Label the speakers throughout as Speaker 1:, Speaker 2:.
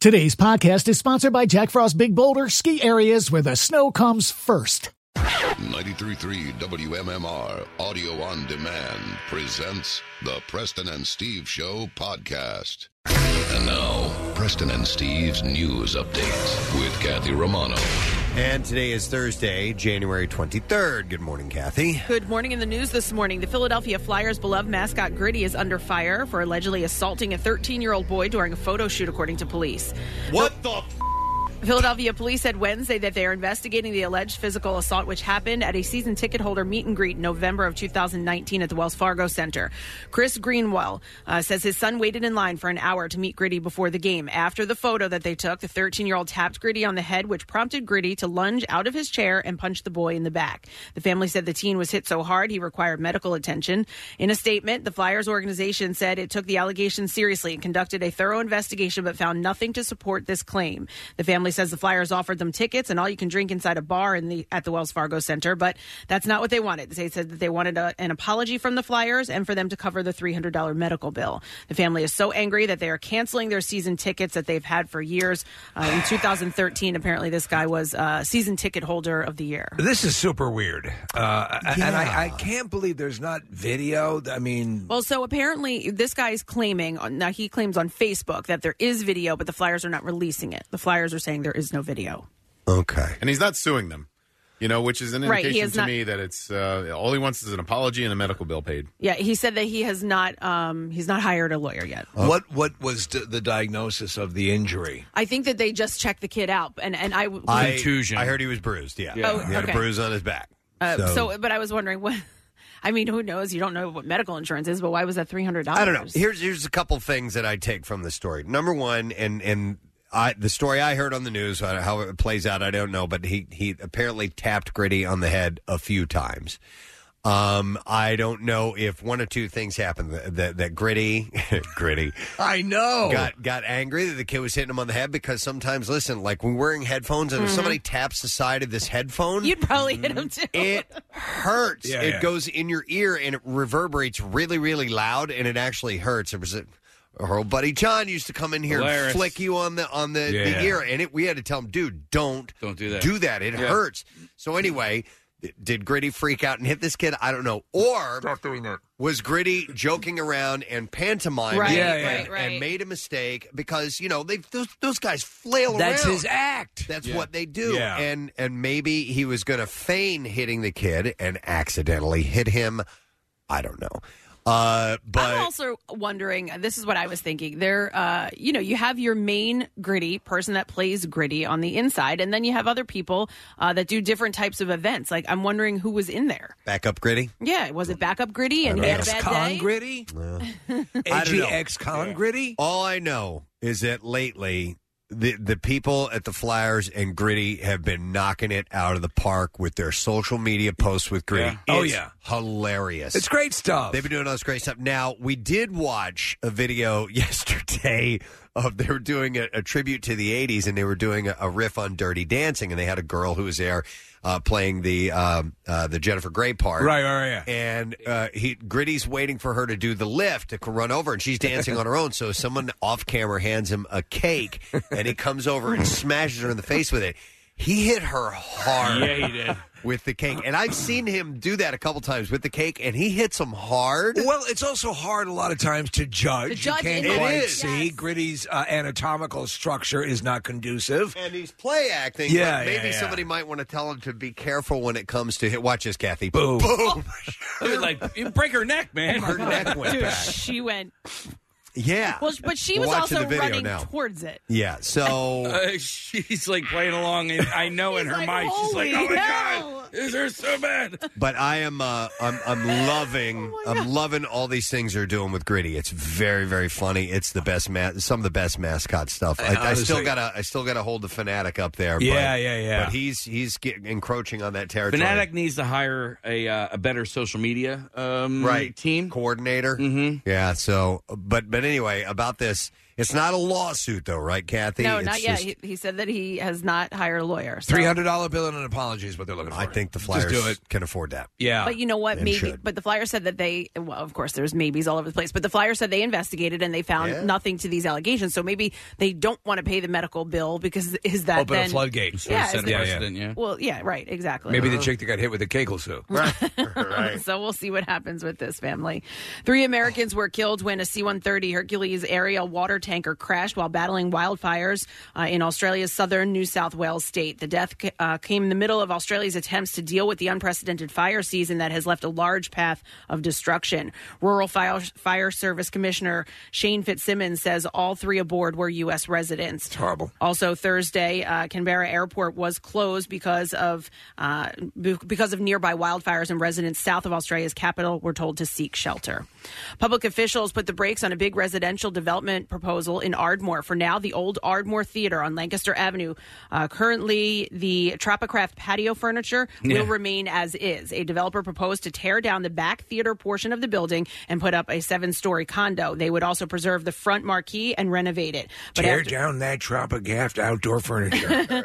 Speaker 1: Today's podcast is sponsored by Jack Frost Big Boulder Ski Areas, where the snow comes first.
Speaker 2: 933 WMMR Audio on Demand presents the Preston and Steve Show podcast. And now, Preston and Steve's news update with Kathy Romano.
Speaker 3: And today is Thursday, January 23rd. Good morning, Kathy.
Speaker 4: Good morning. In the news this morning, the Philadelphia Flyers' beloved mascot Gritty is under fire for allegedly assaulting a 13 year old boy during a photo shoot, according to police.
Speaker 5: What the? F-
Speaker 4: Philadelphia police said Wednesday that they are investigating the alleged physical assault, which happened at a season ticket holder meet and greet in November of 2019 at the Wells Fargo Center. Chris Greenwell uh, says his son waited in line for an hour to meet Gritty before the game. After the photo that they took, the 13 year old tapped Gritty on the head, which prompted Gritty to lunge out of his chair and punch the boy in the back. The family said the teen was hit so hard he required medical attention. In a statement, the Flyers organization said it took the allegations seriously and conducted a thorough investigation but found nothing to support this claim. The family says the Flyers offered them tickets and all you can drink inside a bar in the at the Wells Fargo Center, but that's not what they wanted. They said that they wanted a, an apology from the Flyers and for them to cover the $300 medical bill. The family is so angry that they are canceling their season tickets that they've had for years. Uh, in 2013, apparently this guy was uh, season ticket holder of the year.
Speaker 6: This is super weird, uh, and I, I can't believe there's not video. I mean,
Speaker 4: Well, so apparently this guy is claiming uh, now he claims on Facebook that there is video, but the Flyers are not releasing it. The Flyers are saying there is no video.
Speaker 3: Okay.
Speaker 5: And he's not suing them, you know, which is an
Speaker 4: Right, he
Speaker 5: indication
Speaker 4: is
Speaker 5: to
Speaker 4: not-
Speaker 5: me that it's uh, all he wants is an apology and a medical bill paid.
Speaker 4: Yeah, he said that he has not um, he's not hired a lawyer yet.
Speaker 6: what what was d- the diagnosis of the injury?
Speaker 4: I think that they just checked the kid out, and and I,
Speaker 3: Contusion. I heard he was bruised, yeah.
Speaker 4: Yeah. Oh,
Speaker 3: he had
Speaker 4: okay.
Speaker 3: a bruise on his back.
Speaker 4: uh,
Speaker 3: so-
Speaker 4: so. but I was wondering what. I mean, who knows? You don't know what medical insurance is, but why was that three hundred dollars?
Speaker 3: I don't know. Here's here's a couple things that I take from the story. Number one, and and I the story I heard on the news, how how it plays out, I don't know, but he he apparently tapped Gritty on the head a few times. Um, I don't know if one or two things happened that that, that Gritty, Gritty,
Speaker 6: I know.
Speaker 3: got got angry that the kid was hitting him on the head because sometimes listen, like when we're wearing headphones and if
Speaker 4: Mhm.
Speaker 3: somebody taps the side of this headphone, mm,
Speaker 4: You'd probably hit him too.
Speaker 3: It hurts.
Speaker 4: Yeah,
Speaker 3: it
Speaker 4: yeah.
Speaker 3: goes in your ear and it reverberates really, really loud, and it actually hurts. It was a, our old buddy John used to come in here and
Speaker 7: Hilarious.
Speaker 3: flick you on the on the,
Speaker 7: Yeah.
Speaker 3: the ear, and it, we had to tell him, dude, don't
Speaker 7: Don't do that.
Speaker 3: do that. It
Speaker 7: Yeah.
Speaker 3: hurts. So anyway, did Gritty freak out and hit this kid? I don't know. Or stop doing that. Was Gritty joking around and pantomiming
Speaker 7: Right, Yeah,
Speaker 3: and,
Speaker 7: yeah.
Speaker 3: and made a mistake because you know they those, those guys flail
Speaker 6: That's
Speaker 3: around.
Speaker 6: his act.
Speaker 3: That's
Speaker 6: Yeah.
Speaker 3: what they do.
Speaker 6: Yeah.
Speaker 3: And and maybe he was going to feign hitting the kid and accidentally hit him. I don't know. Uh, but
Speaker 4: I'm also wondering. This is what I was thinking. There, uh, you know, you have your main gritty person that plays gritty on the inside, and then you have other people uh, that do different types of events. Like, I'm wondering who was in there.
Speaker 3: back up, Gritty.
Speaker 4: Yeah, was it backup gritty and he had a bad day?
Speaker 6: gritty,
Speaker 3: don't
Speaker 6: edgy
Speaker 3: know.
Speaker 6: ex-con gritty.
Speaker 3: All I know is that lately the the people at the Flyers and Gritty have been knocking it out of the park with their social media posts with Gritty.
Speaker 6: Yeah. Oh,
Speaker 3: It's
Speaker 6: yeah.
Speaker 3: hilarious.
Speaker 6: It's great stuff.
Speaker 3: They've been doing all this great stuff. Now we did watch a video yesterday of they were doing a, a tribute to the '80s and they were doing a, a riff on Dirty Dancing and they had a girl who was there uh, playing the um, uh, the Jennifer Grey part.
Speaker 6: Right, right, right,
Speaker 3: And uh, he Gritty's waiting for her to do the lift to run over and she's dancing on her own. So someone off camera hands him a cake and he comes over and smashes her in the face with it. He hit her hard
Speaker 7: Yeah, he did.
Speaker 3: with the cake. And I've seen him do that a couple times with the cake, and he hits them hard.
Speaker 6: Well, it's also hard a lot of times to judge.
Speaker 3: To judge
Speaker 6: you can't
Speaker 3: it
Speaker 6: quite
Speaker 3: is.
Speaker 6: see. Gritty's uh, anatomical structure is not conducive.
Speaker 3: And he's play acting.
Speaker 6: Yeah,
Speaker 3: but maybe
Speaker 6: yeah, yeah.
Speaker 3: somebody might want to tell him to be careful when it comes to hit. Watch this, Kathy.
Speaker 6: Boom.
Speaker 3: Boom.
Speaker 7: like you break her neck, man.
Speaker 3: Her neck went
Speaker 4: Dude,
Speaker 3: back.
Speaker 4: she went.
Speaker 3: Yeah.
Speaker 4: Well, but she was
Speaker 3: Watch
Speaker 4: also
Speaker 3: the video
Speaker 4: running
Speaker 3: now.
Speaker 4: towards it.
Speaker 3: Yeah. So
Speaker 7: Uh, she's like playing along, and I know in her
Speaker 4: like,
Speaker 7: mind she's like,
Speaker 4: "Holy
Speaker 7: "Oh my
Speaker 4: hell."
Speaker 7: god, is her so bad?"
Speaker 3: but I am uh, I'm I'm loving I'm loving all these things they're doing with Gritty. It's very very funny. It's the best ma- some of the best mascot stuff. I, I still
Speaker 7: Honestly.
Speaker 3: gotta I still gotta hold the fanatic up there.
Speaker 7: Yeah,
Speaker 3: but,
Speaker 7: yeah, yeah.
Speaker 3: But he's he's get, encroaching on that territory.
Speaker 7: Fanatic needs to hire a uh, a better social media um,
Speaker 3: Right.
Speaker 7: team
Speaker 3: coordinator.
Speaker 7: Mm-hmm.
Speaker 3: Yeah. So, but but anyway, about this, It's not a lawsuit, though, right, Kathy?
Speaker 4: no,
Speaker 3: It's
Speaker 4: not yet.
Speaker 3: just-
Speaker 4: He, he said that he has not hired a lawyer. so-
Speaker 6: Three hundred dollar bill and an apology is what they're looking for.
Speaker 3: I think the
Speaker 6: Just
Speaker 3: Flyers
Speaker 6: do it.
Speaker 3: can afford that.
Speaker 6: Yeah.
Speaker 4: But you know what?
Speaker 3: And
Speaker 4: Maybe.
Speaker 3: should.
Speaker 4: But the flyer said that they. Well, of course, there's maybes all over the place. But the flyer said they investigated and they found
Speaker 3: Yeah.
Speaker 4: nothing to these allegations. So maybe they don't want to pay the medical bill because is that
Speaker 6: Open
Speaker 4: then
Speaker 6: a floodgate.
Speaker 4: Yeah, is
Speaker 7: set a
Speaker 4: the-
Speaker 7: precedent, yeah.
Speaker 4: Well, yeah, right, exactly.
Speaker 6: Maybe the
Speaker 3: Uh-huh.
Speaker 6: chick that got hit with a Kegel soup.
Speaker 4: So we'll see what happens with this family. Three Americans were killed when a C 130 Hercules aerial water tanker crashed while battling wildfires uh, in Australia's southern New South Wales state. The death ca- uh, came in the middle of Australia's attempts to deal with the unprecedented fire season that has left a large path of destruction. Rural Fire, fire Service Commissioner Shane Fitzsimmons says all three aboard were U.S. residents. It's
Speaker 6: horrible.
Speaker 4: also, Thursday, uh, Canberra Airport was closed because of uh, be- because of nearby wildfires, and residents south of Australia's capital were told to seek shelter. Public officials put the brakes on a big residential development proposal in Ardmore. For now, the old Ardmore Theater on Lancaster Avenue, uh, currently the Tropicraft patio furniture, will remain as is. A developer proposed to tear down the back theater portion of the building and put up a seven-story condo. They would also preserve the front marquee and renovate it. But
Speaker 6: Tear
Speaker 4: after-
Speaker 6: down that Tropicraft outdoor furniture.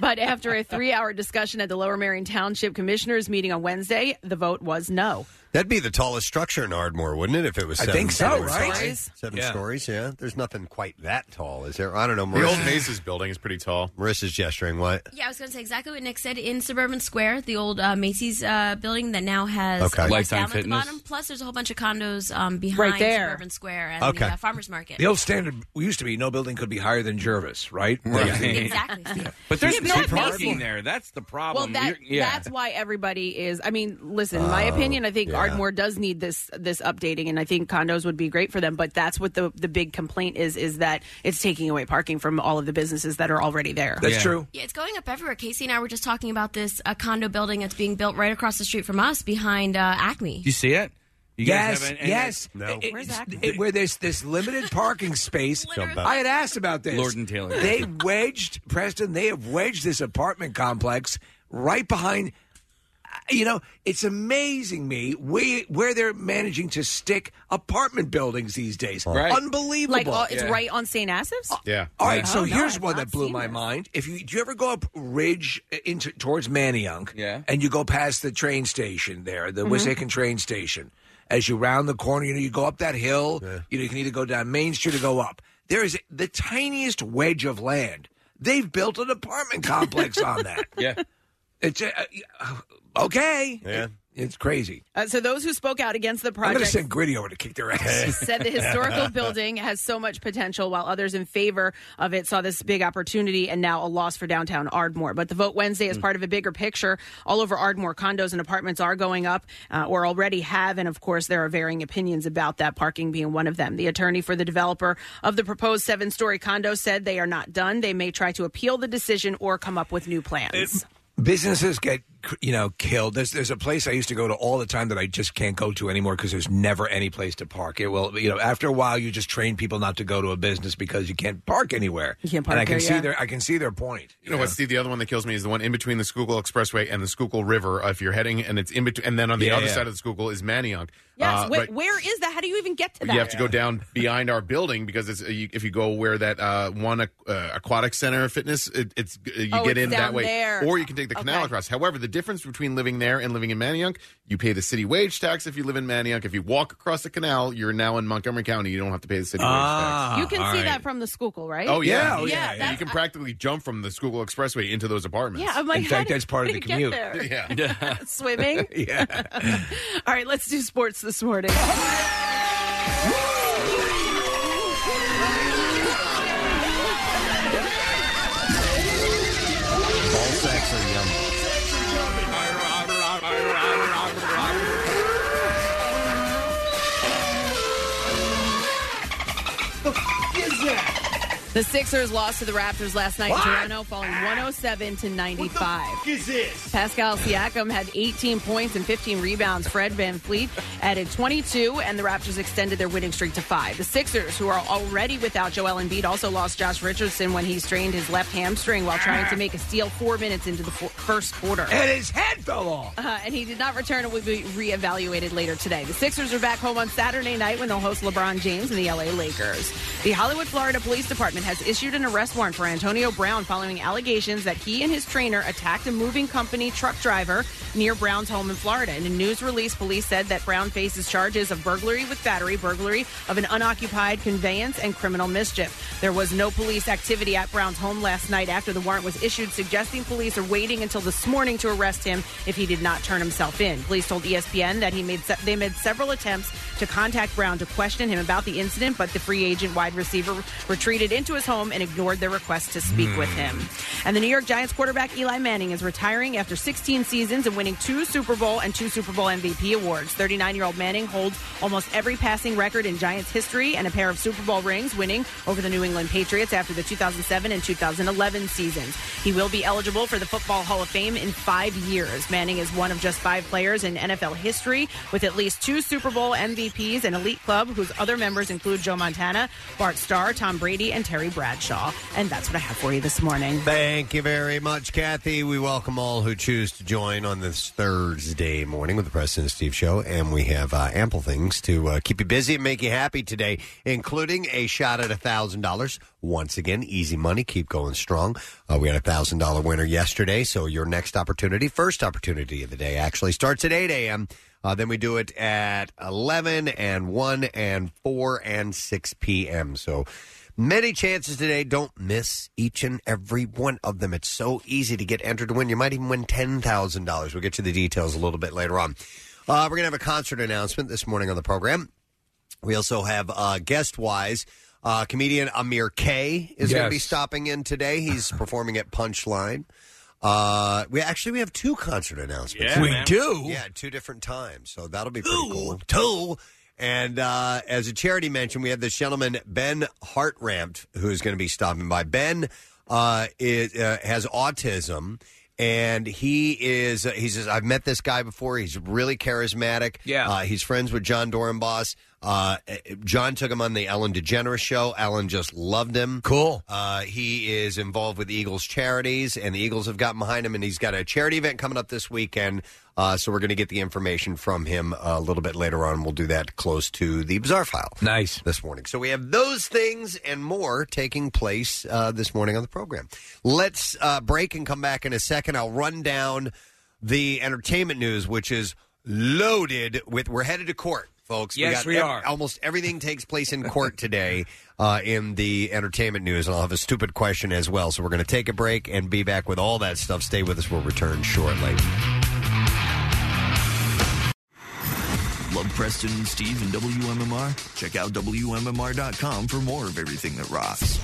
Speaker 4: but after a three hour discussion at the Lower Marion Township Commissioners meeting on Wednesday, the vote was no.
Speaker 3: That'd be the tallest structure in Ardmore, wouldn't it? If it was,
Speaker 6: I
Speaker 3: seven
Speaker 6: think so,
Speaker 3: stories.
Speaker 6: right?
Speaker 4: Stories?
Speaker 3: Seven
Speaker 6: Yeah.
Speaker 3: stories. Yeah, there's nothing quite that tall, is there? I don't know.
Speaker 5: The old
Speaker 3: Marissa,
Speaker 5: Macy's building is pretty tall.
Speaker 3: Marissa's gesturing. What?
Speaker 8: Yeah, I was going to say exactly what Nick said in Suburban Square, the old uh, Macy's uh, building that now has
Speaker 3: Okay.
Speaker 8: Down
Speaker 7: Lifetime
Speaker 8: at the
Speaker 7: Fitness.
Speaker 8: bottom. Plus, there's a whole bunch of condos um, behind
Speaker 4: Right there.
Speaker 8: Suburban Square and
Speaker 3: Okay.
Speaker 8: the uh, farmers market.
Speaker 6: the old standard used to be no building could be higher than Jervis, right?
Speaker 8: exactly. Steve.
Speaker 7: But there's
Speaker 4: Yeah,
Speaker 7: no
Speaker 4: but that's-
Speaker 7: parking there. That's the
Speaker 4: Well,
Speaker 7: problem.
Speaker 4: that,
Speaker 7: You're- yeah.
Speaker 4: that's why everybody is. I mean, listen, my
Speaker 6: Uh,
Speaker 4: opinion. I think Ardmore does need this this updating, and I think condos would be great for them. But that's what the the big complaint is: is that it's taking away parking from all of the businesses that are already there.
Speaker 6: That's
Speaker 7: Yeah.
Speaker 6: true.
Speaker 8: Yeah, it's going up everywhere. Casey and I were just talking about this uh, condo building that's being built right across the street from us behind uh, Acme.
Speaker 7: you see it? You guys
Speaker 6: yes,
Speaker 7: have an-
Speaker 6: yes.
Speaker 3: No.
Speaker 6: It-
Speaker 4: Where's
Speaker 6: it's-
Speaker 4: Acme?
Speaker 6: it- where there's this limited parking space. I had asked about this.
Speaker 7: Lord and Taylor.
Speaker 6: They wedged Preston. They have wedged this apartment complex right behind. uh, You know, it's amazing me we, where they're managing to stick apartment buildings these days.
Speaker 7: Right.
Speaker 6: Unbelievable.
Speaker 4: like all, it's right on St. Asaph.
Speaker 5: Yeah.
Speaker 6: All right,
Speaker 7: Yeah.
Speaker 6: so
Speaker 4: Oh, no,
Speaker 6: here's
Speaker 4: I've
Speaker 6: one
Speaker 4: not
Speaker 6: that blew
Speaker 4: seen
Speaker 6: my
Speaker 4: this.
Speaker 6: mind. If you do you ever go up Ridge into towards Manayunk,
Speaker 7: Yeah.
Speaker 6: and you go past the train station there,
Speaker 4: Mm-hmm.
Speaker 6: the Wissahickon train station, as you round the corner, you know you go up that hill. You know you can either go down Main Street or go up. There is the tiniest wedge of land. They've built an apartment complex on that.
Speaker 7: Yeah.
Speaker 6: It's uh, uh, okay.
Speaker 3: Yeah.
Speaker 6: it's crazy.
Speaker 4: Uh, so those who spoke out against the
Speaker 6: I'm going to
Speaker 4: project
Speaker 6: send Gritty over to kick their ass.
Speaker 4: said the historical building has so much potential, while others in favor of it saw this big opportunity and now a loss for downtown Ardmore. But the vote Wednesday is part of a bigger picture. All over Ardmore, condos and apartments are going up uh, or already have, and of course, there are varying opinions about that, parking being one of them. The attorney for the developer of the proposed seven story condo said they are not done. They may try to appeal the decision or come up with new plans.
Speaker 6: businesses get you know killed there's there's a place i used to go to all the time that i just can't go to anymore because there's never any place to park it will you know after a while you just train people not to go to a business because you can't park anywhere you
Speaker 4: can't park
Speaker 6: and i can
Speaker 4: there,
Speaker 6: see
Speaker 4: yeah.
Speaker 6: their i can see their point
Speaker 5: You know what, Steve? The other one that kills me is the one in between the Schuylkill Expressway and the Schuylkill River. uh, If you're heading, and it's in between, and then on the
Speaker 6: Yeah,
Speaker 5: other
Speaker 6: yeah.
Speaker 5: side of the Schuylkill is Manayunk.
Speaker 4: yes,
Speaker 5: Uh,
Speaker 4: wait,
Speaker 5: right-
Speaker 4: where is that? How do you even get to that?
Speaker 5: you have to go down behind our building because it's uh, you, if you go where that uh, one uh, aquatic center fitness, it, it's uh, you
Speaker 4: Oh,
Speaker 5: get
Speaker 4: it's
Speaker 5: in that
Speaker 4: down
Speaker 5: way,
Speaker 4: there.
Speaker 5: or you can take the canal
Speaker 4: Okay.
Speaker 5: across. However, the difference between living there and living in Manayunk, you pay the city wage tax if you live in Manayunk. If you walk across the canal, you're now in Montgomery County. You don't have to pay the city wage tax.
Speaker 4: You can
Speaker 6: all
Speaker 4: see
Speaker 6: right.
Speaker 4: that from the Schuylkill, right?
Speaker 5: Oh yeah,
Speaker 6: Ah, Yeah, oh,
Speaker 4: yeah, yeah.
Speaker 5: You can practically jump from the Schuylkill Expressway into those apartments.
Speaker 4: Yeah, I'm like,
Speaker 6: In
Speaker 4: how
Speaker 6: fact,
Speaker 4: did-
Speaker 6: that's part of the
Speaker 4: how did you get there?
Speaker 5: yeah.
Speaker 4: Swimming.
Speaker 6: yeah
Speaker 4: All right, let's do sports this morning.
Speaker 3: Ball sacks are yum.
Speaker 4: The Sixers lost to the Raptors last night
Speaker 9: What?
Speaker 4: in Toronto, falling 107 to 95.
Speaker 9: is this?
Speaker 4: Pascal Siakam had 18 points and 15 rebounds. Fred Van Fleet added 22, and the Raptors extended their winning streak to five. The Sixers, who are already without Joel Embiid, also lost Josh Richardson when he strained his left hamstring while trying to make a steal four minutes into the fo- first quarter.
Speaker 6: And his head fell off.
Speaker 4: Uh, and he did not return and will be reevaluated later today. The Sixers are back home on Saturday night when they'll host LeBron James and the LA Lakers. The Hollywood, Florida Police Department has issued an arrest warrant for Antonio Brown following allegations that he and his trainer attacked a moving company truck driver near Brown's home in Florida. In a news release, police said that Brown faces charges of burglary with battery, burglary of an unoccupied conveyance, and criminal mischief. There was no police activity at Brown's home last night after the warrant was issued, suggesting police are waiting until this morning to arrest him if he did not turn himself in. Police told E ESPN that he made se- they made several attempts to contact Brown to question him about the incident, but the free agent wide receiver retreated into his home and ignored their request to speak
Speaker 10: Hmm.
Speaker 4: with him. And the New York Giants quarterback Eli Manning is retiring after 16 seasons and winning two Super Bowl and two Super Bowl MVP awards. 39 year old Manning holds almost every passing record in Giants history and a pair of Super Bowl rings, winning over the New England Patriots after the 2007 and 2011 seasons. He will be eligible for the Football Hall of Fame in five years. Manning is one of just five players in NFL history with at least two Super Bowl MVPs, an elite club whose other members include Joe Montana, Bart Starr, Tom Brady, and Terry Bradshaw. And that's what I have for you this morning.
Speaker 3: Thank you very much, Kathy. We welcome all who choose to join on this Thursday morning with the Preston and Steve Show, and we have uh, ample things to uh, keep you busy and make you happy today, including a shot at thousand dollars. Once again, easy money. Keep going strong. Uh, we had a thousand dollar winner yesterday, so your next opportunity, first opportunity of the day, actually starts at eight a.m. Uh, then we do it at 11 and 1 and 4 and 6 p.m. So many chances today. Don't miss each and every one of them. It's so easy to get entered to win. You might even win $10,000. We'll get you the details a little bit later on. Uh, we're going to have a concert announcement this morning on the program. We also have uh, guest wise. Uh, comedian Amir K is going to
Speaker 11: Yes.
Speaker 3: be stopping in today. He's performing at Punchline. Uh, we actually we have two concert announcements.
Speaker 11: Yeah, We man. do?
Speaker 3: Yeah, at two different times. So that'll be pretty cool. Two. And uh, as a charity mention, we have this gentleman Ben Hartrampt who is going to be stopping by. Ben uh, is, uh, has autism. And he is, uh, he says, I've met this guy before. He's really charismatic. Yeah. Uh, he's friends with John Dorenboss. Uh, John took him on the Ellen DeGeneres show. Ellen just loved him. Cool. Uh, he is involved with Eagles charities, and the Eagles have gotten behind him, and he's got a charity event coming up this weekend. Uh, so we're going to get the information from him uh, a little bit later on. We'll do that close to the Bizarre File. Nice. This morning. So we have those things and more taking place uh, this morning on the program. Let's uh, break and come back in a second. I'll run down the entertainment news, which is loaded with. We're headed to court, folks.
Speaker 11: Yes, we
Speaker 3: ev-
Speaker 11: are.
Speaker 3: Almost everything takes place in court today uh, in the entertainment news, and I'll have a stupid question as well. So we're going to take a break and be back with all that stuff. Stay with us. We'll return shortly.
Speaker 12: Love Preston and Steve and WMMR? Check out WMMR.com for more of everything that rocks.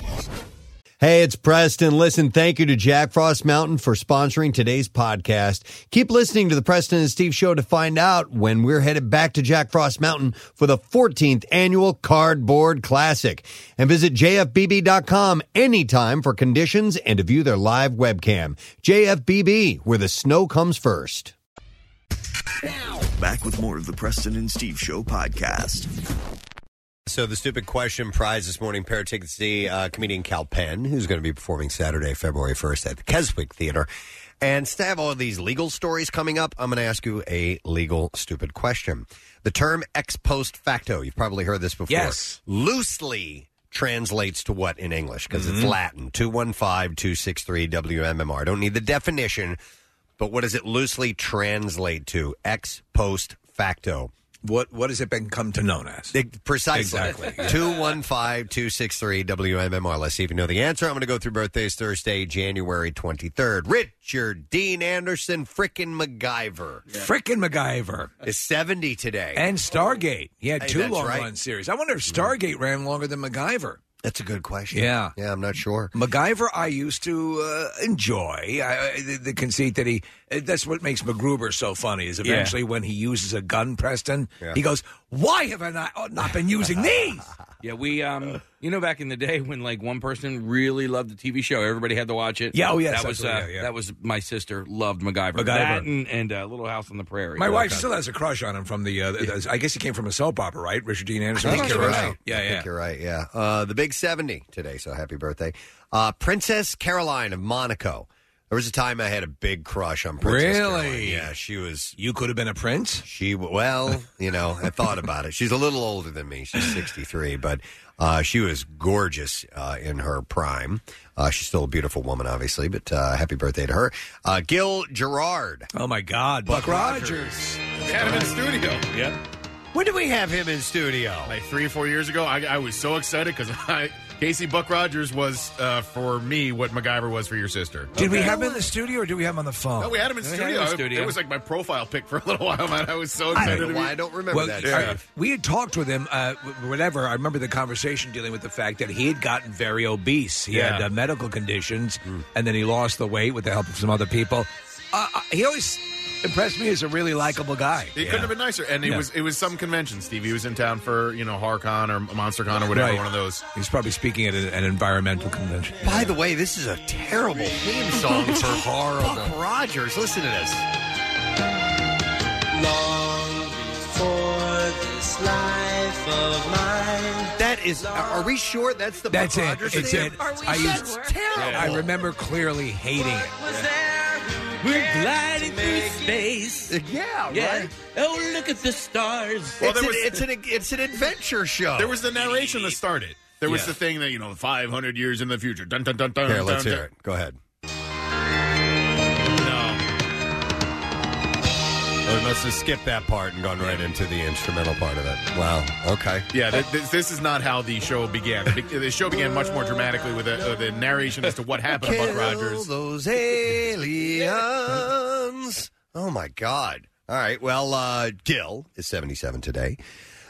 Speaker 3: Hey, it's Preston. Listen, thank you to Jack Frost Mountain for sponsoring today's podcast. Keep listening to the Preston and Steve show to find out when we're headed back to Jack Frost Mountain for the 14th annual Cardboard Classic. And visit jfbb.com anytime for conditions and to view their live webcam. JFBB, where the snow comes first.
Speaker 12: Back with more of the Preston and Steve Show podcast.
Speaker 3: So the stupid question prize this morning, pair of tickets to see uh, comedian Cal Penn, who's going to be performing Saturday, February 1st at the Keswick Theater. And since I have all of these legal stories coming up, I'm going to ask you a legal stupid question. The term ex post facto, you've probably heard this before.
Speaker 11: Yes.
Speaker 3: Loosely translates to what in English? Because it's
Speaker 11: Mhm.
Speaker 3: Latin. 215-263-WMMR. Don't need the definition, but what does it loosely translate to? Ex post facto.
Speaker 6: What what has it been come to known as?
Speaker 3: Precisely.
Speaker 6: Exactly.
Speaker 3: 215 263 WMMR. Let's see if you know the answer. I'm going to go through birthdays Thursday, January 23rd. Richard Dean Anderson, frickin' MacGyver.
Speaker 6: Frickin' MacGyver.
Speaker 3: Is 70 today.
Speaker 6: And Stargate. He had
Speaker 3: Hey,
Speaker 6: two
Speaker 3: that's
Speaker 6: long
Speaker 3: right.
Speaker 6: run series. I wonder if Stargate ran longer than MacGyver.
Speaker 3: That's a good question.
Speaker 6: Yeah.
Speaker 3: Yeah, I'm not sure.
Speaker 6: MacGyver, I used to uh, enjoy I, I- the, the conceit that he. uh, That's what makes MacGruber so funny. Is
Speaker 11: Yeah.
Speaker 6: eventually when he uses a gun, Preston,
Speaker 11: Yeah.
Speaker 6: oh, he goes, "Why have I not, not been using these?"
Speaker 7: Yeah, we um You know, back in the day when like one person really loved the TV show, everybody had to watch it.
Speaker 6: Yeah, oh, yes,
Speaker 7: that was uh,
Speaker 6: absolutely, yeah, yeah.
Speaker 7: that was my sister loved MacGyver.
Speaker 6: MacGyver.
Speaker 7: That and, and uh, Little House on the Prairie.
Speaker 6: My wife still has a crush on him from the. Uh, the- I guess he came from a soap opera, right? Richard Dean Anderson.
Speaker 3: I think you're right.
Speaker 6: Yeah,
Speaker 3: I
Speaker 6: yeah.
Speaker 3: think you're right. Yeah. Uh, the big 70 today, so happy birthday. Uh, Princess Caroline of Monaco. There was a time I had a big crush on Princess Caroline.
Speaker 6: Really?
Speaker 3: Yeah, she was.
Speaker 6: You could have been a prince.
Speaker 3: She, well, you know, I thought about it. She's a little older than me. She's 63, but uh, she was gorgeous uh, in her prime. Uh, she's still a beautiful woman, obviously, but uh, happy birthday to her. Uh, Gil Gerard.
Speaker 6: Oh my God, Buck, Rogers.
Speaker 5: Had him in studio.
Speaker 7: Yep.
Speaker 3: When did we have him in studio?
Speaker 5: Like three or four years ago, I, I was so excited because I Casey Buck Rogers was uh, for me what MacGyver was for your sister.
Speaker 6: Did we have him in the studio or did we have him on the phone?
Speaker 5: No, we had him in
Speaker 7: We had him in
Speaker 5: studio.
Speaker 7: studio.
Speaker 5: It was like my profile pic for a little while, man. I was so
Speaker 3: I
Speaker 5: excited.
Speaker 3: don't
Speaker 5: to
Speaker 3: know
Speaker 5: be-
Speaker 3: why I don't remember
Speaker 6: well,
Speaker 3: that.
Speaker 6: I-
Speaker 3: stuff.
Speaker 6: we had talked with him, uh, w- whatever. I remember the conversation dealing with the fact that he had gotten very obese. He had
Speaker 5: Yeah.
Speaker 6: uh, medical conditions,
Speaker 3: Hmm.
Speaker 6: and then he lost the weight with the help of some other people. Uh, uh, he always impressed me as a really likable guy.
Speaker 5: It couldn't have been nicer. And it
Speaker 6: No.
Speaker 5: was it was some convention, Steve. He was in town for, you know, HarCon or MonsterCon or whatever,
Speaker 6: Right.
Speaker 5: one of those.
Speaker 6: He's probably speaking at a- an environmental convention.
Speaker 3: By the way, this is a terrible theme song for horrible Buck Rogers. Listen to this. That is. Are we sure that's the
Speaker 6: That's
Speaker 3: Buck
Speaker 6: it.
Speaker 3: Rogers
Speaker 6: It's
Speaker 3: theme?
Speaker 6: it.
Speaker 4: Are we
Speaker 6: I
Speaker 4: sure?
Speaker 6: used-
Speaker 4: That's terrible.
Speaker 6: I remember clearly hating it.
Speaker 7: We're gliding through space.
Speaker 3: Yeah,
Speaker 7: Yeah.
Speaker 3: right.
Speaker 7: Oh, look at the stars.
Speaker 5: Well,
Speaker 3: it's,
Speaker 5: there
Speaker 3: an,
Speaker 5: was-
Speaker 3: it's an it's an adventure show.
Speaker 5: There was the narration that started. There was
Speaker 7: Yeah.
Speaker 5: the thing that, you know, 500 years in the future. Dun, dun, dun, dun,
Speaker 3: Here, let's
Speaker 5: dun,
Speaker 3: hear it. Go ahead.
Speaker 5: dun. No.
Speaker 3: Oh, we must have skipped that part and gone right into the instrumental part of it. Wow. Okay.
Speaker 5: Yeah, th- th- this is not how the show began. The, be- the show began much more dramatically with a, uh, the narration as to what happened to Buck
Speaker 3: Kill
Speaker 5: Rogers.
Speaker 3: those aliens. Oh my God! All right. Well, uh, Gil is seventy-seven today.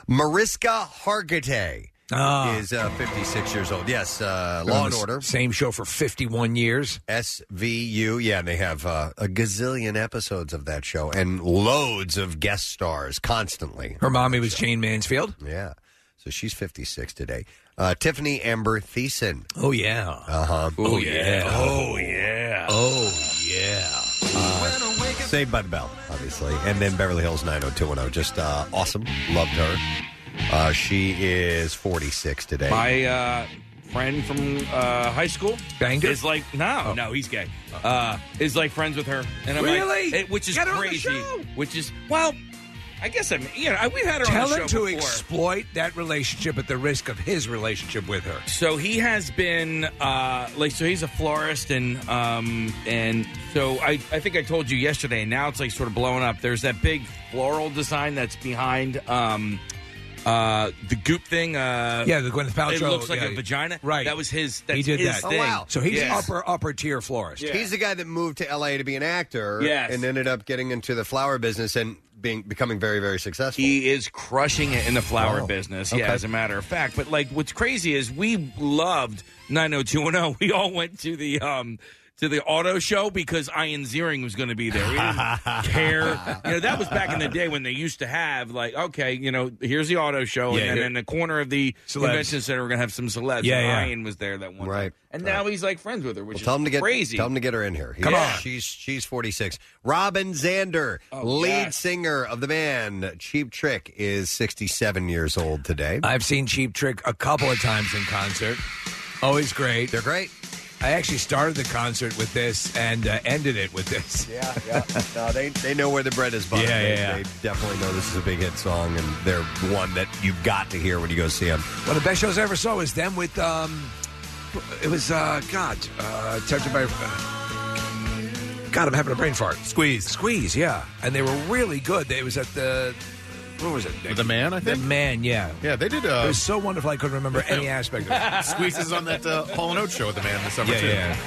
Speaker 3: Mariska Hargitay
Speaker 6: Ah.
Speaker 3: is uh, fifty-six years old. Yes, uh,
Speaker 6: Been on
Speaker 3: Law and
Speaker 6: the s-
Speaker 3: Order,
Speaker 6: Same show for 51 years.
Speaker 3: SVU. Yeah, and they have uh, a gazillion episodes of that show and loads of guest stars constantly.
Speaker 6: Her mommy was Jane Mansfield.
Speaker 3: Yeah. So she's fifty-six today. Uh, Tiffany Amber Thiessen.
Speaker 6: Oh, yeah.
Speaker 3: Uh huh.
Speaker 7: Oh, yeah.
Speaker 3: Oh yeah. Oh yeah. Uh, Saved by the Bell, obviously, and then Beverly Hills 90210. Just uh, awesome. Loved her. Uh, she is 46 today.
Speaker 7: My uh, friend from uh, high school
Speaker 6: Banged her?
Speaker 7: is like, no,
Speaker 6: Oh.
Speaker 7: no, he's gay. Uh, is like friends with her, and I'm
Speaker 6: Really?
Speaker 7: like, it- which is
Speaker 6: Get her on the
Speaker 7: crazy.
Speaker 6: show.
Speaker 7: Which is well, I guess I'm. You know, I- we've had her
Speaker 6: Tell
Speaker 7: on the
Speaker 6: him
Speaker 7: show
Speaker 6: to
Speaker 7: before.
Speaker 6: exploit that relationship at the risk of his relationship with her.
Speaker 7: so he has been uh, like so he's a florist and um, and so I, I think I told you yesterday and now it's like sort of blowing up. There's that big floral design that's behind um, uh, the goop thing. Uh,
Speaker 6: Yeah, the Gwyneth Paltrow.
Speaker 7: it looks like
Speaker 6: yeah.
Speaker 7: a vagina.
Speaker 6: Right.
Speaker 7: That was his. That's
Speaker 6: He did
Speaker 7: his
Speaker 6: that.
Speaker 7: Thing.
Speaker 3: Oh, wow.
Speaker 6: So he's
Speaker 7: Yeah.
Speaker 6: upper upper tier florist.
Speaker 7: Yeah.
Speaker 3: He's the guy that moved to LA to be an actor
Speaker 7: Yes.
Speaker 3: and ended up getting into the flower business and being becoming very, very successful.
Speaker 7: He is crushing it in the flower
Speaker 3: Wow.
Speaker 7: business.
Speaker 3: Okay.
Speaker 7: Yeah, as a matter of fact. But like, what's crazy is we loved 90210. We all went to the um to the auto show because Ian Ziering was going to be there. We didn't care. You know, that was back in the day when they used to have like, okay, you know, here's the auto show,
Speaker 6: Yeah,
Speaker 7: and
Speaker 6: here-
Speaker 7: then in the corner of the
Speaker 6: Celebs.
Speaker 7: convention center, we're going to have some celebs.
Speaker 6: Yeah,
Speaker 7: and
Speaker 6: yeah.
Speaker 7: Ian was there that one.
Speaker 3: Right.
Speaker 7: time. And now he's like friends with her, which
Speaker 3: Well,
Speaker 7: is
Speaker 3: tell him to get
Speaker 7: crazy.
Speaker 3: Tell him to get her in here.
Speaker 6: Come
Speaker 3: Yeah.
Speaker 6: on.
Speaker 3: she's she's forty six. Robin Zander,
Speaker 7: Oh,
Speaker 3: lead
Speaker 7: yes.
Speaker 3: singer of the band Cheap Trick, is sixty seven years old today.
Speaker 6: I've seen Cheap Trick a couple of times in concert. Always great.
Speaker 3: They're great.
Speaker 6: I actually started the concert with this and uh, ended it with this.
Speaker 3: Yeah, yeah. No, they, they know where the bread is buttered.
Speaker 6: Yeah,
Speaker 3: they,
Speaker 6: yeah,
Speaker 3: they
Speaker 6: yeah.
Speaker 3: definitely know this is a big hit song, and they're one that you've got to hear when you go see them.
Speaker 6: One of the best shows I ever saw was them with um, it was uh, God, uh, tempted by. Uh, God, I'm having a brain fart. Squeeze, squeeze, yeah, and they were really good. They was at the, what was it?
Speaker 5: The man, I
Speaker 6: The
Speaker 5: think.
Speaker 6: man, yeah.
Speaker 5: Yeah, they did
Speaker 6: It
Speaker 5: uh,
Speaker 6: was so wonderful I couldn't remember any aspect of it.
Speaker 5: squeezes on that uh, Paul and Oates show at the man this summer
Speaker 6: Yeah,
Speaker 5: too.
Speaker 6: yeah.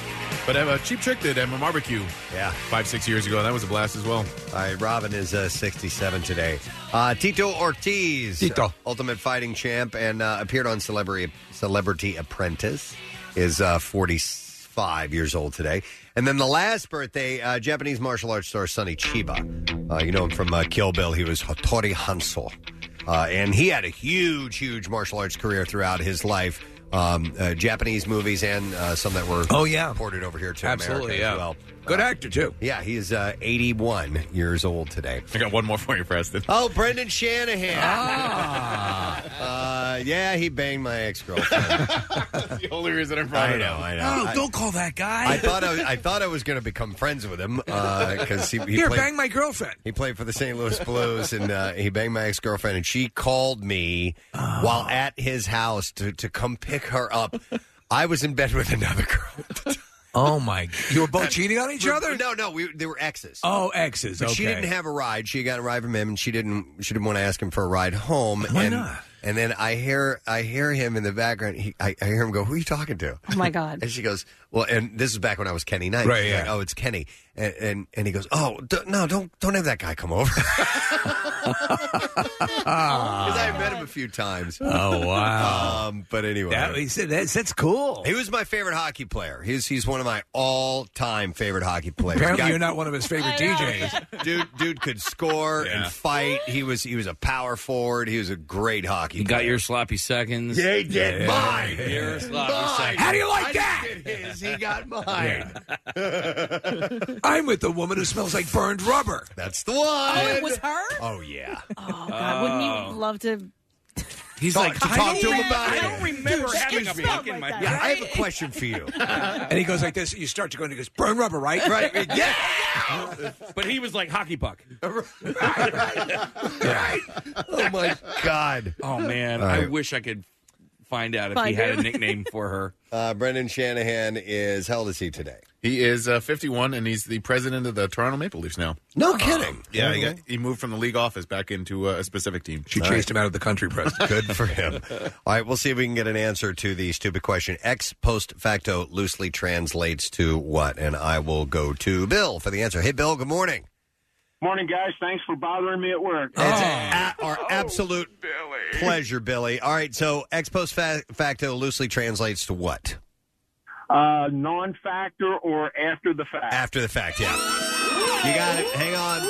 Speaker 5: But uh, Cheap Trick did Emma Barbecue
Speaker 3: Yeah.
Speaker 5: five six years ago. That was a blast as well.
Speaker 3: All right, Robin is uh, 67 today. Uh, Tito Ortiz,
Speaker 6: Tito.
Speaker 3: Ultimate Fighting Champ, and uh, appeared on Celebrity Celebrity Apprentice, is uh, 45 years old today. And then the last birthday, uh, Japanese martial arts star Sonny Chiba. Uh, you know him from uh, Kill Bill. He was Hattori Hanzo. Uh, and he had a huge, huge martial arts career throughout his life. um, uh, Japanese movies and uh, some that were
Speaker 6: Oh, yeah.
Speaker 3: ported over here to
Speaker 6: Absolutely,
Speaker 3: America
Speaker 6: yeah.
Speaker 3: as well. Uh,
Speaker 6: Good actor, too.
Speaker 3: Yeah, he's uh, 81 years old today.
Speaker 5: I got one more for you, Preston.
Speaker 3: Oh, Brendan Shanahan.
Speaker 5: Ah.
Speaker 3: Uh, yeah, he banged my ex girlfriend.
Speaker 5: That's the only reason I'm
Speaker 3: I
Speaker 5: proud
Speaker 3: know,
Speaker 5: of
Speaker 3: I know.
Speaker 6: No,
Speaker 3: I-
Speaker 6: don't call that guy.
Speaker 3: I thought I, I thought I was going to become friends with him because he, he
Speaker 6: Here,
Speaker 3: played
Speaker 6: bang my girlfriend.
Speaker 3: he played for the St. Louis Blues and uh, he banged my ex girlfriend and she called me
Speaker 6: Ah.
Speaker 3: while at his house to to come pick her up. I was in bed with another girl.
Speaker 6: Oh my! You were both cheating on each other.
Speaker 3: No, no, we, they were exes.
Speaker 6: Oh, exes.
Speaker 3: But
Speaker 6: okay.
Speaker 3: she didn't have a ride. She got a ride from him, and she didn't. She didn't want to ask him for a ride home.
Speaker 6: Why
Speaker 3: and,
Speaker 6: not?
Speaker 3: And then I hear, I hear him in the background. He, I, I hear him go, "Who are you talking to?"
Speaker 4: Oh my God.
Speaker 3: And she goes, "Well," and this is back when I was Kenny Knight.
Speaker 6: Right,
Speaker 3: She's like,
Speaker 6: yeah.
Speaker 3: oh, it's Kenny, and and, and he goes, "Oh, d- no, don't don't have that guy come over." Because I met him a few times.
Speaker 6: Oh wow!
Speaker 3: Um, but anyway,
Speaker 6: that, he said that's, that's cool.
Speaker 3: he was my favorite hockey player. He's he's one of my all time favorite hockey players.
Speaker 6: Apparently,
Speaker 3: Guy-
Speaker 6: you're not one of his favorite DJs.
Speaker 3: dude dude could score and fight he was he was a power forward he was a great hockey
Speaker 7: You got
Speaker 3: player.
Speaker 7: your sloppy seconds.
Speaker 3: they did mine
Speaker 7: Your sloppy
Speaker 3: Oh,
Speaker 7: seconds.
Speaker 6: How do you like that?
Speaker 3: his he got mine
Speaker 6: I'm with the woman who smells like burned rubber.
Speaker 3: that's the one. Oh
Speaker 4: it was her?
Speaker 3: yeah
Speaker 4: Oh, God. Wouldn't you love to?
Speaker 7: He's
Speaker 3: Talk-
Speaker 7: like,
Speaker 3: to talk to him about
Speaker 7: I
Speaker 3: it.
Speaker 7: don't remember having a fuck in my.
Speaker 4: that.
Speaker 3: yeah i have a question for you
Speaker 6: And he goes like this. You start to go and he goes, burn rubber, right?
Speaker 3: right yeah
Speaker 7: But he was like hockey puck.
Speaker 6: right.
Speaker 3: oh my god
Speaker 7: Oh man,
Speaker 3: All
Speaker 7: I
Speaker 3: right.
Speaker 7: wish I could find out if he
Speaker 4: Find
Speaker 7: had
Speaker 4: him.
Speaker 7: a nickname for her.
Speaker 3: uh brendan shanahan is how old is he today
Speaker 5: He is uh, 51, and he's the president of the Toronto Maple Leafs now.
Speaker 3: no kidding
Speaker 5: Yeah, he, got, he moved from the league office back into uh, a specific team.
Speaker 6: She chased him out of the country, President.
Speaker 3: Good for him. All right, we'll see if we can get an answer to the stupid question. Ex post facto loosely translates to what? And I will go to Bill for the answer. Hey, Bill, good morning.
Speaker 9: Morning, guys. Thanks for bothering me at work.
Speaker 3: It's a, our absolute pleasure, Billy. All right, so ex post fa- facto loosely translates to what?
Speaker 9: Uh, non-factor or after the fact.
Speaker 3: After the fact, yeah. You got it. Hang on.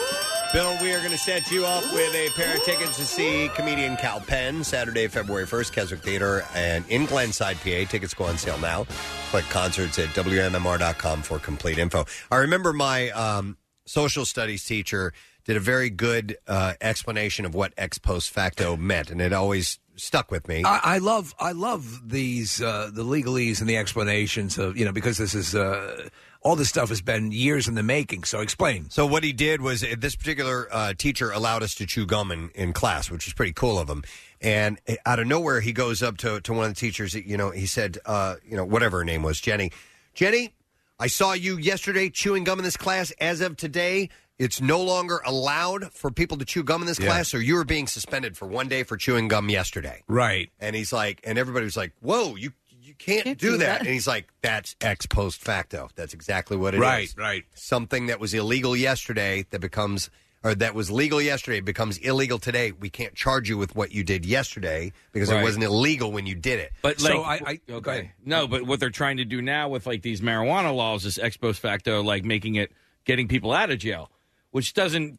Speaker 3: Bill, we are going to set you up with a pair of tickets to see comedian Cal Penn Saturday, February 1st, Keswick Theater and in Glenside, PA. Tickets go on sale now. Click concerts at WMMR.com for complete info. I remember my um, social studies teacher did a very good uh, explanation of what ex post facto meant, and it always stuck with me.
Speaker 6: I, I love I love these uh, the legalese and the explanations of you know because this is uh, all this stuff has been years in the making. So explain.
Speaker 3: So what he did was uh, this particular uh, teacher allowed us to chew gum in, in class, which was pretty cool of him. And uh, out of nowhere, he goes up to, to one of the teachers. eh, You know, he said, uh, you know, whatever her name was, Jenny. Jenny, I saw you yesterday chewing gum in this class. As of today, it's no longer allowed for people to chew gum in this class. So you are being suspended for one day for chewing gum yesterday.
Speaker 6: Right.
Speaker 3: And he's like, and everybody was like, whoa, you you can't, do, that. And he's like, that's ex post facto. That's exactly what it is
Speaker 6: Right, right.
Speaker 3: something that was illegal yesterday that becomes or that was legal yesterday becomes illegal today. We can't charge you with what you did yesterday because it
Speaker 7: Right.
Speaker 3: wasn't illegal when you did it.
Speaker 7: But like,
Speaker 6: So I- I- go ahead.
Speaker 7: No, but what they're trying to do now with like these marijuana laws is ex post facto, like making it getting people out of jail, which doesn't,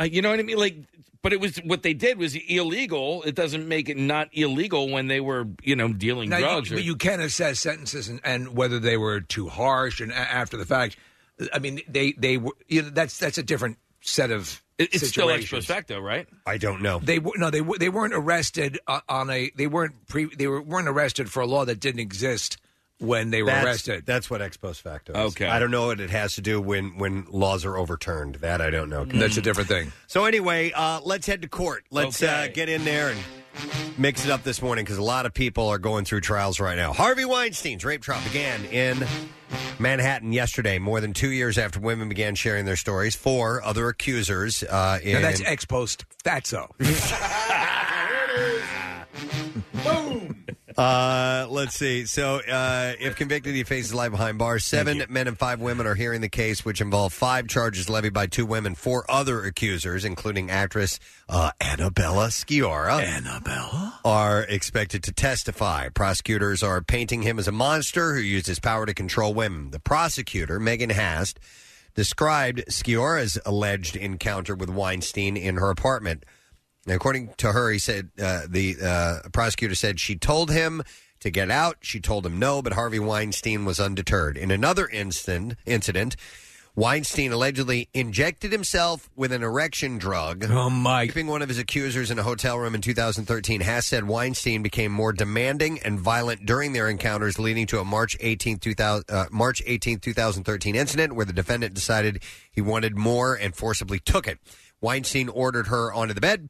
Speaker 7: uh, you know what I mean? Like, but it was what they did was illegal. It doesn't make it not illegal when they were, you know, dealing
Speaker 6: Now,
Speaker 7: drugs.
Speaker 6: you,
Speaker 7: or,
Speaker 6: but you can assess sentences and, and whether they were too harsh and a- after the fact. I mean, they they were. You know, that's that's a different set of.
Speaker 7: It- it's still ex
Speaker 6: situations.
Speaker 7: post facto, right?
Speaker 3: I don't know.
Speaker 6: They were no, they were they weren't arrested uh, on a they weren't pre they were, weren't arrested for a law that didn't exist when they were
Speaker 3: That's,
Speaker 6: arrested.
Speaker 3: that's what ex post facto is.
Speaker 7: Okay.
Speaker 3: I don't know what it has to do when, when laws are overturned. That I don't know.
Speaker 6: Mm. that's a different thing.
Speaker 3: So anyway, uh, let's head to court. Let's uh,
Speaker 7: Okay.
Speaker 3: get in there and mix it up this morning because a lot of people are going through trials right now. Harvey Weinstein's rape trial began in Manhattan yesterday, more than two years after women began sharing their stories. Four other accusers. Uh, in,
Speaker 6: Now that's ex post fatso.
Speaker 3: uh, let's see. So uh, if convicted, he faces life behind bars. Seven men and five women are hearing the case, which involved five charges levied by two women, four other accusers, including actress uh, Annabella Sciorra.
Speaker 6: Annabella.
Speaker 3: are expected to testify. Prosecutors are painting him as a monster who used his power to control women. The prosecutor, Megan Hast, described Sciorra's alleged encounter with Weinstein in her apartment. And according to her, he said uh, the uh, prosecutor said she told him to get out. She told him no, but Harvey Weinstein was undeterred. In another instant, incident, Weinstein allegedly injected himself with an erection drug. Oh,
Speaker 6: my.
Speaker 3: Keeping one of his accusers in a hotel room in 2013, Haas said Weinstein became more demanding and violent during their encounters, leading to a March 18, 2000, uh, March 18, 2013 incident where the defendant decided he wanted more and forcibly took it. Weinstein ordered her onto the bed,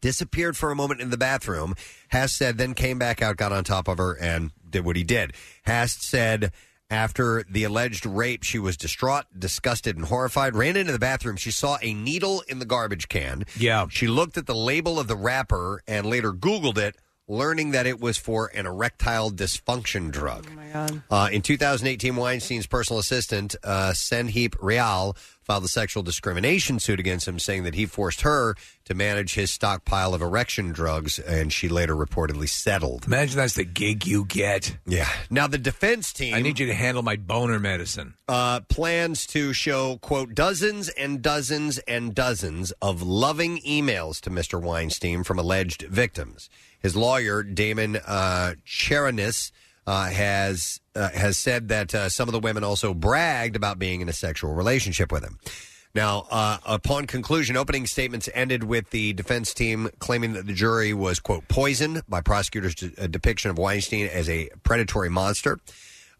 Speaker 3: disappeared for a moment in the bathroom. Haas said, then came back out, got on top of her, and did what he did. Haas said, after the alleged rape, she was distraught, disgusted, and horrified. Ran into the bathroom. She saw a needle in the garbage can. Yeah. She looked at the label of the wrapper and later Googled it, learning that it was for an erectile dysfunction drug. Uh, in 2018, Weinstein's personal assistant, uh, Senheep Real, filed a sexual discrimination suit against him, saying that he forced her to manage his stockpile of erection drugs, and she later reportedly settled.
Speaker 6: Imagine that's the gig you get.
Speaker 3: Yeah. Now, the defense team.
Speaker 6: I need you to handle my boner medicine.
Speaker 3: Uh, plans to show, quote, dozens and dozens and dozens of loving emails to Mr. Weinstein from alleged victims. His lawyer, Damon uh, Cherinis, uh, has uh, has said that uh, some of the women also bragged about being in a sexual relationship with him. Now, uh, upon conclusion, opening statements ended with the defense team claiming that the jury was quote poisoned by prosecutors' de- uh, depiction of Weinstein as a predatory monster.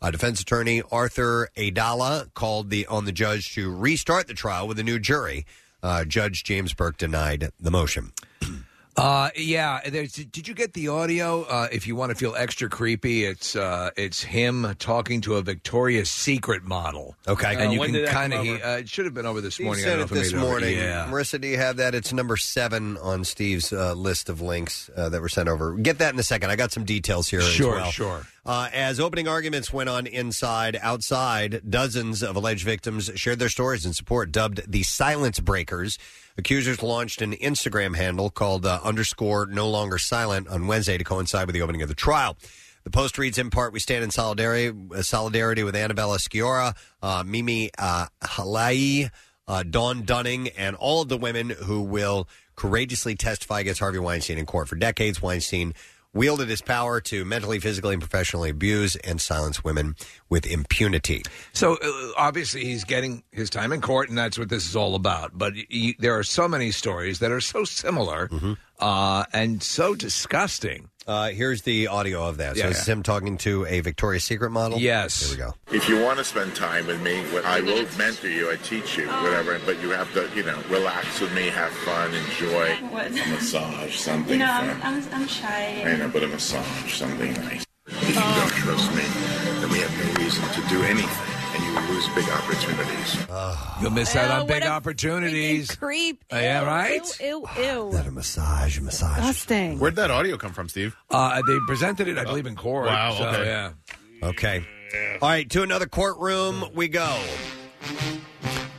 Speaker 3: Uh, defense attorney Arthur Adala called the on the judge to restart the trial with a new jury. Uh, judge James Burke denied the motion.
Speaker 6: Uh, yeah. There's, did you get the audio? Uh, if you want to feel extra creepy, it's uh, it's him talking to a Victoria's Secret model.
Speaker 3: Okay.
Speaker 6: and
Speaker 3: Uh,
Speaker 6: you
Speaker 3: when
Speaker 6: can
Speaker 3: did that
Speaker 6: kind of.
Speaker 3: come over?
Speaker 6: Uh, it should have been over this
Speaker 3: He
Speaker 6: morning.
Speaker 3: said
Speaker 6: I
Speaker 3: it
Speaker 6: don't know if
Speaker 3: this
Speaker 6: made over-
Speaker 3: morning.
Speaker 6: Yeah.
Speaker 3: Marissa, do you have that? It's number seven on Steve's uh, list of links uh, that were sent over. Get that in a second. I got some details here.
Speaker 6: Sure,
Speaker 3: as well.
Speaker 6: sure.
Speaker 3: Uh, as opening arguments went on inside, outside, dozens of alleged victims shared their stories in support, dubbed the Silence Breakers. Accusers launched an Instagram handle called uh, underscore no longer silent on Wednesday to coincide with the opening of the trial. The post reads in part, "We stand in solidarity, uh, solidarity with Annabella Sciorra, uh, Mimi uh, Halai, uh, Dawn Dunning, and all of the women who will courageously testify against Harvey Weinstein in court for decades. Weinstein wielded his power to mentally, physically, and professionally abuse and silence women with impunity.
Speaker 6: So uh, obviously he's getting his time in court, and that's what this is all about. But y y there are so many stories that are so similar
Speaker 3: Mm-hmm.
Speaker 6: uh, and so disgusting.
Speaker 3: Uh, here's the audio of that. So
Speaker 6: Yeah,
Speaker 3: this is him talking to a Victoria's Secret model.
Speaker 6: Yes.
Speaker 3: Here we go.
Speaker 10: If you want to spend time with Oh. me, what- I will mentor you, I teach you, whatever, but you have to, you know, relax with me, have fun, enjoy
Speaker 11: What?
Speaker 10: a massage, something.
Speaker 11: no,
Speaker 10: fun.
Speaker 11: I'm, I'm, I'm shy.
Speaker 10: I know, but a massage, something nice. If you don't trust me, then we have no reason to do anything, and you will lose big opportunities.
Speaker 3: Ah.
Speaker 6: You'll miss out
Speaker 4: Oh,
Speaker 6: on
Speaker 4: what
Speaker 6: big
Speaker 4: a
Speaker 6: opportunities.
Speaker 4: Creep.
Speaker 6: Uh, yeah,
Speaker 4: Ew,
Speaker 6: right?
Speaker 4: Ew, ew, ew.
Speaker 3: Ah, That a massage, a massage.
Speaker 4: Disgusting.
Speaker 5: Where'd that audio come from, Steve?
Speaker 6: Uh, they presented it, I believe, in court.
Speaker 5: Wow,
Speaker 6: so,
Speaker 5: okay.
Speaker 6: Oh, yeah.
Speaker 3: Okay. All right, to another courtroom we go.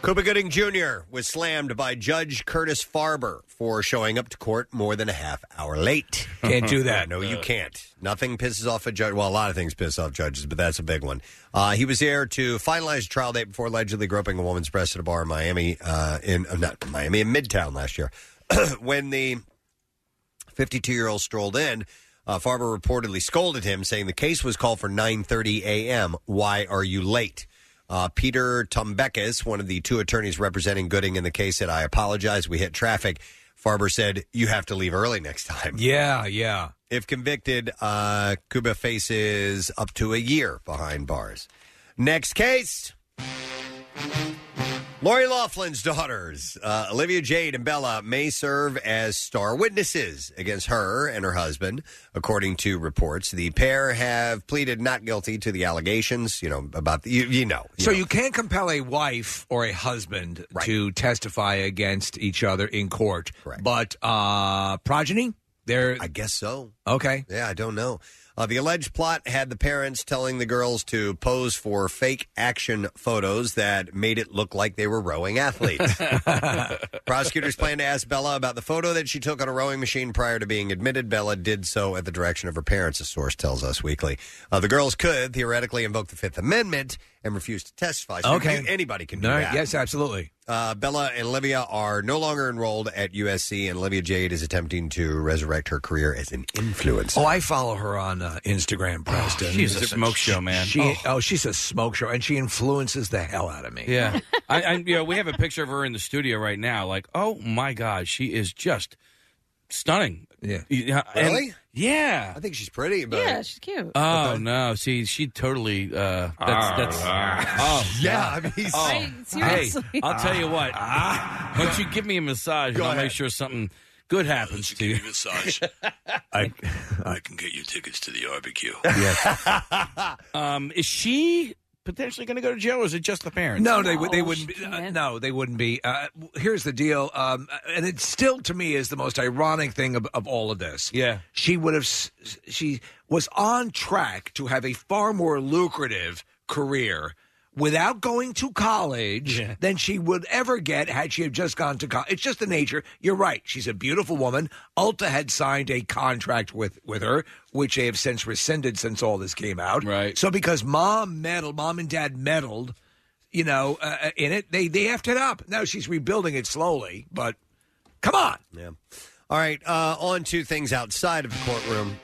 Speaker 3: Cuba Gooding Jr. was slammed by Judge Curtis Farber for showing up to court more than a half hour late.
Speaker 6: Can't do that. Uh,
Speaker 3: No, you can't. Nothing pisses off a judge. Well, a lot of things piss off judges, but that's a big one. Uh, he was there to finalize the trial date before allegedly groping a woman's breast at a bar in Miami, uh, in uh, not Miami, in Midtown last year. when the 52 year old strolled in. Uh, Farber reportedly scolded him, saying the case was called for 9:30 a.m. Why are you late? Uh, Peter Tumbekis, one of the two attorneys representing Gooding in the case, said, "I apologize. We hit traffic." Farber said, "You have to leave early next time."
Speaker 6: Yeah, yeah.
Speaker 3: If convicted, uh, Cuba faces up to a year behind bars. Next case. Lori Laughlin's daughters, uh, Olivia Jade and Bella, may serve as star witnesses against her and her husband, according to reports. The pair have pleaded not guilty to the allegations. You know about the, you, you know.
Speaker 6: So you can't compel a wife or a husband to testify against each other in court. But uh, progeny, they're I
Speaker 3: guess so.
Speaker 6: Okay.
Speaker 3: Yeah, I don't know. Uh, the alleged plot had the parents telling the girls to pose for fake action photos that made it look like they were rowing athletes. Prosecutors plan to ask Bella about the photo that she took on a rowing machine prior to being admitted. Bella did so at the direction of her parents, a source tells Us Weekly. Uh, the girls could theoretically invoke the Fifth Amendment and refuse to testify. So
Speaker 6: Okay.
Speaker 3: you- anybody can do
Speaker 6: All right,
Speaker 3: that.
Speaker 6: Yes, absolutely.
Speaker 3: Uh, Bella and Olivia are no longer enrolled at USC, and Olivia Jade is attempting to resurrect her career as an influencer.
Speaker 6: Oh, I follow her on on uh, Instagram, Preston.
Speaker 7: she's a smoke show, man.
Speaker 6: She,
Speaker 7: Oh.
Speaker 6: oh. she's a smoke show, and she influences the hell out of me.
Speaker 7: Yeah, I, I you know we have a picture of her in the studio right now. Like, oh my god, she is just stunning.
Speaker 6: Yeah,
Speaker 3: Really?
Speaker 7: yeah.
Speaker 3: I think she's pretty, but
Speaker 13: Yeah, she's cute.
Speaker 7: Oh no! See, she totally. Uh,
Speaker 6: Ah.
Speaker 7: that's that's. oh
Speaker 3: Yeah,
Speaker 7: God.
Speaker 3: I mean, he's-
Speaker 7: Oh,
Speaker 3: Right, seriously.
Speaker 7: Hey, I'll tell you what.
Speaker 6: Ah.
Speaker 7: Why don't you give me a massage, and I'll make sure something good happens to you.
Speaker 14: Massage.
Speaker 6: I,
Speaker 14: I can get you tickets to the barbecue.
Speaker 7: um, is she potentially going to go to jail, or is it just the parents?
Speaker 6: No, they
Speaker 7: Oh,
Speaker 6: would. They wouldn't. Be, uh, no, they wouldn't be. Uh, w- here's the deal, um, and it still to me is the most ironic thing of, of all of this.
Speaker 7: Yeah,
Speaker 6: she would have. s- s- She was on track to have a far more lucrative career without going to college than she would ever get had she have just gone to college. It's just the nature. You're right. She's a beautiful woman. Ulta had signed a contract with with her, which they have since rescinded since all this came out. Right. So because mom meddled, mom and dad meddled you know, uh, in it. They they effed it up. Now she's rebuilding it slowly, but come on.
Speaker 3: Yeah. All right, uh, on to things outside of the courtroom.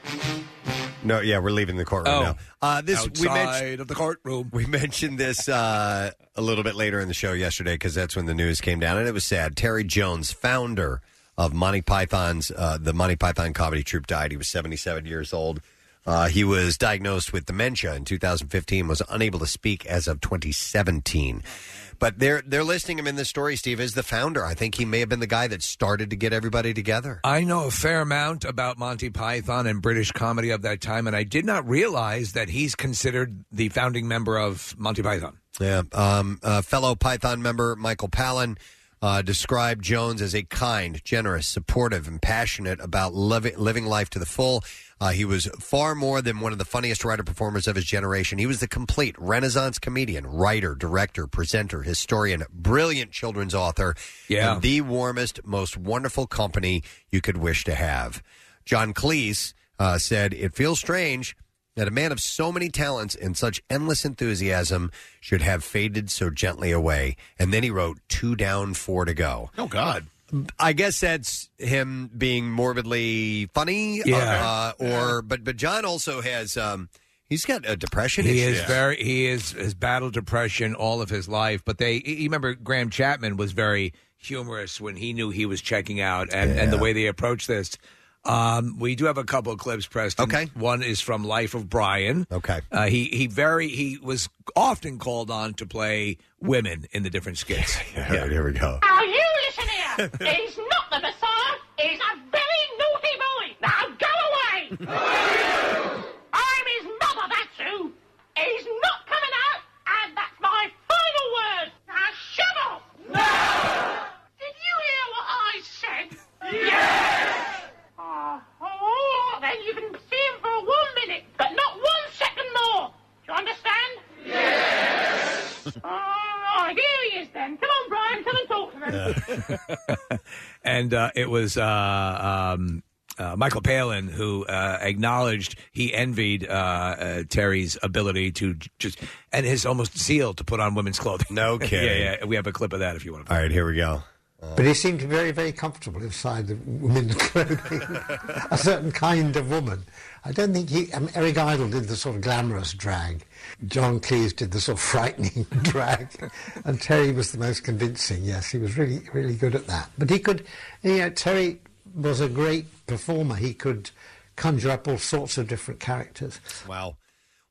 Speaker 3: No, yeah, we're leaving the courtroom
Speaker 6: Oh.
Speaker 3: now. Uh, this we
Speaker 6: Outside
Speaker 3: mentioned
Speaker 6: of the courtroom.
Speaker 3: We mentioned this uh, a little bit later in the show yesterday because that's when the news came down, and it was sad. Terry Jones, founder of Monty Python's uh, the Monty Python comedy troupe, died. He was seventy-seven years old. Uh, he was diagnosed with dementia in 2015. Was unable to speak as of 2017. But they're they're listing him in this story. Steve as the founder. I think he may have been the guy that started to get everybody together.
Speaker 6: I know a fair amount about Monty Python and British comedy of that time, and I did not realize that he's considered the founding member of Monty Python.
Speaker 3: Yeah. Um, uh, fellow Python member Michael Palin uh, described Jones as a kind, generous, supportive, and passionate about livi- living life to the full. Uh, he was far more than one of the funniest writer performers of his generation. He was the complete Renaissance comedian, writer, director, presenter, historian, brilliant children's author,
Speaker 6: Yeah.
Speaker 3: and the warmest, most wonderful company you could wish to have. John Cleese uh, said, It feels strange that a man of so many talents and such endless enthusiasm should have faded so gently away. And then he wrote Two Down, Four to Go.
Speaker 15: Oh, God.
Speaker 3: I guess that's him being morbidly funny.
Speaker 6: Yeah.
Speaker 3: Uh, or, but, but John also has, um, he's got a depression
Speaker 6: He
Speaker 3: issue.
Speaker 6: is very he is has battled depression all of his life, but they you remember Graham Chapman was very humorous when he knew he was checking out and, and the way they approached this. Um, we do have a couple of clips, Preston. Okay. One is from Life of Brian.
Speaker 3: Okay.
Speaker 6: Uh, he he very he was often called on to play women in the different skits.
Speaker 3: All right, here we go.
Speaker 16: Now you listen here. He's not the Messiah. He's a very naughty boy. Now go away. I'm his mother, that's who. He's not coming out, and that's my final word. Now shove off. Did you hear what I said? Yes. Oh, all right then you can see him for one minute, but not one second more. Do you understand? Yes. All right, Oh, here he is then. Come on, Brian, come and talk to him.
Speaker 6: and uh, it was uh, um, uh, Michael Palin who uh, acknowledged he envied uh, uh, Terry's ability to j- just and his almost zeal to put on women's clothing.
Speaker 3: No kidding.
Speaker 6: yeah, yeah. We have a clip of that if you want. to.
Speaker 3: All right, here we go.
Speaker 17: But he seemed very, very comfortable inside the women's clothing, a certain kind of woman. I don't think he, um, Eric Idle did the sort of glamorous drag. John Cleese did the sort of frightening drag. And Terry was the most convincing, yes. He was really, really good at that. But he could, you know, Terry was a great performer. He could conjure up all sorts of different characters.
Speaker 3: Wow.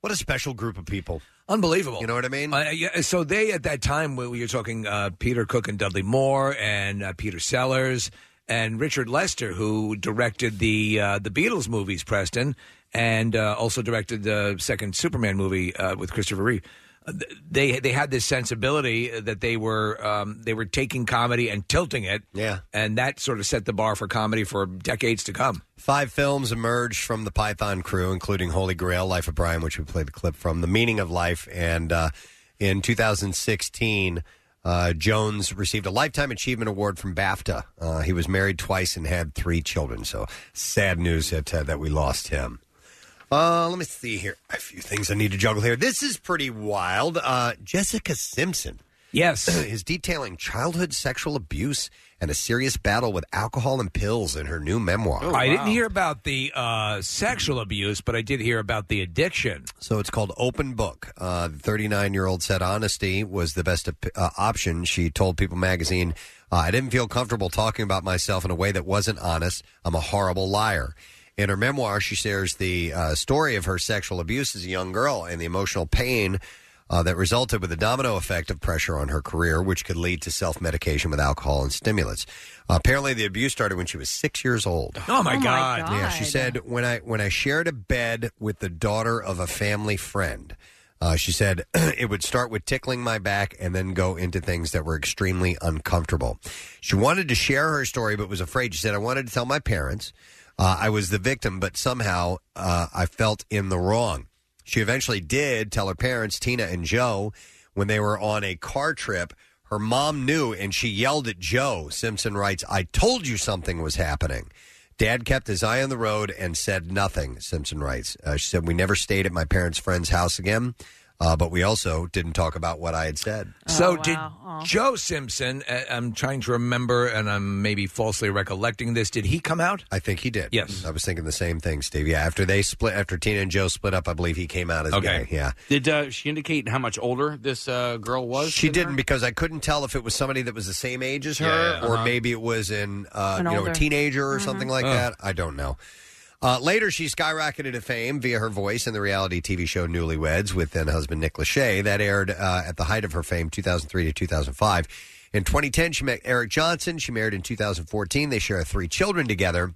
Speaker 3: What a special group of people.
Speaker 6: Unbelievable.
Speaker 3: You know what I mean?
Speaker 6: Uh, yeah, so they at that time we you're talking uh, Peter Cook and Dudley Moore and uh, Peter Sellers and Richard Lester, who directed the uh, the Beatles movies, Preston, and uh, also directed the second Superman movie uh, with Christopher Reeve. Uh, th- They they had this sensibility that they were um, they were taking comedy and tilting it,
Speaker 3: Yeah.
Speaker 6: and that sort of set the bar for comedy for decades to come.
Speaker 3: Five films emerged from the Python crew, including Holy Grail, Life of Brian, which we played the clip from, The Meaning of Life, and uh, in 2016, uh, Jones received a Lifetime Achievement Award from BAFTA. Uh, he was married twice and had three children. So sad news that uh, that we lost him. Uh, let me see here. A few things I need to juggle here. This is pretty wild. Uh, Jessica Simpson
Speaker 6: Yes.
Speaker 3: is detailing childhood sexual abuse and a serious battle with alcohol and pills in her new memoir.
Speaker 6: I didn't hear about the uh, sexual abuse, but I did hear about the addiction.
Speaker 3: So it's called Open Book. Uh, the 39 year old said honesty was the best op- uh, option. She told People magazine, uh, I didn't feel comfortable talking about myself in a way that wasn't honest. I'm a horrible liar. In her memoir, she shares the uh, story of her sexual abuse as a young girl and the emotional pain uh, that resulted with a domino effect of pressure on her career, which could lead to self medication with alcohol and stimulants. apparently, the abuse started when she was six years old.
Speaker 6: Oh, my Oh, my God. God.
Speaker 3: Yeah, she said when I when I shared a bed with the daughter of a family friend. Uh, she said it would start with tickling my back and then go into things that were extremely uncomfortable. She wanted to share her story, but was afraid. She said, I wanted to tell my parents uh, I was the victim, but somehow uh, I felt in the wrong. She eventually did tell her parents, Tina and Joe, when they were on a car trip. Her mom knew and she yelled at Joe. Simpson writes, I told you something was happening. Dad kept his eye on the road and said nothing, Simpson writes. Uh, she said, We never stayed at my parents' friend's house again, uh, but we also didn't talk about what I had said.
Speaker 6: So did Joe Simpson? Uh, I'm trying to remember, and I'm maybe falsely recollecting this. Did he come out?
Speaker 3: I think he did.
Speaker 6: Yes,
Speaker 3: I was thinking the same thing, Steve. Yeah, after they split, after Tina and Joe split up, I believe he came out as
Speaker 7: Okay.
Speaker 3: gay. Yeah.
Speaker 7: Did uh, she indicate how much older this uh, girl was?
Speaker 3: She
Speaker 7: than
Speaker 3: didn't
Speaker 7: her?
Speaker 3: because I couldn't tell if it was somebody that was the same age as her,
Speaker 7: Yeah, yeah.
Speaker 3: or
Speaker 7: Uh-huh.
Speaker 3: maybe it was in uh,
Speaker 7: An
Speaker 3: you know
Speaker 7: older.
Speaker 3: a teenager or something like
Speaker 7: Oh.
Speaker 3: that. I don't know. Uh, later, she skyrocketed to fame via her voice in the reality TV show Newlyweds with then husband Nick Lachey. That aired uh, at the height of her fame, 2003 to 2005. In 2010, she met Eric Johnson. She married in 2014. They share three children together.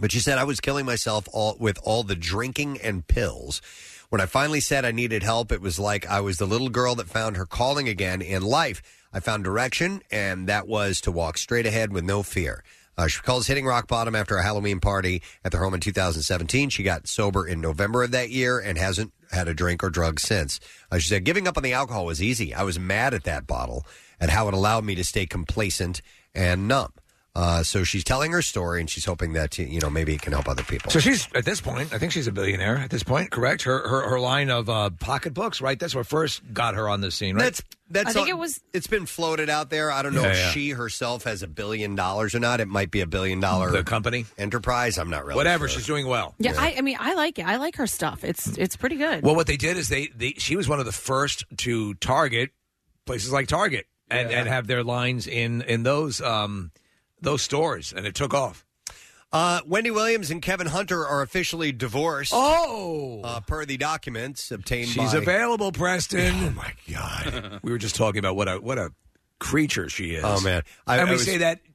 Speaker 3: But she said, I was killing myself all, with all the drinking and pills. When I finally said I needed help, it was like I was the little girl that found her calling again in life. I found direction, and that was to walk straight ahead with no fear. Uh, she calls hitting rock bottom after a Halloween party at their home in 2017. She got sober in November of that year and hasn't had a drink or drug since. Uh, she said, Giving up on the alcohol was easy. I was mad at that bottle, at how it allowed me to stay complacent and numb. Uh, so she's telling her story, and she's hoping that you know maybe it can help other people.
Speaker 6: So she's at this point. I think she's a billionaire at this point. Correct. Her her, her line of uh, pocketbooks. Right. That's what first got her on the scene. Right.
Speaker 3: That's that's.
Speaker 6: I think
Speaker 3: all-
Speaker 6: it was-
Speaker 3: It's been floated out there. I don't know
Speaker 6: Yeah,
Speaker 3: if
Speaker 6: yeah.
Speaker 3: she herself has a billion dollars or not. It might be a billion dollar
Speaker 6: The company
Speaker 3: enterprise. I'm not really
Speaker 6: whatever.
Speaker 3: sure.
Speaker 6: She's doing well.
Speaker 4: Yeah, I, I mean, I like it. I like her stuff. It's it's pretty good.
Speaker 6: Well, what they did is they, they she was one of the first to target places like Target and, and have their lines in in those um those stores, and it took off.
Speaker 3: Uh, Wendy Williams and Kevin Hunter are officially divorced.
Speaker 6: Oh,
Speaker 3: uh, per the documents obtained.
Speaker 6: She's
Speaker 3: by-
Speaker 6: available, Preston. Oh my god, we were just talking about what a what a creature she is.
Speaker 3: Oh, man. I-
Speaker 6: and
Speaker 3: I
Speaker 6: we
Speaker 3: was
Speaker 6: say that to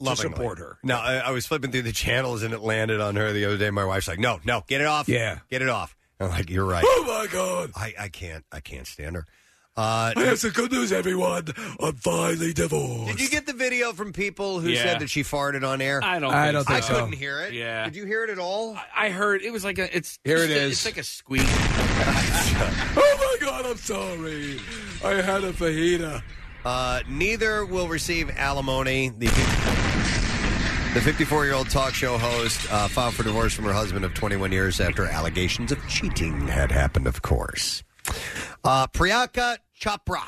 Speaker 3: lovingly.
Speaker 6: support her.
Speaker 3: No, I, I was flipping through the channels and it landed on her the other day. My wife's like, "No, no, get it off.
Speaker 6: Yeah.
Speaker 3: get it off." I'm like, "You're right."
Speaker 6: Oh my god,
Speaker 3: I, I can't I can't stand her. Uh,
Speaker 6: I have some good news, everyone. I'm finally divorced.
Speaker 3: Did you get the video from people who
Speaker 7: Yeah.
Speaker 3: said that she farted on air?
Speaker 7: I don't.
Speaker 6: I
Speaker 7: think
Speaker 6: don't
Speaker 7: so.
Speaker 6: think so.
Speaker 7: I couldn't
Speaker 3: hear it.
Speaker 7: Yeah.
Speaker 3: Did you hear it at all?
Speaker 7: I, I heard it was like a. It's
Speaker 6: Here it
Speaker 7: it's a-
Speaker 6: is.
Speaker 7: It's like a squeak.
Speaker 6: oh my god, I'm sorry. I had a fajita.
Speaker 3: Uh, neither will receive alimony. The the 54 year old talk show host uh, filed for divorce from her husband of 21 years after allegations of cheating had happened. Of course, uh, Priyanka Chopra.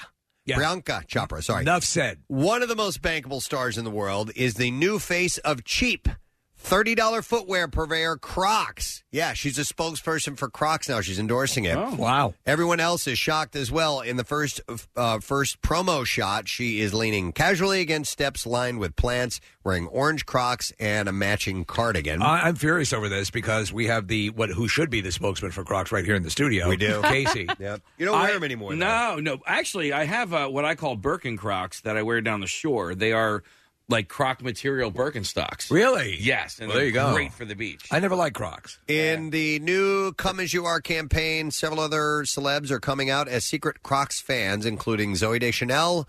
Speaker 3: Priyanka Chopra. Sorry.
Speaker 6: Enough said.
Speaker 3: One of the most bankable stars in the world is the new face of cheap. $30 footwear purveyor Crocs. Yeah, she's a spokesperson for Crocs now. She's endorsing it.
Speaker 6: Oh, wow.
Speaker 3: Everyone else is shocked as well. In the first uh, first promo shot, she is leaning casually against steps lined with plants, wearing orange Crocs and a matching cardigan.
Speaker 6: I, I'm furious over this because we have the what who should be the spokesman for Crocs right here in the studio.
Speaker 3: We do.
Speaker 6: Casey.
Speaker 3: yep. You don't wear
Speaker 7: I-
Speaker 3: them anymore.
Speaker 7: No, no. Actually, I have uh, what I call Birkencrocs that I wear down the shore. They are like croc material Birkenstocks.
Speaker 6: Really?
Speaker 7: Yes. And
Speaker 6: Well, there
Speaker 7: they're
Speaker 6: you go.
Speaker 7: Great for the beach.
Speaker 6: I never liked Crocs.
Speaker 3: In the new Come As You Are campaign, several other celebs are coming out as secret Crocs fans, including Zoe Deschanel,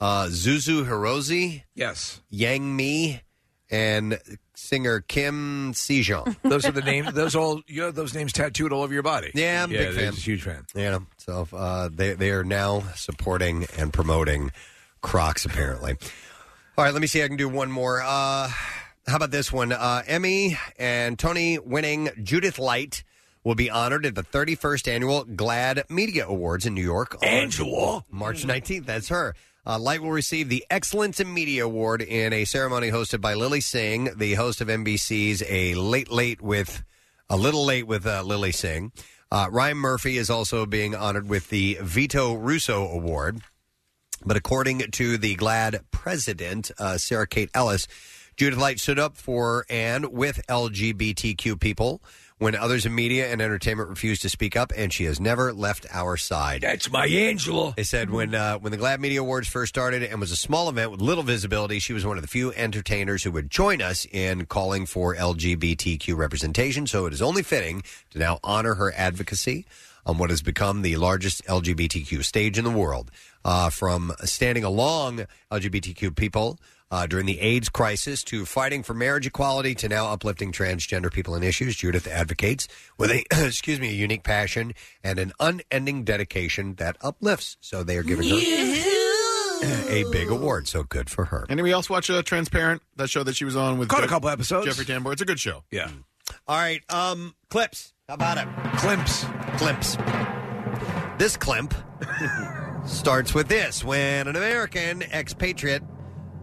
Speaker 3: uh, Zuzu Hirozi,
Speaker 6: Yes.
Speaker 3: Yang Mi, and singer Kim Sejong.
Speaker 6: Those are the names. Those all. You have those names tattooed all over your body.
Speaker 3: Yeah, I'm a big
Speaker 6: they're
Speaker 3: fan.
Speaker 6: just Huge fan.
Speaker 3: Yeah, so uh, they they are now supporting and promoting Crocs apparently. All right, let me see. if I can do one more. Uh, how about this one? Uh, Emmy and Tony winning Judith Light will be honored at the 31st annual GLAD Media Awards in New York. Angela? March 19th. That's her. Uh, Light will receive the Excellence in Media Award in a ceremony hosted by Lily Singh, the host of NBC's A Late Late with a little late with uh, Lily Singh. Uh, Ryan Murphy is also being honored with the Vito Russo Award. But according to the GLAD president, uh, Sarah Kate Ellis, Judith Light stood up for and with LGBTQ people when others in media and entertainment refused to speak up, and she has never left our side.
Speaker 6: That's my Angela.
Speaker 3: They said when uh, when the GLAD Media Awards first started and was a small event with little visibility, she was one of the few entertainers who would join us in calling for LGBTQ representation. So it is only fitting to now honor her advocacy on what has become the largest LGBTQ stage in the world. Uh, from standing along LGBTQ people uh, during the AIDS crisis to fighting for marriage equality to now uplifting transgender people and issues, Judith advocates with a excuse me a unique passion and an unending dedication that uplifts. So they are giving her a big award. So good for her.
Speaker 5: Anybody else watch uh, Transparent? That show that she was on with
Speaker 3: Caught a
Speaker 5: Jeff-
Speaker 3: couple episodes.
Speaker 5: Jeffrey Tambor. It's a good show.
Speaker 6: Yeah.
Speaker 3: All right, um, clips. How about it?
Speaker 6: Climps.
Speaker 3: Climps. This climp starts with this: when an American expatriate,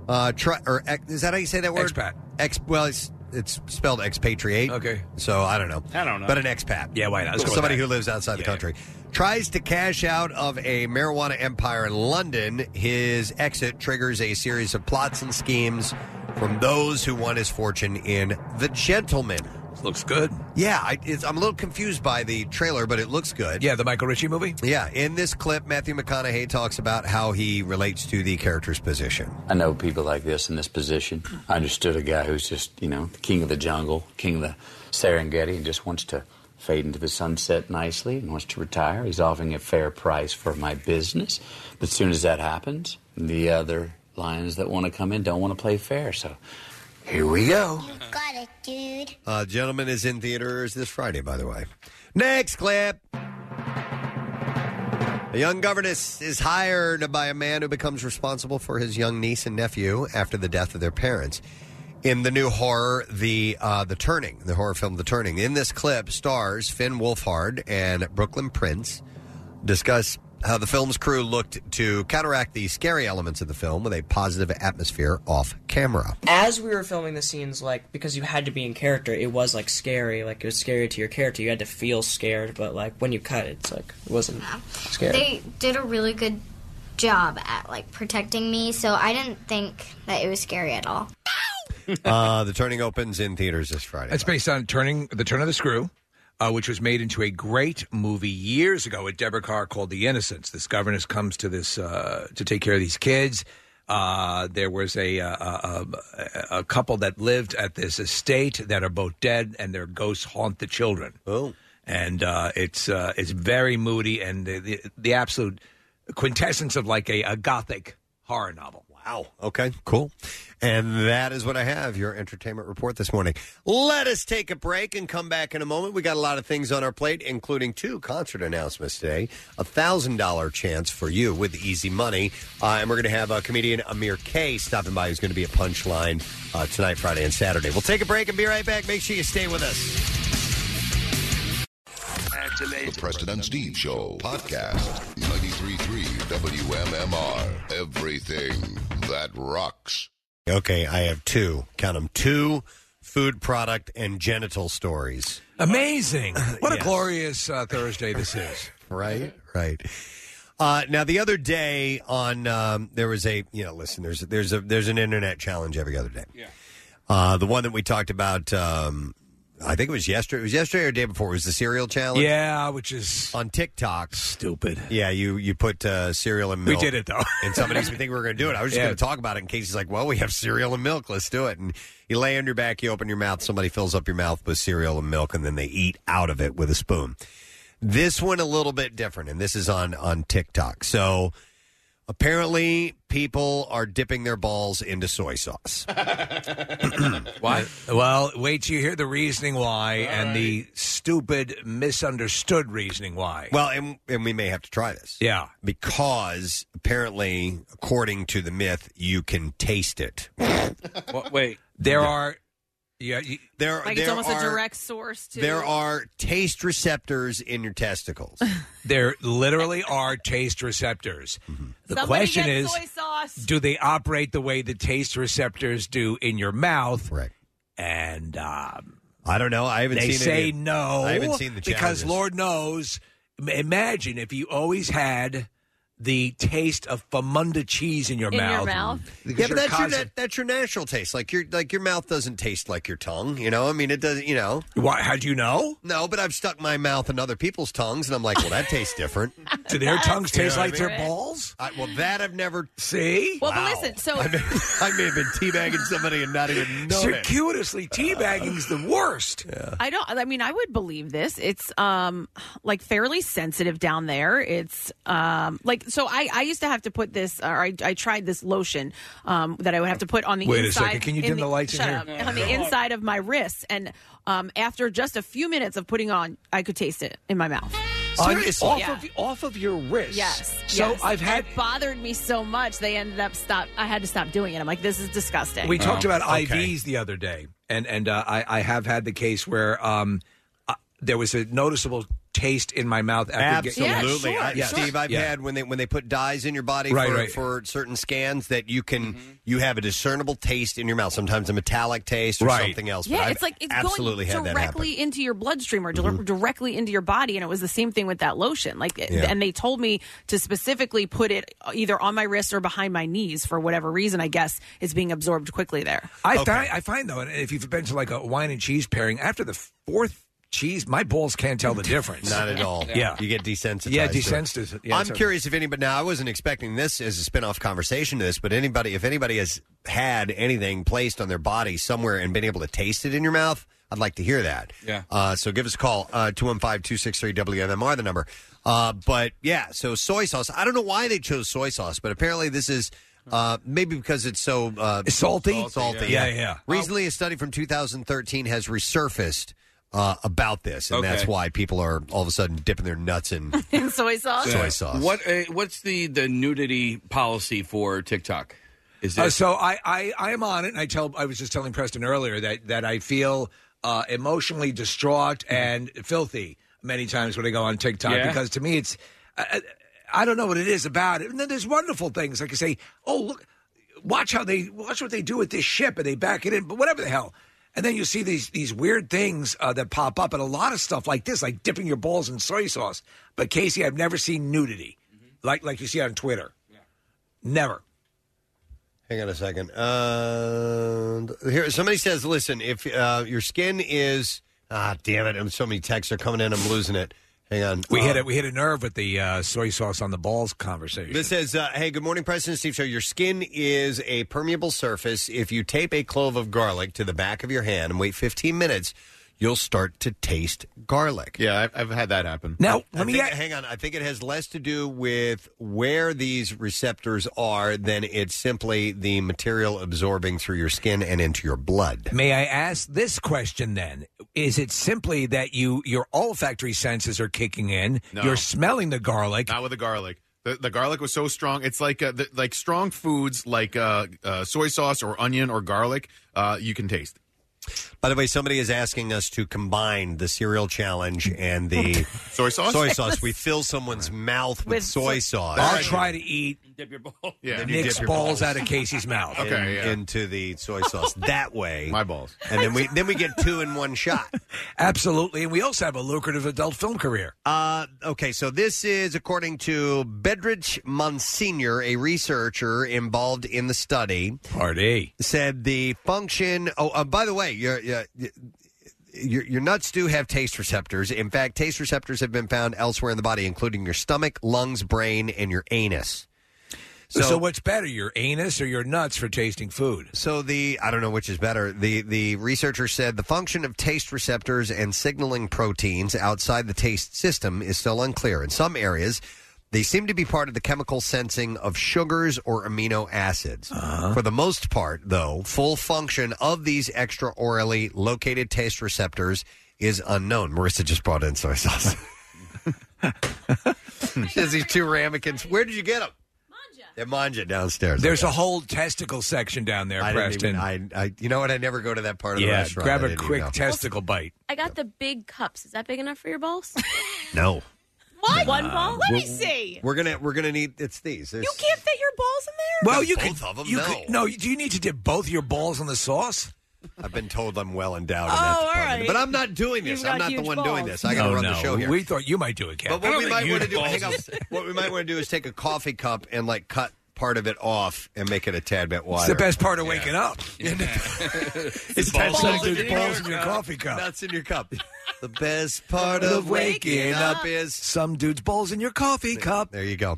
Speaker 3: uh, tri- or ex- is that how you say that word? Expat. Ex. Well, it's it's spelled expatriate. Okay. So I don't know.
Speaker 7: I don't know.
Speaker 3: But an expat.
Speaker 7: Yeah, why not? Let's go with
Speaker 3: Somebody
Speaker 7: that.
Speaker 3: who lives outside the country tries to cash out of a marijuana empire in London. His exit triggers a series of plots and schemes from those who want his fortune in The Gentleman.
Speaker 6: Looks good.
Speaker 3: Yeah, I, it's, I'm a little confused by the trailer, but it looks good.
Speaker 6: Yeah, the Michael Ritchie movie.
Speaker 3: Yeah, in this clip, Matthew McConaughey talks about how he relates to the character's position.
Speaker 18: I know people like this in this position. I understood a guy who's just, you know, the king of the jungle, king of the Serengeti, and just wants to fade into the sunset nicely and wants to retire. He's offering a fair price for my business. But as soon as that happens, the other lions that want to come in don't want to play fair. So here we go.
Speaker 11: Got it, dude.
Speaker 3: Uh, Gentleman is in theaters this Friday, by the way. Next clip. A young governess is hired by a man who becomes responsible for his young niece and nephew after the death of their parents. In the new horror, the uh, the Turning, the horror film The Turning. In this clip, stars Finn Wolfhard and Brooklyn Prince discuss how the film's crew looked to counteract the scary elements of the film with a positive atmosphere off camera.
Speaker 19: As we were filming the scenes, like because you had to be in character, it was like scary. Like it was scary to your character. You had to feel scared, but like when you cut, it's like it wasn't scary.
Speaker 20: They did a really good job at like protecting me, so I didn't think that it was scary at all.
Speaker 3: uh, the Turning opens in theaters this Friday.
Speaker 6: It's based on turning the turn of the screw, uh, which was made into a great movie years ago with Deborah Carr called The Innocents. This governess comes to this uh, to take care of these kids. Uh, there was a, uh, a, a a couple that lived at this estate that are both dead, and their ghosts haunt the children.
Speaker 3: Oh,
Speaker 6: and uh, it's uh, it's very moody and the, the, the absolute quintessence of like a, a gothic horror novel.
Speaker 3: Wow. Okay, cool. And that is what I have, your entertainment report this morning. Let us take a break and come back in a moment. We got a lot of things on our plate, including two concert announcements today. A thousand dollar chance for you with Easy Money, uh, and we're going to have uh, comedian Amir K stopping by, who's going to be at Punchline uh, tonight, Friday, and Saturday. We'll take a break and be right back. Make sure you stay with us.
Speaker 2: The Preston and Steve Show podcast. 93.3 WMMR. Everything that rocks.
Speaker 3: Okay, I have two. Count them two food product and genital stories.
Speaker 6: Amazing! What a glorious uh, Thursday this is.
Speaker 3: Right, right. Uh, now, the other day on um, there was a you know listen there's there's a there's an internet challenge every other day. Yeah. Uh, the one that we talked about, um, I think it was yesterday. It was yesterday or the day before. It was the cereal challenge.
Speaker 6: Yeah, which is
Speaker 3: on TikTok.
Speaker 6: Stupid.
Speaker 3: Yeah, you you put uh, cereal and
Speaker 6: We
Speaker 3: milk.
Speaker 6: did it, though.
Speaker 3: and somebody used to think we were going to do it. I was just
Speaker 6: Yeah.
Speaker 3: going to talk about it in case he's like, "Well, we have cereal and milk. Let's do it." And you lay on your back, you open your mouth, somebody fills up your mouth with cereal and milk, and then they eat out of it with a spoon. This one a little bit different, and this is on on TikTok. So apparently, people are dipping their balls into soy sauce.
Speaker 6: Why? Well, wait till you hear the reasoning why and the stupid, misunderstood reasoning why.
Speaker 3: Well, and and we may have to try this.
Speaker 6: Yeah.
Speaker 3: Because apparently, according to the myth, you can taste it.
Speaker 7: What, wait.
Speaker 6: There are
Speaker 3: Yeah, there
Speaker 4: Like
Speaker 3: there
Speaker 4: it's almost
Speaker 3: are,
Speaker 4: a direct source to.
Speaker 3: There are taste receptors in your testicles.
Speaker 6: There literally are taste receptors.
Speaker 3: Mm-hmm.
Speaker 6: The
Speaker 4: Somebody
Speaker 6: question
Speaker 4: get
Speaker 6: is
Speaker 4: soy sauce.
Speaker 6: do they operate the way the taste receptors do in your mouth? Right. And um,
Speaker 3: I don't know. I haven't
Speaker 6: they
Speaker 3: seen
Speaker 6: say
Speaker 3: any-
Speaker 6: no.
Speaker 3: I haven't seen the
Speaker 6: because
Speaker 3: challenges.
Speaker 6: Lord knows. m- Imagine if you always had the taste of Famunda cheese in your
Speaker 3: In your
Speaker 6: mouth.
Speaker 3: mouth?
Speaker 6: Because
Speaker 3: yeah, but
Speaker 6: you're
Speaker 3: that's your,
Speaker 6: constant-
Speaker 3: that, that's your natural taste. Like your like your mouth doesn't taste like your tongue. You know, I mean, it does. You know,
Speaker 6: Why, how do you know?
Speaker 3: No, but I've stuck my mouth in other people's tongues, and I'm like, well, that tastes different.
Speaker 6: do their tongues taste like their
Speaker 3: balls? I, well, that I've never
Speaker 6: see.
Speaker 4: Well, but listen, so-
Speaker 3: I may, I may have been teabagging somebody and not even know it.
Speaker 6: Circuitously teabagging's the worst.
Speaker 4: I don't. I mean, I would believe this. It's um like fairly sensitive down there. It's um like so. I I used to have to put this, or I I tried this lotion um that I would have to put on the
Speaker 6: Wait a
Speaker 4: inside.
Speaker 6: second. Can you
Speaker 4: in
Speaker 6: dim the lights in
Speaker 4: shut
Speaker 6: here?
Speaker 4: up, on the inside of my wrists, and um after just a few minutes of putting on, I could taste it in my mouth.
Speaker 6: Seriously? Off,
Speaker 4: Yeah.
Speaker 6: of, off of your wrist.
Speaker 4: Yes.
Speaker 6: So
Speaker 4: yes.
Speaker 6: I've had.
Speaker 4: It bothered me so much. They ended up stop. I had to stop doing it. I'm like, this is disgusting.
Speaker 6: We talked about IVs the other day, and and uh, I I have had the case where um uh, there was a noticeable taste in my mouth. After
Speaker 3: Absolutely, I,
Speaker 6: Yes.
Speaker 3: Steve. I've
Speaker 6: Yeah.
Speaker 3: had when they when they put dyes in your body
Speaker 6: Right,
Speaker 3: for,
Speaker 6: right.
Speaker 3: for certain scans that you can
Speaker 4: Mm-hmm.
Speaker 3: you have a discernible taste in your mouth. Sometimes a metallic taste or
Speaker 6: Right.
Speaker 3: something else. but
Speaker 4: Yeah,
Speaker 3: I've
Speaker 4: it's like it's
Speaker 3: absolutely
Speaker 4: going
Speaker 3: had that happen.
Speaker 4: directly into your bloodstream or dir- directly into your body, and it was the same thing with that lotion. Like, it-
Speaker 3: Yeah.
Speaker 4: and they told me to specifically put it either on my wrist or behind my knees for whatever reason. I guess it's being absorbed quickly there.
Speaker 6: I find I find though, and if you've been to like a wine and cheese pairing, after the fourth cheese, my balls can't tell the difference.
Speaker 3: Not at all.
Speaker 6: Yeah,
Speaker 3: you get desensitized.
Speaker 6: Yeah,
Speaker 3: to it.
Speaker 6: desensitized. Yeah,
Speaker 3: I'm
Speaker 6: so-
Speaker 3: curious if anybody. Now, I wasn't expecting this as a spin-off conversation to this, but anybody, if anybody has had anything placed on their body somewhere and been able to taste it in your mouth, I'd like to hear that.
Speaker 7: Yeah.
Speaker 3: Uh, so give us a call, 215 263 WMMR, the number. Uh, but yeah, so soy sauce. I don't know why they chose soy sauce, but apparently this is uh, maybe because it's so uh,
Speaker 6: salty?
Speaker 3: Salty.
Speaker 6: Yeah, yeah.
Speaker 3: Recently, a study from 2013 has resurfaced uh, about this, and
Speaker 7: Okay.
Speaker 3: that's why people are all of a sudden dipping their nuts in
Speaker 4: In soy sauce.
Speaker 3: Soy sauce.
Speaker 7: What uh, what's the the nudity policy for TikTok? Is
Speaker 6: Uh,
Speaker 7: there
Speaker 6: so I, I I am on it, and I tell I was just telling Preston earlier that that I feel uh, emotionally distraught and filthy many times when I go on TikTok
Speaker 7: Mm-hmm. Yeah.
Speaker 6: because to me it's I, I I don't know what it is about it. And then there's wonderful things like I say, oh look, watch how they watch what they do with this ship and they back it in, but whatever the hell. And then you see these these weird things uh, that pop up, and a lot of stuff like this, like dipping your balls in soy sauce. But Casey, I've never seen nudity,
Speaker 7: Mm-hmm.
Speaker 6: like like you see on Twitter. Never.
Speaker 3: Hang on a second. Uh, here, somebody says, "Listen, if uh, your skin is ah, damn it, and so many texts are coming in, I'm losing it." Hang on,
Speaker 6: We
Speaker 3: Uh,
Speaker 6: hit it. We hit a nerve with the uh, soy sauce on the balls conversation.
Speaker 3: This says, uh, "Hey, good morning, President Steve Show. Your skin is a permeable surface. If you tape a clove of garlic to the back of your hand and wait 15 minutes, you'll start to taste garlic."
Speaker 5: Yeah, I've, I've had that happen.
Speaker 6: Now,
Speaker 3: I think, hang on. I think it has less to do with where these receptors are than it's simply the material absorbing through your skin and into your blood.
Speaker 6: May I ask this question then? Is it simply that you your olfactory senses are kicking in?
Speaker 5: No.
Speaker 6: You're smelling the garlic.
Speaker 5: Not with the garlic. The, the garlic was so strong. It's like uh, the, like strong foods like uh, uh, soy sauce or onion or garlic. Uh, you can taste.
Speaker 3: By the way, somebody is asking us to combine the cereal challenge and the
Speaker 5: soy sauce.
Speaker 3: Soy sauce. We fill someone's mouth with,
Speaker 6: With
Speaker 3: soy sauce.
Speaker 6: I'll try to eat
Speaker 7: dip your balls.
Speaker 3: Then you
Speaker 6: Nick's
Speaker 3: dip your
Speaker 6: balls out of Casey's mouth.
Speaker 3: in- into the soy sauce that way. My
Speaker 5: balls,
Speaker 3: and then we then we get two in one shot.
Speaker 6: Absolutely, and we also have a lucrative adult film career.
Speaker 3: Uh, okay, so this is according to Bedrich Monsignor, a researcher involved in the study.
Speaker 6: Party
Speaker 3: said the function. Oh, uh, by the way, your your- your your nuts do have taste receptors. In fact, taste receptors have been found elsewhere in the body, including your stomach, lungs, brain, and your anus.
Speaker 6: So, what's better, your anus or your nuts for tasting food?
Speaker 3: So the I don't know which is better. The the researcher said the function of taste receptors and signaling proteins outside the taste system is still unclear. In some areas, they seem to be part of the chemical sensing of sugars or amino acids.
Speaker 6: Uh-huh.
Speaker 3: For the most part, though, full function of these extraorally located taste receptors is unknown. Marissa just brought in soy sauce. she has these two ramekins. Where did you get them? They manja downstairs.
Speaker 6: There's a whole testicle section down there,
Speaker 3: I didn't
Speaker 6: Preston.
Speaker 3: even- I, I, you know what? I never go to that part of the
Speaker 6: yeah,
Speaker 3: restaurant. I
Speaker 6: grab a
Speaker 3: didn't even
Speaker 6: quick
Speaker 3: know.
Speaker 6: testicle bite.
Speaker 8: I got the big cups. Is that big enough for your balls?
Speaker 3: No.
Speaker 8: what? One
Speaker 3: Uh,
Speaker 8: ball?
Speaker 4: Let me
Speaker 3: We're-
Speaker 4: see.
Speaker 3: We're gonna we're gonna need it's these. It's-
Speaker 4: You can't fit your balls in there.
Speaker 6: Well, you
Speaker 3: both
Speaker 6: could,
Speaker 3: of 'em?
Speaker 6: You
Speaker 3: No.
Speaker 6: could- no, you- do you need to dip both your balls in the sauce?
Speaker 3: I've been told I'm well endowed.
Speaker 6: in that
Speaker 3: Oh, all
Speaker 6: department.
Speaker 3: right. But I'm not doing this. You've I'm got not the huge one doing balls. this. I gotta
Speaker 6: No,
Speaker 3: run the
Speaker 6: Oh, no.
Speaker 3: show here.
Speaker 6: We thought you might do it, Ken.
Speaker 3: But what we might want to do, hang on, what we might want to do is take a coffee cup and like cut part of it off and make it a tad bit wider.
Speaker 6: It's the best part of waking up.
Speaker 3: It's
Speaker 6: It's balls balls in in your balls in your
Speaker 3: coffee cup. Nuts in your cup. The best part of waking up is
Speaker 6: some dude's balls in your coffee cup.
Speaker 3: There you go.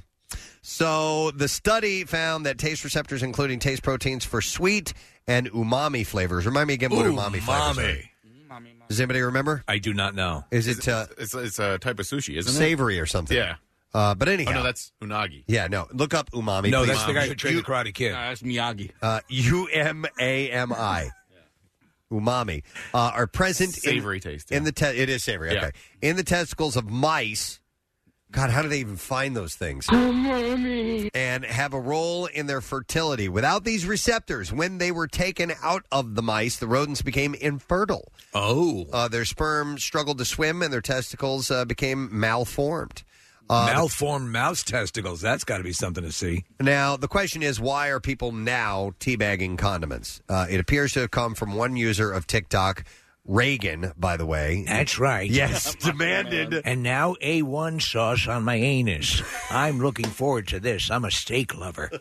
Speaker 3: So the study found that taste receptors, including taste proteins for sweet and umami flavors. Remind me again what umami, flavors are. Does anybody remember?
Speaker 6: I do not know.
Speaker 3: Is it uh,
Speaker 5: It's, it's a type of sushi, isn't it?
Speaker 3: savory or something?
Speaker 5: Yeah.
Speaker 3: Uh, but anyhow,
Speaker 5: Oh, no, that's unagi.
Speaker 3: yeah, no. Look up umami.
Speaker 6: no,
Speaker 3: please.
Speaker 6: that's the guy who trained the Karate Kid.
Speaker 7: that's Miyagi.
Speaker 3: Uh, U M A M I. Umami uh, are present
Speaker 5: Savory
Speaker 3: in,
Speaker 5: taste,
Speaker 3: in the te- it is savory
Speaker 5: Yeah.
Speaker 3: okay in the testicles of mice. God, how do they even find those things? and have a role in their fertility. Without these receptors, when they were taken out of the mice, the rodents became infertile.
Speaker 6: Oh.
Speaker 3: Uh, their sperm struggled to swim and their testicles uh, became malformed. Uh,
Speaker 6: Malformed mouse testicles. That's got to be something to see.
Speaker 3: Now, the question is why are people now teabagging condiments? Uh, it appears to have come from one user of TikTok, Reagan, by the way.
Speaker 6: That's right.
Speaker 3: Yes, demanded.
Speaker 6: And now A1 sauce on my anus. I'm looking forward to this. I'm a steak lover.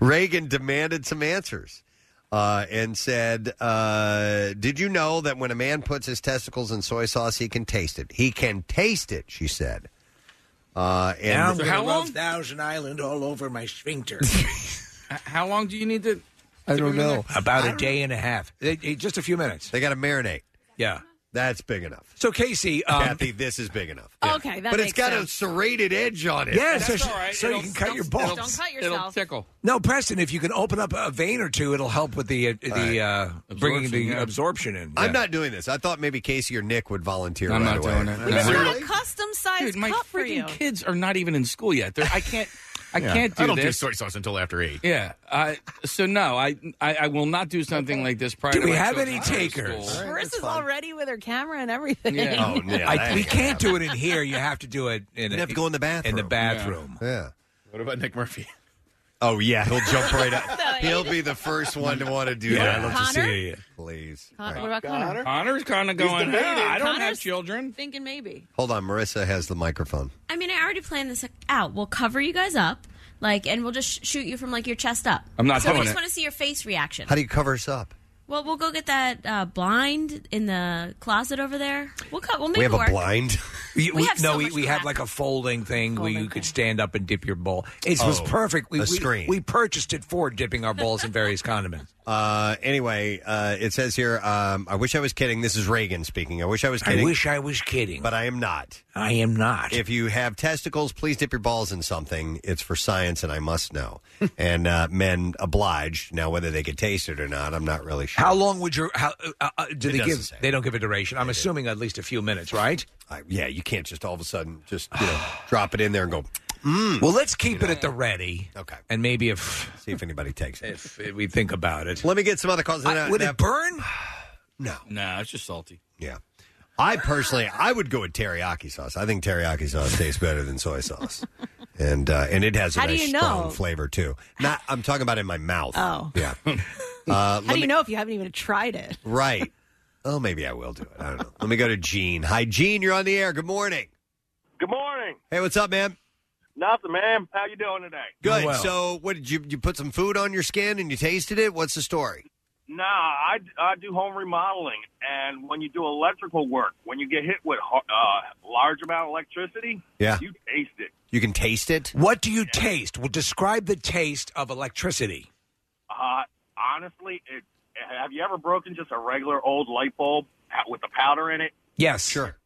Speaker 3: Reagan demanded some answers uh, and said, uh, Did you know that when a man puts his testicles in soy sauce, he can taste it? He can taste it, she said. Uh, and
Speaker 6: now I'm gonna love Thousand Island all over my sphincter.
Speaker 7: How long do you need to?
Speaker 6: I don't know. About
Speaker 7: I
Speaker 6: a
Speaker 7: don't
Speaker 6: day and a half. They- they- just a few minutes.
Speaker 3: They got to marinate.
Speaker 6: Yeah.
Speaker 3: That's big enough.
Speaker 6: So, Casey. Um,
Speaker 3: Kathy, this is big enough.
Speaker 4: Okay, that
Speaker 3: but
Speaker 4: makes
Speaker 3: it's got
Speaker 4: sense.
Speaker 3: a serrated edge on it.
Speaker 6: Yeah, so, so you can cut your balls.
Speaker 4: Don't cut yourself.
Speaker 7: tickle.
Speaker 6: No, Preston, if you can open up a vein or two, it'll help with the uh, the uh, bringing the absorption in.
Speaker 3: I'm not doing this. I thought maybe Casey or Nick would volunteer
Speaker 7: I'm
Speaker 3: right
Speaker 7: not
Speaker 3: away.
Speaker 7: doing it.
Speaker 4: We just got a custom sized
Speaker 7: Dude, my
Speaker 4: cup for you.
Speaker 7: freaking kids are not even in school yet. They're, I can't. I
Speaker 5: Yeah.
Speaker 7: can't do
Speaker 5: I don't
Speaker 7: this.
Speaker 5: do soy sauce until after eight.
Speaker 7: yeah. I, so no, I, I I will not do something like this prior.
Speaker 6: Do
Speaker 7: to
Speaker 6: we
Speaker 7: my
Speaker 6: have
Speaker 7: children
Speaker 6: any
Speaker 7: going to
Speaker 6: takers?
Speaker 7: school.
Speaker 4: Chris is already with her camera and everything.
Speaker 7: Yeah.
Speaker 3: Oh, yeah,
Speaker 6: I,
Speaker 3: that
Speaker 6: we
Speaker 3: ain't
Speaker 6: can't do it in here. You have to do it in.
Speaker 3: You have to go in the bathroom.
Speaker 6: In the bathroom.
Speaker 3: Yeah.
Speaker 5: What about Nick Murphy?
Speaker 3: Oh yeah, he'll jump right up. he'll be the first one to want to do
Speaker 6: Yeah,
Speaker 3: that.
Speaker 6: I'd love to
Speaker 4: Connor?
Speaker 6: see you.
Speaker 3: Please.
Speaker 4: Con-
Speaker 3: All right.
Speaker 4: What about Connor?
Speaker 7: Connor's kind of going.
Speaker 5: debating.
Speaker 7: "Ah, I don't have
Speaker 4: Connor's-
Speaker 7: children.
Speaker 4: Thinking maybe.
Speaker 3: Hold on, Marissa has the microphone.
Speaker 8: I mean, I already planned this out. We'll cover you guys up, like, and we'll just sh- shoot you from like your chest up.
Speaker 7: I'm not
Speaker 8: so
Speaker 7: doing
Speaker 8: I just
Speaker 7: it.
Speaker 8: want to see your face reaction.
Speaker 3: How do you cover us up?
Speaker 8: well, we'll go get that uh, blind in the closet over there. We'll cut. We'll make
Speaker 3: we have
Speaker 8: it work.
Speaker 3: a blind.
Speaker 6: We,
Speaker 8: We
Speaker 6: we-
Speaker 8: have
Speaker 6: no,
Speaker 8: so
Speaker 6: we,
Speaker 8: much
Speaker 6: we
Speaker 8: to
Speaker 6: have
Speaker 8: pack.
Speaker 6: like a folding thing where you could stand up and dip your bowl. It was
Speaker 3: Oh,
Speaker 6: perfect. We,
Speaker 3: a
Speaker 6: we,
Speaker 3: screen.
Speaker 6: we purchased it for dipping our balls in various condiments.
Speaker 3: Uh, anyway, uh, it says here. Um, I wish I was kidding. This is Reagan speaking. I wish I was
Speaker 6: I
Speaker 3: kidding,
Speaker 6: wish I was kidding.
Speaker 3: but I am not.
Speaker 6: I am not.
Speaker 3: If you have testicles, please dip your balls in something. It's for science, and I must know. and uh, men obliged. Now, whether they could taste it or not, I'm not really sure.
Speaker 6: how long would your? How uh, uh, do
Speaker 3: It
Speaker 6: they
Speaker 3: doesn't
Speaker 6: give?
Speaker 3: say.
Speaker 6: They don't give a duration. I'm assuming at least a few minutes, right?
Speaker 3: I- yeah, you can't just all of a sudden just you know drop it in there and go. "Mm."
Speaker 6: Well, let's keep it at the ready.
Speaker 3: Okay.
Speaker 6: And maybe if
Speaker 3: See if anybody takes it.
Speaker 6: if we think about it,
Speaker 3: Let me get some other calls.
Speaker 6: I- would it burn?
Speaker 3: No.
Speaker 7: No, it's just salty.
Speaker 3: Yeah. I personally, I would go with teriyaki sauce. I think teriyaki sauce tastes better than soy sauce, and uh, and it has a
Speaker 4: How do
Speaker 3: nice
Speaker 4: you know?
Speaker 3: strong flavor too. Not, I'm talking about in my mouth.
Speaker 4: Oh.
Speaker 3: yeah. Uh,
Speaker 4: How do you know if you haven't even tried it?
Speaker 3: Right. Oh, maybe I will do it. I don't know. Let me go to Gene. Hi, Gene. You're on the air. Good morning.
Speaker 9: Good morning.
Speaker 3: Hey, what's up, man?
Speaker 9: Nothing, ma'am. How you doing today?
Speaker 3: Good.
Speaker 6: Well.
Speaker 3: So, what did you you put some food on your skin and you tasted it? What's the story?
Speaker 9: Nah, I, I do home remodeling, and when you do electrical work, when you get hit with har- uh, large amount of electricity,
Speaker 3: Yeah.
Speaker 9: you taste it.
Speaker 3: You can taste it.
Speaker 6: What do you taste? Well, describe the taste of electricity.
Speaker 9: Uh, honestly, it, have you ever broken just a regular old light bulb out with the powder in it?
Speaker 6: Yes.
Speaker 3: Sure.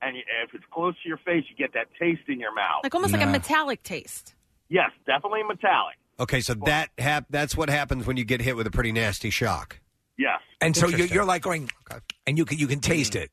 Speaker 9: And you, if it's close to your face, you get that taste in your mouth.
Speaker 4: Like almost like a
Speaker 7: Nah.
Speaker 4: metallic taste.
Speaker 9: Yes, definitely metallic.
Speaker 3: Okay, so that hap- that's what happens when you get hit with a pretty nasty shock.
Speaker 9: Yes,
Speaker 6: And so you're,
Speaker 3: Interesting.
Speaker 6: you're like going, and you can you can taste it.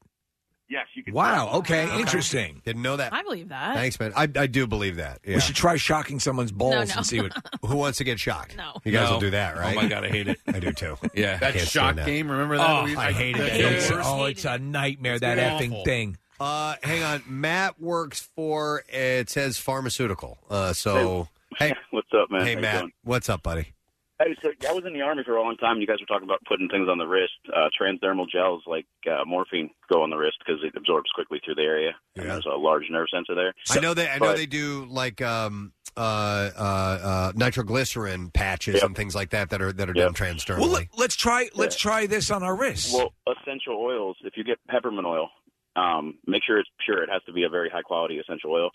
Speaker 9: yes, you
Speaker 6: Wow. Okay. Interesting.
Speaker 3: Didn't know that.
Speaker 4: I believe that.
Speaker 3: Thanks, man. I, I do believe that.
Speaker 6: We should try shocking someone's balls
Speaker 4: No, no. and see what-
Speaker 3: Who wants to get shocked?
Speaker 4: No.
Speaker 3: You guys
Speaker 6: No.
Speaker 3: will do that,
Speaker 6: Oh
Speaker 3: right?
Speaker 6: my God, I hate it.
Speaker 3: I do too.
Speaker 6: Yeah.
Speaker 3: I can't stand
Speaker 6: Oh, I, hated that. It's- oh, it's a nightmare. that effing thing.
Speaker 3: Uh, hang on. Matt works for it says pharmaceutical. Uh, so hey,
Speaker 21: what's up, man?
Speaker 3: Hey,
Speaker 21: How you
Speaker 3: Matt,
Speaker 21: doing?
Speaker 3: what's up, buddy?
Speaker 21: Hey, so I was in the army for a long time. and You guys were talking about putting things on the wrist. Uh, transdermal gels like uh, morphine go on the wrist because it absorbs quickly through the area. And there's a large nerve center there.
Speaker 3: I know that I know
Speaker 21: But-
Speaker 3: they do like um uh uh, uh nitroglycerin patches and things like that that are that are done transdermally.
Speaker 6: Well, let, let's try. Let's try this on our wrists.
Speaker 21: Well, essential oils. If you get peppermint oil, um, make sure it's pure. It has to be a very high quality essential oil.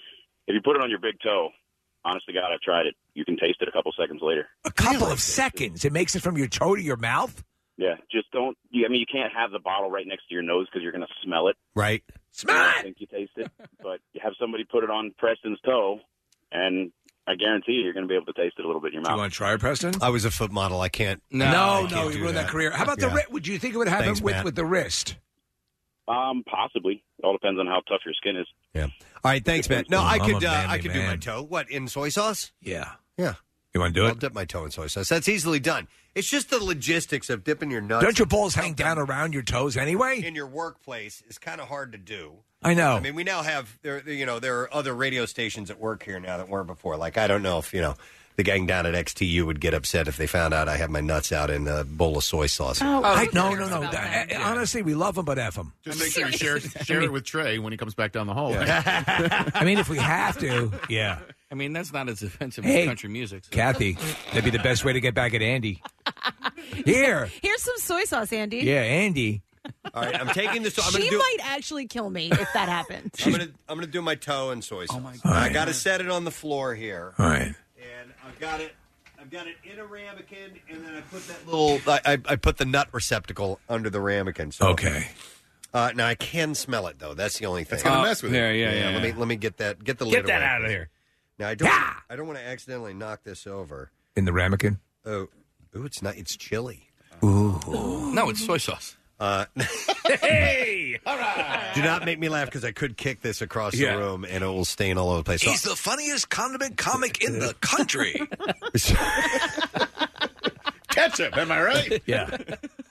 Speaker 21: If you put it on your big toe, honest to God, I've tried it. You can taste it a couple seconds later.
Speaker 6: a couple of seconds. It makes it from your toe to your mouth.
Speaker 21: Yeah, just don't. You, I mean, you can't have the bottle right next to your nose because you're going to smell it.
Speaker 3: Right.
Speaker 21: Smell I think you taste it, but you have somebody put it on Preston's toe, and I guarantee you, you're going to be able to taste it a little bit in your mouth.
Speaker 6: want to try it, Preston?
Speaker 3: I was a foot model. I can't. I
Speaker 6: no,
Speaker 3: can't
Speaker 6: no
Speaker 3: do
Speaker 6: you ruined that. career. How about the
Speaker 3: Yeah.
Speaker 6: wrist? Would you think it would happen
Speaker 21: Thanks,
Speaker 6: with,
Speaker 21: Matt.
Speaker 6: with the wrist?
Speaker 21: Um, possibly. It all depends on how tough your skin is.
Speaker 3: Yeah. All right. Thanks, Matt. No,
Speaker 21: I'm
Speaker 3: I
Speaker 21: a
Speaker 3: could uh,
Speaker 21: manly
Speaker 3: I could do my
Speaker 21: man.
Speaker 3: toe. What in soy sauce?
Speaker 6: Yeah.
Speaker 3: Yeah.
Speaker 6: You want to do
Speaker 3: I'll dip my toe in soy sauce. That's easily done. It's just the logistics of dipping your nuts.
Speaker 6: Don't your balls hang down around your toes anyway?
Speaker 3: in your workplace is kind of hard to do.
Speaker 6: I know.
Speaker 3: I mean, we now have there. You know, there are other radio stations at work here now that weren't before. Like, I don't know if you know the gang down at XTU would get upset if they found out I had my nuts out in a bowl of soy sauce.
Speaker 4: Oh.
Speaker 6: I, no, no, no. That- eh, Honestly, we love them, but f them.
Speaker 5: Just make sure you share, share it with Trey when he comes back down the hall.
Speaker 6: I mean, if we have to, yeah.
Speaker 7: I mean, that's not as offensive
Speaker 6: Hey,
Speaker 7: as country music.
Speaker 6: Kathy, that'd be the best way to get back at Andy. Here,
Speaker 4: Here's some soy sauce, Andy.
Speaker 6: yeah, Andy.
Speaker 3: All right, I'm taking this. I'm
Speaker 4: she
Speaker 3: gonna do.
Speaker 4: might actually kill me if that happens.
Speaker 3: I'm gonna I'm gonna do my toe in soy sauce. I got to set it on the floor here.
Speaker 6: Oh All right.
Speaker 3: I've got it. I've got it in a ramekin, and then I put that little. I, I, I put the nut receptacle under the ramekin. So.
Speaker 6: Okay.
Speaker 3: Uh, now I can smell it though. That's the only thing.
Speaker 5: That's gonna Uh, mess with it. yeah, yeah, yeah,
Speaker 3: Let me
Speaker 5: yeah.
Speaker 3: let me get that. Get the
Speaker 5: Get
Speaker 3: lid
Speaker 5: that
Speaker 3: away.
Speaker 5: out of here.
Speaker 3: Now I don't. I don't want to accidentally knock this over.
Speaker 6: In the ramekin.
Speaker 3: Oh, ooh, it's not. It's chili.
Speaker 6: Ooh.
Speaker 3: No, it's soy sauce. Uh,
Speaker 7: hey, all right.
Speaker 3: do not make me laugh because I could kick this across
Speaker 7: Yeah.
Speaker 3: the room and it will stain all over the place. So-
Speaker 6: He's the funniest condiment comic in the country.
Speaker 5: Ketchup, am I right?
Speaker 6: Yeah.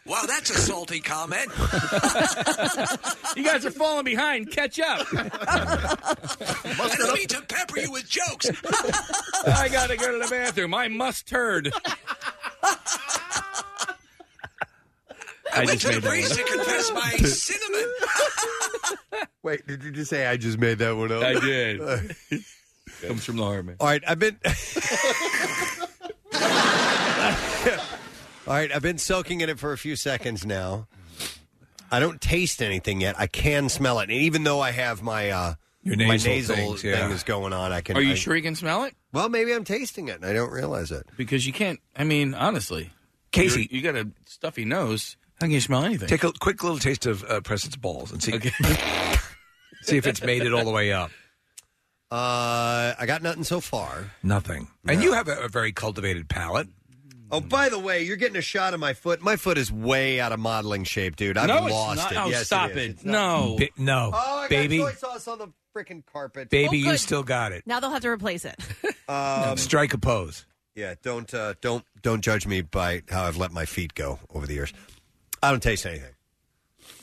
Speaker 6: Wow, that's a salty comment.
Speaker 7: you guys are falling behind. Catch up.
Speaker 6: I don't mean to pepper you with jokes.
Speaker 7: I gotta go to the bathroom. I must turd.
Speaker 6: I,
Speaker 7: I
Speaker 6: went
Speaker 7: just
Speaker 6: to the
Speaker 7: made
Speaker 6: priest
Speaker 7: that
Speaker 6: to
Speaker 7: one.
Speaker 6: confess my cinnamon.
Speaker 3: Wait, did you just say I just made that one up?
Speaker 7: I did. Comes from the heart, man.
Speaker 3: All right, I've been. All right, I've been soaking in it for a few seconds now. I don't taste anything yet. I can smell it, and even though I have my uh,
Speaker 7: Your
Speaker 3: my
Speaker 7: nasal
Speaker 3: nasal
Speaker 7: things,
Speaker 3: thing
Speaker 7: yeah.
Speaker 3: is going on, I can.
Speaker 7: Are you
Speaker 3: I-
Speaker 7: sure you can smell it?
Speaker 3: Well, maybe I'm tasting it and I don't realize it
Speaker 7: because you can't. I mean, honestly,
Speaker 6: Casey-
Speaker 7: you're- you got a stuffy nose. How can you smell anything?
Speaker 6: Take a quick little taste of uh, Preston's balls and see, see if it's made it all the way up.
Speaker 3: Uh, I got nothing so far.
Speaker 6: Nothing. And you have a, a very cultivated palate.
Speaker 3: Oh, by the way, you're getting a shot of my foot. My foot is way out of modeling shape, dude. I've
Speaker 7: No, it's
Speaker 3: lost
Speaker 7: not.
Speaker 3: it.
Speaker 7: Oh,
Speaker 3: Yes, it
Speaker 7: stop
Speaker 3: is.
Speaker 7: it.
Speaker 3: It's not-
Speaker 7: No. Bi-
Speaker 6: no.
Speaker 3: Oh, I
Speaker 6: Baby.
Speaker 3: got soy sauce on the freaking carpet.
Speaker 6: Baby, you still got it.
Speaker 4: Now they'll have to replace it.
Speaker 3: Um,
Speaker 6: Strike a pose.
Speaker 3: Yeah, don't uh, don't don't judge me by how I've let my feet go over the years. I don't taste anything.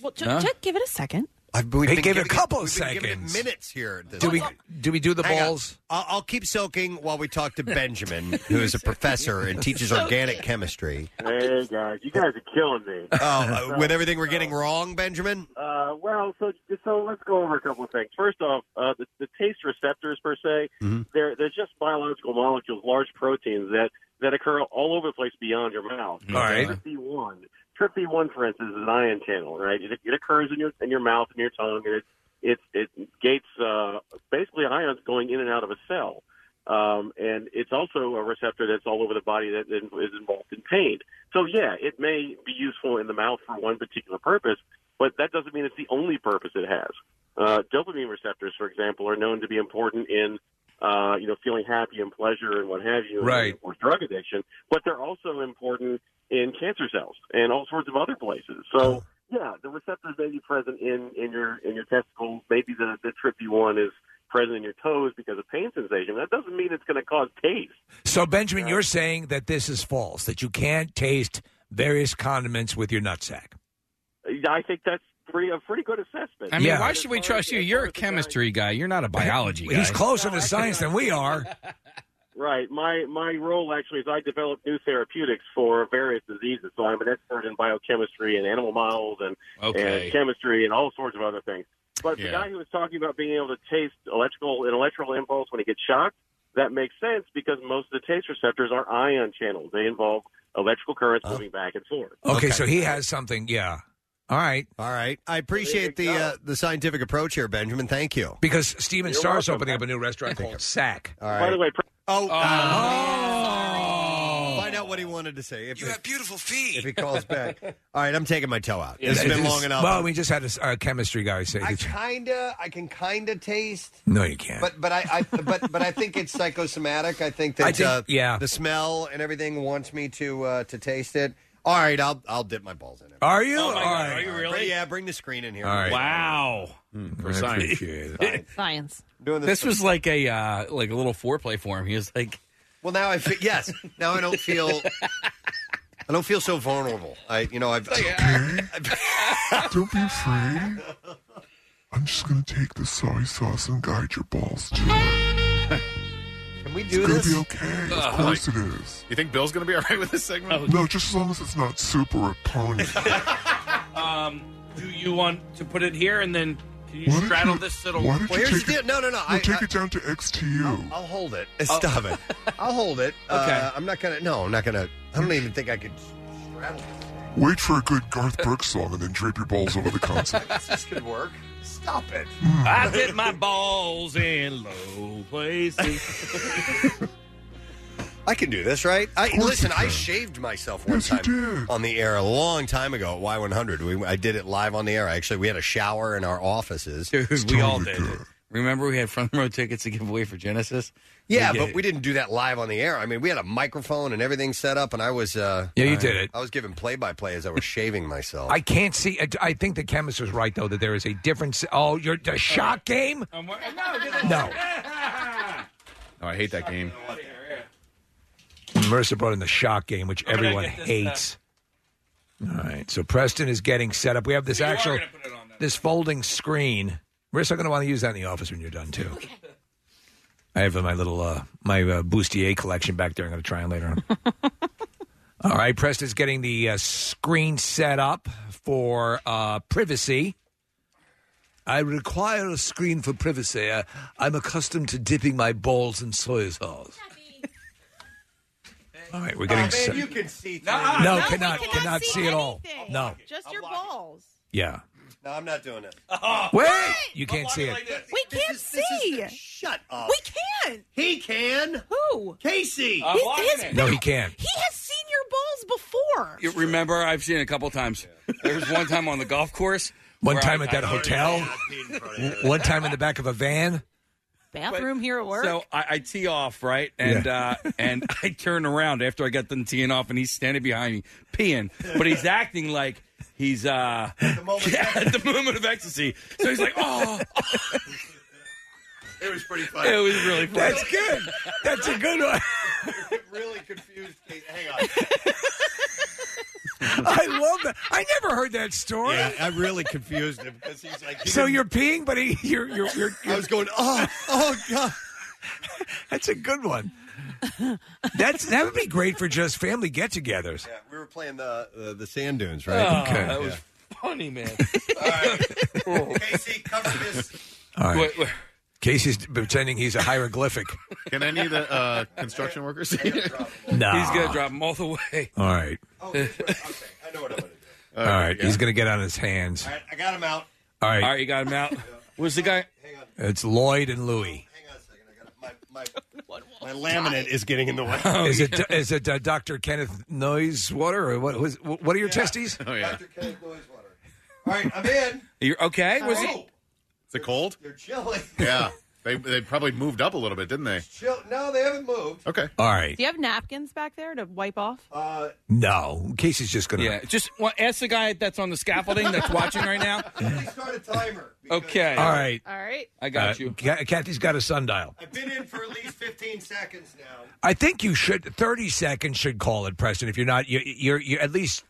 Speaker 4: Well, ju-
Speaker 3: Huh?
Speaker 4: ju- give it a second.
Speaker 3: I've,
Speaker 6: Hey,
Speaker 3: been
Speaker 6: give it a
Speaker 3: giving
Speaker 6: couple of
Speaker 3: we've been giving it
Speaker 6: seconds.
Speaker 3: minutes here. at this
Speaker 6: Do we-
Speaker 3: point.
Speaker 6: do we do the
Speaker 3: Hang on.
Speaker 6: balls?
Speaker 3: I'll, I'll keep soaking while we talk to Benjamin, who is a professor and teaches organic chemistry.
Speaker 22: Hey guys, you guys are killing me.
Speaker 3: Oh, uh, with everything we're getting wrong, Benjamin.
Speaker 22: Uh, well, so so let's go over a couple of things. First off, uh, the, the taste receptors per se,
Speaker 3: Mhm.
Speaker 22: they're they're just biological molecules, large proteins that that occur all over the place beyond your mouth.
Speaker 6: All right.
Speaker 22: TRPV1. TRPV1, for instance, is an ion channel, right? It, it occurs in your in your mouth and your tongue, and it it it gates uh, basically ions going in and out of a cell. Um, and it's also a receptor that's all over the body that in- is involved in pain. So yeah, it may be useful in the mouth for one particular purpose, but that doesn't mean it's the only purpose it has. Uh, dopamine receptors, for example, are known to be important in uh, you know feeling happy and pleasure and what have you,
Speaker 6: Right.
Speaker 22: Or drug addiction, but they're also important in cancer cells and all sorts of other places. So yeah, the receptors may be present in, in your in your testicles. Maybe the, the trippy one is present in your toes because of pain sensation. That doesn't mean it's going to cause taste.
Speaker 6: So, Benjamin, you're saying that this is false, that you can't taste various condiments with your nutsack.
Speaker 22: I think that's pretty, a pretty good assessment.
Speaker 7: I mean, why should we trust you? You're a chemistry guy. You're not a biology guy.
Speaker 6: He's closer to science than we are.
Speaker 22: Right. My my role actually is I develop new therapeutics for various diseases. So I'm an expert in biochemistry and animal models and,
Speaker 7: Okay.
Speaker 22: and chemistry and all sorts of other things. But
Speaker 7: Yeah.
Speaker 22: the guy who was talking about being able to taste electrical an electrical impulse when he gets shocked, that makes sense because most of the taste receptors are ion channels. They involve electrical currents moving back and forth.
Speaker 6: Okay, so he has something, yeah. All right.
Speaker 3: All right. I appreciate the uh, the scientific approach here, Benjamin. Thank you.
Speaker 6: Because Steven Starr's opening up a new restaurant called Sack.
Speaker 3: All right. By the
Speaker 22: way,
Speaker 3: oh,
Speaker 6: oh.
Speaker 3: Find out what he wanted to say. If you have
Speaker 6: beautiful feet.
Speaker 3: If he calls back. All right, I'm taking my toe out. It's
Speaker 6: Yeah,
Speaker 3: been long enough.
Speaker 6: Well, we just had a s- a chemistry guy say.
Speaker 3: I kinda, I can kinda taste,
Speaker 6: no, you can't.
Speaker 3: but but I, I but but I think it's psychosomatic. I think that
Speaker 6: I think-
Speaker 3: uh,
Speaker 6: yeah.
Speaker 3: the smell and everything wants me to uh, to taste it. All right, I'll I'll dip my balls in it.
Speaker 6: Are you?
Speaker 3: All right.
Speaker 7: Are you
Speaker 3: Bring-
Speaker 7: really?
Speaker 3: yeah, bring the screen in here.
Speaker 7: All right. Wow.
Speaker 6: Hmm,
Speaker 3: for science.
Speaker 16: Science.
Speaker 3: Doing
Speaker 7: this was like a uh, like a little foreplay for him. He was like,
Speaker 3: Well, now I feel, yes. Now I don't feel. I don't feel so vulnerable. I, you know, I've.
Speaker 23: Don't be afraid. I'm just gonna take the soy sauce and guide your balls to it.
Speaker 3: Can we
Speaker 23: do it's gonna be okay. of course it is.
Speaker 5: You think Bill's going to be all right with this
Speaker 7: Oh.
Speaker 5: segment?
Speaker 23: No, just as long as it's not super repugnant.
Speaker 24: Um, do you want to put it here and then can you
Speaker 23: Why don't
Speaker 24: straddle
Speaker 23: you-
Speaker 24: this? It'll
Speaker 23: why don't you take it-
Speaker 3: no,
Speaker 23: No,
Speaker 3: I-
Speaker 23: take
Speaker 3: I-
Speaker 23: it down to XTU.
Speaker 3: I'll hold it.
Speaker 23: Oh.
Speaker 3: Stop it. I'll hold it. Uh, I'm not gonna. No, I'm not gonna. I don't even think I could.
Speaker 23: Wait for a good Garth Brooks song and then drape your balls over the console.
Speaker 3: This could work. Stop it.
Speaker 24: I dip my balls in low places.
Speaker 3: I can do this, right? I,
Speaker 24: Of course
Speaker 3: listen,
Speaker 24: you
Speaker 3: I
Speaker 24: can.
Speaker 3: shaved myself one time on the air a long time ago at Y100. We, I did it live on the air. Actually, we had a shower in our offices.
Speaker 7: Dude, we all did. it. Remember, we had front row tickets to give away for Genesis.
Speaker 3: Yeah,
Speaker 7: did
Speaker 3: but
Speaker 7: it.
Speaker 3: we didn't do that live on the air. I mean, we had a microphone and everything set up, and I was. Uh,
Speaker 6: Yeah, you
Speaker 3: I-
Speaker 6: did it.
Speaker 3: I was giving play-by-play as I was shaving myself.
Speaker 6: I can't see. I, I think the chemist was right though that there is a difference. Oh, you're
Speaker 3: Uh,
Speaker 6: the shock game. No,
Speaker 5: No, Oh, I hate that game.
Speaker 6: Mercer brought in the shock game, which
Speaker 5: I'm gonna
Speaker 6: everyone
Speaker 5: get this,
Speaker 6: hates. All right, so Preston is getting set up. We have this
Speaker 5: You are
Speaker 6: actual
Speaker 5: gonna
Speaker 6: this folding screen. We're still going to want to use that in the office when you're done too. I have uh, my little uh, my uh, bustier collection back there. I'm going to try it later on. All right, Preston's getting the uh, screen set up for uh, privacy. I require a screen for privacy. I, I'm accustomed to dipping my balls in soy sauce. All right, we're getting set.
Speaker 3: Oh, can see.
Speaker 6: No, No, we cannot- cannot cannot see see at all. anything. No.
Speaker 16: Just your balls.
Speaker 6: Yeah.
Speaker 3: No, I'm not doing it.
Speaker 7: Oh.
Speaker 6: Wait! You can't see it.
Speaker 16: We can't see.
Speaker 3: shut up.
Speaker 16: We can't.
Speaker 3: He can.
Speaker 16: Who?
Speaker 3: Casey.
Speaker 24: I'm
Speaker 16: His-
Speaker 24: watching
Speaker 16: his
Speaker 24: it.
Speaker 16: ba-
Speaker 24: No, he can't.
Speaker 16: He has seen your balls before.
Speaker 7: You remember, I've seen it a couple times. There was one time on the golf course.
Speaker 6: One
Speaker 7: where
Speaker 6: time
Speaker 7: I-
Speaker 6: at that
Speaker 7: I-
Speaker 6: hotel. One time in the back of a van.
Speaker 16: Bathroom here at work.
Speaker 7: So I, I tee off right, and uh, and I turn around after I got done teeing off, and he's standing behind me peeing, but he's acting like he's uh, at the moment, of ecstasy. So he's like, "Oh,
Speaker 3: It was pretty funny.
Speaker 7: it was really funny."
Speaker 6: good. That's a good one.
Speaker 3: it really confused Casey. Hang on.
Speaker 6: I love that. I never heard that story.
Speaker 3: Yeah, I really confused him because he's like.
Speaker 6: So you're peeing, but he, you're, you're, you're,
Speaker 3: I was going, oh, oh, God.
Speaker 6: That's a good one. That's That would be great for just family get togethers.
Speaker 3: Yeah, we were playing the uh, the sand dunes,
Speaker 6: Oh,
Speaker 3: right?
Speaker 6: Okay. that was
Speaker 24: Funny man.
Speaker 3: Casey, cover this.
Speaker 6: All right. Casey's pretending he's a hieroglyphic.
Speaker 5: Can any of the uh, construction workers?
Speaker 6: No.
Speaker 7: He's gonna drop them all the way.
Speaker 6: All right.
Speaker 3: I know what I'm gonna do.
Speaker 6: All right. He's going to get on his hands.
Speaker 3: All right, I got him out.
Speaker 6: All right.
Speaker 7: All right, you got him out. Where's the guy?
Speaker 6: It's Lloyd and Louie.
Speaker 3: My laminate is getting in the way.
Speaker 7: Oh,
Speaker 6: is it is it uh, Dr. Kenneth Noisewater or what was what are your testes?
Speaker 5: Oh yeah.
Speaker 3: All right, I'm in.
Speaker 7: You're okay?
Speaker 3: Was it?
Speaker 5: Is it cold?
Speaker 3: They're chilly.
Speaker 5: Yeah. They they probably moved up a little bit, didn't they?
Speaker 3: Chill. No, they haven't moved.
Speaker 5: Okay.
Speaker 6: All right.
Speaker 4: Do you have napkins back there to wipe off?
Speaker 3: Uh,
Speaker 6: No, Casey's just gonna.
Speaker 7: Yeah, just well, ask the guy that's on the scaffolding that's watching right now.
Speaker 3: Please start a timer.
Speaker 7: Okay.
Speaker 6: All right. Uh,
Speaker 4: All right.
Speaker 7: I got you.
Speaker 6: Kathy's got a sundial.
Speaker 3: I've been in for at least 15 seconds now.
Speaker 6: I think you should. Thirty seconds should call it, Preston. If you're not, you, you're, you're at least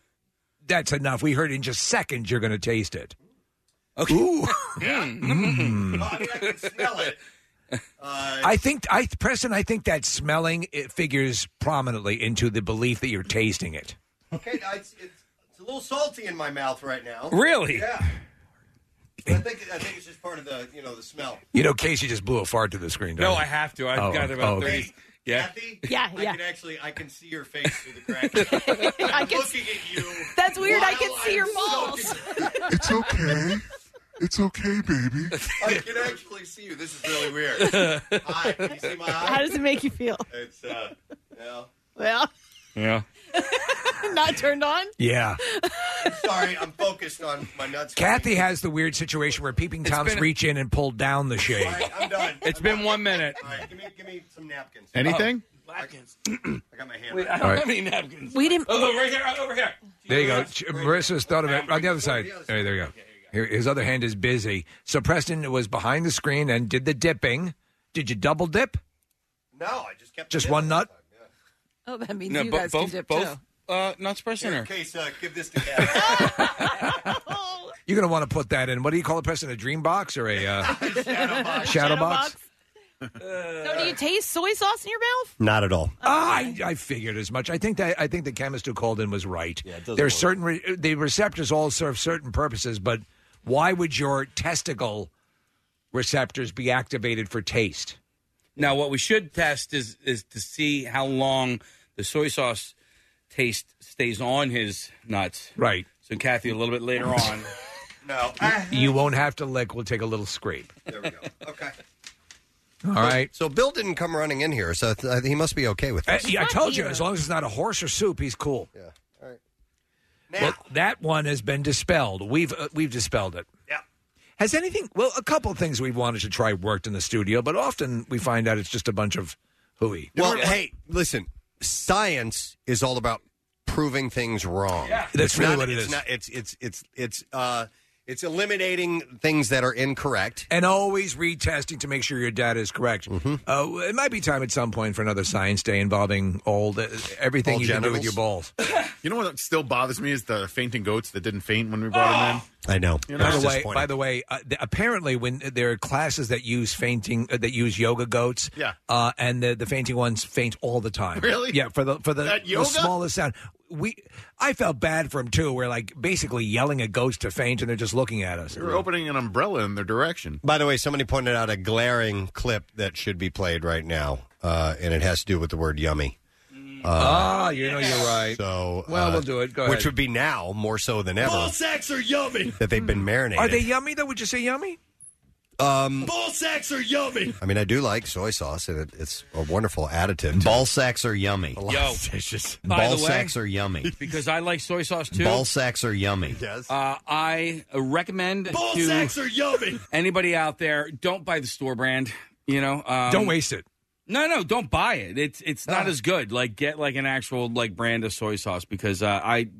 Speaker 6: that's enough. We heard in just seconds you're going to taste it. Okay. Ooh. Mm.
Speaker 3: I mean, I can smell it. Uh,
Speaker 6: I think I Preston. I think that smelling it figures prominently into the belief that you're tasting it.
Speaker 3: Okay, I, it's, it's, it's a little salty in my mouth right now.
Speaker 6: Really?
Speaker 3: Yeah. But I think I think it's just part of the you know the smell.
Speaker 6: You know, Casey just blew a fart to the screen.
Speaker 7: No,
Speaker 6: doesn't he?
Speaker 7: I have to. I've
Speaker 6: Oh,
Speaker 7: got about
Speaker 6: okay.
Speaker 7: thirty. Yeah.
Speaker 3: Kathy,
Speaker 4: Yeah,
Speaker 3: I
Speaker 4: yeah.
Speaker 3: can actually I can see your face through the crack.
Speaker 4: I
Speaker 3: I'm
Speaker 4: can-
Speaker 3: looking at you.
Speaker 4: That's weird. I can
Speaker 3: while
Speaker 4: see
Speaker 3: I'm
Speaker 4: your
Speaker 3: soaking
Speaker 4: balls.
Speaker 25: It's okay. It's okay, baby.
Speaker 3: I can actually see you. This is really weird. Hi, can you see my eye?
Speaker 4: How does it make you feel?
Speaker 3: It's uh, well,
Speaker 4: Well,
Speaker 7: Yeah.
Speaker 4: not turned on.
Speaker 6: Yeah.
Speaker 3: I'm sorry, I'm focused on my nuts.
Speaker 6: Kathy has the weird situation where peeping
Speaker 3: It's
Speaker 6: toms
Speaker 3: been-
Speaker 6: reach in and pull down the shade.
Speaker 3: I'm done.
Speaker 7: It's been one minute.
Speaker 3: All right, give me give me some napkins. Oh.
Speaker 6: Anything?
Speaker 3: Napkins. I got my hand.
Speaker 7: Wait, I
Speaker 6: All
Speaker 7: don't
Speaker 6: right.
Speaker 7: have any napkins.
Speaker 4: We didn't.
Speaker 7: Oh, right here. Over here.
Speaker 6: There you go. Ch- Marissa's thought of it on the other side. Hey, there you go. Here- His other hand is busy. So Preston was behind the screen and did the dipping. Did you double dip?
Speaker 3: No, I just kept.
Speaker 6: Just one nut?
Speaker 4: Oh, that means
Speaker 7: No,
Speaker 4: you
Speaker 7: bo-
Speaker 4: guys
Speaker 7: both-
Speaker 4: can dip
Speaker 7: both?
Speaker 4: too.
Speaker 7: Uh, nuts person.
Speaker 3: Here,
Speaker 7: Or...
Speaker 3: Case, uh, give this to Kathy.
Speaker 6: You're going to want to put that in. What do you call it, Preston? A dream box or a uh,
Speaker 3: Shadow box.
Speaker 6: shadow box?
Speaker 4: So, do you taste soy sauce in your mouth?
Speaker 3: Not at all.
Speaker 6: Ah, I, I figured as much. I think that I think the chemist who called in was right. Yeah,
Speaker 3: doesn't
Speaker 6: There's
Speaker 3: work.
Speaker 6: certain re- the receptors all serve certain purposes, but why would your testicle receptors be activated for taste?
Speaker 7: Now, what we should test is is to see how long the soy sauce taste stays on his nuts.
Speaker 6: Right.
Speaker 7: So, Kathy, a little bit later on.
Speaker 3: No.
Speaker 6: You won't have to lick. We'll take a little scrape.
Speaker 3: There we go. Okay.
Speaker 6: All right.
Speaker 3: So Bill didn't come running in here, so th- he must be okay with
Speaker 6: Uh,
Speaker 3: this.
Speaker 6: yeah, I told you, as long as it's not a horse or soup, he's cool. Yeah. All right. well, that one has been dispelled. We've uh, we've dispelled it.
Speaker 3: Yeah.
Speaker 6: Has anything? Well, a couple of things we've wanted to try worked in the studio, but often we find out it's just a bunch of hooey.
Speaker 3: Well, hey, listen. Science is all about proving things wrong.
Speaker 6: That's
Speaker 3: It's
Speaker 6: really
Speaker 3: not-
Speaker 6: what it
Speaker 3: it's
Speaker 6: is.
Speaker 3: Not, it's it's it's it's uh, it's eliminating things that are incorrect.
Speaker 6: and always retesting to make sure your data is correct.
Speaker 3: Mm-hmm.
Speaker 6: Uh, it might be time at some point for another science day involving all the, everything
Speaker 5: All
Speaker 6: you can do with
Speaker 5: genitals?
Speaker 6: your balls.
Speaker 5: You know what still bothers me is the fainting goats that didn't faint when we brought them
Speaker 3: in. I know.
Speaker 5: You know
Speaker 6: By the way, by the way, uh, th- apparently when there are classes that use fainting uh, that use yoga goats,
Speaker 5: Yeah.
Speaker 6: uh, and the the fainting ones faint all the time.
Speaker 5: Really?
Speaker 6: Yeah, for the for the,
Speaker 5: At
Speaker 6: the
Speaker 5: yoga?
Speaker 6: smallest sound. We I felt bad for him too. We're like basically yelling at goats to faint, and they're just looking at us.
Speaker 5: we were opening an umbrella in their direction.
Speaker 3: By the way, somebody pointed out a glaring clip that should be played right now, uh, and it has to do with the word "yummy." Uh,
Speaker 6: Ah, you know you're right.
Speaker 3: So,
Speaker 6: Well,
Speaker 3: uh,
Speaker 6: we'll do it. Go
Speaker 3: which
Speaker 6: ahead.
Speaker 3: would be now more so than ever.
Speaker 6: sacks are yummy.
Speaker 3: that they've been marinated.
Speaker 6: Are they yummy though? Would you say yummy?
Speaker 3: Um,
Speaker 6: Ball sacks are yummy.
Speaker 3: I mean, I do like soy sauce, and it, it's a wonderful additive. Ball sacks are yummy.
Speaker 7: Yo. By
Speaker 3: Ball
Speaker 7: the way-
Speaker 3: sacks are yummy.
Speaker 7: Because I like soy sauce too.
Speaker 3: Ball sacks are yummy. Yes.
Speaker 7: Uh, I recommend
Speaker 3: Ball
Speaker 7: to
Speaker 3: sacks are yummy.
Speaker 7: Anybody out there, don't buy the store brand. You know, um,
Speaker 6: Don't waste it.
Speaker 7: No, no, don't buy it. It's it's not
Speaker 3: Ah.
Speaker 7: as good. Like get like an actual like brand of soy sauce because uh, I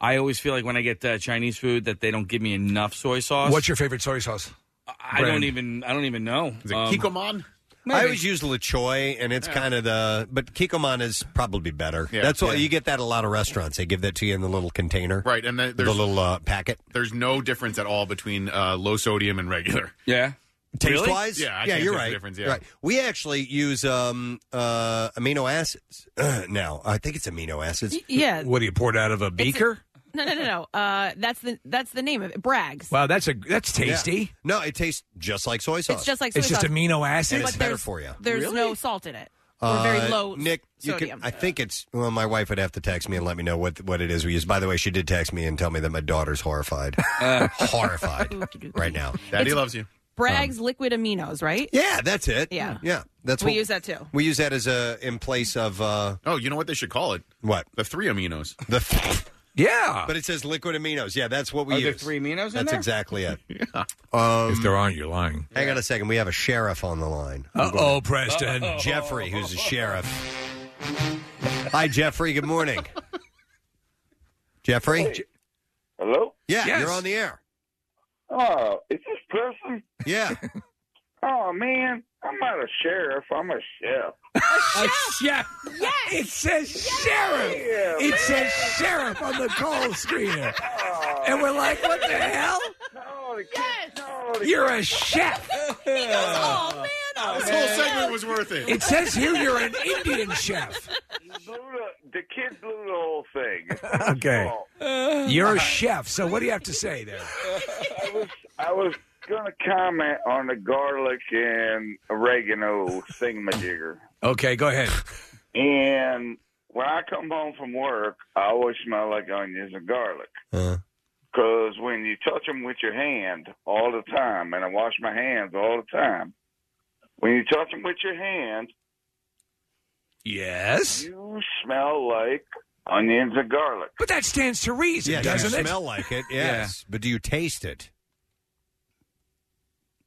Speaker 7: I always feel like when I get uh, Chinese food that they don't give me enough soy sauce.
Speaker 6: What's your favorite soy sauce?
Speaker 7: I
Speaker 6: brand?
Speaker 7: don't even I don't even know. Um,
Speaker 6: Is it
Speaker 5: Kikkoman?
Speaker 3: I always use LaChoy, and it's kind of the but Kikkoman is probably better.
Speaker 5: Yeah.
Speaker 3: That's what
Speaker 5: Yeah.
Speaker 3: you get that at a lot of restaurants. They give that to you in the little container,
Speaker 5: Right, and then
Speaker 3: The
Speaker 5: there's
Speaker 3: little uh, packet.
Speaker 5: There's no difference at all between uh, low sodium and regular.
Speaker 7: Yeah.
Speaker 3: Taste wise,
Speaker 5: Yeah, I
Speaker 3: yeah,
Speaker 5: can't
Speaker 3: you're
Speaker 5: tell the
Speaker 3: right.
Speaker 5: difference, yeah.
Speaker 3: You're Right, we actually use um, uh, amino acids now. I think it's amino acids.
Speaker 4: Y- yeah.
Speaker 6: What do you pour it out of a beaker?
Speaker 4: No, no, no, no. Uh, that's the that's the name of it. Brags.
Speaker 6: Wow, that's a that's tasty.
Speaker 3: Yeah. No, it tastes just like soy sauce.
Speaker 4: It's just like soy sauce.
Speaker 3: And it's
Speaker 4: But
Speaker 3: better
Speaker 4: there's-
Speaker 3: for you.
Speaker 4: There's no salt in it. Or very
Speaker 3: Uh,
Speaker 4: low
Speaker 3: Nick, you
Speaker 4: sodium.
Speaker 3: can. I think it's. Well, my wife would have to text me and let me know what what it is we use. By the way, she did text me and tell me that my daughter's horrified, horrified right now.
Speaker 5: Daddy loves you.
Speaker 4: Brags liquid aminos, right?
Speaker 3: Um, Yeah, that's it.
Speaker 4: Yeah.
Speaker 3: yeah. That's
Speaker 4: we
Speaker 3: what,
Speaker 4: use that too.
Speaker 3: We use that as a in place of. uh
Speaker 5: Oh, you know what they should call it?
Speaker 3: What
Speaker 5: the three aminos?
Speaker 3: The
Speaker 6: Yeah.
Speaker 3: But it says liquid aminos. Yeah, that's what we
Speaker 16: Are
Speaker 3: use.
Speaker 16: there three aminos in
Speaker 3: That's
Speaker 16: there?
Speaker 3: exactly it. yeah.
Speaker 6: if there aren't, you're lying.
Speaker 3: Hang on a second. We have a sheriff on the line.
Speaker 6: Uh-oh, Preston.
Speaker 3: Uh-oh. Jeffrey, who's a sheriff. Hi, Jeffrey. Good morning. Jeffrey?
Speaker 26: Hello?
Speaker 3: Yeah, you're on the air.
Speaker 26: Oh, is this person?
Speaker 3: Yeah.
Speaker 26: oh, man. I'm not a sheriff. I'm a chef.
Speaker 6: A chef. Yes. It says sheriff. it says sheriff on the call screener. and we're like, what the hell? You're a chef.
Speaker 11: He goes, oh, man.
Speaker 6: Oh,
Speaker 5: This whole segment was worth it.
Speaker 6: It says here you're an Indian chef.
Speaker 26: The kid blew the whole thing.
Speaker 6: Okay. You're a chef. So what do you have to say there?
Speaker 26: I was I was gonna comment on the garlic and oregano thingamajigger.
Speaker 6: Okay, go ahead.
Speaker 26: And when I come home from work, I always smell like onions and garlic.
Speaker 6: Uh-huh.
Speaker 26: Because when you touch them with your hand all the time, and I wash my hands all the time, when you touch them with your hand,
Speaker 6: yes,
Speaker 26: you smell like onions and garlic.
Speaker 6: But that stands to reason,
Speaker 26: Yeah, you
Speaker 6: doesn't it?
Speaker 26: smell
Speaker 3: like it, yes. But do you taste it?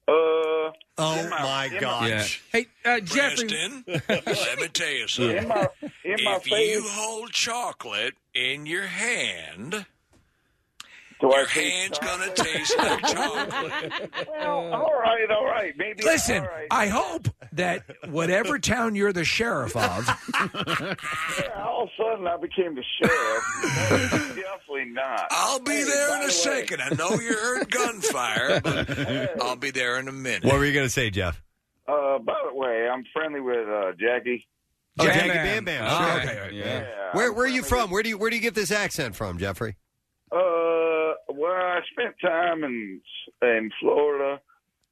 Speaker 26: Uh,
Speaker 3: oh my
Speaker 6: gosh.
Speaker 7: Hey, uh, Jeffrey.
Speaker 6: Let me tell you something.
Speaker 7: In my- in my
Speaker 6: if
Speaker 7: face.
Speaker 6: you hold chocolate in your hand,
Speaker 26: Do
Speaker 6: your hand's going to taste like chocolate.
Speaker 26: all right, all right. Maybe
Speaker 6: Listen,
Speaker 26: all right.
Speaker 6: I hope that whatever town you're the sheriff of,
Speaker 26: Yeah, all of a sudden I became the sheriff. Definitely not.
Speaker 6: I'll be there in a second. I know you heard gunfire, but
Speaker 26: uh,
Speaker 6: I'll be there in a minute.
Speaker 3: What were you going to say, Jeff?
Speaker 26: by the way, I'm friendly with uh, Jackie.
Speaker 3: Oh, Jackie Bam Bam.
Speaker 26: Oh,
Speaker 3: sure.
Speaker 26: okay, okay. Yeah.
Speaker 3: Where, where are you from? Where do you where do you get this accent from, Jeffrey?
Speaker 26: Uh, well, I spent time in in Florida.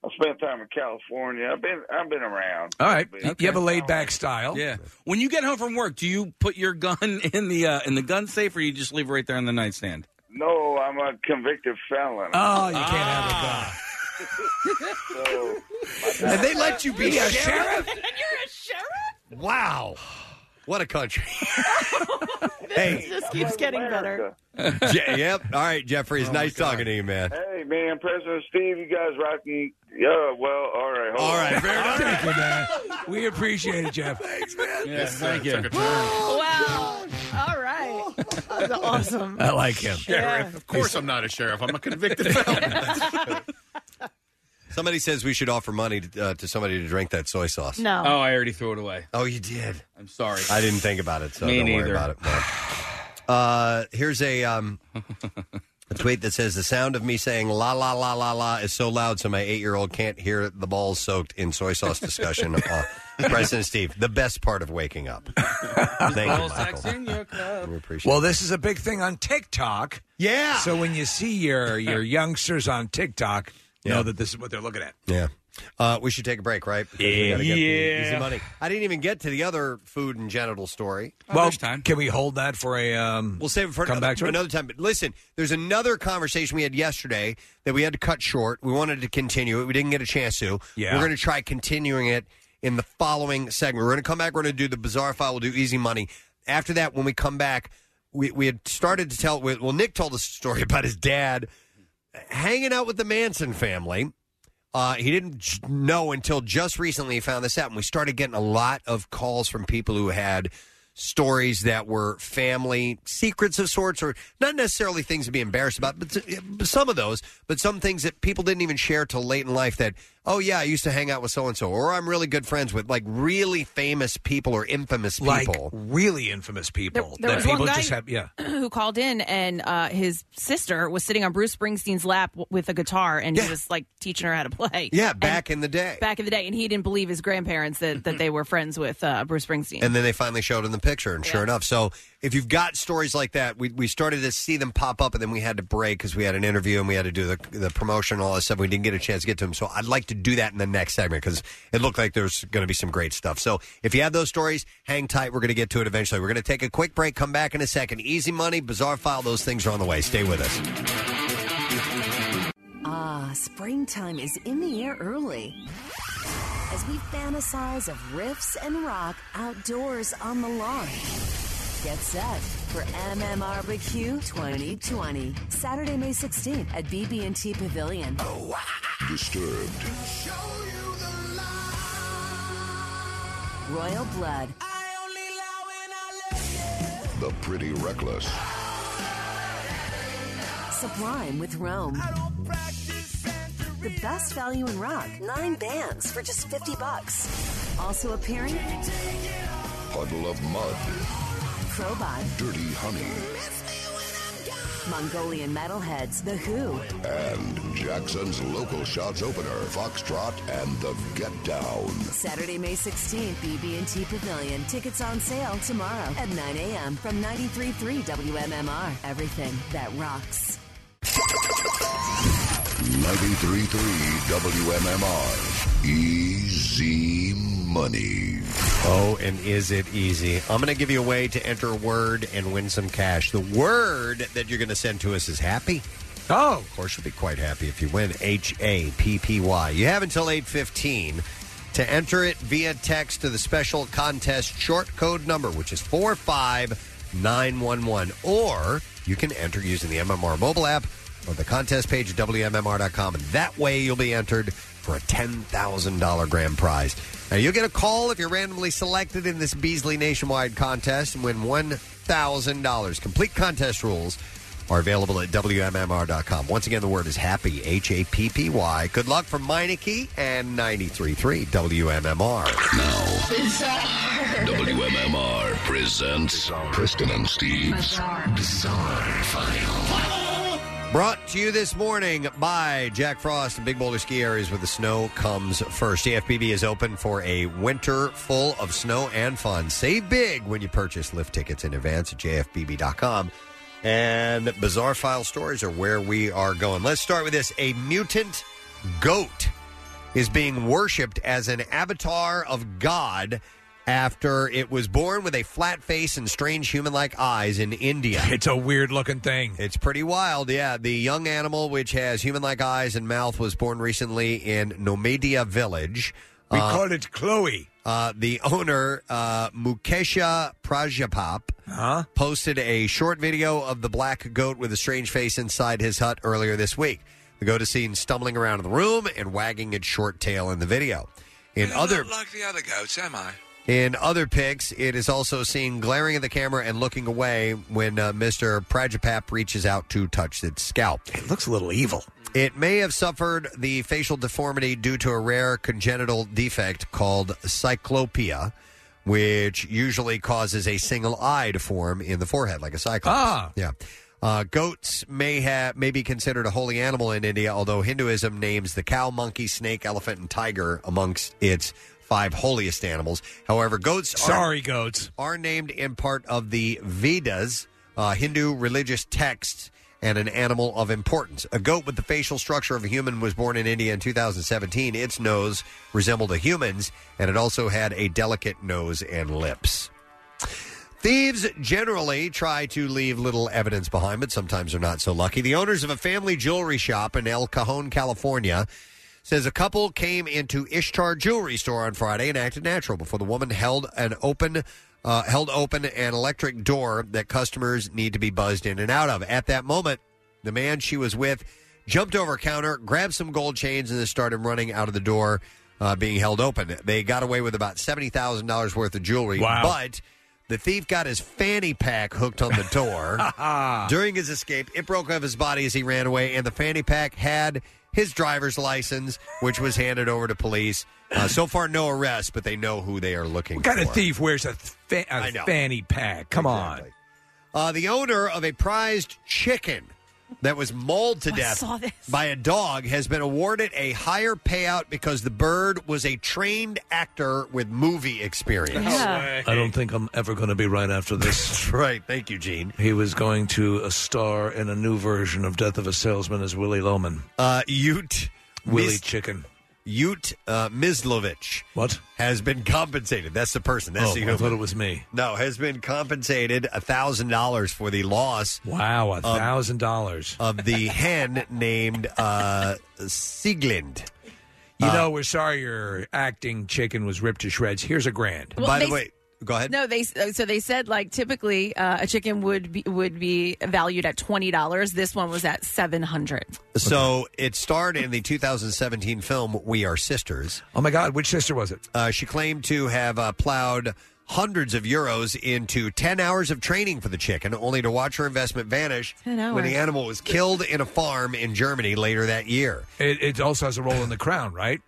Speaker 26: I spent time in California. I've been I've been around.
Speaker 7: Uh-
Speaker 6: All right,
Speaker 26: Been-
Speaker 6: you have a laid back style.
Speaker 7: Yeah. When you get home from work, do you put your gun in the uh, in the gun safe, or you just leave it right there on the nightstand?
Speaker 26: No, I'm a convicted felon.
Speaker 6: Oh, you can't have
Speaker 26: So,
Speaker 3: And they let you be a sheriff?
Speaker 11: And you're a sheriff?
Speaker 3: Wow. What a country.
Speaker 4: This
Speaker 3: Hey.
Speaker 4: just keeps getting better.
Speaker 3: Je- yep. All right, Jeffrey.
Speaker 6: Oh,
Speaker 3: It's nice talking to you, man.
Speaker 26: hey man, President Steve, you guys rocking? Yeah, well, all right, hold all right,
Speaker 6: Thank you, man. We appreciate it, Jeff. Thanks, man.
Speaker 7: Yeah, thank you.
Speaker 3: Oh,
Speaker 4: wow. All right. That's awesome.
Speaker 6: I like him.
Speaker 5: Sheriff. Of course I'm not a sheriff. I'm a convicted felon.
Speaker 3: Somebody says we should offer money to, uh, to somebody to drink that soy sauce.
Speaker 4: No.
Speaker 7: Oh, I already threw it away.
Speaker 3: Oh, you did.
Speaker 7: I'm sorry.
Speaker 3: I didn't think about it, so
Speaker 7: Me
Speaker 3: don't worry
Speaker 7: neither.
Speaker 3: about it. man. Uh, here's a um, a tweet that says the sound of me saying la la la la la is so loud, so my eight year old can't hear the balls soaked in soy sauce discussion. uh, President Steve, the best part of waking up. Thank you, Michael. We appreciate
Speaker 6: Well,
Speaker 3: it.
Speaker 6: this is a big thing on TikTok.
Speaker 3: Yeah.
Speaker 6: So when you see your your youngsters on TikTok,
Speaker 3: Yeah.
Speaker 6: know that this is what they're looking at.
Speaker 3: Yeah. Uh, we should take a break, right? Because we gotta get the
Speaker 6: Yeah.
Speaker 3: easy money. I didn't even get to the other food and genital story.
Speaker 6: Oh, well, can we hold that for a? Um,
Speaker 3: we'll save it for
Speaker 6: come
Speaker 3: another,
Speaker 6: back to it?
Speaker 3: another time. But listen, there's another conversation we had yesterday that we had to cut short. We wanted to continue it. We didn't get a chance to.
Speaker 6: Yeah.
Speaker 3: We're going to try continuing it in the following segment. We're going to come back. We're going to do the bizarre file. We'll do easy money. After that, when we come back, we, we had started to tell. Well, Nick told us a story about his dad hanging out with the Manson family. Uh, he didn't j- know until just recently he found this out, and we started getting a lot of calls from people who had stories that were family secrets of sorts, or not necessarily things to be embarrassed about, but s- but some of those, but some things that people didn't even share till late in life that, oh, yeah, I used to hang out with so and so, or I'm really good friends with like really famous people or infamous people.
Speaker 6: Like really infamous people
Speaker 4: there
Speaker 6: that
Speaker 4: was one
Speaker 6: people
Speaker 4: guy-
Speaker 6: just have. Yeah.
Speaker 4: who called in and uh, his sister was sitting on Bruce Springsteen's lap w- with a guitar and he was like teaching her how to play.
Speaker 3: Yeah,
Speaker 4: And-
Speaker 3: back in the day.
Speaker 4: back in the day, and he didn't believe his grandparents that, that they were friends with uh, Bruce Springsteen.
Speaker 3: And then they finally showed him the picture, and sure enough. So if you've got stories like that, we, we started to see them pop up, and then we had to break because we had an interview and we had to do the, the promotion and all that stuff. We didn't get a chance to get to them. So I'd like to do that in the next segment because it looked like there's going to be some great stuff. So if you have those stories, hang tight. We're going to get to it eventually. We're going to take a quick break, come back in a second. Easy money, bizarre file, those things are on the way. Stay with us.
Speaker 27: Ah, springtime is in the air early. As we fantasize of riffs and rock outdoors on the lawn. Get set for MMR Barbecue 2020, Saturday, May 16th at BB&T Pavilion.
Speaker 2: Disturbed.
Speaker 27: Royal Blood,
Speaker 2: The Pretty Reckless.
Speaker 27: Sublime with Rome. The best value in rock. Nine bands for just 50 bucks. Also appearing,
Speaker 2: Puddle of Mud.
Speaker 27: Crowbot,
Speaker 2: Dirty Honey.
Speaker 27: Mongolian Metalheads, The Who,
Speaker 2: And Jackson's local shots opener, Foxtrot and the Get Down.
Speaker 27: Saturday, May 16th, BB&T Pavilion. Tickets on sale tomorrow at 9 a.m. from 93.3 WMMR. Everything that rocks.
Speaker 2: 93.3 WMMR. Easy money.
Speaker 3: Oh, and is it easy? I'm going to give you a way to enter a word and win some cash. The word that you're going to send to us is happy.
Speaker 6: Oh,
Speaker 3: of course you'll be quite happy if you win. H A P P Y. You have until 8:15 to enter it via text to the special contest short code number, which is 45911, or you can enter using the MMR mobile app or the contest page at WMMR.com, and that way you'll be entered for a $10,000 grand prize. Now, you'll get a call if you're randomly selected in this Beasley Nationwide contest and win $1,000. Complete contest rules are available at WMMR.com. Once again, the word is happy, H A P P Y. Good luck from Meineke and 93.3 WMMR.
Speaker 2: WMMR presents Preston and Steve's Bizarre File.
Speaker 3: Brought to you this morning by Jack Frost and Big Boulder Ski Areas where the snow comes first. E EFBB is open for a winter full of snow and fun. Save big when you purchase lift tickets in advance at jfbb.com. And bizarre file stories are where we are going. Let's start with this. A mutant goat is being worshipped as an avatar of God after it was born with a flat face and strange human like eyes in India.
Speaker 6: It's a weird looking thing.
Speaker 3: It's pretty wild, yeah. The young animal, which has human like eyes and mouth, was born recently in Nomadia village.
Speaker 6: We call it Chloe.
Speaker 3: Uh, the owner, uh, Mukesha Prajapap, posted a short video of the black goat with a strange face inside his hut earlier this week. The goat is seen stumbling around the room and wagging its short tail in the video. In other
Speaker 6: Not like the other goats, am I?
Speaker 3: in other pics, it is also seen glaring at the camera and looking away when uh, Mr. Prajapap reaches out to touch its scalp. It
Speaker 6: looks a little evil.
Speaker 3: It may have suffered the facial deformity due to a rare congenital defect called cyclopia, which usually causes a single eye to form in the forehead, like a cyclops.
Speaker 6: Ah.
Speaker 3: Yeah. Uh, goats may have may be considered a holy animal in India, although Hinduism names the cow, monkey, snake, elephant, and tiger amongst its five holiest animals. However, goats are,
Speaker 6: Sorry, goats.
Speaker 3: are named in part of the Vedas, uh, Hindu religious texts, and an animal of importance. A goat with the facial structure of a human was born in India in 2017. Its nose resembled a human's, and it also had a delicate nose and lips. Thieves generally try to leave little evidence behind, but sometimes they're not so lucky. The owners of a family jewelry shop in El Cajon, California, says a couple came into Ishtar Jewelry Store on Friday and acted natural before the woman held an open. Uh, held open an electric door that customers need to be buzzed in and out of. At that moment, the man she was with jumped over a counter, grabbed some gold chains, and then started running out of the door uh, being held open. They got away with about $70,000 worth of jewelry.
Speaker 6: Wow.
Speaker 3: But the thief got his fanny pack hooked on the door.
Speaker 6: Ah.
Speaker 3: During his escape, it broke off his body as he ran away, and the fanny pack had his driver's license, which was handed over to police. Uh, so far, no arrests, but they know who they are looking
Speaker 6: What kind
Speaker 3: for.
Speaker 6: of thief wears a, th-
Speaker 3: I
Speaker 6: a
Speaker 3: know.
Speaker 6: fanny pack? Come on.
Speaker 3: Uh, the owner of a prized chicken that was mauled to
Speaker 6: I
Speaker 3: death
Speaker 6: saw this.
Speaker 3: by a dog has been awarded a higher payout because the bird was a trained actor with movie experience.
Speaker 6: I don't think I'm ever going to be right after this. That's
Speaker 3: right. Thank you, Gene.
Speaker 6: He was going to uh, star in a new version of Death of a Salesman as Willie Loman.
Speaker 3: Uh, Ute.
Speaker 6: Willie
Speaker 3: Mis-
Speaker 6: Chicken.
Speaker 3: Ute uh, Mislovich.
Speaker 6: What?
Speaker 3: Has been compensated. That's the person. That's
Speaker 6: Oh,
Speaker 3: the
Speaker 6: I
Speaker 3: human.
Speaker 6: thought it was me.
Speaker 3: No, has been compensated $1,000 for the loss.
Speaker 6: Wow,
Speaker 3: of-
Speaker 6: $1,000.
Speaker 3: Of the hen named uh, Sieglind.
Speaker 6: You know, we're sorry your acting chicken was ripped to shreds. Here's a grand.
Speaker 3: By the way, Go ahead.
Speaker 4: No, they uh, so they said like typically uh, a chicken would be would be valued at twenty dollars. This one was at seven hundred.
Speaker 3: So it starred in the 2017 film We Are Sisters.
Speaker 6: Oh my God, which sister was it?
Speaker 3: Uh, she claimed to have uh, plowed hundreds of euros into 10 hours of training for the chicken, only to watch her investment vanish
Speaker 4: 10
Speaker 3: when the
Speaker 6: hours.
Speaker 3: animal was killed in a farm in Germany later that year.
Speaker 6: It, it also has a role in the crown, right?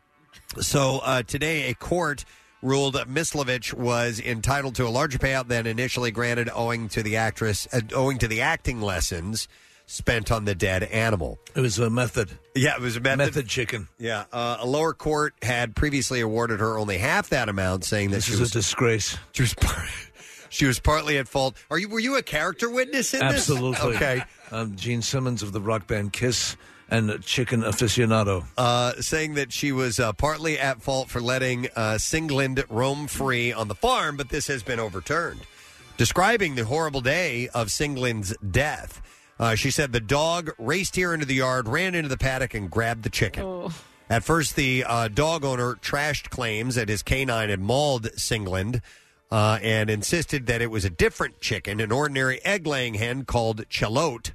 Speaker 3: So uh, today, a court ruled that Mislovich was entitled to a larger payout than initially granted, owing to the actress, uh, owing to the acting lessons spent on the dead animal.
Speaker 6: It was a method.
Speaker 3: Yeah, it was a method.
Speaker 6: chicken.
Speaker 3: Yeah, uh, a lower court had previously awarded her only half that amount, saying that
Speaker 6: This
Speaker 3: she
Speaker 6: is a
Speaker 3: was
Speaker 6: disgrace.
Speaker 3: She was, par- she was partly at fault. Are you? Were you a character witness in this?
Speaker 6: Absolutely.
Speaker 3: Okay.
Speaker 6: Um, Gene Simmons of the rock band Kiss and Chicken Aficionado.
Speaker 3: uh, saying that she was uh, partly at fault for letting uh, Singland roam free on the farm, but this has been overturned. Describing the horrible day of Singland's death, uh, she said the dog raced here into the yard, ran into the paddock, and grabbed the chicken. At first, the uh, dog owner trashed claims that his canine had mauled Singland uh, and insisted that it was a different chicken, an ordinary egg laying hen called Chalote.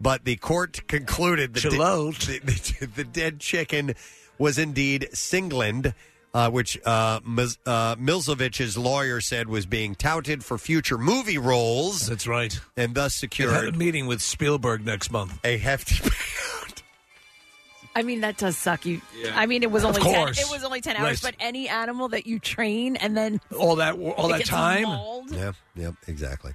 Speaker 3: But the court concluded that the, the, the dead chicken was indeed Singland, uh, which uh, Mis- uh, Milzovich's lawyer said was being touted for future movie roles.
Speaker 6: That's right.
Speaker 3: And thus
Speaker 6: You had a
Speaker 3: secured
Speaker 6: meeting with Spielberg next month.
Speaker 3: a hefty
Speaker 4: I mean that does suck. You,
Speaker 6: Yeah.
Speaker 4: I mean it was
Speaker 6: Of
Speaker 4: only ten,
Speaker 6: course.
Speaker 4: it was only ten hours.
Speaker 6: Right.
Speaker 4: But any animal that you train and then
Speaker 6: all that all
Speaker 4: it
Speaker 6: that
Speaker 4: gets
Speaker 6: time?
Speaker 4: mauled.
Speaker 3: Yep, yep, exactly.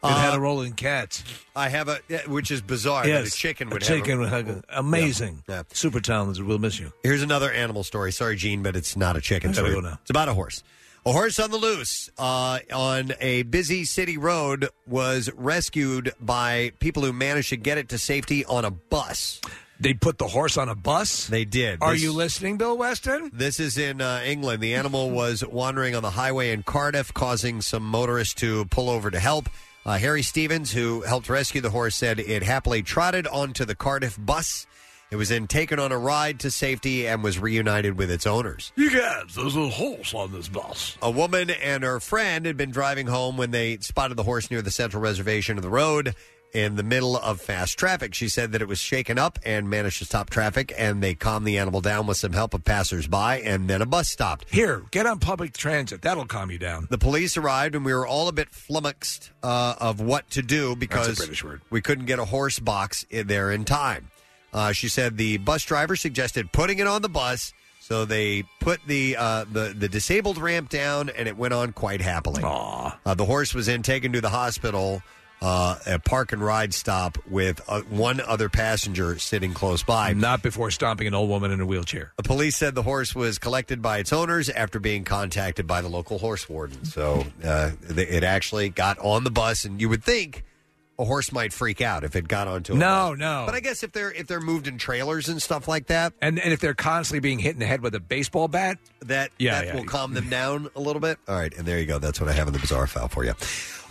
Speaker 3: It
Speaker 6: had a role in Cats.
Speaker 3: I have a, yeah, which is bizarre. that
Speaker 6: yes,
Speaker 3: a chicken
Speaker 6: a
Speaker 3: would have.
Speaker 6: chicken would have a- amazing, super talented. We'll miss you.
Speaker 3: Here's another animal story. Sorry, Gene, but it's not a chicken.
Speaker 6: That's
Speaker 3: story.
Speaker 6: what I know.
Speaker 3: It's about a horse. A horse on the loose uh, on a busy city road was rescued by people who managed to get it to safety on a bus.
Speaker 6: They put the horse on a bus?
Speaker 3: They did.
Speaker 6: Are
Speaker 3: This-
Speaker 6: you listening, Bill Weston?
Speaker 3: This is in uh, England. The animal was wandering on the highway in Cardiff, causing some motorists to pull over to help. Uh, Harry Stevens, who helped rescue the horse, said it happily trotted onto the Cardiff bus. It was then taken on a ride to safety and was reunited with its owners.
Speaker 6: You guys, there's a horse on this bus.
Speaker 3: A woman and her friend had been driving home when they spotted the horse near the central reservation of the road in the middle of fast traffic. She said that it was shaken up and managed to stop traffic, and they calmed the animal down with some help of passersby, and then a bus stopped.
Speaker 6: Here, get on public transit. That'll calm you down.
Speaker 3: The police arrived, and we were all a bit flummoxed uh, of what to do because
Speaker 6: British word.
Speaker 3: we couldn't get a horse box in there in time. Uh, she said the bus driver suggested putting it on the bus, so they put the uh, the the disabled ramp down, and it went on quite happily. Uh, the horse was then taken to the hospital. Uh, a park and ride stop with uh, one other passenger sitting close by.
Speaker 6: Not before stomping an old woman in a wheelchair.
Speaker 3: The police said the horse was collected by its owners after being contacted by the local horse warden. So uh, th- it actually got on the bus, and you would think a horse might freak out if it got onto a
Speaker 6: No,
Speaker 3: bus.
Speaker 6: no.
Speaker 3: But I guess if they're if they're moved in trailers and stuff like that,
Speaker 6: And and if they're constantly being hit in the head with a baseball bat,
Speaker 3: that
Speaker 6: yeah,
Speaker 3: that
Speaker 6: yeah.
Speaker 3: will calm them down a little bit. All right, and there you go. That's what I have in the bizarre file for you.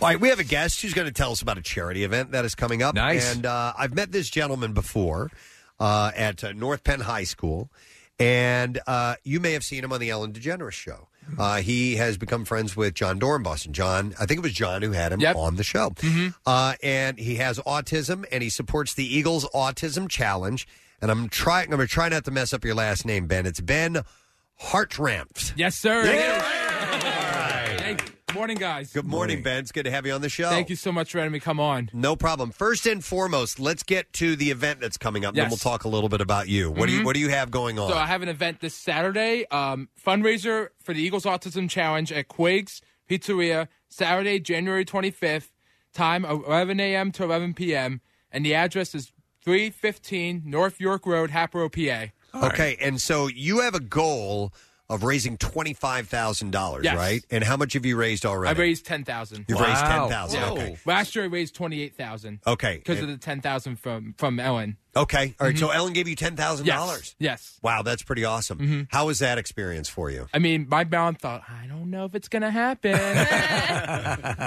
Speaker 3: All right, we have a guest who's going to tell us about a charity event that is coming up.
Speaker 6: Nice.
Speaker 3: And uh, I've met this gentleman before uh, at uh, North Penn High School, and uh, you may have seen him on the Ellen DeGeneres show. Uh, he has become friends with John Dornbos, and John, I think it was John who had him on the show. Uh, and he has autism, and he supports the Eagles Autism Challenge. And I'm trying. I'm going to try not to mess up your last name, Ben. It's Ben Hartrampt.
Speaker 16: Yes, sir.
Speaker 3: Good morning, guys. Good morning, Ben. It's good to have you on the show. Thank
Speaker 16: you so much for having me come on.
Speaker 3: No problem. First and foremost, let's get to the event that's coming up. and Then
Speaker 1: Yes.
Speaker 3: we'll talk a little bit about you. What do you
Speaker 1: Mhm.
Speaker 3: What do you have going on?
Speaker 1: So I have an event this Saturday, um, fundraiser for the Eagles Autism Challenge at Quiggs Pizzeria, Saturday, January 25th, time 11 a.m. to 11 p.m., and the address is 315 North York Road, Hapro, PA.
Speaker 3: okay, and so you have a goal of raising twenty five thousand dollars,
Speaker 1: Yes.
Speaker 3: right? And how much have you raised already?
Speaker 1: I raised 10000
Speaker 3: You've raised Wow. 10,000,
Speaker 1: Whoa.
Speaker 3: okay.
Speaker 1: Last year I raised 28000
Speaker 3: Okay.
Speaker 1: Because of
Speaker 3: And-
Speaker 1: the 10000 from from Ellen.
Speaker 3: Okay, all right. So
Speaker 1: Mhm.
Speaker 3: Ellen gave you ten thousand dollars.
Speaker 1: Yes. yes.
Speaker 3: Wow, that's pretty awesome. How was that experience for you?
Speaker 1: I mean, my mom thought, I don't know if it's gonna happen.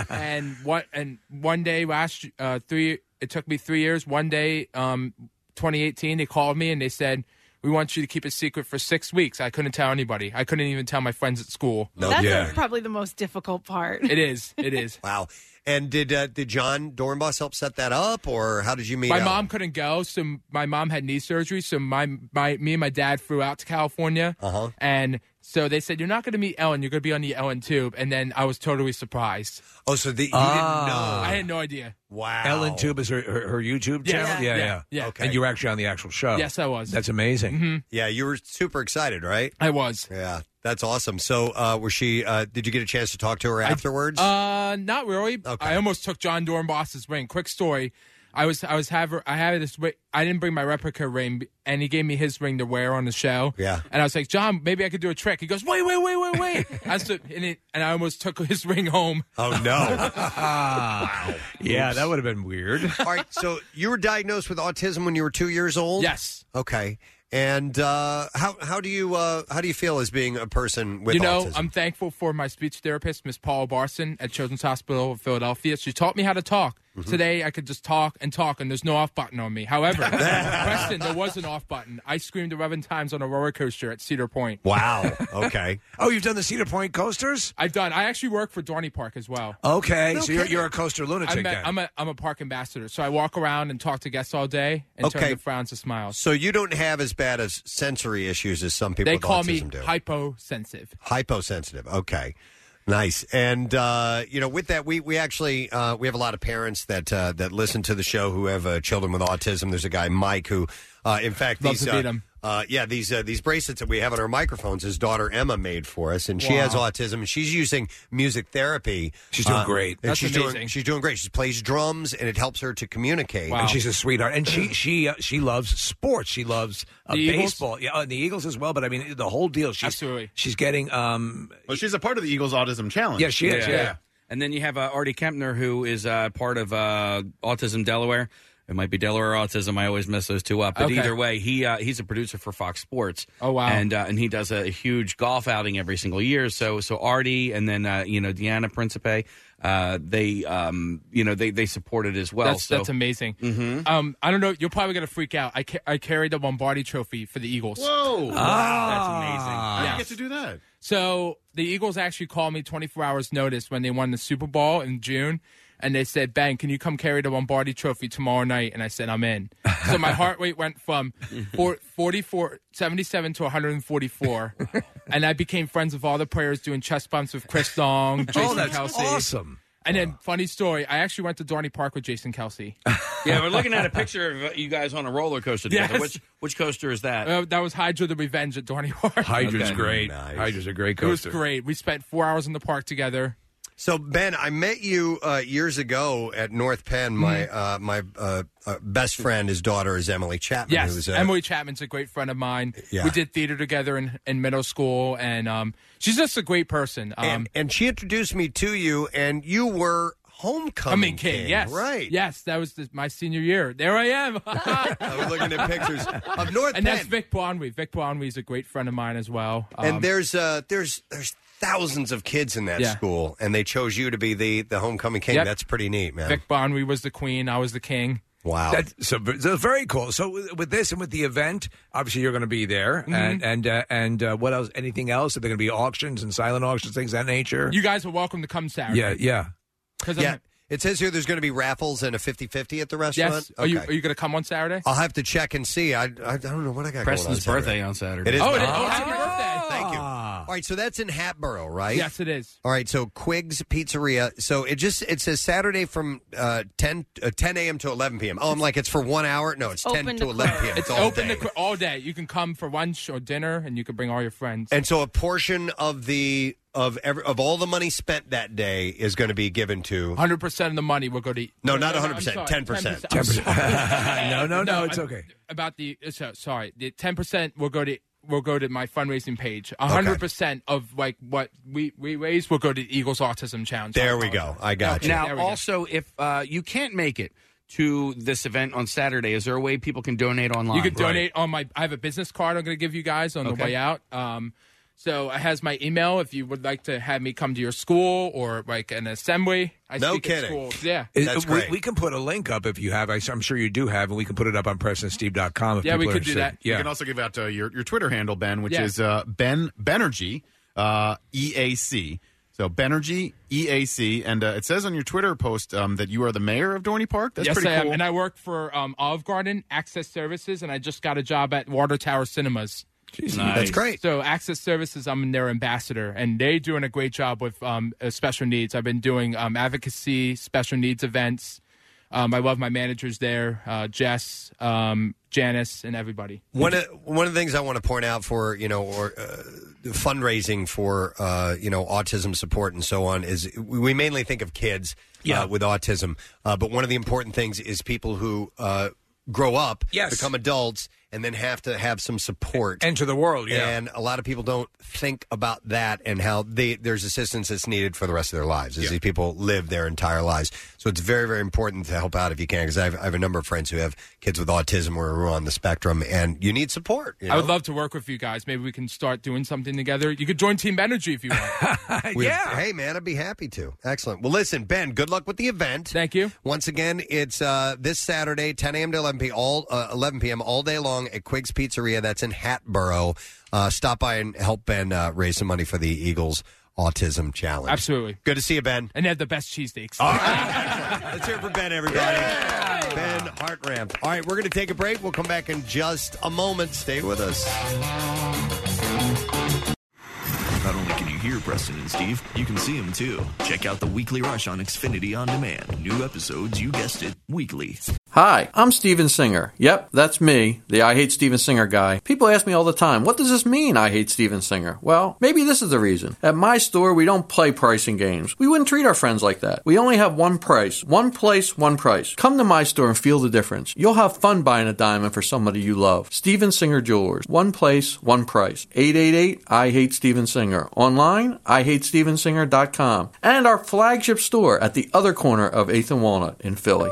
Speaker 1: and what? And one day last uh, three, it took me three years. One day, um, 2018, they called me and they said, we want you to keep it secret for six weeks. I couldn't tell anybody. I couldn't even tell my friends at school.
Speaker 4: That's probably the most difficult part.
Speaker 1: It is. It is.
Speaker 3: wow. And did uh, did John Dornbus help set that up, or how did you meet?
Speaker 1: my
Speaker 3: up?
Speaker 1: mom couldn't go, so m- my mom had knee surgery. So my my me and my dad flew out to California, uh-huh. and so they said you're not going to meet Ellen. You're going to be on the Ellen tube, and then I was totally surprised.
Speaker 3: Oh, so the, you
Speaker 6: Ah. know.
Speaker 1: I had no idea.
Speaker 3: Wow.
Speaker 6: Ellen Tube is her, her, her YouTube
Speaker 1: Yes.
Speaker 6: channel?
Speaker 1: Yeah.
Speaker 6: Yeah, yeah.
Speaker 1: Yeah.
Speaker 6: Okay. And you were actually on the actual show.
Speaker 1: Yes, I was.
Speaker 6: That's amazing.
Speaker 3: Yeah, you were super excited, right?
Speaker 1: I was.
Speaker 3: Yeah, that's awesome. So, uh, was she? Uh, did you get a chance to talk to her afterwards?
Speaker 1: Uh, not really. I almost took John Dornbos's ring. Quick story. I was I was have I had this ri- I didn't bring my replica ring and he gave me his ring to wear on the show.
Speaker 3: Yeah.
Speaker 1: And I was like, "John, maybe I could do a trick." He goes, "Wait, wait, wait, wait, wait." I stood and, it, and I almost took his ring home.
Speaker 3: Oh no.
Speaker 6: Yeah, that would have been weird.
Speaker 3: All right, so you were diagnosed with autism when you were two years old.
Speaker 1: Yes.
Speaker 3: Okay. And uh, how how do you uh, how do you feel as being a person with
Speaker 1: you know,
Speaker 3: autism?
Speaker 1: I'm thankful for my speech therapist, Miss Paula Barson at Children's Hospital of Philadelphia. She taught me how to talk.
Speaker 6: Mm-hmm.
Speaker 1: Today, I could just talk and talk, and there's no off button on me. However, Preston, there was an off button. I screamed 11 times on a roller coaster at Cedar Point.
Speaker 3: Wow. Okay.
Speaker 6: oh, you've done the Cedar Point coasters?
Speaker 1: I've done. I actually work for Dorney Park as well.
Speaker 6: Okay, so you're, you're a coaster lunatic
Speaker 1: I'm a,
Speaker 6: then.
Speaker 1: I'm, a, I'm a park ambassador, so I walk around and talk to guests all day and turn
Speaker 3: Okay.
Speaker 1: their frowns to smiles.
Speaker 3: so you don't have as bad as sensory issues as some people
Speaker 1: they
Speaker 3: with
Speaker 1: call
Speaker 3: autism
Speaker 1: me
Speaker 3: do.
Speaker 1: hyposensitive.
Speaker 3: hyposensitive. Okay. Nice. And uh, you know, with that, we we actually uh, we have a lot of parents that uh, that listen to the show who have uh, children with autism. There's a guy Mike who, uh, in fact,
Speaker 1: Love
Speaker 3: these
Speaker 1: to beat
Speaker 3: uh,
Speaker 1: him.
Speaker 3: uh, yeah these uh, these bracelets that we have on our microphones, his daughter Emma made for us, and she
Speaker 6: Wow.
Speaker 3: has autism. and She's using music therapy.
Speaker 6: She's doing
Speaker 3: uh,
Speaker 6: great.
Speaker 3: and
Speaker 6: That's
Speaker 3: she's
Speaker 6: amazing.
Speaker 3: doing she's doing great. She plays drums, and it helps her to communicate.
Speaker 6: And she's a sweetheart, and she she uh, she loves sports. She loves uh,
Speaker 3: The Eagles?
Speaker 6: baseball, yeah, uh, the Eagles as well. But I mean, the whole deal. She's, Absolutely, she's getting. Um,
Speaker 5: well, she's a part of the Eagles Autism Challenge.
Speaker 6: Yeah, she is. Yeah.
Speaker 7: And then you have uh, Artie Kempner, who is uh, part of uh, Autism Delaware. It might be Delaware Autism. I always mess those two up. But
Speaker 1: Okay.
Speaker 7: either way, he uh, he's a producer for Fox Sports.
Speaker 1: Oh, wow.
Speaker 7: And uh, and he does a huge golf outing every single year. So so Artie and then uh, you know Deanna Principe, uh, they um, you know they they support it as well.
Speaker 1: that's,
Speaker 7: so
Speaker 1: that's amazing. Um, I don't know. You're probably gonna freak out. I, ca- I carried the Lombardi Trophy for the Eagles.
Speaker 5: Whoa! Ah.
Speaker 1: Wow,
Speaker 6: Ah.
Speaker 5: How do
Speaker 1: that's
Speaker 5: you
Speaker 1: amazing.
Speaker 5: get to do that?
Speaker 1: So the Eagles actually called me 24 hours notice when they won the Super Bowl in June, and they said, "Bang, can you come carry the Lombardi Trophy tomorrow night?" And I said, "I'm in." So my heart rate went from four- 44, 77 to 144, and I became friends with all the players doing chest bumps with Chris Dong, Jason
Speaker 6: that's
Speaker 1: Kelsey.
Speaker 6: awesome.
Speaker 1: And then, funny story, I actually went to Dorney Park with Jason Kelsey.
Speaker 7: yeah, we're looking at a picture of uh, you guys on a roller coaster together.
Speaker 1: Yes.
Speaker 7: Which which coaster is that?
Speaker 1: Uh, that was Hydra the Revenge at Dorney Park.
Speaker 6: Hydra's
Speaker 7: Okay.
Speaker 6: great. Hydra's a great
Speaker 1: It was
Speaker 6: coaster.
Speaker 1: great. We spent four hours in the park together.
Speaker 3: So Ben, I met you uh, years ago at North Penn. My
Speaker 1: Mm-hmm.
Speaker 3: uh, my uh, uh, best friend, his daughter is Emily Chapman.
Speaker 1: Yes,
Speaker 3: who's a-
Speaker 1: Emily Chapman's a great friend of mine.
Speaker 3: Yeah.
Speaker 1: We did theater together in, in middle school, and um, she's just a great person. Um,
Speaker 3: and, and she introduced me to you, and you were homecoming
Speaker 1: Coming King, yes,
Speaker 3: right?
Speaker 1: Yes, that was the, my senior year. There I am. I
Speaker 3: was looking at pictures of North
Speaker 1: and that's
Speaker 3: Penn.
Speaker 1: Vic Blonwy. Vic Blonwy is a great friend of mine as well. Um,
Speaker 3: and there's uh, there's there's thousands of kids in that
Speaker 1: Yeah.
Speaker 3: school, and they chose you to be the the homecoming king.
Speaker 1: Yep.
Speaker 3: That's pretty neat, man.
Speaker 1: Vic Blonwy was the queen. I was the king.
Speaker 3: Wow.
Speaker 6: That's so, so very cool. So with- with this and with the event, obviously you're going to be there,
Speaker 1: Mm-hmm.
Speaker 6: and and uh, and uh, what else? Anything else? Are there going to be auctions and silent auctions, things of that nature?
Speaker 1: You guys are welcome to come Saturday.
Speaker 6: yeah, yeah.
Speaker 1: 'Cause I'm-
Speaker 3: yeah, it says here there's going to be raffles and a 50-50 at the restaurant.
Speaker 1: Yes. Are you are you going to come on Saturday?
Speaker 3: I'll have to check and see. I, I don't know what I got.
Speaker 7: Preston's
Speaker 3: going on Saturday.
Speaker 7: birthday on Saturday.
Speaker 3: It is.
Speaker 1: Oh,
Speaker 3: my
Speaker 1: it is. Oh,
Speaker 3: birthday.
Speaker 1: happy birthday!
Speaker 3: Thank you. Ah. All right, so that's in Hatboro, right?
Speaker 1: Yes, it is.
Speaker 3: All right, so Quigs Pizzeria. So it just it says Saturday from uh, 10 uh, 10 a.m. to 11 p.m. Oh, I'm like it's for one hour. No, it's 10 to 11 p.m.
Speaker 1: It's
Speaker 3: all
Speaker 1: open
Speaker 3: day.
Speaker 1: to cr- all day. You can come for lunch or dinner, and you can bring all your friends.
Speaker 3: and so a portion of the of every of all the money spent that day is going to be given to.
Speaker 1: Hundred percent of the money will go to.
Speaker 3: No, not
Speaker 1: I'm
Speaker 3: 100%,
Speaker 1: sorry,
Speaker 3: 10%.
Speaker 1: 10%. I'm sorry.
Speaker 6: No, no, no, it's
Speaker 1: I'm-
Speaker 6: okay.
Speaker 1: About the so, sorry, the ten percent will go to will go to my fundraising page. hundred percent of like what we we raise will go to the Eagles Autism Challenge.
Speaker 3: There we go. I got you.
Speaker 1: There
Speaker 7: Now,
Speaker 1: we go.
Speaker 7: also, if uh, you can't make it to this event on Saturday, is there a way people can donate online?
Speaker 1: You can donate on my. I have a business card. I'm going to give you guys on the
Speaker 7: Okay.
Speaker 1: way out. Um, So it has my email if you would like to have me come to your school or like an assembly. I
Speaker 6: No
Speaker 1: speak at
Speaker 6: kidding.
Speaker 1: schools. Yeah.
Speaker 6: Is- we, we can put a link up if you have. I, am sure you do have, and we can put it up on PresidentSteve.com. If people are interested.
Speaker 5: You
Speaker 6: Yeah.
Speaker 5: can also give out uh, your, your Twitter handle, Ben, which
Speaker 6: Yeah.
Speaker 5: is uh, Ben Benergy uh, EAC. So Benergy EAC, and uh, it says on your Twitter post um, that you are the mayor of Dorney Park. That's
Speaker 1: yes,
Speaker 5: pretty
Speaker 1: I
Speaker 5: cool.
Speaker 1: am. And I work for um, Olive Garden Access Services, and I just got a job at Water Tower Cinemas.
Speaker 3: That's great.
Speaker 1: So Access Services, I'm their ambassador, and they're doing a great job with um, uh, special needs. I've been doing um, advocacy, special needs events. Um, I love my managers there, uh, Jess, um, Janice, and everybody.
Speaker 3: One of, one of the things I want to point out for you know or uh, fundraising for uh, you know autism support and so on is we mainly think of kids uh, with autism, uh, but one of the important things is people who uh, grow up,
Speaker 6: Yes.
Speaker 3: become adults, and then have to have some support
Speaker 6: enter the world. Yeah.
Speaker 3: And a lot of people don't think about that and how they, there's assistance that's needed for the rest of their lives. As these people live their entire lives, so it's very very important to help out if you can. Because I have, I have a number of friends who have kids with autism or who are on the spectrum, and you need support. you
Speaker 1: I
Speaker 3: know?
Speaker 1: would love to work with you guys. Maybe we can start doing something together. You could join Team Energy if you want.
Speaker 3: We- Hey, man, I'd be happy to. Excellent. Well, listen, Ben, good luck with the event.
Speaker 1: Thank you.
Speaker 3: Once again, it's uh, this Saturday, 10 a.m. to 11 p. all uh, 11 p.m. all day long at Quig's Pizzeria. That's in Hatboro. Uh, stop by and help Ben uh, raise some money for the Eagles Autism Challenge.
Speaker 1: Absolutely.
Speaker 3: Good to see you, Ben.
Speaker 1: And they have the best cheesesteaks.
Speaker 3: Let's hear it for Ben, everybody. Ben Hartramp. All right, we're going to take a break. We'll come back in just a moment. Stay with us.
Speaker 10: Not only can you hear Preston and Steve, you can see them too. Check out the Weekly Rush on Xfinity On Demand. New episodes, you guessed it, weekly.
Speaker 28: Hi, I'm Steven Singer. Yep, that's me, the I Hate Steven Singer guy. People ask me all the time, what does this mean, I Hate Steven Singer? Well, maybe this is the reason. At my store, we don't play pricing games. We wouldn't treat our friends like that. We only have one price, one place, one price. Come to my store and feel the difference. You'll have fun buying a diamond for somebody you love. Steven Singer Jewelers. One place, one price. 888 I Hate Steven Singer. Online, IHateStevenSinger.com. And our flagship store at the other corner of 8th and Walnut in Philly.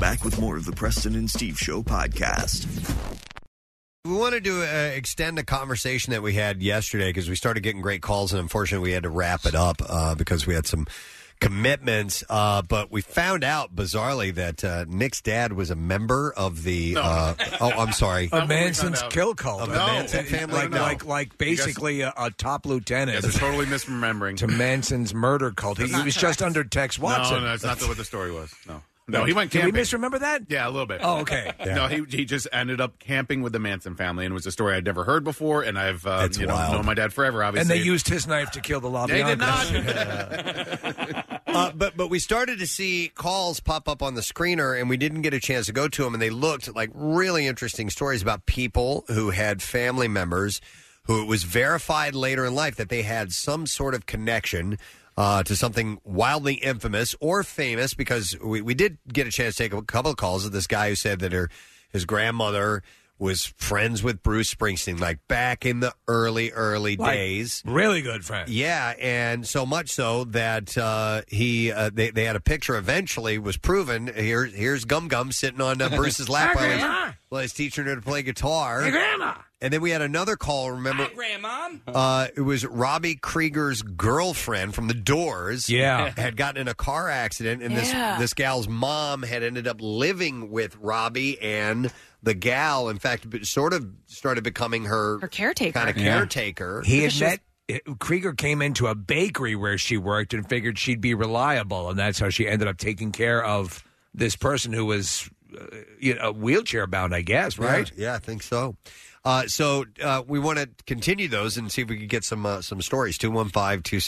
Speaker 10: Back with more of the Preston and Steve Show podcast.
Speaker 3: We wanted to uh, extend a conversation that we had yesterday because we started getting great calls, and unfortunately, we had to wrap it up uh, because we had some commitments. Uh, but we found out bizarrely that uh, Nick's dad was a member of the. Uh, oh, I'm sorry,
Speaker 6: A Manson's kill cult.
Speaker 3: Of the Manson family.
Speaker 6: Like,
Speaker 3: No.
Speaker 6: like, like basically a, a top lieutenant.
Speaker 5: Yes, they're totally misremembering.
Speaker 6: To Manson's murder cult. He, he was just under Tex Watson.
Speaker 5: No, no, that's not the, what the story was. No, no, he went
Speaker 6: Did
Speaker 5: camping.
Speaker 6: we misremember that?
Speaker 5: Yeah, a little bit.
Speaker 6: Oh, okay.
Speaker 5: No, he he just ended up camping with the Manson family, and it was a story I'd never heard before. And I've uh, you know, known my dad forever,
Speaker 6: and
Speaker 5: obviously.
Speaker 6: they used his knife to kill the lobby.
Speaker 5: They did not.
Speaker 3: uh, but but we started to see calls pop up on the screener, and we didn't get a chance to go to them. And they looked like really interesting stories about people who had family members who it was verified later in life that they had some sort of connection. Uh, to something wildly infamous or famous, because we, we did get a chance to take a couple of calls of this guy who said that her his grandmother was friends with Bruce Springsteen, like back in the early early
Speaker 6: Like,
Speaker 3: days,
Speaker 6: really good friend.
Speaker 3: yeah, and so much so that uh, he uh, they they had a picture. Eventually, was proven. Here, here's Gum Gum sitting on uh, Bruce's lap
Speaker 16: Hi,
Speaker 3: while he's,
Speaker 16: Grandma.
Speaker 3: while he's teaching her to play guitar.
Speaker 16: Hey, Grandma.
Speaker 3: And then we had another call. Remember,
Speaker 16: Grandma.
Speaker 3: uh, it was Robbie Krieger's girlfriend from The Doors.
Speaker 6: Yeah.
Speaker 3: had gotten in a car accident, and
Speaker 6: Yeah.
Speaker 3: this this gal's mom had ended up living with Robbie and the gal. In fact, b- sort of started becoming her
Speaker 29: Her caretaker.
Speaker 3: kind of caretaker.
Speaker 6: He had met. uh, Krieger came into a bakery where she worked and figured she'd be reliable, and that's how she ended up taking care of this person who was, uh, you know, wheelchair bound, I guess, right?
Speaker 3: Yeah, I think so. Uh, so uh, we want to continue those and see if we could get some uh, some stories.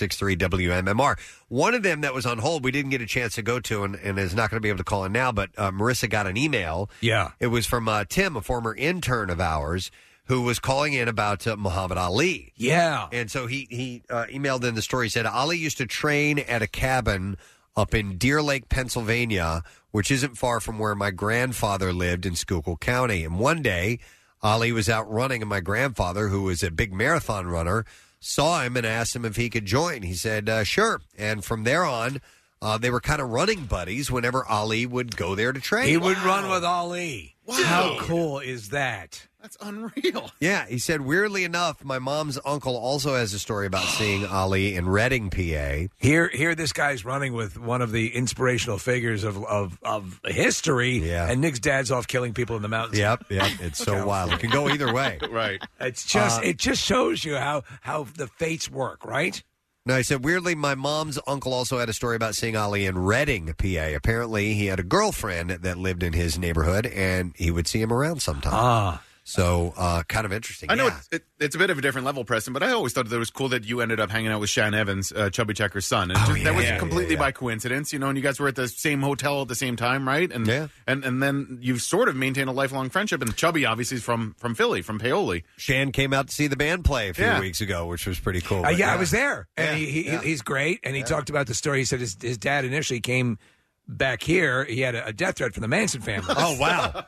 Speaker 3: 215-263-WMMR. One of them that was on hold, we didn't get a chance to go to and, and is not going to be able to call in now, but uh, Marissa got an email.
Speaker 6: Yeah.
Speaker 3: It was from uh, Tim, a former intern of ours, who was calling in about uh, Muhammad Ali.
Speaker 6: Yeah.
Speaker 3: And so he he uh, emailed in the story. He said Ali used to train at a cabin up in Deer Lake, Pennsylvania, which isn't far from where my grandfather lived in Schuylkill County. And one day, Ali was out running, and my grandfather, who was a big marathon runner, saw him and asked him if he could join. He said, uh, "Sure." And from there on. Uh, they were kind of running buddies whenever Ali would go there to train.
Speaker 6: He would run with Ali. How cool is that?
Speaker 5: That's unreal.
Speaker 3: Yeah, he said, weirdly enough, my mom's uncle also has a story about seeing Ali in Reading, PA.
Speaker 6: Here, here, this guy's running with one of the inspirational figures of of, of history, and Nick's dad's off killing people in the mountains.
Speaker 3: Yep, yep. It's so wild. It can go either way.
Speaker 5: right.
Speaker 6: It's just
Speaker 3: Uh,
Speaker 6: it just shows you how how the fates work, right?
Speaker 3: No, he said, weirdly, my mom's uncle also had a story about seeing Ali in Reading, PA. Apparently, he had a girlfriend that lived in his neighborhood, and he would see him around sometime.
Speaker 6: Ah.
Speaker 3: So, uh, kind of interesting.
Speaker 5: I know
Speaker 3: yeah.
Speaker 5: it's, it, it's a bit of a different level, Preston, but I always thought that it was cool that you ended up hanging out with Shan Evans, uh, Chubby Checker's son. And just- that was
Speaker 3: yeah,
Speaker 5: completely by coincidence, you know. And you guys were at the same hotel at the same time, right? And yeah. and and then you've sort of maintained a lifelong friendship. And Chubby obviously is from from Philly, from Paoli.
Speaker 3: Shan came out to see the band play a few
Speaker 5: Yeah.
Speaker 3: weeks ago, which was pretty cool.
Speaker 6: Uh,
Speaker 3: but
Speaker 6: yeah, I was there, and he, he he's great. And he talked about the story. He said his his dad initially came back here. He had a, a death threat from the Manson family.
Speaker 3: Oh wow.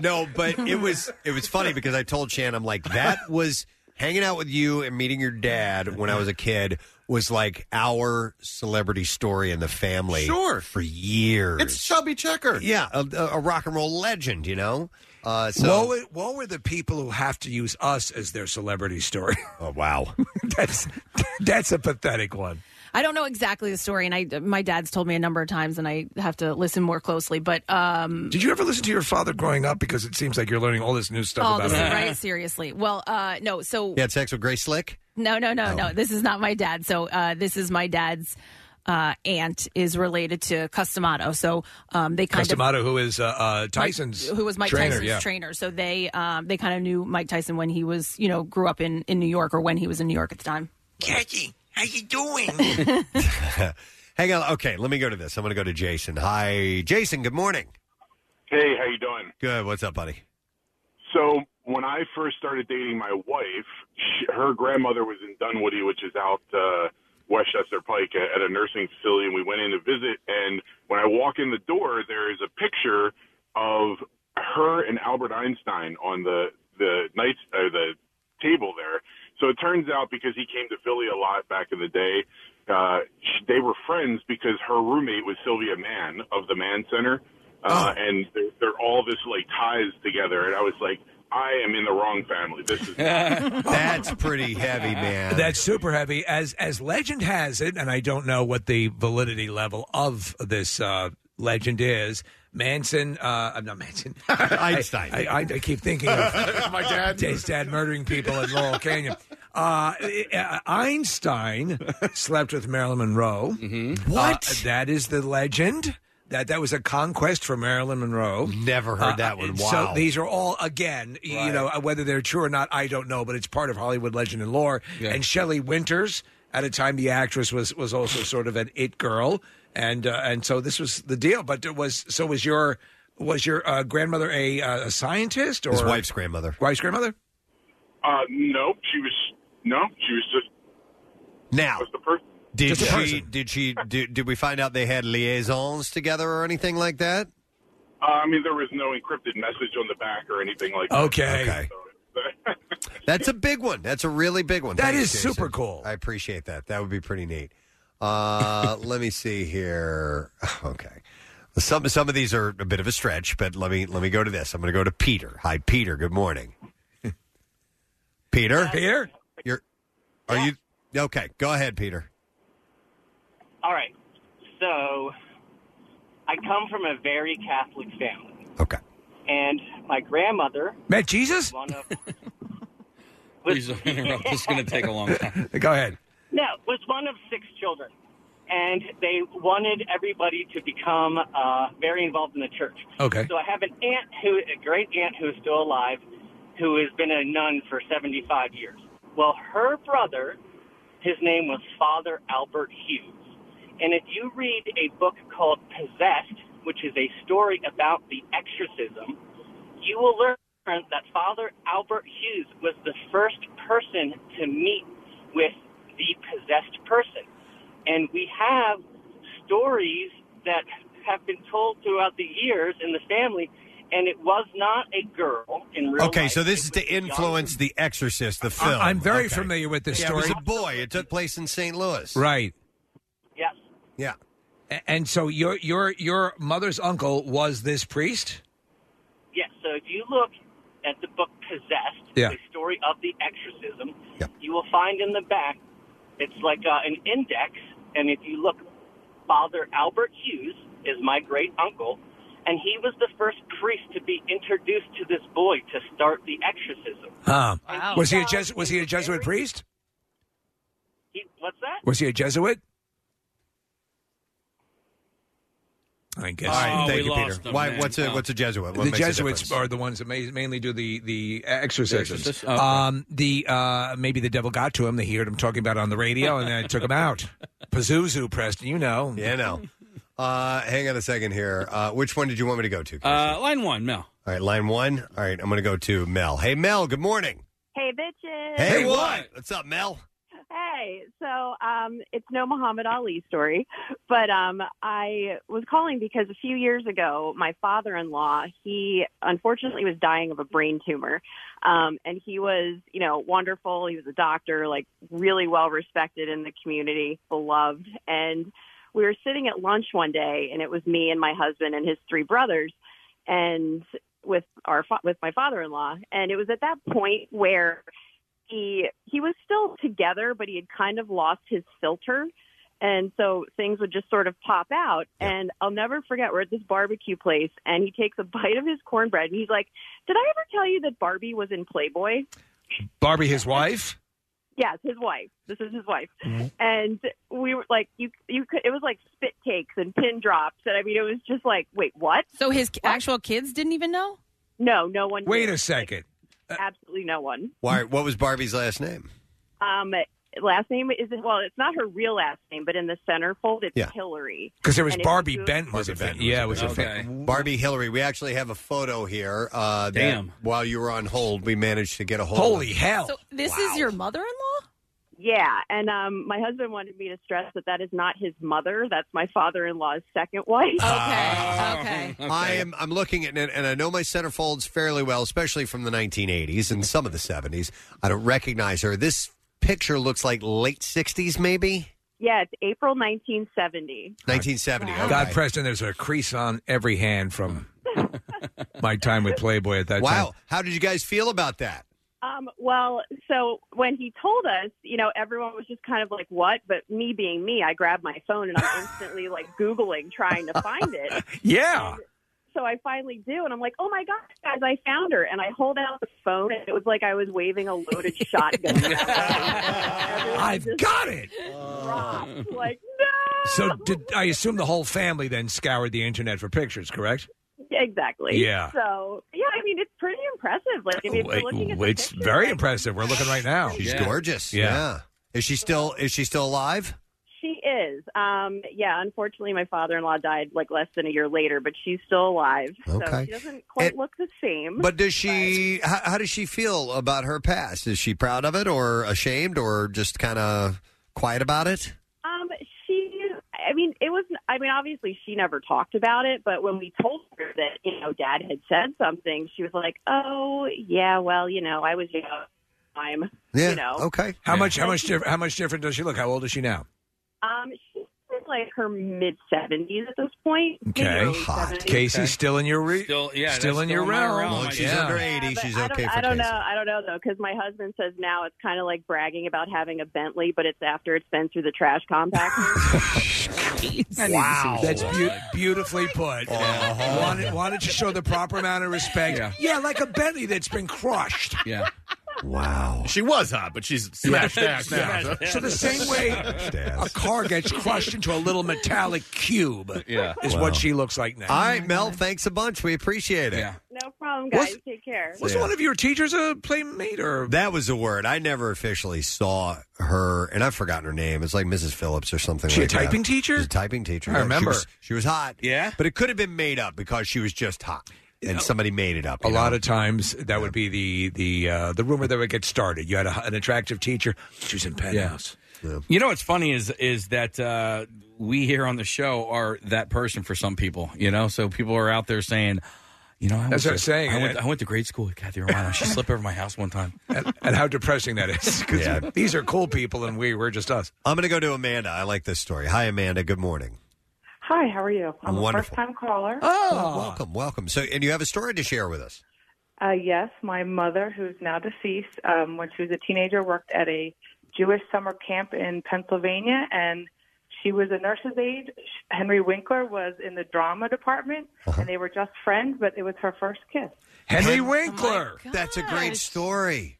Speaker 3: No, but it was it was funny because I told Shan I'm like that was hanging out with you and meeting your dad when I was a kid was like our celebrity story in the family
Speaker 5: Sure.
Speaker 3: for years.
Speaker 5: It's Chubby Checker.
Speaker 3: yeah, a, a- a rock and roll legend, you know. Uh,
Speaker 6: what,
Speaker 3: so
Speaker 6: were, what were the people who have to use us as their celebrity story?
Speaker 3: Oh wow,
Speaker 6: that's that's a pathetic one.
Speaker 4: I don't know exactly the story, and I my dad's told me a number of times, and I have to listen more closely. But um,
Speaker 6: Did you ever listen to your father growing up? Because it seems like you're learning all this new stuff
Speaker 4: all
Speaker 6: about
Speaker 4: this
Speaker 6: him.
Speaker 4: right? Seriously, well, uh, no. So
Speaker 3: he had sex with Grace Slick.
Speaker 4: No, no, no,
Speaker 6: Oh.
Speaker 4: no. This is not my dad. So uh, this is my dad's uh, aunt is related to Customato. So um, they kind
Speaker 6: Customato,
Speaker 4: of
Speaker 6: who is uh, uh, Tyson's,
Speaker 4: who was Mike
Speaker 6: trainer,
Speaker 4: Tyson's
Speaker 6: yeah.
Speaker 4: trainer. So they um, they kind of knew Mike Tyson when he was you know grew up in in New York or when he was in New York at the time.
Speaker 6: Jackie, how you doing?
Speaker 3: Hang on, okay, let me go to this. I'm going to go to Jason. Hi, Jason. Good morning.
Speaker 30: Hey, how you doing?
Speaker 3: Good. What's up, buddy?
Speaker 30: So when I first started dating my wife, she, her grandmother was in Dunwoody, which is out uh, Westchester Pike at, at a nursing facility, and we went in to visit. And when I walk in the door, there is a picture of her and Albert Einstein on the the night uh, the table there. So it turns out because he came to Philly a lot back in the day, uh, sh they were friends because her roommate was Sylvia Mann of the Mann Center, uh, and they're, they're all this like ties together. And I was like, I am in the wrong family. This is
Speaker 3: That's pretty heavy, man.
Speaker 6: That's super heavy. As as legend has it, and I don't know what the validity level of this uh, legend is. Manson, uh, I'm not Manson.
Speaker 3: Einstein.
Speaker 6: I, I, I keep thinking of my dad, his dad murdering people in Laurel Canyon. Uh, uh, Einstein slept with Marilyn Monroe. Mm-hmm.
Speaker 3: What?
Speaker 6: that is the legend. That that was a conquest for Marilyn Monroe. Uh,
Speaker 3: Never heard that one. Wow.
Speaker 6: So these are all again, you know, uh, whether they're true or not, I don't know, but it's part of Hollywood legend and lore. And Shelley Winters, at a time the actress was was also sort of an it girl, and uh, and so this was the deal. But it was so was your was your uh, grandmother a, uh, a scientist or
Speaker 3: His wife's grandmother.
Speaker 6: Wife's grandmother?
Speaker 30: uh, no. She was no. She was just
Speaker 3: Now, did
Speaker 6: Just a
Speaker 3: she,
Speaker 6: person.
Speaker 3: did she did, did we find out they had liaisons together or anything like that?
Speaker 30: Uh, I mean, there was no encrypted message on the back or anything like that.
Speaker 3: Okay. That's a big one. That's a really big one.
Speaker 6: That
Speaker 3: That is
Speaker 6: is super cool.
Speaker 3: I appreciate that. That would be pretty neat. Uh, let me see here. Okay. Some some of these are a bit of a stretch, but let me let me go to this. I'm going to go to Peter. Hi Peter, good morning. Peter?
Speaker 6: Peter?
Speaker 3: You're Are you Okay, go ahead Peter.
Speaker 18: All right. So I come from a very Catholic family.
Speaker 3: Okay.
Speaker 18: And my grandmother
Speaker 6: Met Jesus?
Speaker 18: One of,
Speaker 7: Please don't interrupt. This is going to take a long time.
Speaker 6: Go ahead.
Speaker 18: no, was one of six children. And they wanted everybody to become uh, very involved in the church.
Speaker 6: Okay.
Speaker 18: So I have an aunt who, a great aunt who is still alive, who has been a nun for 75 years. Well, her brother, his name was Father Albert Hughes. And if you read a book called Possessed, which is a story about the exorcism, you will learn that Father Albert Hughes was the first person to meet with the possessed person. And we have stories that have been told throughout the years in the family, and it was not a girl in real
Speaker 3: Okay,
Speaker 18: life.
Speaker 3: so this is to influence The Exorcist, the film.
Speaker 6: I'm very
Speaker 3: Okay.
Speaker 6: familiar with this
Speaker 3: Yeah,
Speaker 6: story.
Speaker 3: It was a boy. It took place in St. Louis.
Speaker 6: Right.
Speaker 18: Yes.
Speaker 3: Yeah.
Speaker 6: And so your your your mother's uncle was this priest?
Speaker 18: Yes. So if you look at the book Possessed,
Speaker 6: Yeah.
Speaker 18: the story of the exorcism, you will find in the back it's like uh, an index, and if you look, Father Albert Hughes is my great uncle, and he was the first priest to be introduced to this boy to start the exorcism.
Speaker 6: Huh.
Speaker 18: Wow.
Speaker 6: Was he a Jes- was he a Jesuit priest?
Speaker 18: He, what's that?
Speaker 6: Was he a Jesuit? I guess.
Speaker 3: All
Speaker 18: Oh,
Speaker 3: right, thank you, Peter. Why, what's a what's a Jesuit? What
Speaker 6: the
Speaker 3: makes a
Speaker 6: Jesuits
Speaker 3: difference?
Speaker 6: are the ones that ma- mainly do the the exorcisms.
Speaker 3: The exorcist- oh, okay.
Speaker 6: um, the uh, maybe the devil got to him. They heard him talking about it on the radio, and then it took him out. Pazuzu, Preston, you know.
Speaker 3: Yeah, I know. Uh, hang on a second here. Uh, which one did you want me to go to? Casey?
Speaker 7: Uh, line one, Mel.
Speaker 3: All right, line one. All right, I'm going to go to Mel. Hey, Mel. Good morning.
Speaker 19: Hey, bitches.
Speaker 3: Hey, Hey, what? what? What's up, Mel?
Speaker 19: Hey, so um, it's no Muhammad Ali story, but um, I was calling because a few years ago, my father-in-law, he unfortunately was dying of a brain tumor, um, and he was, you know, wonderful. He was a doctor, like really well respected in the community, beloved, and we were sitting at lunch one day, and it was me and my husband and his three brothers, and with our fa- with my father-in-law, and it was at that point where he he was still together, but he had kind of lost his filter, and so things would just sort of pop out. And I'll never forget we're at this barbecue place, and he takes a bite of his cornbread, and he's like, "Did I ever tell you that Barbie was in Playboy?"
Speaker 6: Barbie, his wife.
Speaker 19: Yes, his wife. This is his wife, and we were like, "You you could." It was like spit takes and pin drops, and I mean, it was just like, "Wait, what?"
Speaker 4: So his actual kids didn't even know.
Speaker 19: No, no one.
Speaker 6: Wait
Speaker 19: knew.
Speaker 6: a uh, second.
Speaker 19: Absolutely no one.
Speaker 3: Why? What was Barbie's last name?
Speaker 19: Um, last name is well, it's not her real last name, but in the centerfold, it's
Speaker 3: Yeah.
Speaker 19: Hillary.
Speaker 6: Because there was
Speaker 19: And it's
Speaker 6: Barbie
Speaker 19: Jew-
Speaker 6: Bent was a fan. Yeah, it was a fan.
Speaker 3: Barbie Hillary. We actually have a photo here. Uh, that
Speaker 6: Damn.
Speaker 3: While you were on hold, we managed to get a hold.
Speaker 6: Holy
Speaker 3: of.
Speaker 6: hell!
Speaker 19: So
Speaker 4: this is your mother-in-law.
Speaker 19: Yeah, and um, my husband wanted me to stress that that is not his mother. That's my father-in-law's second wife.
Speaker 4: okay.
Speaker 3: I am. I'm looking at it, and I know my centerfolds fairly well, especially from the 1980s and some of the 70s. I don't recognize her. This picture looks like late 60s, maybe
Speaker 19: Yeah, it's April 1970.
Speaker 3: 1970. okay.
Speaker 6: God, Preston, there's a crease on every hand from my time with Playboy at that time.
Speaker 3: Wow. How did you guys feel about that?
Speaker 19: Um, well, so when he told us, you know, everyone was just kind of like, "What?" But me being me, I grabbed my phone and I'm instantly like googling trying to find it.
Speaker 6: Yeah.
Speaker 19: So I finally do, and I'm like, "Oh my gosh, guys, I found her!" And I hold out the phone, and it was like I was waving a loaded shotgun.
Speaker 6: I've got it. Oh.
Speaker 19: Like,
Speaker 6: So did I assume the whole family then scoured the internet for pictures? Correct.
Speaker 19: exactly.
Speaker 6: Yeah.
Speaker 19: So yeah, I mean, it's pretty impressive. Like, I mean, if you're looking at the
Speaker 6: it's
Speaker 19: pictures,
Speaker 6: very impressive. We're looking right now.
Speaker 3: She's gorgeous. Yeah. Is she still? Is she still alive?
Speaker 19: She is. Um, yeah, unfortunately, my father-in-law died like less than a year later, but she's still alive. So
Speaker 3: Okay.
Speaker 19: she doesn't quite look the same.
Speaker 3: But does she? How, how does she feel about her past? Is she proud of it, or ashamed, or just kind of quiet about it?
Speaker 19: Um, she, I mean, it was. I mean, obviously, she never talked about it. But when we told her that you know Dad had said something, she was like, "Oh, yeah, well, you know, I was young. I'm, you know,
Speaker 3: Okay.
Speaker 6: How much? How much? Diff- how much different does she look? How old is she now?
Speaker 19: Um, she's in, like her mid seventies at this point. maybe
Speaker 6: Okay.
Speaker 19: early 70s.
Speaker 6: Casey's still in your re- still,
Speaker 7: yeah,
Speaker 6: still
Speaker 7: that's
Speaker 6: in your
Speaker 7: still in my
Speaker 6: realm.
Speaker 7: realm, Well, I she's guess. under
Speaker 6: Yeah.
Speaker 3: 80, she's
Speaker 19: I don't, I don't know. I don't know though, because my husband says now it's kind of like bragging about having a Bentley, but it's after it's been through the trash compactor.
Speaker 6: Wow, that's beau- beautifully put.
Speaker 3: Uh-huh.
Speaker 6: Wanted, wanted to show the proper amount of respect. Yeah. like a Bentley that's been crushed.
Speaker 7: Yeah.
Speaker 3: Wow.
Speaker 5: She was hot, but she's smashed ass now.
Speaker 6: So the same way a car gets crushed into a little metallic cube
Speaker 5: Yeah.
Speaker 6: is
Speaker 3: Wow.
Speaker 6: what she looks like now.
Speaker 3: All right, Mel, thanks a bunch. We appreciate it. Yeah.
Speaker 19: No problem, guys.
Speaker 6: Was-
Speaker 19: Take care.
Speaker 6: Was one of your teachers a playmate or
Speaker 3: That was a word. I never officially saw her, and I've forgotten her name. It's like Mrs. Phillips or something
Speaker 6: She a
Speaker 3: like that.
Speaker 6: typing teacher?
Speaker 3: She's a typing teacher.
Speaker 6: I
Speaker 3: Yeah, she
Speaker 6: remember.
Speaker 3: was- She was, hot. Yeah. But it could have been made up because she was just hot, and somebody made it up.
Speaker 6: a lot of times that would be the the uh, the rumor that would get started. You had a, an attractive teacher. She was in penthouse.
Speaker 7: You know what's funny is is that uh, we here on the show are that person for some people. You know, so people are out there saying, you know, I
Speaker 6: That's what
Speaker 7: went to-
Speaker 6: I'm saying. eh?
Speaker 7: I went, I went to grade school with Kathy Romano. she slipped over my house one time.
Speaker 6: And how depressing that is. 'cause These are cool people, and we we're just us.
Speaker 3: I'm going to go to Amanda. I like this story. Hi, Amanda. Good morning.
Speaker 8: Hi, how are you? I'm
Speaker 3: Wonderful.
Speaker 8: a first time caller.
Speaker 3: Well, welcome, welcome. So, and you have a story to share with us.
Speaker 8: Uh, yes, my mother, who's now deceased, um, when she was a teenager, worked at a Jewish summer camp in Pennsylvania, and she was a nurse's aide. Henry Winkler was in the drama department,
Speaker 3: Uh-huh.
Speaker 8: and they were just friends, but it was her first kiss.
Speaker 6: Henry Winkler.
Speaker 3: That's a great story.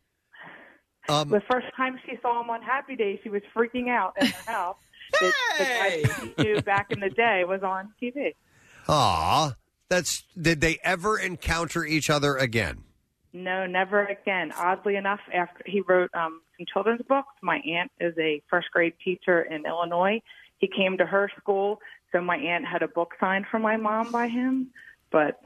Speaker 3: Um,
Speaker 8: the first time she saw him on Happy Days, she was freaking out in her house. That the guy she knew back in the day was on TV.
Speaker 3: Aw, that's. Did they ever encounter each other again?
Speaker 8: No, never again. Oddly enough, after he wrote um, some children's books, my aunt is a first grade teacher in Illinois. He came to her school, so my aunt had a book signed for my mom by him. But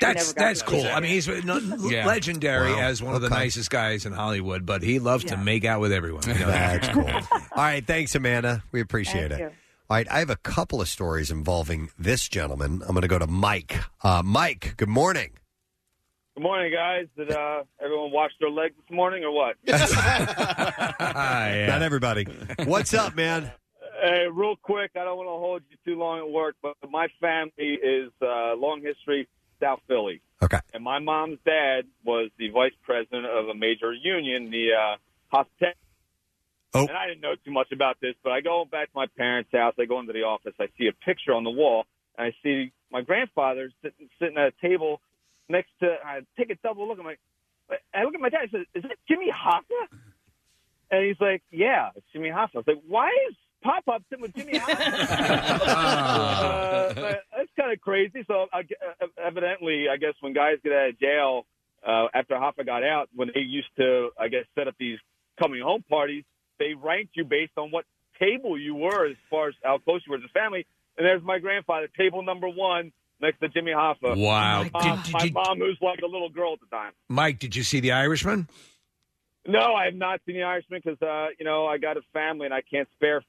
Speaker 6: That's
Speaker 8: never got
Speaker 6: that's
Speaker 8: to
Speaker 6: cool.
Speaker 8: see
Speaker 6: I mean, he's no-
Speaker 8: Yeah.
Speaker 6: legendary
Speaker 3: Wow.
Speaker 6: as one of the
Speaker 3: Okay.
Speaker 6: nicest guys in Hollywood, but he loves to make out with everyone. You know
Speaker 3: That's cool. All right, thanks, Amanda. We appreciate it.
Speaker 6: Thank you.
Speaker 3: All right, I have a couple of stories involving this gentleman. I'm going to go to Mike. Uh, Mike, good morning.
Speaker 20: Good morning, guys. Did uh, everyone wash their legs this morning or what?
Speaker 3: Not everybody. What's up, man?
Speaker 20: Hey, real quick, I don't want to hold you too long at work, but my family is uh, long history South Philly.
Speaker 3: Okay.
Speaker 20: And my mom's dad was the vice president of a major union, the uh, hospitality.
Speaker 3: Oh.
Speaker 20: And I didn't know too much about this, but I go back to my parents' house. I go into the office. I see a picture on the wall, and I see my grandfather sitting, sitting at a table next to. I take a double look. I'm like, I look at my dad. I said, "Is that Jimmy Hoffa?" And he's like, "Yeah, it's Jimmy Hoffa." I was like, "Why is Pop Up sitting with Jimmy Hoffa?" uh, but that's kind of crazy. So I, uh, evidently, I guess when guys get out of jail uh, after Hoffa got out, when they used to, I guess, set up these coming home parties, they ranked you based on what table you were as far as how close you were to the family. And there's my grandfather, table number one, next to Jimmy Hoffa.
Speaker 6: Wow.
Speaker 20: My mom,
Speaker 6: Oh Did-
Speaker 20: my
Speaker 6: did-
Speaker 20: mom who's like a little girl at the time.
Speaker 6: Mike, did you see The Irishman?
Speaker 20: No, I have not seen The Irishman because uh, you know I got a family and I can't spare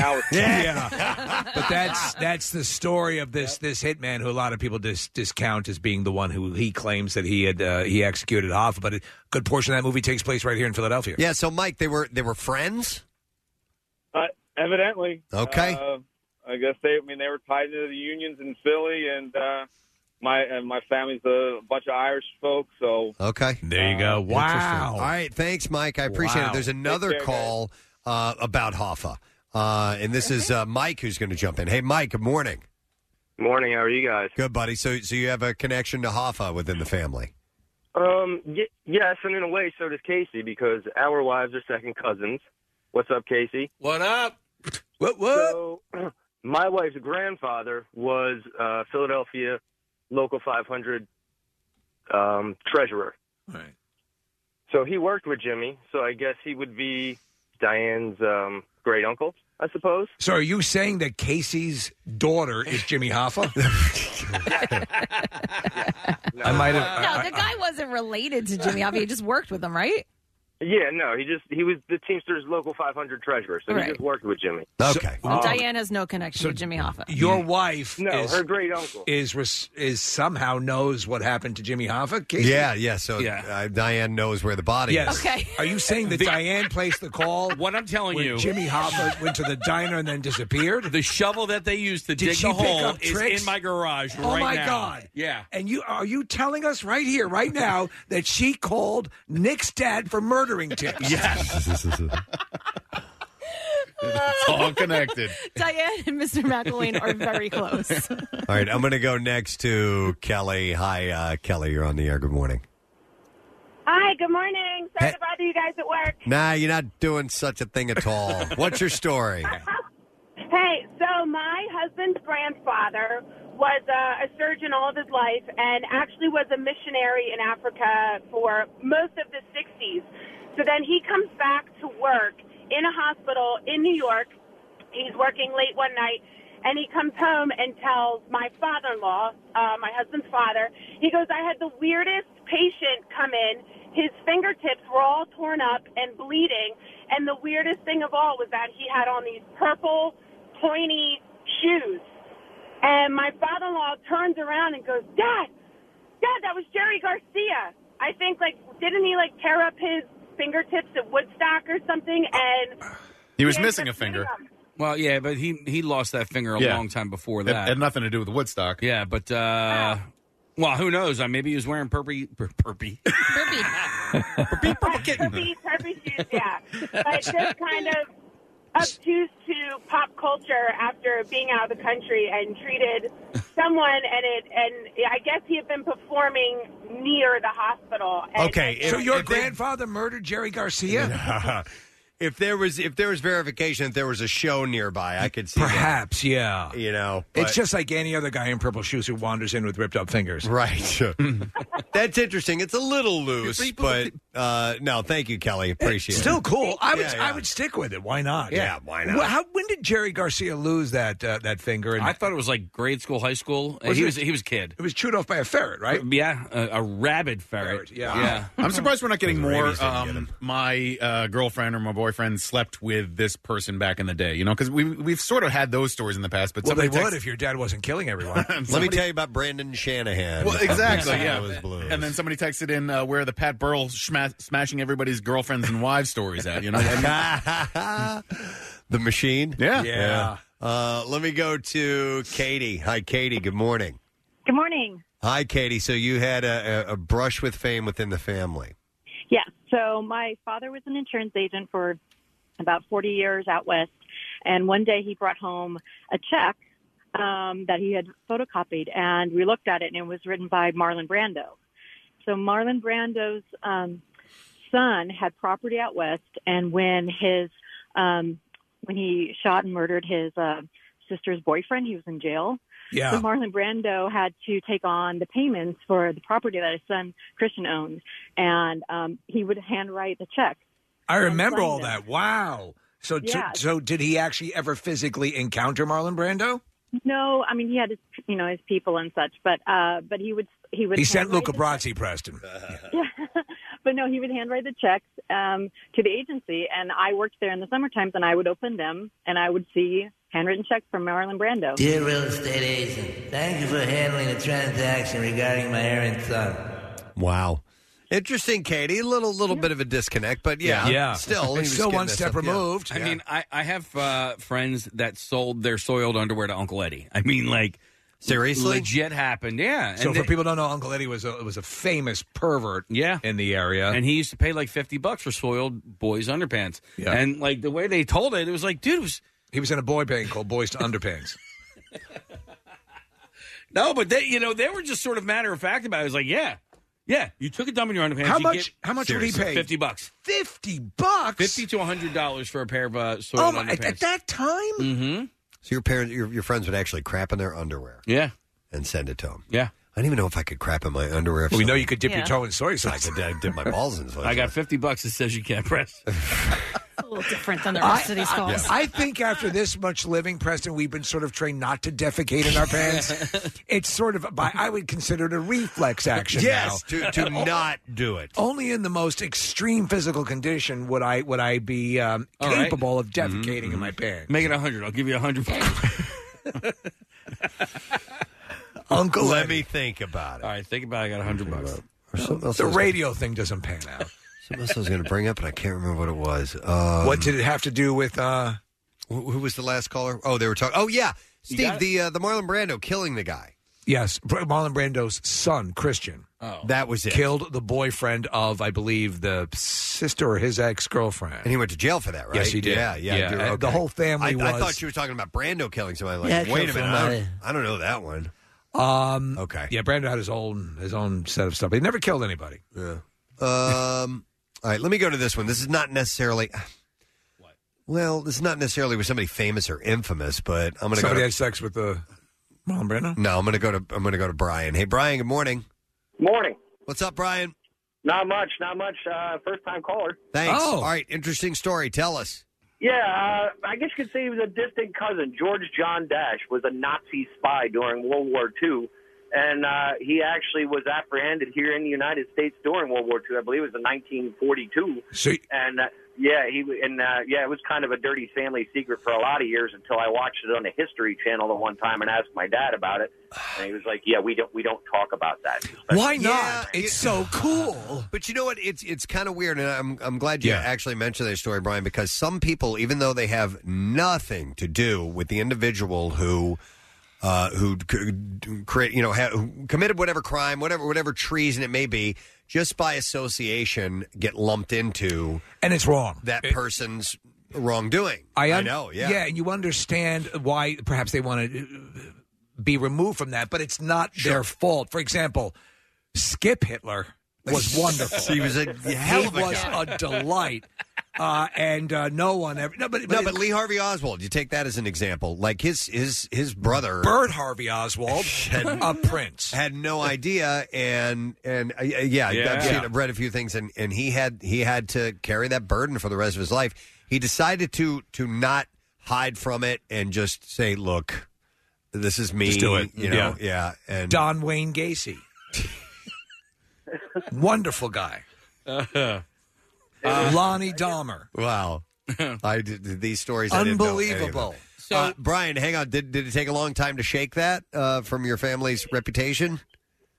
Speaker 20: hours.
Speaker 6: yeah, But that's that's the story of this this hitman who a lot of people dis- discount as being the one who he claims that he had uh, he executed Hoffa. But a good portion of that movie takes place right here in Philadelphia.
Speaker 3: Yeah. So, Mike, they were they were friends.
Speaker 20: Uh, evidently.
Speaker 3: Okay.
Speaker 20: Uh, I guess they. I mean, they were tied into the unions in Philly, and uh, my and my family's a bunch of Irish folks. So
Speaker 3: Okay. Uh,
Speaker 6: There you go.
Speaker 3: All right. Thanks, Mike. I appreciate
Speaker 20: Wow.
Speaker 3: it. There's another
Speaker 20: Take care,
Speaker 3: call uh, about Hoffa, uh, and this is uh, Mike who's going to jump in. Hey, Mike. Good morning.
Speaker 31: Morning. How are you guys?
Speaker 3: Good, buddy. So, so you have a connection to Hoffa within the family.
Speaker 31: Um. Y- yes, and in a way, so does Casey because our wives are second cousins. What's up, Casey?
Speaker 6: What up? What
Speaker 31: what? So, my wife's grandfather was uh, Philadelphia local 500 um, treasurer.
Speaker 6: Right.
Speaker 31: So he worked with Jimmy. So I guess he would be Diane's um, great uncle, I suppose.
Speaker 6: So are you saying that Casey's daughter is Jimmy Hoffa? I might have.
Speaker 8: No, the guy wasn't related to Jimmy Hoffa. He just worked with him, right?
Speaker 31: Yeah. No. He just he was the Teamsters local 500 treasurer. So
Speaker 8: Right.
Speaker 31: he just worked with Jimmy.
Speaker 3: Okay.
Speaker 8: So Diane has no connection to Jimmy Hoffa.
Speaker 6: Your wife,
Speaker 31: No,
Speaker 6: is,
Speaker 31: her great uncle
Speaker 6: is res- is somehow knows what happened to Jimmy Hoffa. Casey?
Speaker 3: Yeah, yeah. So Uh, Diane knows where the body
Speaker 6: Yes.
Speaker 3: is.
Speaker 6: Are you saying that Diane placed the call? What
Speaker 7: I'm telling
Speaker 6: when
Speaker 7: you-
Speaker 6: Jimmy Hoffa went to the diner and then disappeared.
Speaker 7: The shovel that they used to
Speaker 6: Did
Speaker 7: dig
Speaker 6: she
Speaker 7: the
Speaker 6: pick
Speaker 7: hole
Speaker 6: up
Speaker 7: is
Speaker 6: tricks?
Speaker 7: in my garage
Speaker 6: Oh
Speaker 7: right
Speaker 6: my
Speaker 7: now.
Speaker 6: God!
Speaker 7: Yeah.
Speaker 6: and you are you telling us right here, right now, that she called Nick's dad for murdering tips?
Speaker 7: Yes.
Speaker 5: It's all connected.
Speaker 8: Diane and Mr. McElwain are very close.
Speaker 3: All right, I'm going to go next to Kelly. Hi, uh, Kelly. You're on the air. Good morning.
Speaker 9: Hi, good morning. Sorry to bother you guys at work.
Speaker 3: Nah, you're not doing such a thing at all. What's your story?
Speaker 9: Hey, so my husband's grandfather was a, a surgeon all of his life and actually was a missionary in Africa for most of the 60s. So then he comes back to work in a hospital in New York. He's working late one night and he comes home and tells my father in law, uh, my husband's father, he goes, I had the weirdest patient come in. His fingertips were all torn up and bleeding. And the weirdest thing of all was that he had on these purple, pointy shoes. And my father in law turns around and goes, Dad, Dad, that was Jerry Garcia. I think, like, didn't he, like, tear up his fingertips at Woodstock or something? And
Speaker 5: He was missing a finger.
Speaker 7: Well, yeah, but he he lost that finger a
Speaker 5: Yeah.
Speaker 7: long time before
Speaker 5: It
Speaker 7: that.
Speaker 5: had nothing to do with Woodstock.
Speaker 7: Yeah, but uh, well, who knows? I maybe he was wearing purpy, pur- purpy,
Speaker 9: Purple Purple, purple shoes, yeah. But just kind of obtuse to pop culture after being out of the country and treated someone, and it and I guess he had been performing near the hospital. And
Speaker 6: so
Speaker 9: and-
Speaker 6: your grandfather murdered Jerry Garcia?
Speaker 3: if there was if there was verification, if there was a show nearby, I could see.
Speaker 6: Perhaps, yeah.
Speaker 3: You know,
Speaker 6: it's just like any other guy in purple shoes who wanders in with ripped up fingers.
Speaker 3: Right. That's interesting. It's a little loose, but uh, no, thank you, Kelly. Appreciate it.
Speaker 6: Still cool. I would
Speaker 3: Yeah, yeah.
Speaker 6: I would stick with it. Why not?
Speaker 3: Yeah, why not?
Speaker 6: Well, how, when did Jerry Garcia lose that uh, that finger? And
Speaker 7: I thought it was like grade school, high school. Uh,
Speaker 6: Was
Speaker 7: he
Speaker 6: it-
Speaker 7: was he was a kid.
Speaker 6: it was chewed off by a ferret, right?
Speaker 7: Yeah, a, a rabid ferret.
Speaker 6: yeah.
Speaker 7: yeah.
Speaker 5: I'm surprised we're not getting
Speaker 7: The
Speaker 5: more.
Speaker 7: rabies didn't get
Speaker 5: Um, my uh, girlfriend or my boyfriend slept with this person back in the day, you know, because we, we've sort of had those stories in the past. But
Speaker 6: well, they
Speaker 5: somebody
Speaker 6: would
Speaker 5: texts-
Speaker 6: if your dad wasn't killing everyone.
Speaker 5: Somebody-
Speaker 3: about Brandon Shanahan.
Speaker 5: Well, exactly. Yeah.
Speaker 3: Those blues.
Speaker 5: And then somebody texted in uh, where the Pat Burl schma- smashing everybody's girlfriends and wives stories at. You know,
Speaker 3: I mean? the machine.
Speaker 5: Yeah.
Speaker 3: Yeah. Uh, let me go to Katie. Hi, Katie. Good morning.
Speaker 21: Good morning.
Speaker 3: Hi, Katie. So you had a, a, a brush with fame within the family.
Speaker 21: Yeah. So my father was an insurance agent for about 40 years out west, and one day he brought home a check um, that he had photocopied, and we looked at it, and it was written by Marlon Brando. So Marlon Brando's um, son had property out west, and when his um, when he shot and murdered his uh, sister's boyfriend, he was in jail.
Speaker 22: Yeah.
Speaker 21: So Marlon Brando had to take on the payments for the property that his son Christian owned, and um, he would handwrite the check.
Speaker 6: I remember
Speaker 21: Brando.
Speaker 6: all that. Wow. So t-
Speaker 21: Yeah.
Speaker 6: so did he actually ever physically encounter Marlon Brando?
Speaker 21: No, I mean he had his you know his people and such, but uh, but he would he would
Speaker 6: He sent
Speaker 21: handwrite
Speaker 6: Luca Brasi, Preston.
Speaker 21: yeah. but no, he would handwrite the checks um, to the agency, and I worked there in the summer times, and I would open them, and I would see handwritten checks from Marilyn Brando.
Speaker 32: Dear real estate agent, thank you for handling the transaction regarding my errant son.
Speaker 3: Wow. Interesting, Katie. A little little bit of a disconnect, but yeah, still, he was getting that stuff, yeah.
Speaker 7: I
Speaker 3: Yeah.
Speaker 7: mean, I, I have uh, friends that sold their soiled underwear to Uncle Eddie. I mean, like
Speaker 6: Seriously?
Speaker 7: legit happened. Yeah.
Speaker 6: So
Speaker 7: And
Speaker 6: for
Speaker 7: they-
Speaker 6: people who don't know, Uncle Eddie was a was a famous pervert.
Speaker 7: Yeah.
Speaker 6: in the area,
Speaker 7: and he used to pay like fifty bucks for soiled boys' underpants.
Speaker 6: Yeah.
Speaker 7: And like the way they told it, it was like, dude, it was
Speaker 6: he was in a boy band called Boys to Underpants.
Speaker 7: no, but they, you know, they were just sort of matter of fact about it. It was like, yeah, yeah, you took a dump in your underpants.
Speaker 6: How
Speaker 7: you
Speaker 6: much-
Speaker 7: get-
Speaker 6: how much would he
Speaker 7: Seriously,
Speaker 6: pay?
Speaker 7: Fifty bucks.
Speaker 6: Fifty bucks.
Speaker 7: Fifty to hundred dollars for a pair of uh, soiled
Speaker 6: Oh, my,
Speaker 7: underpants.
Speaker 6: at, at that time,
Speaker 7: mm-hmm.
Speaker 3: So your parents, your, your friends would actually crap in their underwear.
Speaker 7: Yeah.
Speaker 3: And send it to them.
Speaker 7: Yeah.
Speaker 3: I don't even know if I could crap in my underwear. if
Speaker 6: Well, we know
Speaker 3: someone-
Speaker 6: you could dip your Yeah. toe in soy sauce.
Speaker 3: I could uh, dip my balls in soy
Speaker 7: I got fifty bucks that says you can't press.
Speaker 4: a little different than the rest of these calls.
Speaker 6: I think after this much living, Preston, we've been sort of trained not to defecate in our pants. it's sort of by I would consider it a reflex action.
Speaker 3: Yes,
Speaker 6: now. Oh.
Speaker 3: to- to not do it.
Speaker 6: Only in the most extreme physical condition would I would I be um,
Speaker 7: All right.
Speaker 6: capable of defecating in my pants.
Speaker 7: Make it a hundred. I'll give you a hundred.
Speaker 6: Uncle
Speaker 3: Let me think about it.
Speaker 7: All right, think about. it. I got a hundred bucks.
Speaker 3: Or something else I
Speaker 6: The
Speaker 3: was
Speaker 6: radio thing doesn't pan out.
Speaker 3: Something else I was going to bring up, and I can't remember what it was. Um,
Speaker 6: what did it have to do with? Uh,
Speaker 3: who, who was the last caller? Oh, they were talking. Oh, yeah,
Speaker 6: You
Speaker 3: Steve,
Speaker 6: got it?
Speaker 3: the uh, the Marlon Brando killing the guy.
Speaker 6: Yes, Br- Marlon Brando's son, Christian.
Speaker 7: Oh.
Speaker 3: That was it.
Speaker 6: Killed the boyfriend of, I believe, the sister or his ex girlfriend. And
Speaker 3: he went to jail for that, right?
Speaker 6: Yes, he did.
Speaker 3: Yeah, yeah. I do.
Speaker 6: and The
Speaker 3: Okay.
Speaker 6: whole family
Speaker 3: I,
Speaker 6: was.
Speaker 3: I thought you were talking about Brando killing somebody. Like,
Speaker 6: Yeah, I
Speaker 3: wait a
Speaker 6: killed
Speaker 3: minute, I don't,
Speaker 6: somebody.
Speaker 3: I don't know that one.
Speaker 6: Um,
Speaker 3: okay.
Speaker 6: Yeah, Brando had his own his own set of stuff. He never killed anybody.
Speaker 3: Yeah. Um, all right, let me go to this one. This is not necessarily. Well, this is not necessarily with somebody famous or infamous, but I'm going to go.
Speaker 6: Somebody
Speaker 3: To,
Speaker 6: had sex with uh, the mom, Brenna.
Speaker 3: no, I'm going to go to. I'm going to go to Brian. Hey, Brian. Good morning.
Speaker 11: Morning.
Speaker 3: What's up, Brian?
Speaker 11: Not much. Not much. Uh, first time caller.
Speaker 3: Thanks.
Speaker 6: Oh.
Speaker 3: All right, interesting story. Tell us.
Speaker 11: Yeah, uh, I guess you could say he was a distant cousin. George John Dash was a Nazi spy during World War II, and uh, he actually was apprehended here in the United States during World War II. I believe it was in 1942.
Speaker 6: See-
Speaker 11: And uh, yeah, he and uh, yeah, it was kind of a dirty family secret for a lot of years until I watched it on the History Channel the one time and asked my dad about it, and he was like, "Yeah, we don't we don't talk about that."
Speaker 6: Why
Speaker 3: not?
Speaker 6: It's so cool.
Speaker 3: But you know what? It's it's kind of weird, and I'm I'm glad you actually mentioned that story, Brian, because some people, even though they have nothing to do with the individual who. Uh, who c- d- create, you know, ha- who committed whatever crime, whatever, whatever treason it may be, just by association, get lumped into,
Speaker 6: and it's wrong.
Speaker 3: That person's wrongdoing.
Speaker 6: I, un-
Speaker 3: know. Yeah.
Speaker 6: yeah, and you understand why perhaps they want to uh, be removed from that, but it's not their fault. For example, Skip Hitler was wonderful.
Speaker 3: He was a hell
Speaker 6: He
Speaker 3: of a
Speaker 6: was
Speaker 3: guy.
Speaker 6: a delight, uh, and uh, no one ever. No, but,
Speaker 3: no, but Lee Harvey Oswald. You take that as an example. Like his his his brother,
Speaker 6: Bert Harvey Oswald, a prince,
Speaker 3: had no idea, and and uh, yeah,
Speaker 6: Yeah.
Speaker 3: I've, seen,
Speaker 6: Yeah.
Speaker 3: I've read a few things, and and he had he had to carry that burden for the rest of his life. He decided to to not hide from it and just say, "Look, this is me."
Speaker 6: Just do it.
Speaker 3: You know, yeah. And
Speaker 6: Don Wayne Gacy, wonderful guy, Lonnie Dahmer.
Speaker 3: Wow, I did these stories. I didn't know any of them.
Speaker 6: Unbelievable.
Speaker 3: So, uh, Brian, hang on. Did did it take a long time to shake that uh, from your family's reputation?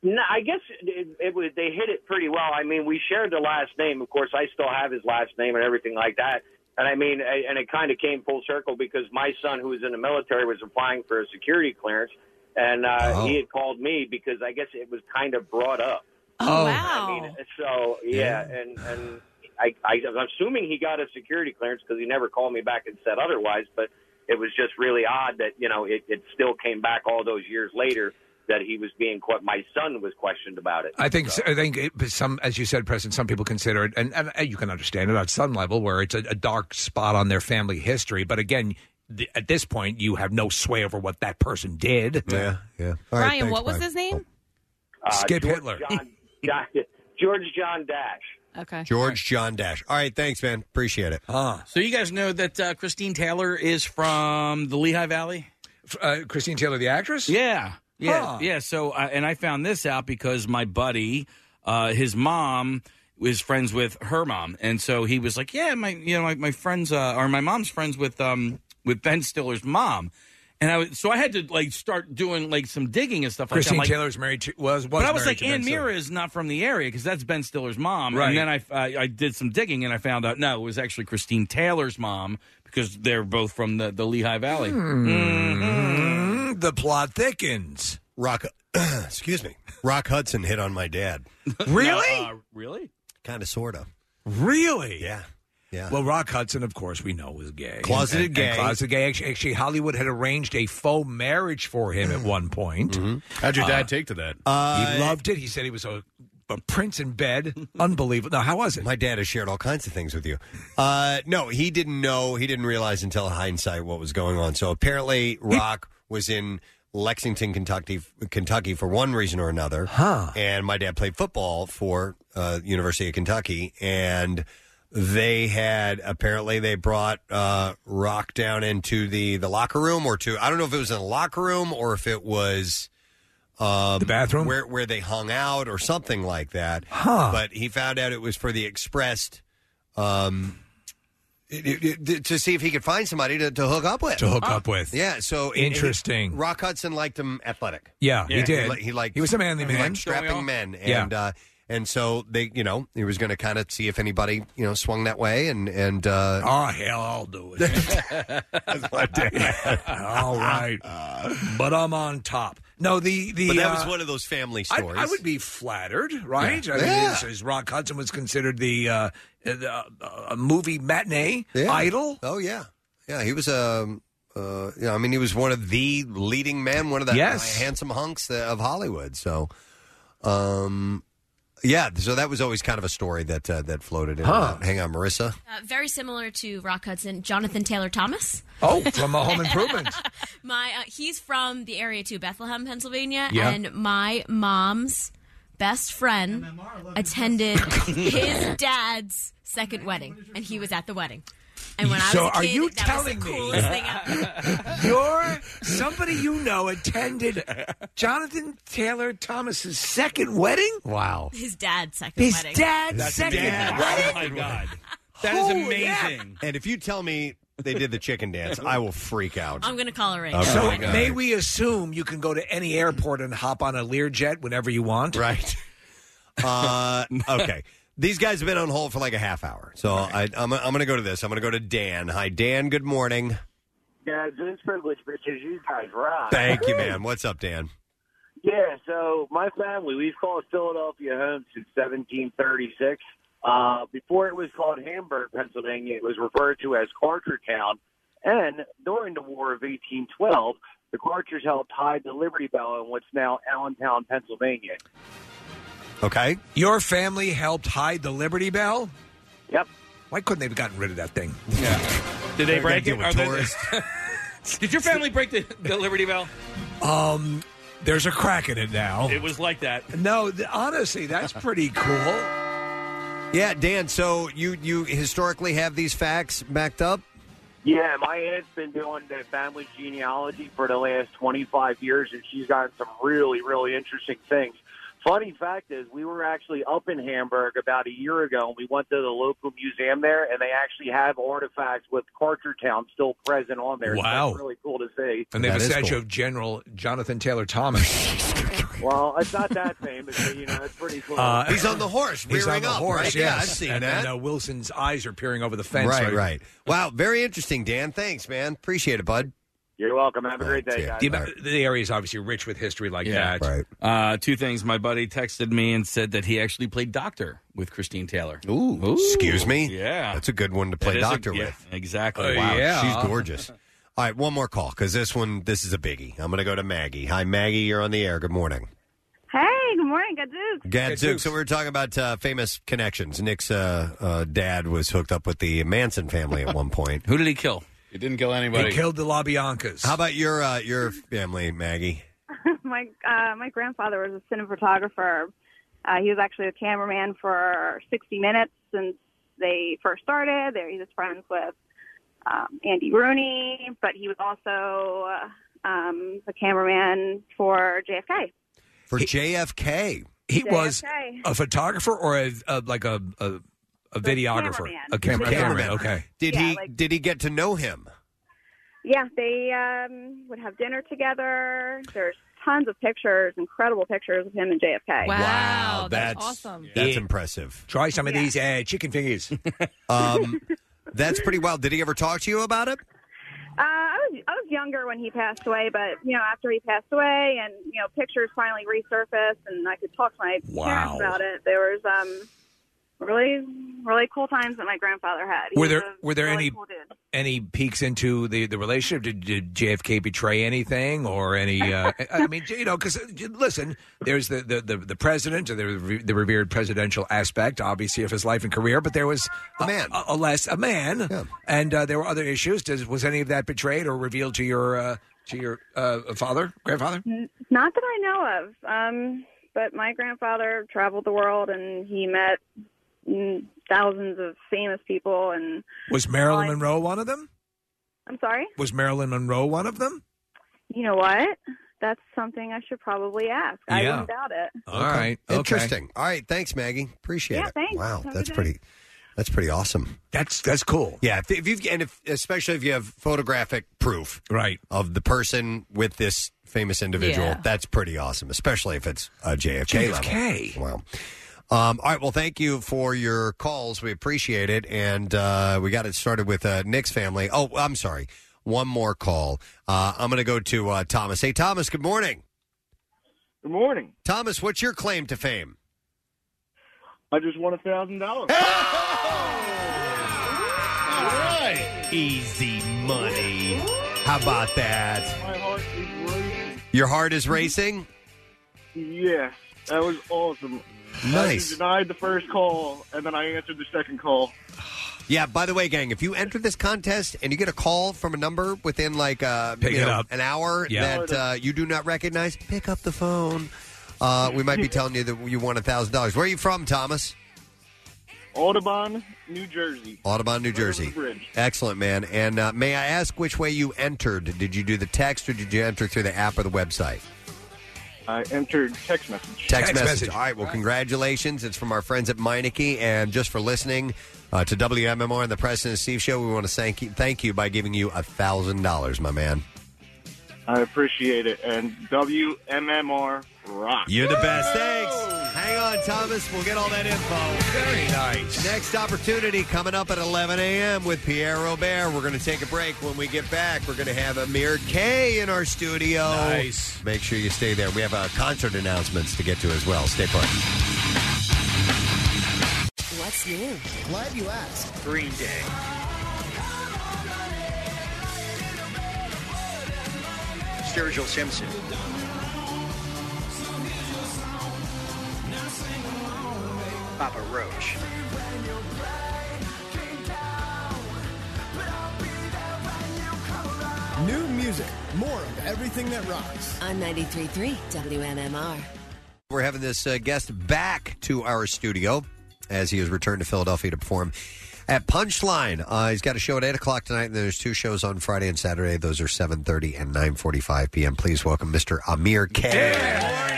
Speaker 11: No, I guess it, it was they hit it pretty well. I mean, we shared the last name. Of course, I still have his last name and everything like that. And I mean, I- and it kind of came full circle because my son, who was in the military, was applying for a security clearance, and uh,
Speaker 22: Oh.
Speaker 11: he had called me because I guess it was kind of brought up.
Speaker 22: Oh,
Speaker 11: I mean, so yeah, and and I, I I'm assuming he got a security clearance because he never called me back and said otherwise. But it was just really odd that you know it, it still came back all those years later that he was being que- my son was questioned about it.
Speaker 6: I think I think it, but some, as you said, President, some people consider it, and, and you can understand it on some level, where it's a, a dark spot on their family history. But again, th- at this point, you have no sway over what that person did.
Speaker 3: Yeah, yeah.
Speaker 4: Brian, what was his name?
Speaker 6: Skip
Speaker 11: George
Speaker 6: Hitler.
Speaker 11: John, John, George John Dash.
Speaker 4: Okay.
Speaker 3: George John Dash. All right, thanks, man. Appreciate it.
Speaker 6: Ah.
Speaker 7: So you guys know that uh, Christine Taylor is from the Lehigh Valley.
Speaker 6: Uh, Christine Taylor, the actress.
Speaker 7: Yeah, yeah,
Speaker 6: Huh.
Speaker 7: yeah. So, uh, and I found this out because my buddy, uh, his mom was friends with her mom, and so he was like, "Yeah, my you know my, my friends uh, or my mom's friends with um with Ben Stiller's mom," and I was, so I had to like start doing like some digging and stuff
Speaker 6: Christine
Speaker 7: like that. I'm like,
Speaker 6: Taylor's married to was was.
Speaker 7: but I was
Speaker 6: married
Speaker 7: like,
Speaker 6: to Ben
Speaker 7: Ann
Speaker 6: Stiller.
Speaker 7: Mira is not from the area because that's Ben Stiller's mom.
Speaker 6: Right.
Speaker 7: And then I, I I did some digging and I found out no, it was actually Christine Taylor's mom because they're both from the, the Lehigh Valley. Mm-hmm.
Speaker 6: Mm, Hmm. The plot thickens.
Speaker 3: Rock, excuse me. Rock Hudson hit on my dad.
Speaker 6: Really?
Speaker 7: really?
Speaker 3: Kind of, sort of.
Speaker 6: Really?
Speaker 3: Yeah. Yeah.
Speaker 6: Well, Rock Hudson, of course, we know was gay.
Speaker 3: Closeted
Speaker 6: And-
Speaker 3: gay.
Speaker 6: and closeted gay. Actually, actually, Hollywood had arranged a faux marriage for him at one point. Uh,
Speaker 5: How'd your dad take to that?
Speaker 6: he loved it. He said he was a, a prince in bed. Unbelievable. Now, how was it?
Speaker 3: My dad has shared all kinds of things with you. Uh, no, he didn't know. He didn't realize until hindsight what was going on. So apparently, Rock was in Lexington, Kentucky, Kentucky for one reason or another.
Speaker 6: Huh.
Speaker 3: And my dad played football for uh, University of Kentucky, and they had apparently they brought uh, Rock down into the the locker room or to I don't know if it was in the locker room or if it was um, the
Speaker 6: bathroom
Speaker 3: where where they hung out or something like that.
Speaker 6: Huh.
Speaker 3: But he found out it was for the expressed. Um, it- it- it- to see if he could find somebody to, to hook up with.
Speaker 6: To hook up with.
Speaker 3: Yeah, so.
Speaker 6: Interesting.
Speaker 3: Rock Hudson liked him athletic.
Speaker 6: Yeah, he did.
Speaker 3: He, li- he liked,
Speaker 6: He was a manly
Speaker 3: He
Speaker 6: man.
Speaker 3: liked strapping men. And, uh, and so they, you know, he was going to kind of see if anybody, you know, swung that way. And, and, uh.
Speaker 6: Oh, hell, I'll do it.
Speaker 3: That's my dad.
Speaker 6: All right. but I'm on top. No, the.
Speaker 3: Uh,
Speaker 6: the
Speaker 3: But that was
Speaker 6: uh,
Speaker 3: one of those family
Speaker 6: I-
Speaker 3: stories.
Speaker 6: I, would be flattered, right?
Speaker 3: Yeah.
Speaker 6: I mean,
Speaker 3: Yeah.
Speaker 6: it's- it's Rock Hudson was considered the uh, uh, uh, movie matinee
Speaker 3: Yeah.
Speaker 6: idol.
Speaker 3: Oh yeah, yeah. He was um, uh, yeah. I mean, he was one of the leading men, one of the uh,
Speaker 6: Yes.
Speaker 3: handsome hunks that- of Hollywood. So, um, Yeah, so that was always kind of a story that uh, that floated in. Huh. Hang on, Marissa.
Speaker 33: Uh, very similar to Rock Hudson, Jonathan Taylor Thomas.
Speaker 3: Oh, from a Home Improvement.
Speaker 33: my uh, he's from the area too, Bethlehem, Pennsylvania,
Speaker 6: Yeah.
Speaker 33: and my mom's best friend attended his dad's second wedding, and he was at the wedding. And when I
Speaker 6: So
Speaker 33: was a
Speaker 6: are
Speaker 33: kid,
Speaker 6: you
Speaker 33: that
Speaker 6: telling
Speaker 33: was the
Speaker 6: me-
Speaker 33: coolest thing ever.
Speaker 6: You're somebody you know attended Jonathan Taylor Thomas's second wedding.
Speaker 3: Wow.
Speaker 33: His dad's second
Speaker 6: His
Speaker 33: wedding.
Speaker 6: dad's second wedding.
Speaker 33: Oh, my
Speaker 3: Oh, God.
Speaker 33: That is Holy amazing.
Speaker 3: And if you tell me they did the chicken dance, I will freak out.
Speaker 33: I'm gonna call her right
Speaker 3: Oh,
Speaker 33: now.
Speaker 6: so
Speaker 3: my God.
Speaker 6: may we assume you can go to any airport and hop on a Learjet whenever you want?
Speaker 3: Right. Uh, okay. These guys have been on hold for like a half hour. So I, I'm, I'm going to go to this. I'm going to go to Dan. Hi, Dan. Good morning.
Speaker 31: Yeah, it's a privilege because you guys rock.
Speaker 3: Thank you, man. What's up, Dan?
Speaker 31: Yeah, so my family, we've called Philadelphia home since 1736. Uh, before it was called Hamburg, Pennsylvania, it was referred to as Carter Town. And during the War of 1812, the Carters held tied to Liberty Bell in what's now Allentown, Pennsylvania.
Speaker 3: Okay.
Speaker 6: Your family helped hide the Liberty Bell?
Speaker 31: Yep.
Speaker 6: Why couldn't they have gotten rid of that thing?
Speaker 7: Did they
Speaker 6: They're
Speaker 7: break it?
Speaker 6: gonna deal with
Speaker 7: Are they-
Speaker 6: tourists.
Speaker 7: Did your family break the, the Liberty Bell?
Speaker 6: Um, there's a crack in it now.
Speaker 7: It was like that.
Speaker 6: No, th- honestly, that's pretty cool.
Speaker 3: Yeah, Dan. So you you historically have these facts backed up?
Speaker 31: Yeah, my aunt's been doing the family genealogy for the last 25 years, and she's gotten some really, really interesting things. Funny fact is, we were actually up in Hamburg about a year ago, and we went to the local museum there, and they actually have artifacts with Carter Town still present on there. So
Speaker 6: Wow.
Speaker 31: that's really cool to see.
Speaker 6: And they have a statue of General Jonathan Taylor Thomas.
Speaker 31: Well, it's not that famous, but you know, it's pretty cool.
Speaker 6: Uh, He's
Speaker 31: He's
Speaker 6: on the horse,
Speaker 31: right?
Speaker 6: yes.
Speaker 3: I've seen
Speaker 6: and
Speaker 3: that.
Speaker 6: Then, uh, Wilson's eyes are peering over the fence.
Speaker 3: right, right, Wow, very interesting, Dan. Thanks, man. Appreciate it, bud.
Speaker 31: You're welcome. Have a great day,
Speaker 6: The, the area is obviously rich with history like that.
Speaker 7: Uh, two things. My buddy texted me and said that he actually played doctor with Christine Taylor.
Speaker 3: Ooh, excuse me.
Speaker 7: Yeah,
Speaker 3: that's a good one to play
Speaker 7: That is a-
Speaker 3: doctor
Speaker 7: yeah,
Speaker 3: with.
Speaker 6: Uh,
Speaker 7: Exactly.
Speaker 3: wow, she's gorgeous. All right, one more call because this one, this is a biggie. I'm going to go to Maggie. Hi, Maggie. You're on the air. Good morning,
Speaker 34: Hey, good morning, Gadzooks.
Speaker 3: Gadzooks. So we were talking about uh, famous connections. Nick's uh, uh, dad was hooked up with the Manson family at one point.
Speaker 7: Who did he kill?
Speaker 35: He didn't kill
Speaker 6: He killed the LaBiancas.
Speaker 3: How about your uh, your family, Maggie?
Speaker 34: my uh, my grandfather was a cinematographer. Uh, he was actually a cameraman for 60 Minutes since they first started. There, he was friends with um, Andy Rooney, but he was also uh, um, a cameraman for JFK.
Speaker 3: For JFK.
Speaker 6: He was
Speaker 34: JFK.
Speaker 6: a photographer or a, a like a a, a videographer,
Speaker 34: cameraman.
Speaker 6: a camera,
Speaker 34: Cameraman.
Speaker 6: cameraman. Okay.
Speaker 3: Did
Speaker 34: Yeah,
Speaker 3: he
Speaker 34: like-
Speaker 3: did he get to know him?
Speaker 34: Yeah, they um, would have dinner together. There's tons of pictures, incredible pictures of him and JFK. Oh,
Speaker 3: Wow, that's awesome. That's impressive.
Speaker 6: Try some of these uh, chicken fingers.
Speaker 3: um, that's pretty wild. Did he ever talk to you about it?
Speaker 34: Uh, I was I was younger when he passed away, but you know after he passed away, and you know pictures finally resurfaced, and I could talk to my
Speaker 6: Wow.
Speaker 34: parents about it. There was um really really cool times that my grandfather had. He
Speaker 6: Were
Speaker 34: was
Speaker 6: there
Speaker 34: a
Speaker 6: were there
Speaker 34: really
Speaker 6: any
Speaker 34: cool dude.
Speaker 6: any peeks into the, the relationship? Did, did JFK betray anything or any? Uh, I mean, you know, because listen, there's the, the, the, the president, or the re- the revered presidential aspect, obviously of his life and career, but there was a man, a, a less a man, and uh, there were other issues. Does, was any of that betrayed or revealed to your uh, to your uh, father, grandfather?
Speaker 34: Not that I know of. Um, but my grandfather traveled the world, and he met mm, thousands of famous people. And
Speaker 6: Was Marilyn Monroe one of them?
Speaker 34: I'm sorry,
Speaker 6: Was Marilyn Monroe one of them?
Speaker 34: you know what? That's something I should probably ask. I
Speaker 3: Yeah.
Speaker 34: wouldn't doubt it.
Speaker 6: All right. Okay.
Speaker 3: Interesting. All right. Thanks, Maggie. Appreciate
Speaker 34: Yeah,
Speaker 3: it.
Speaker 34: thanks.
Speaker 3: Wow,
Speaker 34: Have a
Speaker 3: that's
Speaker 34: good
Speaker 3: pretty. That's pretty awesome.
Speaker 6: That's that's cool.
Speaker 3: Yeah, if, if you've and if, especially if you have photographic proof,
Speaker 6: right,
Speaker 3: of the person with this famous individual,
Speaker 6: Yeah.
Speaker 3: that's pretty awesome. Especially if it's a JFK,
Speaker 6: JFK.
Speaker 3: level. Wow. Um, all right. Well, thank you for your calls. We appreciate it, and uh, we got it started with uh, Nick's family. Oh, I'm sorry. One more call. Uh, I'm going to go to uh, Thomas. Hey, Thomas. Good morning.
Speaker 20: Good morning,
Speaker 3: Thomas. What's your claim to fame?
Speaker 20: I just won a thousand dollars.
Speaker 3: Easy money. How about that?
Speaker 20: My heart is racing.
Speaker 3: Your heart is racing.
Speaker 20: Yes, that was awesome.
Speaker 3: Nice.
Speaker 27: I denied the first call, and then I answered the second call.
Speaker 3: Yeah. By the way, gang, if you enter this contest and you get a call from a number within like uh,
Speaker 6: Pick
Speaker 3: you
Speaker 6: it
Speaker 3: know,
Speaker 6: up.
Speaker 3: an hour
Speaker 6: Yeah.
Speaker 3: that uh, you do not recognize, pick up the phone. Uh, we might be telling you that you won a thousand dollars. Where are you from, Thomas?
Speaker 27: Audubon, New Jersey.
Speaker 3: Audubon, New Jersey.
Speaker 27: bridge.
Speaker 3: Excellent, man. And uh, may I ask which way you entered? Did you do the text or did you enter through the app or the website?
Speaker 27: I entered text message.
Speaker 3: Text, message. All right. Well, congratulations. It's from our friends at Meineke. And just for listening uh, to WMMR and the President and Steve Show, we want to thank you, thank you by giving you a thousand dollars, my man.
Speaker 27: I appreciate it. And WMMR rock.
Speaker 3: You're the best. Thanks. Hang on, Thomas. We'll get all that info. Very nice. Next opportunity coming up at 11 a.m. with Pierre Robert. We're going to take a break. When we get back, we're going to have Amir K in our studio. Nice. Make sure you stay there. We have uh, concert announcements to get to as well. Stay put.
Speaker 1: What's new? Glad you asked.
Speaker 2: Green Day. Sturgill Simpson. Papa Roach.
Speaker 1: New music. More of everything that rocks. On 93.3 WMMR.
Speaker 3: We're having this uh, guest back to our studio as he has returned to Philadelphia to perform at Punchline. Uh, he's got a show at eight o'clock tonight, and there's two shows on Friday and Saturday. Those are seven thirty and nine forty-five p.m. Please welcome Mr. Amir K.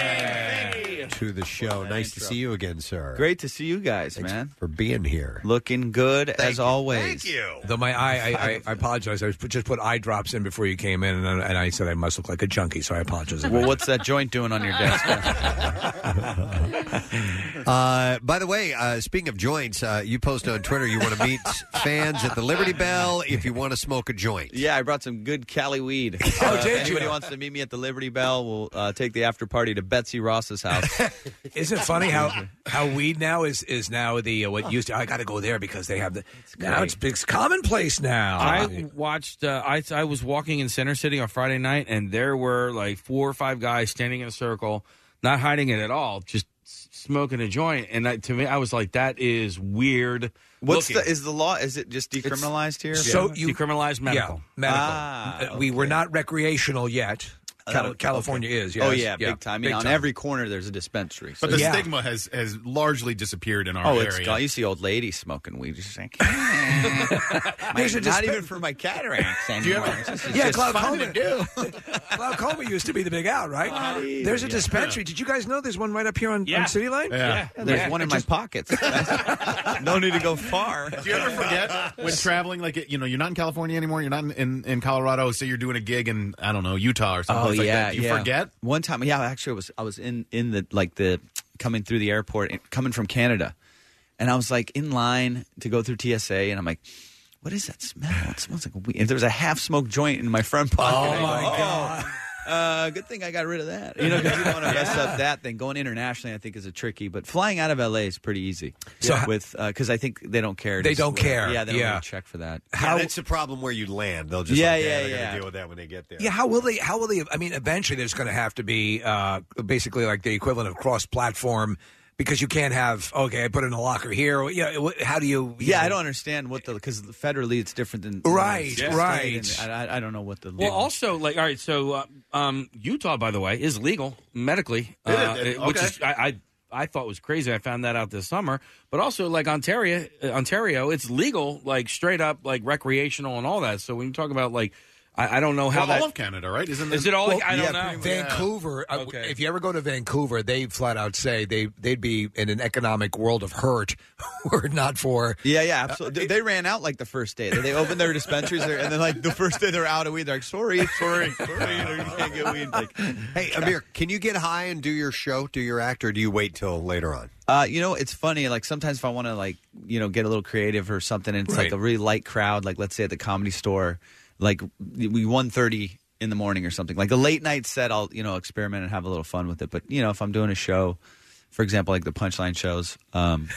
Speaker 3: To the show. Nice to see you again, sir.
Speaker 12: Great to see you guys, man.
Speaker 3: For being here.
Speaker 12: Looking good as always.
Speaker 3: you.
Speaker 12: Though my eye, I, I, I apologize. I put- just put eye drops in before you came in, and, I- and I said I must look like a junkie, so I apologize. Well, what's that joint doing on your desk?
Speaker 3: Uh, by the way, uh, speaking of joints, uh, you posted on Twitter you want to meet fans at the Liberty Bell if you want to smoke a joint.
Speaker 12: Yeah, I brought some good Cali weed. Uh,
Speaker 3: Oh,
Speaker 12: if
Speaker 3: did you?
Speaker 12: anybody wants to meet me at the Liberty Bell, we'll uh, take the after party to Betsy Ross's house.
Speaker 6: Is it funny how how weed now is is now the uh, what used to? I got to go there because they have the now
Speaker 7: great.
Speaker 6: it's, it's commonplace now.
Speaker 7: I watched. Uh, I I was walking in Center City on Friday night, and there were like four or five guys standing in a circle, not hiding it at all, just s- smoking a joint. And that, to me, I was like, "That is weird."
Speaker 12: What's
Speaker 7: looking.
Speaker 12: the is the law? Is it just
Speaker 7: It's-
Speaker 12: decriminalized here?
Speaker 7: So you decriminalized medical.
Speaker 12: Yeah, medical.
Speaker 7: Ah,
Speaker 12: Uh, okay. We were not recreational yet. Uh,
Speaker 6: Cali-
Speaker 12: okay.
Speaker 6: California is. Yes.
Speaker 12: Oh yeah, big time. I mean,
Speaker 6: big
Speaker 12: on
Speaker 6: time.
Speaker 12: every corner there's a dispensary.
Speaker 16: But the
Speaker 12: Yeah.
Speaker 16: stigma has has largely disappeared in our
Speaker 12: Oh,
Speaker 16: area.
Speaker 12: it's gone. You see old ladies smoking weed. Just like,
Speaker 16: There's a
Speaker 12: not
Speaker 16: dispen-
Speaker 12: even for my cataracts
Speaker 16: Do you
Speaker 12: anymore.
Speaker 16: ever-
Speaker 12: This is
Speaker 6: yeah,
Speaker 12: just fun to
Speaker 6: glaucoma.
Speaker 12: do.
Speaker 6: glaucoma used to be the big out, right? there's a
Speaker 12: yeah.
Speaker 6: dispensary. Did you guys know there's one right up here on, on City Line?
Speaker 12: Yeah, there's one in my pockets. no need to go far.
Speaker 16: Do you ever forget when traveling? Like, you know, you're not in California anymore. You're not in, in, in Colorado. Say you're doing a gig in I don't know Utah or something.
Speaker 12: Oh yeah,
Speaker 16: like that. Do you
Speaker 12: yeah.
Speaker 16: forget.
Speaker 12: One time, yeah, actually, it was I was in in the like the coming through the airport, and- coming from Canada, and I was like in line to go through TSA, and I'm like. What is that smell? It smells like weed. And there was a half-smoked joint in my front pocket. Oh,
Speaker 16: Oh,
Speaker 12: I go, god! Uh, good thing I got rid of that. You know, 'cause you don't want to mess up that thing. Going internationally, I think, is a tricky, but flying out of LA is pretty easy.
Speaker 3: So
Speaker 12: Yeah. with because I think they don't care.
Speaker 3: They
Speaker 12: Just
Speaker 3: don't
Speaker 12: where-
Speaker 3: care.
Speaker 12: Yeah, they don't
Speaker 3: Yeah.
Speaker 12: really check for that.
Speaker 3: How it's a problem where you land. They'll just
Speaker 12: Yeah,
Speaker 3: like,
Speaker 12: yeah,
Speaker 3: they're gonna
Speaker 12: yeah.
Speaker 3: deal with that when they get there.
Speaker 6: Yeah, how will they? How will they? I mean, eventually there's going to have to be uh, basically like the equivalent of cross-platform because you can't have okay, I put it in a locker here. or- Yeah, wh- how do you?
Speaker 12: Yeah, I don't understand what the because federally it's different than
Speaker 6: Right,
Speaker 12: than-
Speaker 6: right.
Speaker 12: And I, I don't know what the
Speaker 7: Well, also, like, all right, so uh, um, Utah, by the way, is legal medically,
Speaker 12: Is it?
Speaker 7: uh,
Speaker 12: Okay.
Speaker 7: which is I, I I thought was crazy. I found that out this summer. But also, like Ontario, uh, Ontario, it's legal, like straight up, like recreational and all that. So when you talk about like, I, I don't know how
Speaker 16: Well,
Speaker 7: that
Speaker 16: all of Canada, right? Isn't
Speaker 7: is
Speaker 16: that-
Speaker 7: it all?
Speaker 6: Well,
Speaker 7: I don't
Speaker 6: yeah,
Speaker 7: know.
Speaker 6: Vancouver. uh, If you ever go to Vancouver, they flat out say they they'd be in an economic world of hurt were it not for
Speaker 12: Yeah, yeah, absolutely. They- they ran out like the first day. They- They opened their dispensaries there, and then like the first day they're out of weed, they're like, sorry, sorry, sorry, you know, you can't get weed. Like,
Speaker 3: Hey, Amir, can you get high and do your show, do your act, or do you wait till later on?
Speaker 12: Uh, you know, it's funny. Like sometimes if I want to like you know get a little creative or something, and it's like
Speaker 3: Right.
Speaker 12: a really light crowd. Like let's say at the comedy store, like we one thirty in the morning or something. Like a late night set, I'll you know experiment and have a little fun with it. But you know if I'm doing a show. for example, like the punchline shows, um,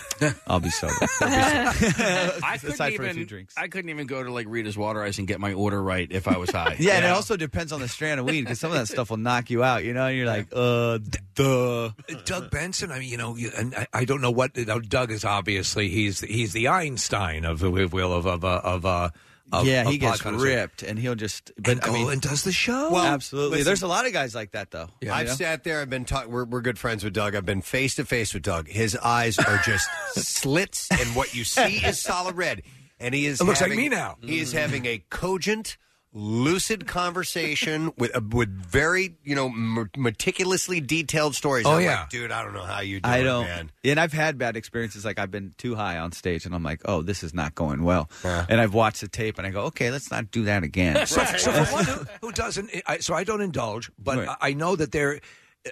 Speaker 12: I'll be sober.
Speaker 10: I couldn't
Speaker 12: Aside for a few
Speaker 10: even. I couldn't even go to like Rita's Water Ice and get my order right if I was high.
Speaker 12: Yeah, and it also depends on the strand of weed because some of that stuff will knock you out. You know, and you're like, uh, duh.
Speaker 6: Doug Benson. I mean, you know, you- and I, I don't know what you know, Doug is. Obviously, he's he's the Einstein of the wheel of of uh, of. Uh, of
Speaker 12: yeah,
Speaker 6: of
Speaker 12: he gets
Speaker 6: pot connoisseur.
Speaker 12: ripped, and he'll just but,
Speaker 6: And
Speaker 12: I mean,
Speaker 6: go and does the show.
Speaker 12: Well, absolutely.
Speaker 3: listen-
Speaker 12: There's a lot of guys like that though.
Speaker 3: I've sat there. I've been talking. We're, we're good friends with Doug. I've been face to face with Doug. His eyes are just slits, and what you see is solid red. And he is.
Speaker 6: It looks like
Speaker 3: having-
Speaker 6: me now. Mm.
Speaker 3: He is having a cogent, lucid conversation with uh, with very you know m- meticulously detailed stories.
Speaker 12: Oh,
Speaker 3: I'm
Speaker 12: yeah.
Speaker 3: like, dude. I don't know how you. Do
Speaker 12: I
Speaker 3: it,
Speaker 12: don't.
Speaker 3: Man.
Speaker 12: And I've had bad experiences. Like I've been too high on stage, and I'm like, oh, this is not going well. And I've watched the tape, and I go, okay, let's not do that again.
Speaker 6: So, so for one who, who doesn't, I, so I don't indulge, but
Speaker 12: Right.
Speaker 6: I, I know that they're uh,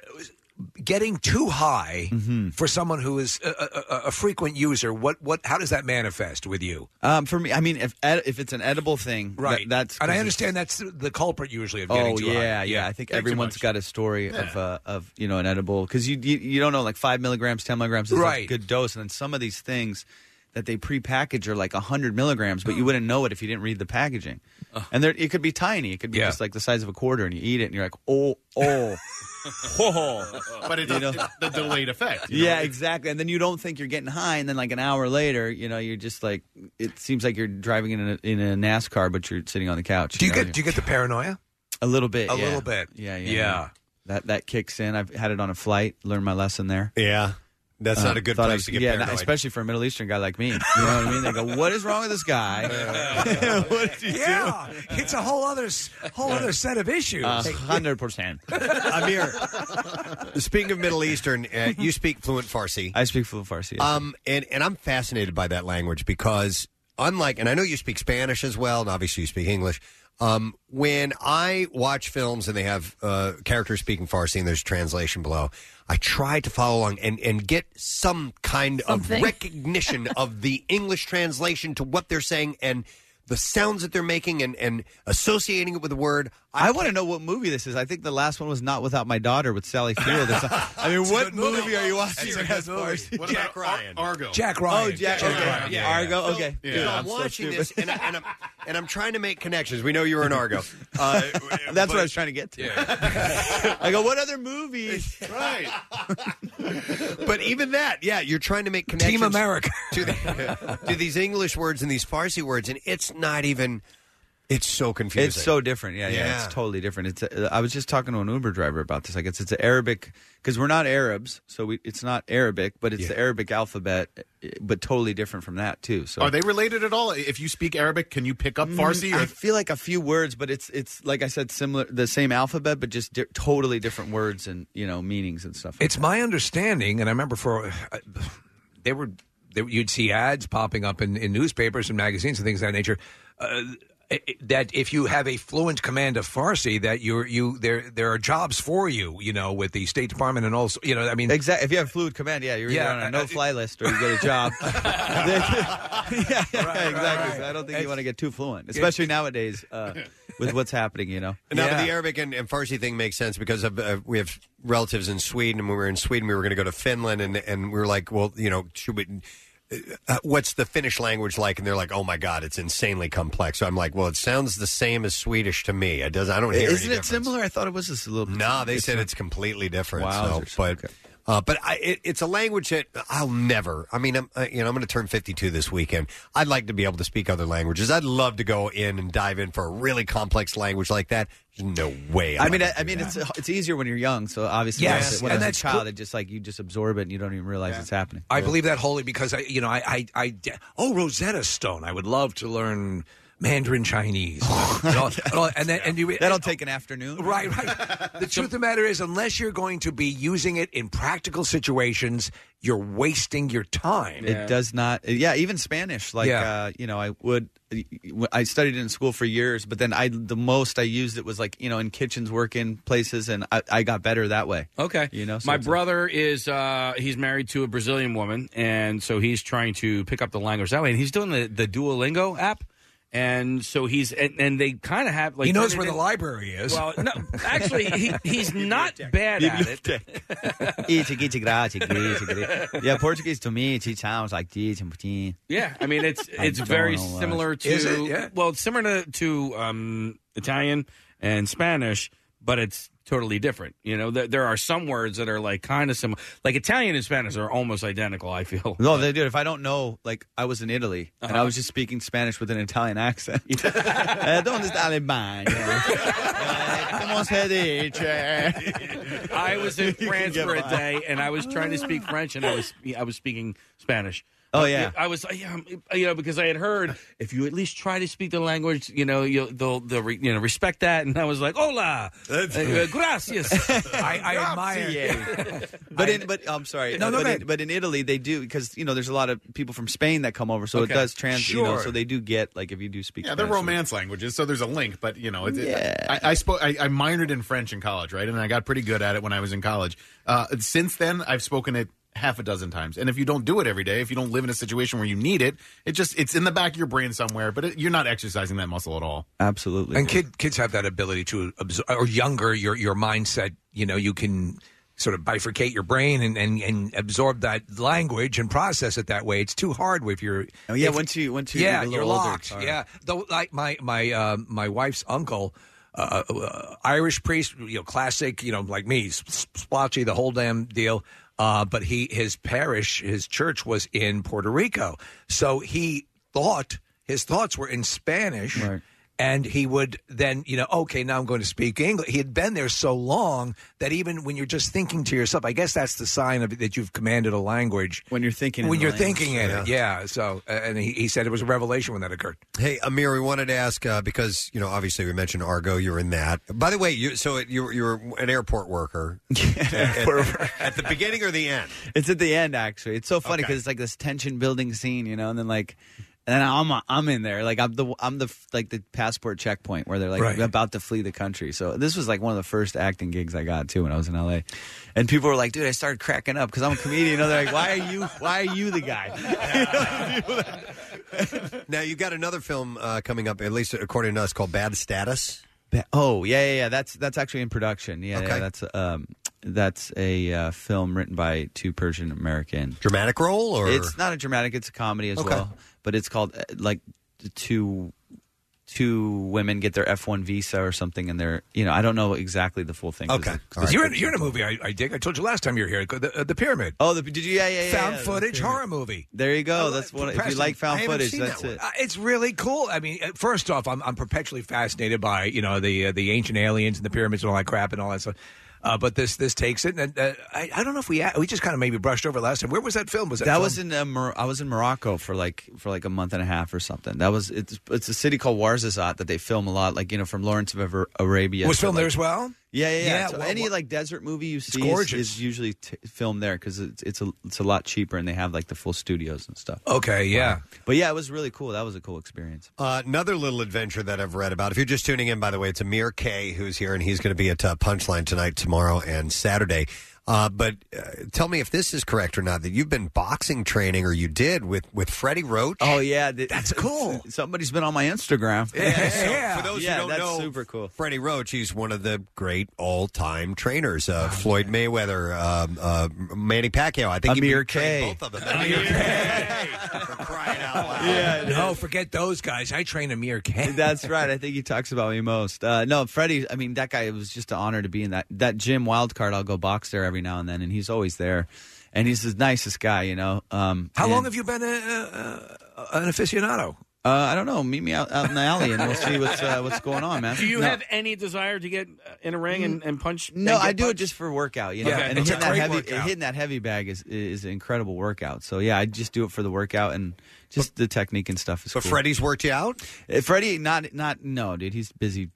Speaker 6: getting too high
Speaker 12: Mm-hmm.
Speaker 6: for someone who is a, a, a- a frequent user. What what? How does that manifest with you?
Speaker 12: um, for me, I mean, if ed- if it's an edible thing, right? that's
Speaker 6: And I understand that's the culprit usually of getting
Speaker 12: oh
Speaker 6: too
Speaker 12: yeah,
Speaker 6: high.
Speaker 12: yeah, I think
Speaker 6: Getting too
Speaker 12: everyone's got a story of uh, of you know an edible because you, you you don't know like five milligrams, ten milligrams is like
Speaker 6: Right.
Speaker 12: a good dose, and then some of these things that they prepackage are like hundred milligrams, but you wouldn't know it if you didn't read the packaging. And there, it could be tiny, it could be just like the size of a quarter, and you eat it, and you're like, oh, oh, oh.
Speaker 16: But it's
Speaker 12: You know?
Speaker 16: the delayed effect. you know?
Speaker 12: Yeah, exactly. And then you don't think you're getting high, and then like an hour later, you know, you're just like, it seems like you're driving in a, in a NASCAR, but you're sitting on the couch.
Speaker 6: Do you
Speaker 12: know?
Speaker 6: get do you get the paranoia?
Speaker 12: A little bit.
Speaker 6: A
Speaker 12: yeah.
Speaker 6: little bit.
Speaker 12: Yeah, yeah.
Speaker 6: Yeah.
Speaker 12: That that kicks in. I've had it on a flight. Learned my lesson there. Uh,
Speaker 3: Yeah. That's not a good place to get
Speaker 12: yeah,
Speaker 3: paranoid.
Speaker 12: especially for a Middle Eastern guy like me. You know what I mean? They go, "What is wrong with this guy?" what did you
Speaker 6: yeah, it's a whole other s- whole other set of issues.
Speaker 12: A hundred percent.
Speaker 3: Amir, speaking of Middle Eastern, uh, you speak fluent Farsi.
Speaker 12: I speak fluent Farsi.
Speaker 3: Um, and and I'm fascinated by that language because unlike, and I know you speak Spanish as well, and obviously you speak English. Um, when I watch films and they have uh, characters speaking Farsi and there's translation below, I try to follow along and, and get some kind
Speaker 1: Something.
Speaker 3: of recognition of the English translation to what they're saying and the sounds that they're making and, and associating it with the word.
Speaker 12: I want to know what movie this is. I think the last one was Not Without My Daughter with Sally Field. It's- I mean, what movie, are you watching? as far as-
Speaker 3: Jack Ryan.
Speaker 16: Argo.
Speaker 12: Jack Ryan. Oh, Jack- okay. Yeah, Argo,
Speaker 3: So,
Speaker 12: okay.
Speaker 3: you
Speaker 12: Yeah,
Speaker 3: know,
Speaker 12: I'm
Speaker 3: I'm
Speaker 12: so
Speaker 3: watching
Speaker 12: stupid.
Speaker 3: this, and, I, and, I'm, and I'm trying to make connections. We know you were in Argo. Uh, That's
Speaker 12: what I was trying to get to. I go, what other movies?
Speaker 16: right.
Speaker 3: But even that, yeah, you're trying to make connections.
Speaker 6: America.
Speaker 3: to, the, to these English words and these Farsi words, and it's not even. It's so confusing.
Speaker 12: It's so different. Yeah, yeah,
Speaker 3: Yeah.
Speaker 12: it's totally different. It's. uh, I was just talking to an Uber driver about this. I guess it's an Arabic because we're not Arabs, so we, it's not Arabic, but it's the Arabic alphabet, uh, but totally different from that too. So
Speaker 16: Are they related at all? If you speak Arabic, can you pick up Farsi?
Speaker 12: Mm, I
Speaker 16: Or,
Speaker 12: feel like a few words, but it's it's like I said, similar, the same alphabet, but just di- totally different words and you know meanings and stuff.
Speaker 6: It's my understanding, and I remember for uh, they were they, you'd see ads popping up in, in newspapers and magazines and things of that nature. Uh, i- i- that if you have a fluent command of Farsi, that you're you there there are jobs for you. You know, with the State Department and also you know, I mean,
Speaker 12: exactly. If you have fluent command, yeah, you're
Speaker 6: Yeah,
Speaker 12: either on
Speaker 6: I-
Speaker 12: a no-fly list or you get a job. yeah, exactly. So I don't think you want to get too fluent, especially nowadays uh, with what's happening. You know.
Speaker 3: Now, but the Arabic and, and Farsi thing makes sense because of, uh, we have relatives in Sweden, and when we were in Sweden, we were going to go to Finland, and and we were like, well, you know, should we? Uh, what's the Finnish language like? And they're like, "Oh my God, it's insanely complex." So I'm like, "Well, it sounds the same as Swedish to me. It does. I don't hear."
Speaker 12: Isn't
Speaker 3: any
Speaker 12: it similar? I thought it was just a little.
Speaker 3: No, they said
Speaker 12: not-
Speaker 3: it's completely different.
Speaker 12: Wow,
Speaker 3: so, but uh, but I, it, it's a language that I'll never. I mean, I'm uh, you know I'm going to turn 52 this weekend. I'd like to be able to speak other languages. I'd love to go in and dive in for a really complex language like that. There's no way.
Speaker 12: I mean, I, I mean, it's it's easier when you're young. So obviously,
Speaker 6: Yes,
Speaker 12: when
Speaker 6: and
Speaker 12: as a
Speaker 6: that's
Speaker 12: child,
Speaker 6: cool.
Speaker 12: it just like you just absorb it and you don't even realize it's happening.
Speaker 6: I believe that wholly because I, you know, I, I, I de- oh Rosetta Stone. I would love to learn Mandarin Chinese. and, all- and all- and then, and you,
Speaker 12: Oh, that'll take an afternoon.
Speaker 6: Right, right. The truth of the matter is, unless you're going to be using it in practical situations, you're wasting your time.
Speaker 12: It does not. Yeah, even Spanish. Like,
Speaker 6: Yeah.
Speaker 12: uh, you know, I would. I studied it in school for years, but then I the most I used it was like you know in kitchens, working places, and I, I got better that way.
Speaker 7: Okay.
Speaker 12: You know, so
Speaker 7: My
Speaker 12: it's a-
Speaker 7: brother is uh he's married to a Brazilian woman and so he's trying to pick up the language that way and he's doing the, the Duolingo app and so he's and, and they kind of have like
Speaker 6: he knows
Speaker 7: turned
Speaker 6: where
Speaker 7: it
Speaker 6: the
Speaker 7: in-
Speaker 6: library is.
Speaker 7: Well, no, actually, he, he's not bad at it.
Speaker 12: Itchy, itchy, grachi, itchy, itchy. yeah, Portuguese to me, it sounds like this and poutine.
Speaker 7: Yeah, I mean it's
Speaker 12: I
Speaker 7: it's
Speaker 12: don't
Speaker 7: very
Speaker 12: know.
Speaker 7: similar to
Speaker 12: Is it? Yeah.
Speaker 7: well, it's similar to, to um, Italian and Spanish, but it's totally different. You know, there, there are some words that are like kind of similar, like Italian and Spanish are almost identical. I feel.
Speaker 12: No, they do. If I don't know, like I was in Italy and
Speaker 7: Uh-huh.
Speaker 12: I was just speaking Spanish with an Italian accent. uh, don't understand mine. Eh,
Speaker 7: I was in France
Speaker 12: get
Speaker 7: for a
Speaker 12: by.
Speaker 7: day, and I was trying to speak French, and I was I was speaking Spanish.
Speaker 12: Oh,
Speaker 7: Uh,
Speaker 12: yeah.
Speaker 7: I was yeah, um, you know because I had heard if you at least try to speak the language, you know you'll they'll, they'll re, you know respect that, and I was like hola, uh, gracias. I,
Speaker 6: I admire
Speaker 12: But in but I'm sorry. uh,
Speaker 6: No, no,
Speaker 12: but,
Speaker 6: go
Speaker 12: in, but in Italy they do because you know there's a lot of people from Spain that come over, so
Speaker 16: Okay.
Speaker 12: it does trans. You know,
Speaker 16: Sure.
Speaker 12: so they do get like if you do speak.
Speaker 16: Yeah, they're
Speaker 12: Spanish, so-
Speaker 16: Romance languages, so there's a link. But you know, it, it-
Speaker 12: Yeah.
Speaker 16: I, I spoke. I, I minored in French in college, right, and I got pretty good at it when I was in college. Uh, since then, I've spoken it half a dozen times. And if you don't do it every day, if you don't live in a situation where you need it, it just it's in the back of your brain somewhere. But it, you're not exercising that muscle at all.
Speaker 12: Absolutely.
Speaker 6: And kid, kids have that ability to absorb, or younger, your your mindset. You know, you can sort of bifurcate your brain and, and, and absorb that language and process it that way. It's too hard if you're.
Speaker 12: Oh, yeah,
Speaker 6: if-
Speaker 12: once you- once you
Speaker 6: yeah,
Speaker 12: get a
Speaker 6: you're
Speaker 12: little older,
Speaker 6: locked.
Speaker 12: it's hard.
Speaker 6: Yeah, though, like my my uh, my wife's uncle. Uh, uh, Irish priest, you know, classic, you know, like me, s- s- splotchy, the whole damn deal. Uh, but he, his parish, his church was in Puerto Rico, so he thought his thoughts were in Spanish, and he would then, you know, okay, now I'm going to speak English. He had been there so long that even when you're just thinking to yourself, I guess that's the sign of that you've commanded a language
Speaker 12: when you're thinking.
Speaker 3: in
Speaker 6: When
Speaker 3: the
Speaker 6: you're
Speaker 3: language,
Speaker 6: thinking in it,
Speaker 3: yeah.
Speaker 6: yeah. So, uh, and he, he said it was a revelation when that occurred.
Speaker 3: Hey, Amir, we wanted to ask uh, because you know, obviously, we mentioned Argo. You're in that. By the way, you so it, you're you're an airport worker. At- at, at the beginning or the end?
Speaker 12: It's at the end, actually. It's so funny because it's like this tension building scene, you know, and then like, and then I'm I'm in there, like I'm the I'm the like the passport checkpoint where they're like
Speaker 6: Right.
Speaker 12: about to flee the country. So this was like one of the first acting gigs I got too when I was in LA, and people were like, "Dude, I started cracking up because I'm a comedian." And they're like, "Why are you Why are you the guy?"
Speaker 3: now you've got another film uh, coming up, at least according to us, called Bad Status.
Speaker 12: Ba- Oh yeah, yeah, yeah. That's that's actually in production. Yeah, yeah,
Speaker 3: Okay.
Speaker 12: that's um, that's a uh, film written by two Persian American.
Speaker 3: Dramatic role, or
Speaker 12: it's not a dramatic. It's a comedy as
Speaker 3: Okay.
Speaker 12: well, but it's called uh, like the two two women get their F one visa or something, and they're you know I don't know exactly the full thing. 'cause
Speaker 6: Okay.
Speaker 12: the-
Speaker 6: You're, in, you're in a movie I, I dig. I told you last time you were here. The, uh, the Pyramid.
Speaker 12: Oh, the, did you? Yeah, yeah, yeah.
Speaker 6: Found
Speaker 12: yeah, the
Speaker 6: footage
Speaker 12: Pyramid.
Speaker 6: horror movie.
Speaker 12: There you go.
Speaker 6: I
Speaker 12: that's
Speaker 6: love-
Speaker 12: what if you
Speaker 6: Preston,
Speaker 12: like
Speaker 6: I
Speaker 12: found
Speaker 6: haven't
Speaker 12: footage.
Speaker 6: seen
Speaker 12: That's
Speaker 6: that one.
Speaker 12: it.
Speaker 6: Uh, It's really cool. I mean, uh, first off, I'm, I'm perpetually fascinated by you know the uh, the ancient aliens and the pyramids and all that crap and all that stuff. Uh, but this this takes it, and uh, I, I don't know if we we just kind of maybe brushed over last time. Where was that film? Was that
Speaker 12: that
Speaker 6: film-
Speaker 12: was in uh, Mor- I was in Morocco for like for like a month and a half or something. That was it's it's a city called Warzazat that they film a lot, like you know from Lawrence of Ar- Arabia.
Speaker 6: was
Speaker 12: So,
Speaker 6: filmed
Speaker 12: like-
Speaker 6: there as well?
Speaker 12: Yeah, yeah, yeah. So
Speaker 6: well,
Speaker 12: any
Speaker 6: well-
Speaker 12: like desert movie you see is,
Speaker 6: gorgeous.
Speaker 12: is usually t- filmed there because it's it's a it's a lot cheaper and they have like the full studios and stuff.
Speaker 6: Okay, yeah.
Speaker 12: But yeah, it was really cool. That was a cool experience.
Speaker 3: Uh, another little adventure that I've read about. If you're just tuning in, by the way, it's Amir K who's here, and he's going to be at uh, Punchline tonight, tomorrow, and Saturday. Uh, but uh, tell me if this is correct or not that you've been boxing training, or you did with with Freddie Roach.
Speaker 12: Oh yeah, that's cool. Somebody's been on my Instagram.
Speaker 3: Yeah, so for those
Speaker 12: Yeah,
Speaker 3: who don't
Speaker 12: that's
Speaker 3: know,
Speaker 12: super cool.
Speaker 3: Freddie Roach, he's one of the great all time trainers. Uh, Floyd Mayweather, um, uh, Manny Pacquiao. I think
Speaker 12: Amir
Speaker 3: he trained
Speaker 12: K.
Speaker 3: both of them.
Speaker 6: yeah, no, forget those guys. I train Amir Khan.
Speaker 12: That's right. I think he talks about me most. Uh, no, Freddie. I mean, that guy. It was just an honor to be in that that gym wild card. I'll go box there every now and then, and he's always there. And he's the nicest guy, you know. Um,
Speaker 6: How
Speaker 12: and-
Speaker 6: long have you been uh, a, a, a, an aficionado?
Speaker 12: Uh, I don't know. Meet me out, out in the alley, and we'll see what's uh, what's going on, man.
Speaker 7: Do you
Speaker 12: No.
Speaker 7: have any desire to get uh, in a ring and, and punch?
Speaker 12: No,
Speaker 7: and get
Speaker 12: I do it
Speaker 7: punched?
Speaker 12: just for workout, you know.
Speaker 7: Okay.
Speaker 12: And
Speaker 7: It's a
Speaker 12: hitting that
Speaker 7: great
Speaker 12: heavy,
Speaker 7: workout.
Speaker 12: hitting that heavy bag is is an incredible workout. So yeah, I just do it for the workout and just the technique and stuff is.
Speaker 3: But
Speaker 12: cool.
Speaker 3: Freddie's worked you out.
Speaker 12: Uh, Freddie, not not no, dude. He's busy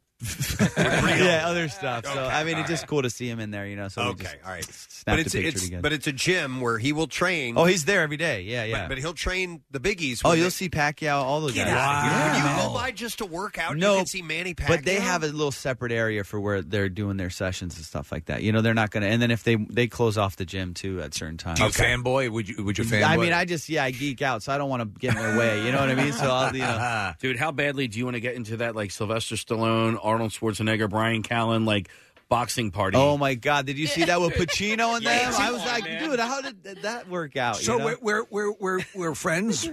Speaker 12: yeah, other stuff. So I mean,
Speaker 3: all
Speaker 12: it's just cool to see him in there, you know. So we
Speaker 3: Okay,
Speaker 12: just
Speaker 3: all right.
Speaker 12: Snap
Speaker 3: But it's
Speaker 12: the picture
Speaker 3: it's
Speaker 12: together.
Speaker 3: but it's a gym where he will train.
Speaker 12: oh, he's there every day. Yeah,
Speaker 3: But-
Speaker 12: yeah.
Speaker 3: But, he'll train the biggies.
Speaker 12: oh,
Speaker 3: when
Speaker 12: you'll
Speaker 3: they-
Speaker 12: see Pacquiao, all those
Speaker 3: Get
Speaker 12: guys.
Speaker 3: out of here.
Speaker 12: Yeah,
Speaker 3: When
Speaker 12: man.
Speaker 3: you go by just to work out,
Speaker 12: No,
Speaker 3: you can see Manny Pacquiao.
Speaker 12: But they have a little separate area for where they're doing their sessions and stuff like that. You know, they're not going to. And then if they they close off the gym too at certain times.
Speaker 6: Do you fanboy? Would you? Would you fanboy?
Speaker 12: I mean, I just yeah, I geek out, so I don't want to get in their way. You know what I mean? So I'll, you know.
Speaker 10: dude, how badly do you want to get into that like Sylvester Stallone, Arnold Schwarzenegger, Brian Callen like boxing party?
Speaker 12: Oh my God! Did you see that with Pacino and
Speaker 10: Yeah,
Speaker 12: them?
Speaker 10: come
Speaker 12: I was
Speaker 10: on,
Speaker 12: like,
Speaker 10: man.
Speaker 12: dude, how did th- that work out?
Speaker 6: So
Speaker 12: you know?
Speaker 6: we're, we're we're we're we're friends,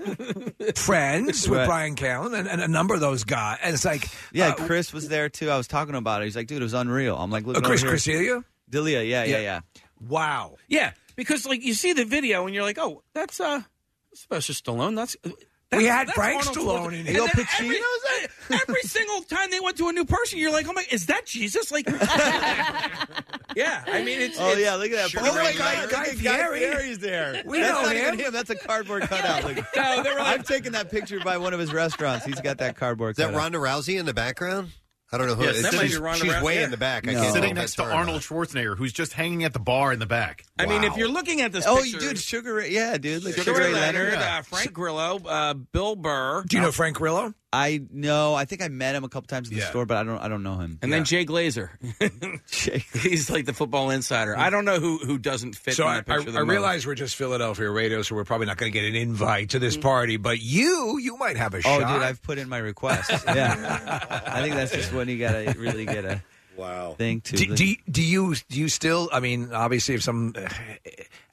Speaker 6: friends with
Speaker 12: Right.
Speaker 6: Brian Callen and, and a number of those guys. And it's like,
Speaker 12: yeah,
Speaker 6: uh,
Speaker 12: Chris was there too. I was talking about it. He's like, dude, it was unreal. I'm like, look,
Speaker 6: Uh, Chris- Chris D'Elia?
Speaker 12: Delia, yeah, yeah,
Speaker 6: Yeah.
Speaker 12: yeah.
Speaker 6: wow.
Speaker 7: Yeah, because like you see the video and you're like, oh, that's uh, Sylvester Stallone. That's. uh, that's
Speaker 6: We had
Speaker 7: that's
Speaker 6: Frank
Speaker 7: Arnold
Speaker 6: Stallone
Speaker 7: Schwarzenegger.
Speaker 6: in
Speaker 7: And
Speaker 6: it. Yo,
Speaker 7: then every, every single time they went to a new person, you're like, "Oh my, is that Jesus?" Like, yeah, I mean, it's
Speaker 12: Oh
Speaker 7: it's-
Speaker 12: yeah, look at that!
Speaker 7: Oh, my God,
Speaker 12: Look
Speaker 7: Guy
Speaker 12: at
Speaker 7: Fieri.
Speaker 12: Fieri's there.
Speaker 7: We
Speaker 12: That's
Speaker 7: know
Speaker 12: not
Speaker 7: him.
Speaker 12: even him. That's a cardboard cutout. Look.
Speaker 7: No, they're on-
Speaker 12: I've taken that picture by one of his restaurants. He's got that cardboard.
Speaker 3: Is that
Speaker 12: cutout.
Speaker 3: Ronda Rousey in the background? I don't know who.
Speaker 12: Yes,
Speaker 3: it's-
Speaker 12: that might be
Speaker 3: she's
Speaker 12: Ronda
Speaker 3: she's
Speaker 12: Rousey,
Speaker 3: way
Speaker 12: yeah.
Speaker 3: in the back. I
Speaker 12: No.
Speaker 3: can't
Speaker 12: Sitting
Speaker 3: tell if
Speaker 12: next
Speaker 3: that's
Speaker 12: to
Speaker 3: her or not.
Speaker 16: Arnold Schwarzenegger, who's just hanging at the bar in the back.
Speaker 7: I mean, if you're looking at this,
Speaker 12: Oh,
Speaker 7: picture,
Speaker 12: dude, Sugar Ray, yeah, dude, look,
Speaker 7: Sugar Ray Leonard, uh, Frank Grillo, uh, Bill Burr.
Speaker 6: Do you know Frank Grillo?
Speaker 12: I know. I think I met him a couple times in the
Speaker 7: Yeah.
Speaker 12: store, but I don't. I don't know him.
Speaker 7: And then Jay Glazer. He's like the football insider. I don't know who who doesn't fit
Speaker 6: So
Speaker 7: in
Speaker 6: I,
Speaker 7: that
Speaker 6: I,
Speaker 7: picture the
Speaker 6: I
Speaker 7: most.
Speaker 6: realize we're just Philadelphia radio, so we're probably not going to get an invite to this party. But you, you might have a
Speaker 12: oh,
Speaker 6: shot.
Speaker 12: dude, I've put in my request. yeah, I think that's just when you gotta really get a
Speaker 3: wow
Speaker 12: thing to.
Speaker 6: Do, do, do you do you still? I mean, obviously, if some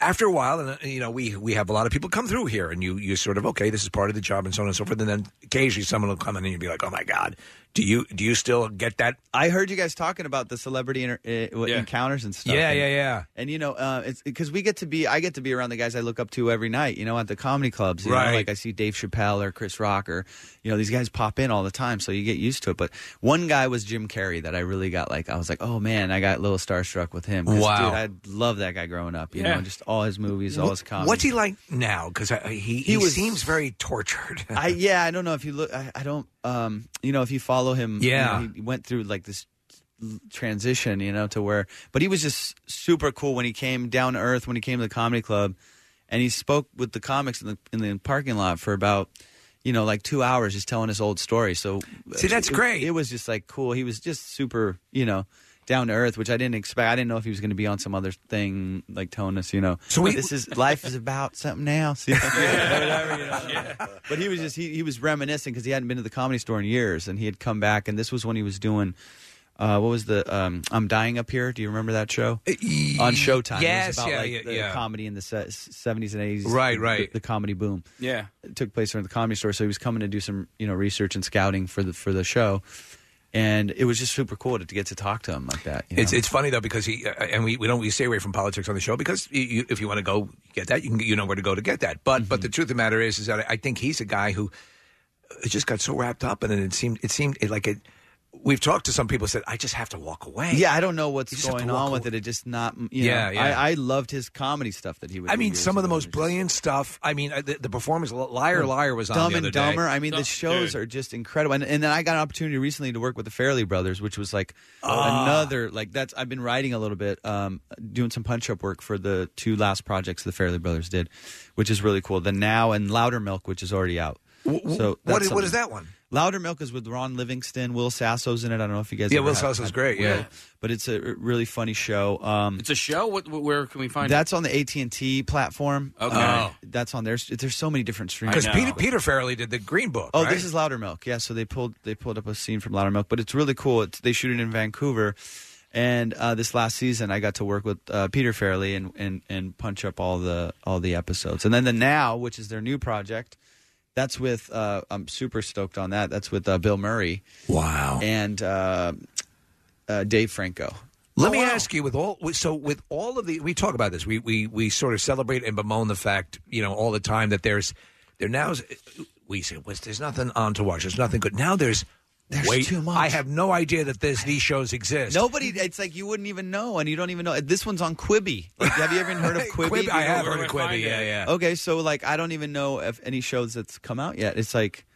Speaker 6: after a while, and uh, you know, we we have a lot of people come through here, and you you sort of okay, this is part of the job, and so on and so forth. And then occasionally, someone will come in, and you'll be like, oh my god, do you do you still get that?
Speaker 12: I heard you guys talking about the celebrity inter- uh, what, encounters and stuff.
Speaker 6: Yeah,
Speaker 12: And-
Speaker 6: yeah, yeah.
Speaker 12: And you know, uh, it's because we get to be, I get to be around the guys I look up to every night. You know, at the comedy clubs, you
Speaker 6: Right.
Speaker 12: Know, like I see Dave Chappelle or Chris Rock or you know these guys pop in all the time, so you get used to it. But one guy was Jim Carrey that I really got like, I was like, oh man, I got a little starstruck with him. 'Cause,
Speaker 6: Wow.
Speaker 12: dude, I love that guy growing up. You
Speaker 6: Yeah.
Speaker 12: know, just all his movies, all his comedy.
Speaker 6: What's he like now? Because he he,
Speaker 12: He was-
Speaker 6: seems very tortured.
Speaker 12: I yeah, I don't know if you look. I, I don't. Um, you know, if you follow him,
Speaker 6: Yeah.
Speaker 12: you know, he went through like this l- transition, you know, to where. But he was just super cool when he came down to earth when he came to the comedy club, and he spoke with the comics in the in the parking lot for about. You know, like two hours, just telling his old story. So
Speaker 6: See, that's
Speaker 12: it-
Speaker 6: great.
Speaker 12: It was just like cool. He was just super, you know, down to earth, which I didn't expect. I didn't know if he was going to be on some other thing, like telling us, you know,
Speaker 6: So we-
Speaker 12: this is life is about something else. you know? But he was just he, he was reminiscing because he hadn't been to the comedy store in years, and he had come back, and this was when he was doing. Uh, what was the um, I'm dying up here? Do you remember that show on Showtime? it
Speaker 6: Uh, yes,
Speaker 12: was about
Speaker 6: yeah,
Speaker 12: like
Speaker 6: yeah,
Speaker 12: the
Speaker 6: yeah.
Speaker 12: comedy in the se- 70s and 80s.
Speaker 6: Right,
Speaker 12: the-
Speaker 6: right.
Speaker 12: The, comedy boom
Speaker 7: Yeah.
Speaker 12: It took place around the comedy store, so he was coming to do some you know research and scouting for the for the show, and it was just super cool to, to get to talk to him like that. you
Speaker 6: It's
Speaker 12: know?
Speaker 6: it's funny though because he uh, and we, we don't we stay away from politics on the show because you, you, if you want to go get that you can you know where to go to get that but
Speaker 12: Mm-hmm.
Speaker 6: but the truth of the matter is is that I think he's a guy who it just got so wrapped up and it seemed it seemed it, like it we've talked to some people who said I just have to walk away
Speaker 12: yeah, I don't know
Speaker 6: You
Speaker 12: what's
Speaker 6: just have to
Speaker 12: going
Speaker 6: walk
Speaker 12: on with it. It just not. You
Speaker 6: Yeah,
Speaker 12: know,
Speaker 6: yeah.
Speaker 12: I, I loved his comedy stuff that he would.
Speaker 6: I
Speaker 12: do
Speaker 6: mean
Speaker 12: years
Speaker 6: some of the most brilliant stuff I mean uh, the, the performance Liar Liar was on
Speaker 12: Oh, Dumb
Speaker 6: the other
Speaker 12: and Dumber.
Speaker 6: day.
Speaker 12: I mean, the shows are just incredible. And, and then I got an opportunity recently to work with the Fairley Brothers, which was like
Speaker 6: Ah.
Speaker 12: another like that's. I've been writing a little bit, um, doing some punch up work for the two last projects the Fairley Brothers did, which is really cool. The Now and Louder Milk, which is already out. So
Speaker 6: what
Speaker 12: that's
Speaker 6: is- what is
Speaker 12: something-
Speaker 6: that one?
Speaker 12: Louder Milk is with Ron Livingston, Will Sasso's in it. I don't know if you guys.
Speaker 6: Yeah,
Speaker 12: ever
Speaker 6: Will
Speaker 12: had-
Speaker 6: Sasso's
Speaker 12: had
Speaker 6: great,
Speaker 12: Will,
Speaker 6: yeah.
Speaker 12: but it's a really funny show. Um,
Speaker 7: It's a show. What? Where can we find it?
Speaker 12: that's on the AT and T platform.
Speaker 7: Okay.
Speaker 12: Uh, that's on there. There's so many different streams.
Speaker 6: because Peter Peter Farrelly did the Green Book
Speaker 12: Oh,
Speaker 6: right?
Speaker 12: this is Louder Milk. Yeah, so they pulled they pulled up a scene from Louder Milk, but it's really cool. It's, they shoot it in Vancouver, and uh, this last season I got to work with uh, Peter Fairley and, and and punch up all the all the episodes, and then the Now, which is their new project. That's with uh, I'm super stoked on that. That's with uh, Bill Murray.
Speaker 6: Wow.
Speaker 12: And uh, uh, Dave Franco.
Speaker 6: Let me ask you, with all with- so with all of the, we talk about this. We we we sort of celebrate and bemoan the fact, you know, all the time that there's there now is we say well, there's nothing on to watch. There's nothing good now. There's
Speaker 12: There's
Speaker 6: wait,
Speaker 12: too much.
Speaker 6: I have no idea that this these shows exist.
Speaker 12: Nobody, it's like you wouldn't even know, and you don't even know. This one's on Quibi. Like, have you ever heard of Quibi?
Speaker 6: Quibi-
Speaker 12: Do you
Speaker 6: I
Speaker 12: know
Speaker 6: have
Speaker 12: where
Speaker 6: heard of
Speaker 12: to find
Speaker 6: Quibi,
Speaker 12: it?
Speaker 6: yeah, yeah.
Speaker 12: Okay, so like I don't even know if any shows that's come out yet. It's like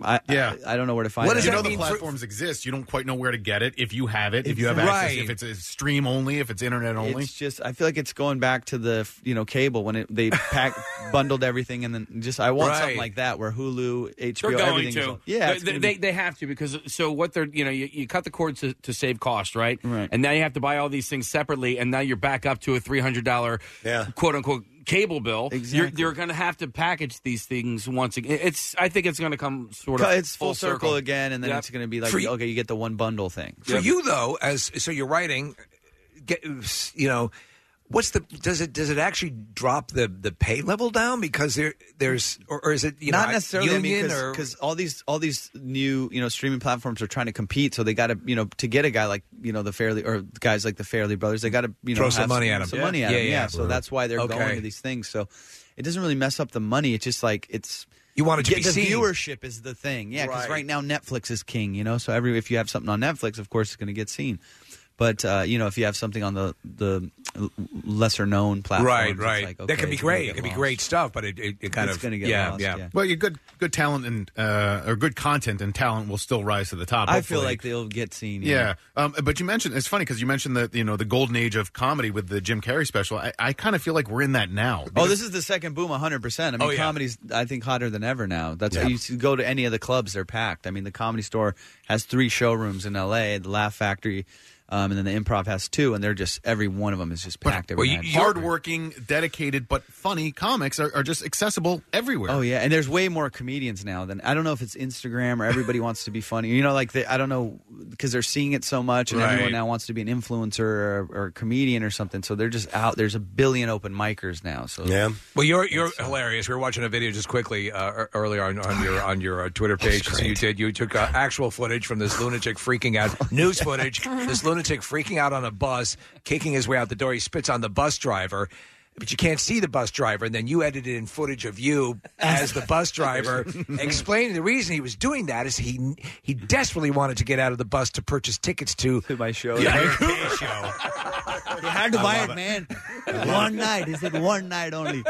Speaker 12: I, yeah. I, I don't know where to find.
Speaker 5: What
Speaker 12: it.
Speaker 5: you know the platforms exist. You don't quite know where to get it if you have it, if you have access,
Speaker 12: Exactly.
Speaker 5: if it's a stream only, if it's internet only.
Speaker 12: It's just I feel like it's going back to the you know cable when it, they pack bundled everything and then just I want
Speaker 7: Right.
Speaker 12: something like that where Hulu, HBO,
Speaker 7: They're going
Speaker 12: everything's
Speaker 7: to.
Speaker 12: on- yeah,
Speaker 7: They-
Speaker 12: it's
Speaker 7: they,
Speaker 12: gonna
Speaker 7: they,
Speaker 12: be-
Speaker 7: they have to because so what they're you know you, you cut the cord to, to save cost right right and now you have to buy all these things separately and now you're back up to a three hundred dollar quote unquote cable bill exactly. you're, you're going to have to package these things once again it's I think it's going to come sort of
Speaker 12: it's full circle, again, and then
Speaker 7: Yep.
Speaker 12: it's going to be like
Speaker 7: For you-
Speaker 12: okay, you get the one bundle thing.
Speaker 6: For you though, as so you're writing, get, you know, what's the does it does it actually drop the the pay level down because there there's or, or is it you
Speaker 12: not
Speaker 6: know,
Speaker 12: necessarily
Speaker 6: union or
Speaker 12: because all these all these new you know streaming platforms are trying to compete, so they got to you know to get a guy like you know the Fairly or guys like the Fairly brothers, they got to you know
Speaker 6: Throw some
Speaker 12: have
Speaker 6: money at 'em.
Speaker 12: some
Speaker 6: Yeah.
Speaker 12: money at
Speaker 6: Yeah,
Speaker 12: 'em,
Speaker 6: yeah.
Speaker 12: Yeah, so that's why they're
Speaker 6: Okay.
Speaker 12: going to these things. So it doesn't really mess up the money. It's just like it's
Speaker 6: you want it to
Speaker 12: get
Speaker 6: be
Speaker 12: the
Speaker 6: seen.
Speaker 12: viewership is the thing, yeah. Because right. now Netflix is king, you know. So every if you have something on Netflix, of course, it's going to get seen. But uh, you know, if you have something on the the lesser known platforms,
Speaker 6: right
Speaker 12: it's
Speaker 6: right
Speaker 12: like,
Speaker 6: that
Speaker 12: okay,
Speaker 6: could be
Speaker 12: it's gonna
Speaker 6: great
Speaker 12: get
Speaker 6: it could be
Speaker 12: lost.
Speaker 6: great stuff but it it, it kind
Speaker 12: It's
Speaker 6: of
Speaker 12: gonna get
Speaker 6: yeah,
Speaker 12: lost,
Speaker 6: yeah
Speaker 5: Well, your good good talent and uh, or good content and talent will still rise to the top.
Speaker 12: I feel
Speaker 5: hopefully.
Speaker 12: like they'll get seen.
Speaker 5: Yeah, um, but you mentioned it's funny because you mentioned the you know the golden age of comedy with the Jim Carrey special. I, I kind of feel like we're in that now.
Speaker 12: Oh, this is the second boom, 100%. I mean,
Speaker 5: Oh, yeah.
Speaker 12: comedy's, I think, hotter than ever now. That's
Speaker 5: Yeah.
Speaker 12: You s- go to any of the clubs, they're packed. I mean, the comedy store has three showrooms in L.A., the Laugh Factory, um, and then the improv has two, and they're just, every one of them is just packed every night.
Speaker 5: hardworking, dedicated, but funny comics are, are just accessible everywhere.
Speaker 12: Oh yeah, and there's way more comedians now than I don't know if it's Instagram or everybody wants to be funny. You know, like they, I don't know because they're seeing it so much, and
Speaker 6: Right.
Speaker 12: everyone now wants to be an influencer or, or a comedian or something. So they're just out. There's a billion open micers now. So yeah,
Speaker 6: Well, you're you're hilarious. We were watching a video just quickly uh, ear- earlier on, on your on your uh, Twitter page. So you did you took uh, actual footage from this lunatic freaking out news footage. This lunatic freaking out on a bus, kicking his way out the door. He spits on the bus driver. But you can't see the bus driver, and then you edited in footage of you as the bus driver explaining the reason he was doing that is he he desperately wanted to get out of the bus to purchase tickets to,
Speaker 12: my show.
Speaker 6: show.
Speaker 12: You had to buy it, man. One night. He said one night only.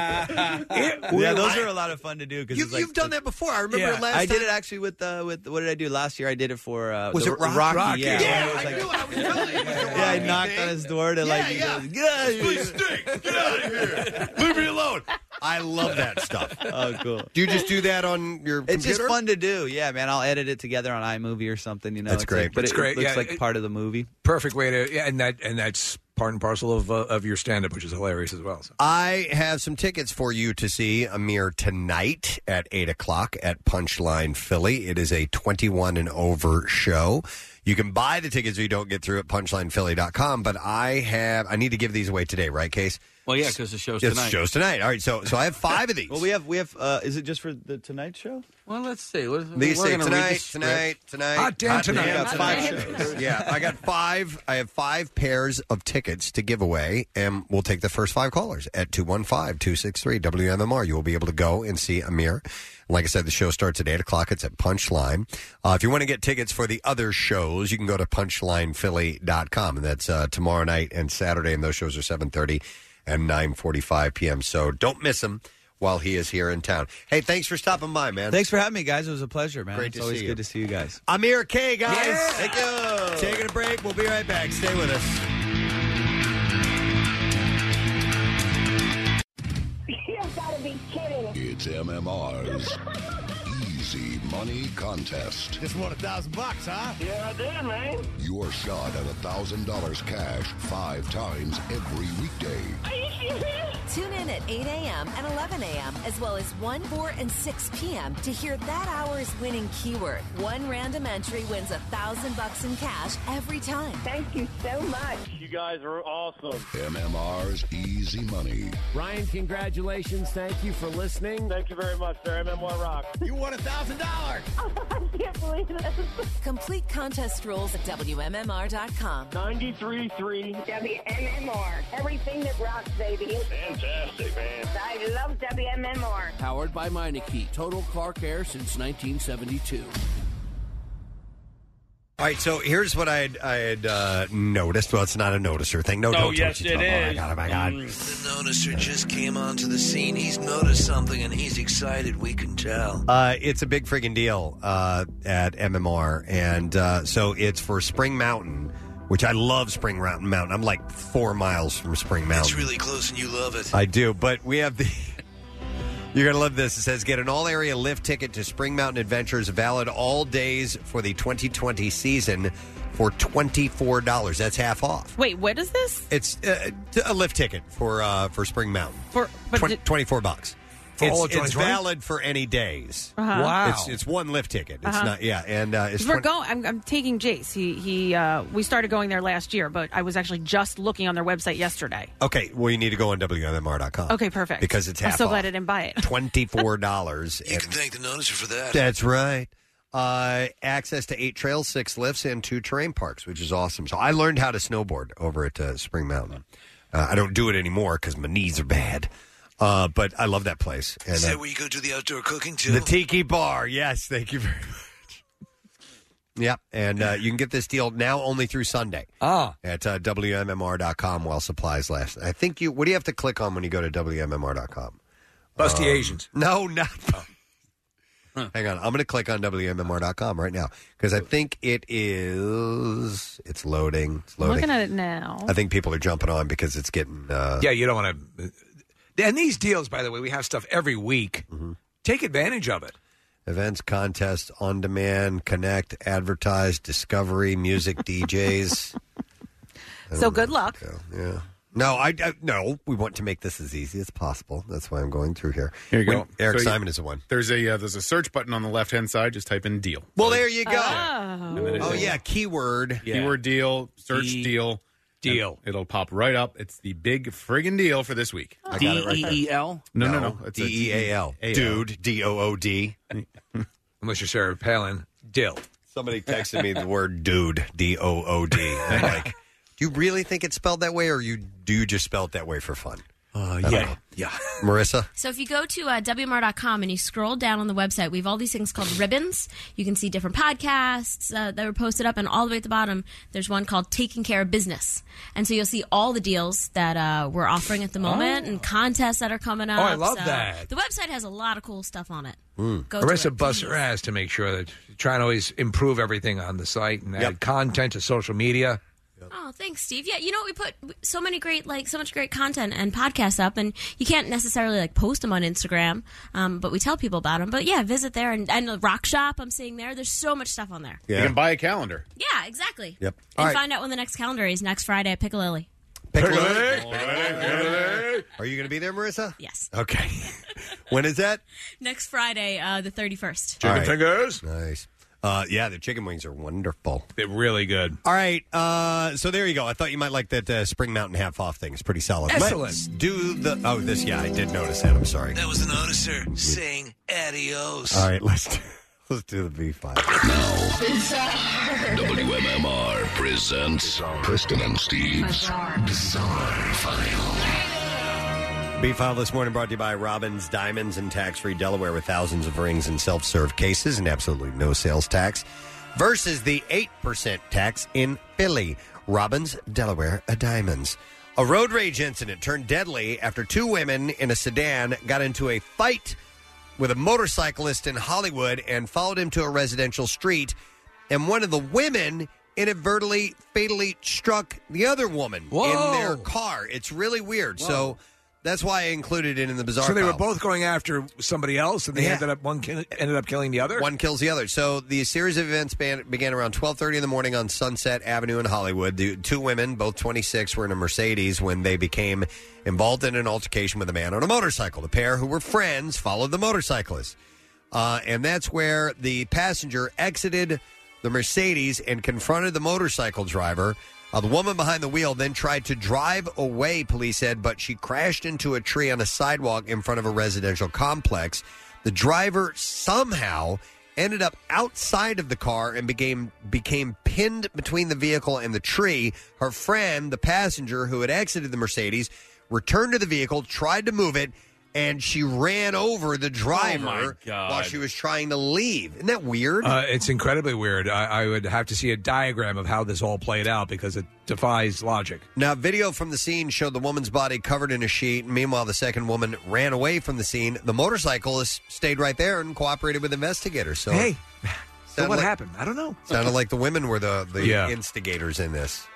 Speaker 12: yeah, those are a lot of fun to do because
Speaker 6: You- you've done that before. I remember it last
Speaker 12: I did
Speaker 6: time.
Speaker 12: it actually with uh, with what did I do last year? I did it for uh,
Speaker 6: Was
Speaker 12: the-
Speaker 6: it Rock-
Speaker 12: Rocky?
Speaker 6: Rocky?
Speaker 12: Yeah,
Speaker 6: Yeah,
Speaker 12: I was
Speaker 6: I
Speaker 12: like- yeah, I knocked on his door to like get out of here.
Speaker 3: Leave me alone. I love that stuff.
Speaker 12: Oh, cool.
Speaker 3: Do you just do that on your
Speaker 12: It's just
Speaker 3: computer?
Speaker 12: fun to do, yeah, man. I'll edit it together on iMovie or something, you know.
Speaker 6: That's
Speaker 12: It's
Speaker 6: great.
Speaker 12: like- but
Speaker 6: That's
Speaker 12: it
Speaker 6: great,
Speaker 12: looks
Speaker 6: yeah.
Speaker 12: like part of the movie.
Speaker 6: Perfect way to, yeah, and that and that's part and parcel of uh, of your stand up, which is hilarious as well. So.
Speaker 3: I have some tickets for you to see Amir tonight at 8 o'clock at Punchline Philly. It is a 21 and over show. You can buy the tickets if you don't get through at punchlinephilly.com, but I have, I need to give these away today, right, Case?
Speaker 7: well yeah because the show's
Speaker 3: Yes,
Speaker 7: tonight
Speaker 3: Shows tonight. All right, so so I have five of these.
Speaker 12: Well, we have we have. Uh, is it just for the Tonight Show?
Speaker 7: well let's see what,
Speaker 3: These
Speaker 7: we're
Speaker 3: say
Speaker 7: gonna read the
Speaker 3: tonight,
Speaker 7: script.
Speaker 3: tonight, tonight.
Speaker 12: I got five
Speaker 3: Five
Speaker 12: shows.
Speaker 3: shows. yeah, I got five. I have five pairs of tickets to give away, and we'll take the first five callers at 215 263 WMMR. You will be able to go and see Amir. Like I said, the show starts at 8 o'clock. It's at Punchline. Uh, if you want to get tickets for the other shows, you can go to punchlinephilly.com. And that's uh, tomorrow night and Saturday, and those shows are 730 and 945 p.m. So don't miss them while he is here in town. Hey, thanks for stopping by, man.
Speaker 12: Thanks for having me, guys. It was a pleasure, man.
Speaker 3: Great
Speaker 12: it's
Speaker 3: to
Speaker 12: always
Speaker 3: see you.
Speaker 12: good to see you guys.
Speaker 3: Amir K, guys.
Speaker 12: Yeah.
Speaker 3: Thank you. Taking a break. We'll be right back. Stay with us.
Speaker 16: You've got to be kidding.
Speaker 2: It's MMR's Easy Money Contest.
Speaker 16: Just won a thousand bucks, huh? Yeah, I did, man.
Speaker 2: Your shot at $1,000 cash five times every weekday.
Speaker 27: Tune in at 8 a.m. and 11 a.m., as well as 1, 4, and 6 p.m. to hear that hour's winning keyword. One random entry wins a thousand bucks in cash every time. Thank you so much.
Speaker 2: You guys are awesome. MMR's Easy Money.
Speaker 25: Ryan, congratulations. Thank you for listening. Thank you very much, sir. MMR Rock. You won a thousand dollars.
Speaker 27: I can't believe this. Complete contest rules at WMMR.com.
Speaker 16: 93.3
Speaker 27: WMMR.
Speaker 9: Everything that rocks, baby.
Speaker 24: Fantastic, man.
Speaker 9: I love WMMR.
Speaker 25: Powered by Meineke. Total Clark Air since 1972.
Speaker 3: All right, so here's what I had, I had uh, noticed. Well, it's not a noticer thing. No,
Speaker 6: Oh,
Speaker 3: don't
Speaker 6: yes,
Speaker 3: touch
Speaker 6: it
Speaker 3: Oh, my
Speaker 6: is.
Speaker 3: God, oh, my God.
Speaker 16: The noticer just came onto the scene. He's noticed something and he's excited. We can tell.
Speaker 3: Uh, it's a big friggin' deal uh, at MMR, and uh, so it's for Spring Mountain, which I love. Spring Mountain, Mountain. I'm like four miles from Spring Mountain.
Speaker 16: It's really close and you love it.
Speaker 3: I do, but we have the. You're gonna love this. It says get an all area lift ticket to Spring Mountain Adventures, valid all days for the 2020 season, for twenty four dollars. That's half off.
Speaker 4: Wait, what is this?
Speaker 3: It's uh, t- a lift ticket for uh, for Spring Mountain
Speaker 4: For but
Speaker 3: Twen-
Speaker 4: did-
Speaker 3: 24 bucks.
Speaker 4: For
Speaker 3: it's,
Speaker 4: all of
Speaker 3: it's
Speaker 4: 2020?
Speaker 3: valid for any days.
Speaker 4: Uh-huh. Wow.
Speaker 3: It's, it's one lift ticket. It's
Speaker 4: Uh-huh.
Speaker 3: not, yeah. And uh, it's
Speaker 4: 'Cause
Speaker 3: 20
Speaker 4: we're going. I'm, I'm taking Jace. He he. Uh, we started going there last year, but I was actually just looking on their website yesterday.
Speaker 3: Okay, well, you need to go on WMMR.com.
Speaker 4: Okay, perfect.
Speaker 3: Oh. Because it's half
Speaker 4: I'm so
Speaker 3: off.
Speaker 4: glad I didn't buy it.
Speaker 3: $24.
Speaker 16: You can thank the noticer for that.
Speaker 3: That's right. Uh, access to eight trails, six lifts, and two terrain parks, which is awesome. So I learned how to snowboard over at uh, Spring Mountain. Uh, I don't do it anymore because my knees are bad. Uh, but I love that place. And,
Speaker 16: Is
Speaker 3: uh,
Speaker 16: that where you go do the outdoor cooking too?
Speaker 3: The Tiki Bar. Yes, thank you very much. Yep, and uh, you can get this deal now only through Sunday. Ah. At uh, WMMR.com while supplies last. I think you, what do you have to click on when you go to WMMR.com?
Speaker 6: Busty
Speaker 3: Um,
Speaker 6: Asians.
Speaker 3: No, not. Hang on. I'm going to click on WMMR.com right now because I think it is, it's loading. It's
Speaker 4: I'm
Speaker 3: loading.
Speaker 4: looking at it now.
Speaker 3: I think people are jumping on because it's getting, uh,
Speaker 6: yeah, you don't want to. And these deals, by the way, we have stuff every week.
Speaker 3: Mm-hmm.
Speaker 6: Take advantage of it.
Speaker 3: events, contests, on demand, connect, advertise, discovery, music, DJs. I don't
Speaker 4: So
Speaker 3: know.
Speaker 4: good luck.
Speaker 3: Yeah. No, I, I no. We want to make this as easy as possible. That's why I'm going through here.
Speaker 5: Here you
Speaker 3: When-
Speaker 5: go.
Speaker 3: Eric
Speaker 5: So you-
Speaker 3: Simon is the one.
Speaker 5: There's a uh, there's a search button on the left hand side. Just type in deal.
Speaker 3: Well, there you
Speaker 12: Oh.
Speaker 3: go.
Speaker 5: And then it-
Speaker 3: Oh, yeah, keyword.
Speaker 5: Keyword deal, search deal. Deal. It'll pop right up. It's the big friggin' deal for this week.
Speaker 7: I got it right
Speaker 16: E
Speaker 7: there. D-E-E-L?
Speaker 5: No, no, no. It's a
Speaker 3: D E A L. Dude, D O O D.
Speaker 6: Unless you're Sarah Palin, dill.
Speaker 3: Somebody texted me the word dude, D O O D. I'm Like, do you really think it's spelled that way, or you do you just spell it that way for fun? Uh,
Speaker 6: yeah.
Speaker 3: yeah. Marissa,
Speaker 33: So if you go to uh, WMR.com and you scroll down on the website, we have all these things called ribbons. You can see different podcasts uh, that were posted up, and all the way at the bottom, there's one called Taking Care of Business. And so you'll see all the deals that uh, we're offering at the moment and contests that are coming up.
Speaker 6: Oh. I love
Speaker 33: So
Speaker 6: that.
Speaker 33: The website has a lot of cool stuff on it. Go to
Speaker 6: Marissa
Speaker 33: it,
Speaker 6: Hmm. busts her ass to make sure that trying to always improve everything on the site and add content to social media.
Speaker 33: Oh, thanks, Steve. Yeah, you know we put so many great like so much great content and podcasts up, and you can't necessarily like post them on Instagram, um, but we tell people about them. But yeah, visit there and, and the Rock Shop. I'm seeing there. There's so much stuff on there.
Speaker 5: You can buy a calendar.
Speaker 33: Yeah, exactly.
Speaker 3: Yep.
Speaker 33: And find out when the next calendar is next Friday at Piccalilli.
Speaker 3: are you going to be there, Marissa?
Speaker 33: Yes.
Speaker 3: Okay. when is that?
Speaker 33: Next Friday, uh, the 31st.
Speaker 3: All right. Nice. Uh, yeah, the chicken wings are wonderful.
Speaker 6: They're really good.
Speaker 3: All right. Uh, so there you go. I thought you might like that uh, Spring Mountain half off thing. It's pretty solid.
Speaker 16: Excellent.
Speaker 3: Let's do the. Oh, this. Yeah, I did notice that. I'm sorry.
Speaker 16: That was the noticer saying adios.
Speaker 3: All right. Let's do, let's do the V5.
Speaker 2: WMMR presents Kristen and Steve's Bizarre File.
Speaker 3: B file this morning brought to you by Robbins Diamonds and Tax Free Delaware with thousands of rings and self serve cases and absolutely no sales tax versus the 8% tax in Philly. Robbins Delaware uh, Diamonds. A road rage incident turned deadly after two women in a sedan got into a fight with a motorcyclist in Hollywood and followed him to a residential street. And one of the women inadvertently fatally struck the other woman
Speaker 6: Whoa.
Speaker 3: in their car. It's really weird. So that's why I included it in the bizarre.
Speaker 6: So they were
Speaker 3: file.
Speaker 6: both going after somebody else, and they
Speaker 3: Yeah.
Speaker 6: ended up one ki- ended up killing the other.
Speaker 3: One kills the other. So the series of events ban- began around 12:30 in the morning on Sunset Avenue in Hollywood. The two women, both 26, were in a Mercedes when they became involved in an altercation with a man on a motorcycle. The pair, who were friends, followed the motorcyclist, uh, and that's where the passenger exited the Mercedes and confronted the motorcycle driver. Uh, the woman behind the wheel then tried to drive away, police said, but she crashed into a tree on a sidewalk in front of a residential complex. The driver somehow ended up outside of the car and became became pinned between the vehicle and the tree. Her friend, the passenger who had exited the Mercedes, returned to the vehicle, tried to move it, and she ran over the driver
Speaker 6: Oh God.
Speaker 3: while she was trying to leave. Isn't that weird?
Speaker 6: Uh, it's incredibly weird. I, I would have to see a diagram of how this all played out because it defies logic.
Speaker 3: Now, video from the scene showed the woman's body covered in a sheet. Meanwhile, the second woman ran away from the scene. The motorcyclist stayed right there and cooperated with investigators. So,
Speaker 6: Hey, So
Speaker 3: sounded
Speaker 6: what
Speaker 3: like-
Speaker 6: happened? I don't know.
Speaker 3: Sounded like the women were the, the
Speaker 6: Yeah.
Speaker 3: instigators in this.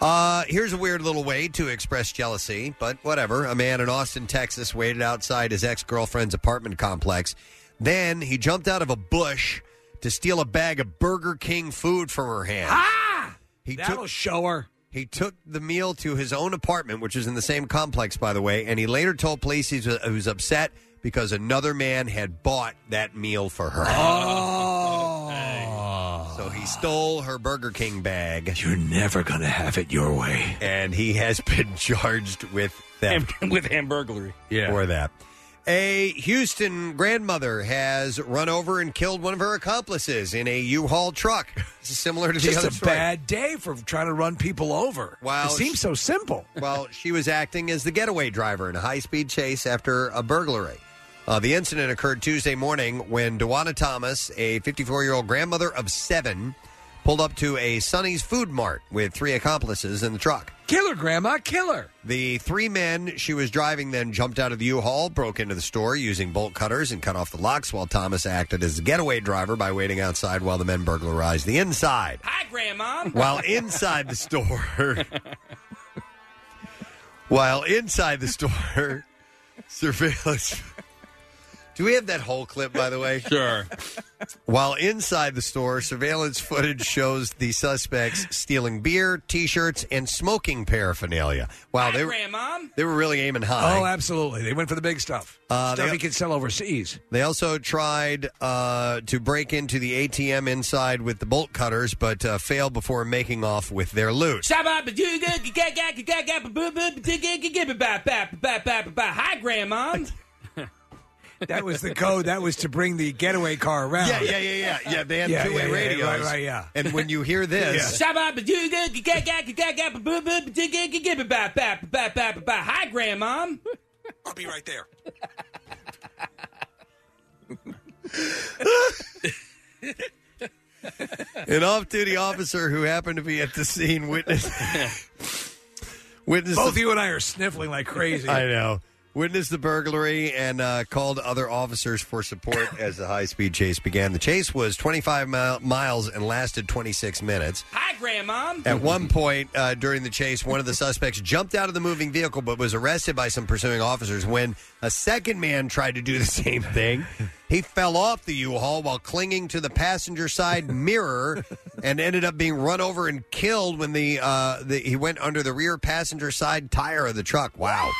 Speaker 3: Uh, here's a weird little way to express jealousy, but whatever. A man in Austin, Texas waited outside his ex girlfriend's apartment complex. Then he jumped out of a bush to steal a bag of Burger King food from her hand. Ah! He
Speaker 6: That'll
Speaker 3: took,
Speaker 6: show her.
Speaker 3: He took the meal to his own apartment, which is in the same complex, by the way, and he later told police he was, he was upset because another man had bought that meal for her.
Speaker 6: Oh.
Speaker 3: So he stole her Burger King bag.
Speaker 6: You're never going to have it your way.
Speaker 3: And he has been charged with theft.
Speaker 7: with hamburglary.
Speaker 3: For that. A Houston grandmother has run over and killed one of her accomplices in a U-Haul truck. This is similar to the
Speaker 6: Just
Speaker 3: other
Speaker 6: a
Speaker 3: story.
Speaker 6: bad day for trying to run people over.
Speaker 3: Wow.
Speaker 6: it seems so simple.
Speaker 3: Well, she was acting as the getaway driver in a high speed chase after a burglary. Uh, the incident occurred Tuesday morning when Dewana Thomas, a 54 year old grandmother of seven, pulled up to a Sonny's Food Mart with three accomplices in the truck.
Speaker 6: Killer, Grandma, killer.
Speaker 3: The three men she was driving then jumped out of the U Haul, broke into the store using bolt cutters, and cut off the locks while Thomas acted as the getaway driver by waiting outside while the men burglarized the inside.
Speaker 7: Hi, Grandma.
Speaker 3: While inside the store, while inside the store, surveillance. Do we have that whole clip, by the way?
Speaker 7: Sure.
Speaker 3: While inside the store, surveillance footage shows the suspects stealing beer, T-shirts, and smoking paraphernalia. Wow, they were they were really aiming high.
Speaker 6: Oh, absolutely. They went for the big stuff.
Speaker 3: Uh,
Speaker 6: stuff
Speaker 3: they-
Speaker 6: he could sell overseas.
Speaker 3: They also tried uh, to break into the ATM inside with the bolt cutters, but uh, failed before making off with their loot.
Speaker 7: Hi, Grandma.
Speaker 6: That was the code. That was to bring the getaway car around.
Speaker 3: Yeah, yeah, yeah, yeah. Yeah, they had two-way
Speaker 6: yeah,
Speaker 3: radios.
Speaker 6: right, right, yeah.
Speaker 3: And when you hear this,
Speaker 7: Hi, Grandma.
Speaker 6: I'll be right there.
Speaker 3: an off-duty officer who happened to be at the scene witnessed witnessed
Speaker 6: Both
Speaker 3: the-
Speaker 6: you and I are sniffling like crazy.
Speaker 3: I know. Witnessed the burglary and uh, called other officers for support as the high-speed chase began. The chase was 25 mi- miles and lasted 26 minutes.
Speaker 7: Hi, Grandma.
Speaker 3: At one point uh, during the chase, one of the suspects jumped out of the moving vehicle but was arrested by some pursuing officers. When a second man tried to do the same thing, he fell off the U Haul while clinging to the passenger side mirror and ended up being run over and killed when the, uh, the he went under the rear passenger side tire of the truck. Wow.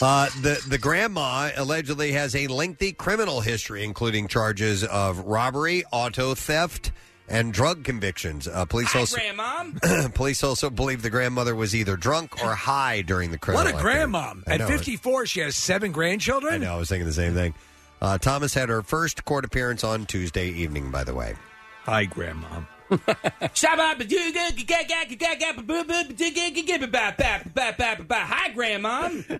Speaker 3: Uh, the the grandma allegedly has a lengthy criminal history, including charges of robbery, auto theft, and drug convictions. Uh, police also police also believe the grandmother was either drunk or high during the criminal.
Speaker 6: What a grandma.
Speaker 3: activity. I
Speaker 6: At
Speaker 3: know,
Speaker 6: 54, she has seven grandchildren?
Speaker 3: I know. I was thinking the same thing. Uh, Thomas had her first court appearance on Tuesday evening. By the way,
Speaker 6: hi, grandma.
Speaker 7: Hi, Grandma.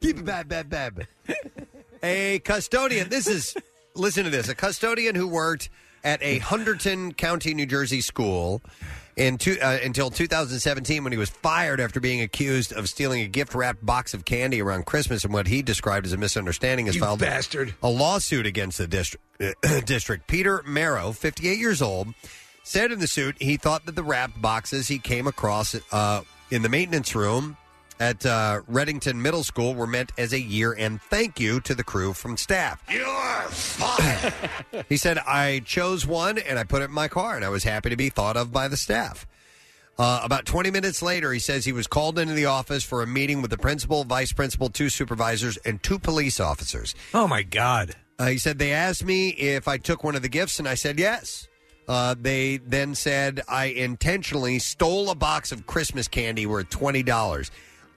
Speaker 3: A custodian. This is listen to this. A custodian who worked at a Hunterton County, New Jersey school in two, uh, until 2017 when he was fired after being accused of stealing a gift wrapped box of candy around Christmas and what he described as a misunderstanding has filed
Speaker 6: bastard.
Speaker 3: a lawsuit against the district district Peter Marrow, 58 years old, said in the suit he thought that the wrapped boxes he came across uh, in the maintenance room at uh, Reddington Middle School were meant as a year-end thank you to the crew from staff.
Speaker 18: You're fired.
Speaker 3: He said, I chose one and I put it in my car, and I was happy to be thought of by the staff. Uh, about 20 minutes later, he says he was called into the office for a meeting with the principal, vice principal, two supervisors, and two police officers.
Speaker 6: Oh, my God.
Speaker 3: Uh, he said, They asked me if I took one of the gifts, and I said yes. Uh, they then said, I intentionally stole a box of Christmas candy worth $20.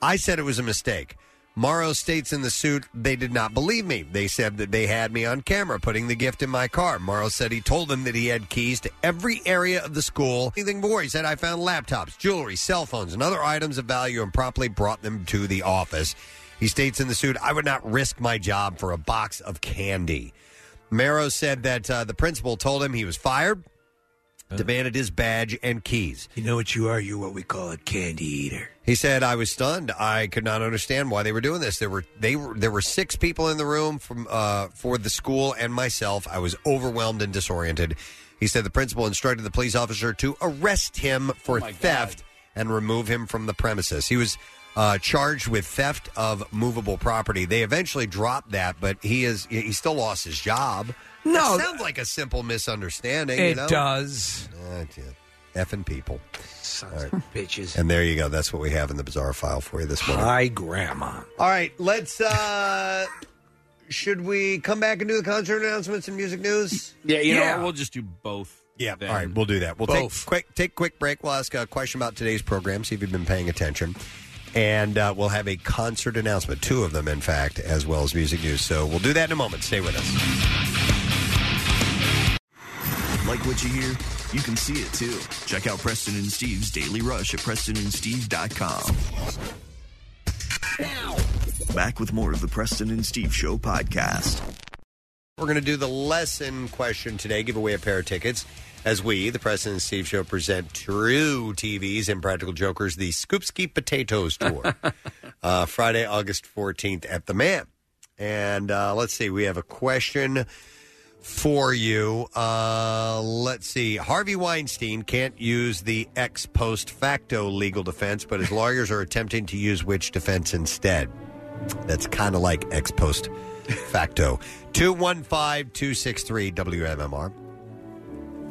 Speaker 3: I said it was a mistake. Morrow states in the suit they did not believe me. They said that they had me on camera putting the gift in my car. Morrow said he told them that he had keys to every area of the school. Anything more, he said I found laptops, jewelry, cell phones, and other items of value and promptly brought them to the office. He states in the suit, I would not risk my job for a box of candy. Marrow said that uh, the principal told him he was fired, demanded his badge and keys.
Speaker 6: You know what you are? You're what we call a candy eater.
Speaker 3: He said, "I was stunned. I could not understand why they were doing this. There were they were there were six people in the room from uh, for the school and myself. I was overwhelmed and disoriented." He said the principal instructed the police officer to arrest him for theft and remove him from the premises. He was uh, charged with theft of movable property. They eventually dropped that, but he is he still lost his job.
Speaker 6: No,
Speaker 3: it sounds like a simple misunderstanding. you
Speaker 6: It
Speaker 3: know?
Speaker 6: does.
Speaker 3: Yeah, it did. Uh, Effing people.
Speaker 6: Sons
Speaker 3: of
Speaker 6: bitches.
Speaker 3: And there you go. That's what we have in the bizarre file for you this morning.
Speaker 6: Hi, Grandma.
Speaker 3: All right, let's. uh Should we come back and do the concert announcements and music news?
Speaker 10: Yeah, you know, we'll just do both.
Speaker 3: Yeah,
Speaker 10: then.
Speaker 3: All right, we'll do that. We'll
Speaker 10: Both.
Speaker 3: take quick take a quick break. We'll ask a question about today's program. See if you've been paying attention. And uh, we'll have a concert announcement, two of them, in fact, as well as music news. So we'll do that in a moment. Stay with us.
Speaker 8: Like what you hear? You can see it too. Check out Preston and Steve's Daily Rush at PrestonandSteve.com. Back with more of the Preston and Steve Show podcast.
Speaker 3: We're going to do the lesson question today, give away a pair of tickets as we, the President and Steve Show, present True TV's and Practical Jokers, the Scoopsky Potatoes Tour, uh, Friday, August 14th at the Man. And uh, let's see, we have a question for you. Uh, let's see. Harvey Weinstein can't use the ex post facto legal defense, but his lawyers are attempting to use which defense instead? That's kind of like ex post facto. 215 263 WMMR.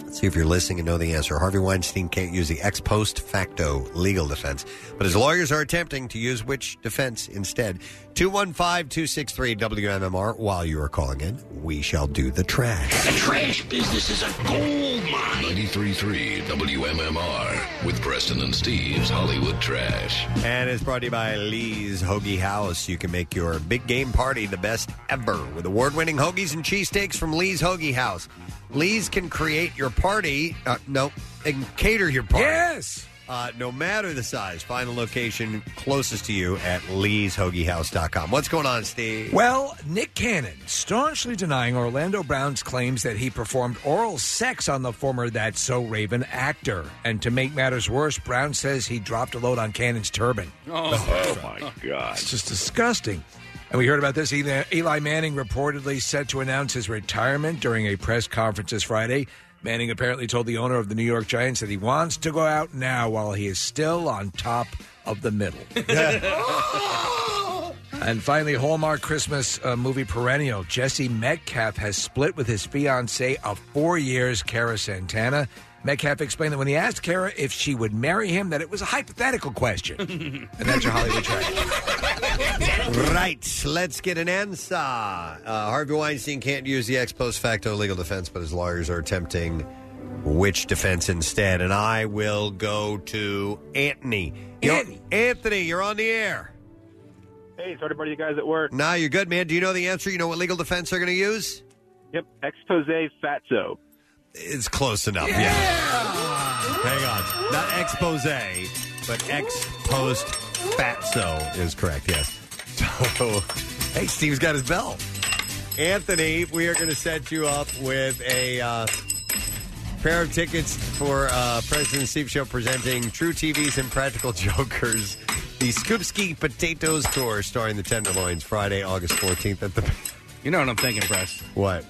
Speaker 3: Let's see if you're listening and know the answer. Harvey Weinstein can't use the ex post facto legal defense, but his lawyers are attempting to use which defense instead? 215 263 WMMR. While you are calling in, we shall do the trash.
Speaker 18: The trash business is a gold mine. 93.3 WMMR with Preston and Steve's Hollywood Trash.
Speaker 3: And it's brought to you by Lee's Hoagie House. You can make your big game party the best ever with award winning hoagies and cheesesteaks from Lee's Hoagie House. Lee's can create your party, uh, no, and cater your party.
Speaker 6: Yes!
Speaker 3: Uh, no matter the size, find the location closest to you at leeshoagiehouse.com. What's going on, Steve?
Speaker 6: Well, Nick Cannon staunchly denying Orlando Brown's claims that he performed oral sex on the former That's So Raven actor. And to make matters worse, Brown says he dropped a load on Cannon's turban.
Speaker 9: Oh, my God.
Speaker 6: It's just disgusting. And we heard about this. Eli, Eli Manning reportedly set to announce his retirement during a press conference this Friday. Manning apparently told the owner of the New York Giants that he wants to go out now while he is still on top of the middle. And finally, Hallmark Christmas uh, movie perennial Jesse Metcalf has split with his fiancee of four years, Kara Santana. Metcalf explained that when he asked Kara if she would marry him, that it was a hypothetical question. and that's your Hollywood track.
Speaker 3: Right, let's get an answer. Uh, Harvey Weinstein can't use the ex post facto legal defense, but his lawyers are attempting which defense instead. And I will go to Anthony. You know- Anthony, you're on the air.
Speaker 21: Hey, sorry about you guys at work.
Speaker 3: Now you're good, man. Do you know the answer? You know what legal defense they're going to use?
Speaker 21: Yep, expose fatso.
Speaker 3: It's close enough. Yeah. Hang on, not expose, but ex post fatso is correct. Yes. So, hey, Steve's got his bell. Anthony, we are going to set you up with a uh, pair of tickets for uh, President Steve Show presenting True TVs and Practical Jokers, the Scoopski Potatoes Tour, starring the Tenderloins, Friday, August 14th at the.
Speaker 10: You know what I'm thinking, Press?
Speaker 3: What?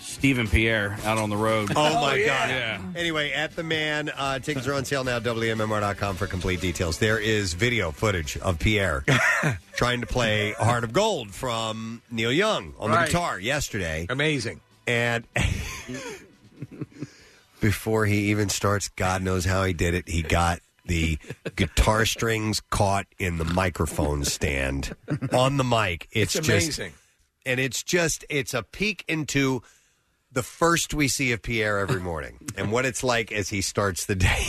Speaker 10: Stephen Pierre out on the road.
Speaker 3: Oh, my God.
Speaker 10: Yeah.
Speaker 3: Anyway, at the man, uh, tickets are on sale now, WMMR.com for complete details. There is video footage of Pierre trying to play Heart of Gold from Neil Young on the
Speaker 6: Right.
Speaker 3: guitar yesterday.
Speaker 6: Amazing.
Speaker 3: And before he even starts, God knows how he did it, he got the guitar strings caught in the microphone stand on the mic. It's,
Speaker 6: It's
Speaker 3: just-
Speaker 6: amazing.
Speaker 3: and it's just it's a peek into the first we see of Pierre every morning and what it's like as he starts the day.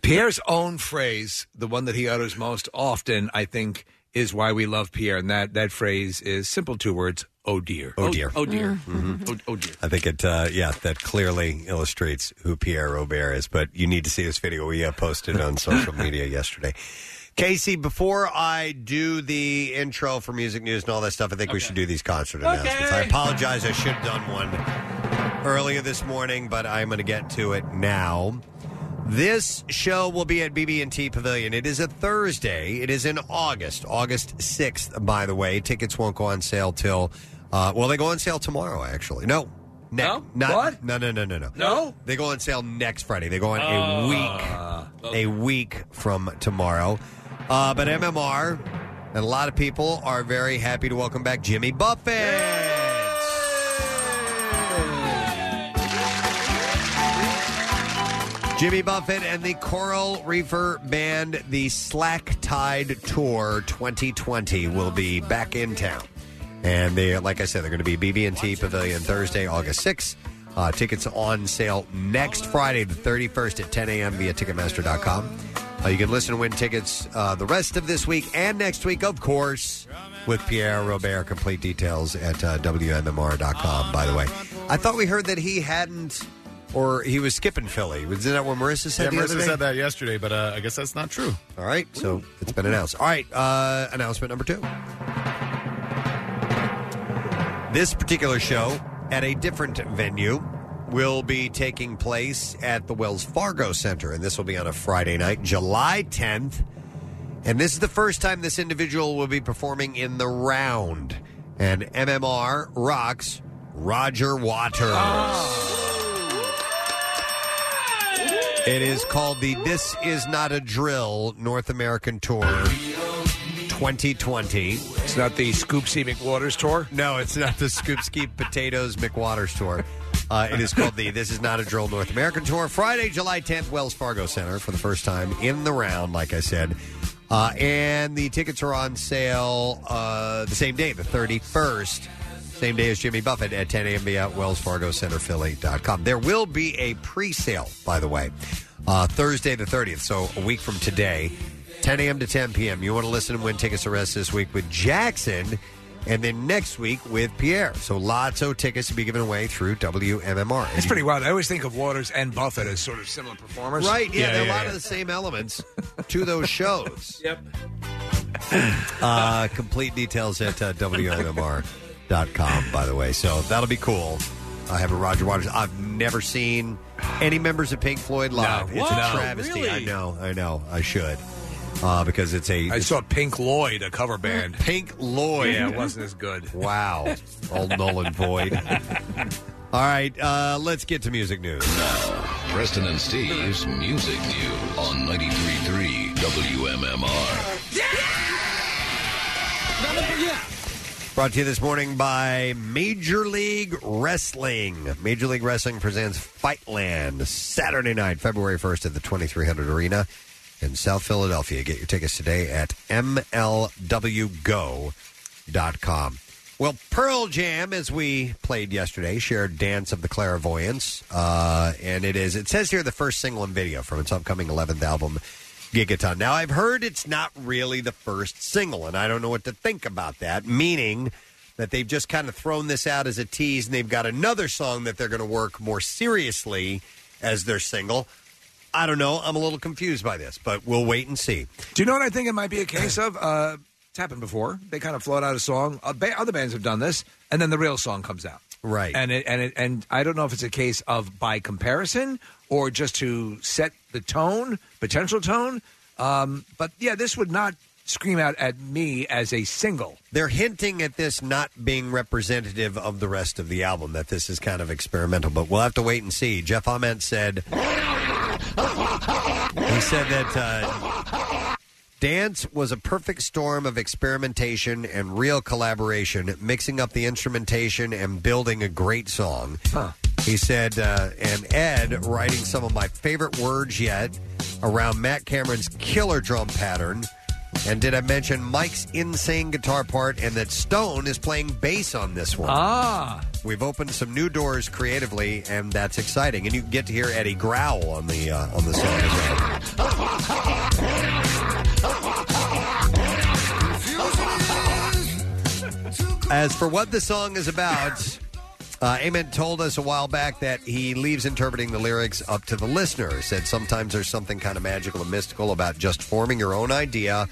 Speaker 6: Pierre's own phrase, the one that he utters most often, I think, is why we love Pierre. And that, that phrase is simple two words oh dear.
Speaker 3: Oh, dear.
Speaker 10: Oh dear.
Speaker 3: Mhm.
Speaker 10: Oh, oh dear.
Speaker 3: I think it, uh, yeah, that clearly illustrates who Pierre Robert is. But you need to see this video we uh, posted on social media yesterday. Casey, before I do the intro for music news and all that stuff, I think we should do these concert announcements. I apologize. I should have done one earlier this morning, but I'm going to get to it now. This show will be at BB&T Pavilion. It is a Thursday. It is in August, August 6th, by the way. Tickets won't go on sale till, uh, well, they go on sale tomorrow, actually. No. No? Not, what? No, no, no, no, no. No? Ah, They go on sale next Friday. They go on a week a week from tomorrow. Uh, but MMR and a lot of people are very happy to welcome back Jimmy Buffett. Jimmy Buffett and the Coral Reefer Band, the Slack Tide Tour 2020 will be back in town. And they, like I said, they're going to be BB&T Pavilion Thursday, August 6th. Uh, tickets on sale next Friday, the 31st at 10 a.m. via Ticketmaster.com. Uh, you can listen and win tickets uh, the rest of this week and next week, of course, with Pierre Robert. Complete details at uh, WMMR.com, by the way. I thought we heard that he hadn't, or he was skipping Philly. Isn't that what Marissa said? the
Speaker 16: yeah,
Speaker 3: other
Speaker 16: Marissa
Speaker 3: day?
Speaker 16: said that yesterday, but uh, I guess that's not true.
Speaker 3: All right, so it's been announced. All right, uh, announcement number two. This particular show at a different venue will be taking place at the Wells Fargo Center, and this will be on a Friday night, July 10th. And this is the first time this individual will be performing in the round. And MMR rocks Roger Waters. It is called the This Is Not a Drill North American Tour 2020. It's
Speaker 6: not the Scoopsy McWaters Tour?
Speaker 3: No, it's not the Scoopsy Potatoes McWaters Tour. Uh, it is called the This Is Not a Drill North American Tour. Friday, July 10th, Wells Fargo Center for the first time in the round, like I said. Uh, and the tickets are on sale uh, the same day, the 31st. Same day as Jimmy Buffett at 10 a.m. via wellsfargocenterphilly.com. There will be a pre sale, by the way, uh, Thursday the 30th, so a week from today, 10 a.m. to 10 p.m. You want to listen and win tickets to rest this week with Jackson and then next week with Pierre. So lots of tickets to be given away through WMMR.
Speaker 6: It's pretty wild. I always think of Waters and Buffett as sort of similar performers.
Speaker 3: Right, yeah, there are a lot of the same elements to those shows.
Speaker 6: Yep.
Speaker 3: uh, complete details at uh, WMMR.com, by the way. So that'll be cool. I have a Roger Waters. I've never seen any members of Pink Floyd live.
Speaker 6: No.
Speaker 3: It's
Speaker 6: Wow,
Speaker 3: a travesty.
Speaker 6: really?
Speaker 3: I know, I know. I should. Uh, because it's a.
Speaker 6: I saw Pink Lloyd, a cover band.
Speaker 3: Pink Lloyd.
Speaker 6: Yeah, it wasn't as good.
Speaker 3: Wow. Old Nolan Void. All right, uh, let's get to music news.
Speaker 18: Preston and Steve's Music News on 93.3 WMMR.
Speaker 3: Brought to you this morning by Major League Wrestling. Major League Wrestling presents Fightland Saturday night, February 1st at the 2300 Arena in South Philadelphia. Get your tickets today at MLWGo.com. Well, Pearl Jam, as we played yesterday, shared Dance of the Clairvoyance. Uh, and it is, it says here, the first single and video from its upcoming 11th album, Gigaton. Now, I've heard it's not really the first single, and I don't know what to think about that, meaning that they've just kind of thrown this out as a tease and they've got another song that they're going to work more seriously as their single. I don't know. I'm a little confused by this, but we'll wait and see.
Speaker 6: Do you know what I think it might be a case of? Uh, it's happened before. They kind of float out a song. Uh, ba- other bands have done this, and then the real song comes out.
Speaker 3: Right.
Speaker 6: And it, and it, and I don't know if it's a case of by comparison or just to set the tone, potential tone. Um, but yeah, this would not scream out at me as a single.
Speaker 3: They're hinting at this not being representative of the rest of the album, that this is kind of experimental, but we'll have to wait and see. Jeff Ament said he said that uh, dance was a perfect storm of experimentation and real collaboration, mixing up the instrumentation and building a great song. He said, uh, and Ed writing some of my favorite words yet around Matt Cameron's killer drum pattern. And did I mention Mike's insane guitar part and that Stone is playing bass on this one?
Speaker 6: Ah.
Speaker 3: We've opened some new doors creatively, and that's exciting. And you get to hear Eddie growl on the uh, on the song as well. As for what the song is about, Uh, Ament told us a while back that he leaves interpreting the lyrics up to the listener. Said sometimes there's something kind of magical and mystical about just forming your own idea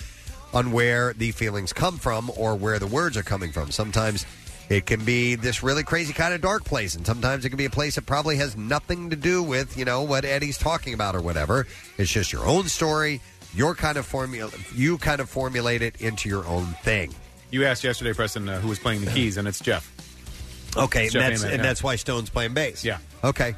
Speaker 3: on where the feelings come from or where the words are coming from. Sometimes it can be this really crazy kind of dark place, and sometimes it can be a place that probably has nothing to do with, you know, what Eddie's talking about or whatever. It's just your own story, your kind of formula, you kind of formulate it into your own thing.
Speaker 16: You asked yesterday, Preston, uh, who was playing the keys, and it's Jeff.
Speaker 3: Okay,
Speaker 16: It's
Speaker 3: and
Speaker 16: Jeff
Speaker 3: that's,
Speaker 16: Ament,
Speaker 3: and
Speaker 16: yeah.
Speaker 3: that's why Stone's playing bass.
Speaker 16: Yeah.
Speaker 3: Okay.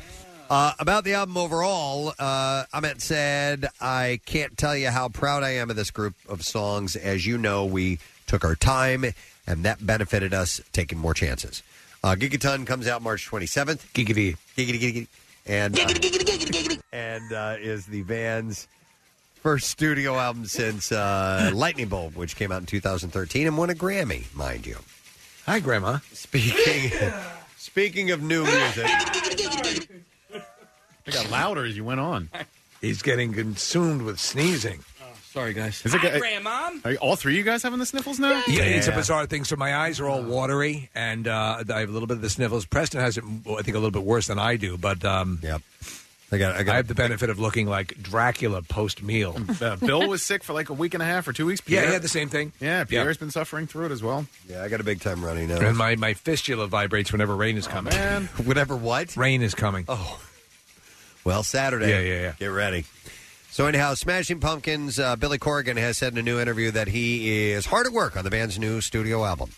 Speaker 3: Uh, about the album overall, uh, Ahmet said, I can't tell you how proud I am of this group of songs. As you know, we took our time, and that benefited us taking more chances. Uh, Gigaton comes out March 27th. Giggity. Giggity, giggity. And, uh, and uh, is the band's first studio album since uh, Lightning Bolt, which came out in 2013 and won a Grammy, mind you.
Speaker 6: Hi, Grandma.
Speaker 3: Speaking speaking of new music,
Speaker 16: It got louder as you went on.
Speaker 6: He's getting consumed with sneezing.
Speaker 16: Oh, sorry, guys.
Speaker 6: Hi, Grandma.
Speaker 16: Are you- all three of you guys having the sniffles now?
Speaker 6: Yeah, it's a bizarre thing. So my eyes are all watery, and uh, I have a little bit of the sniffles. Preston has it, I think, a little bit worse than I do. But um,
Speaker 3: yeah, I got, I
Speaker 6: got. have the benefit of looking like Dracula post meal.
Speaker 16: Uh, Bill was sick for like a week and a half or two weeks.
Speaker 6: Yeah,
Speaker 16: Pierre-
Speaker 6: he had the same thing.
Speaker 16: Yeah,
Speaker 6: Yeah.
Speaker 16: Pierre's been suffering through it as well.
Speaker 3: Yeah, I got a big time running now.
Speaker 6: and my, my fistula vibrates whenever rain is coming.
Speaker 16: Oh, man.
Speaker 3: Whenever what?
Speaker 6: Rain is coming.
Speaker 3: Oh. Well, Saturday.
Speaker 6: Yeah, yeah, yeah.
Speaker 3: Get ready. So, anyhow, Smashing Pumpkins, uh, Billy Corrigan has said in a new interview that he is hard at work on the band's new studio album.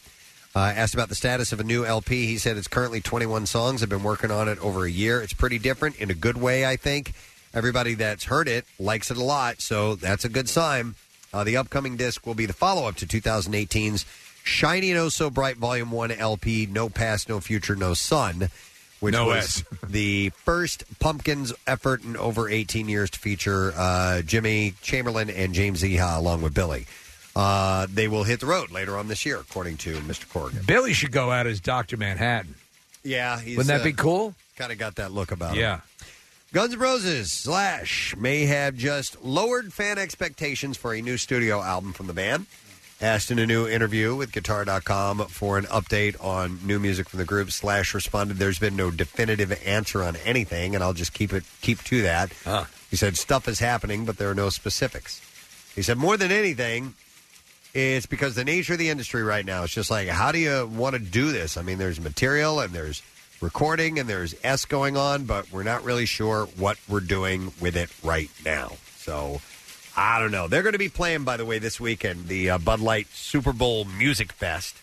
Speaker 3: Uh, asked about the status of a new LP, he said it's currently 21 songs. I've been working on it over a year. It's pretty different in a good way, I think. Everybody that's heard it likes it a lot, so that's a good sign. Uh, the upcoming disc will be the follow up to 2018's Shiny and Oh So Bright Volume 1 LP, No Past, No Future, No Sun which
Speaker 6: No
Speaker 3: was
Speaker 6: S.
Speaker 3: the first Pumpkins effort in over 18 years to feature uh, Jimmy Chamberlain and James Iha along with Billy. Uh, they will hit the road later on this year, according to Mr. Corrigan.
Speaker 6: Billy should go out as Doctor Manhattan.
Speaker 3: Yeah, he's,
Speaker 6: Wouldn't that
Speaker 3: uh,
Speaker 6: be cool?
Speaker 3: Kind of got that look about
Speaker 6: Yeah.
Speaker 3: him. Guns N' Roses slash may have just lowered fan expectations for a new studio album from the band. Asked in a new interview with Guitar.com for an update on new music from the group, Slash responded, "There's been no definitive answer on anything, and I'll just keep it keep to that." He said, "Stuff is happening, but there are no specifics." He said, "More than anything, it's because the nature of the industry right now it's just like how do you want to do this i mean there's material and there's recording and there's s going on but we're not really sure what we're doing with it right now so i don't know they're going to be playing by the way this weekend the uh, bud light super bowl music fest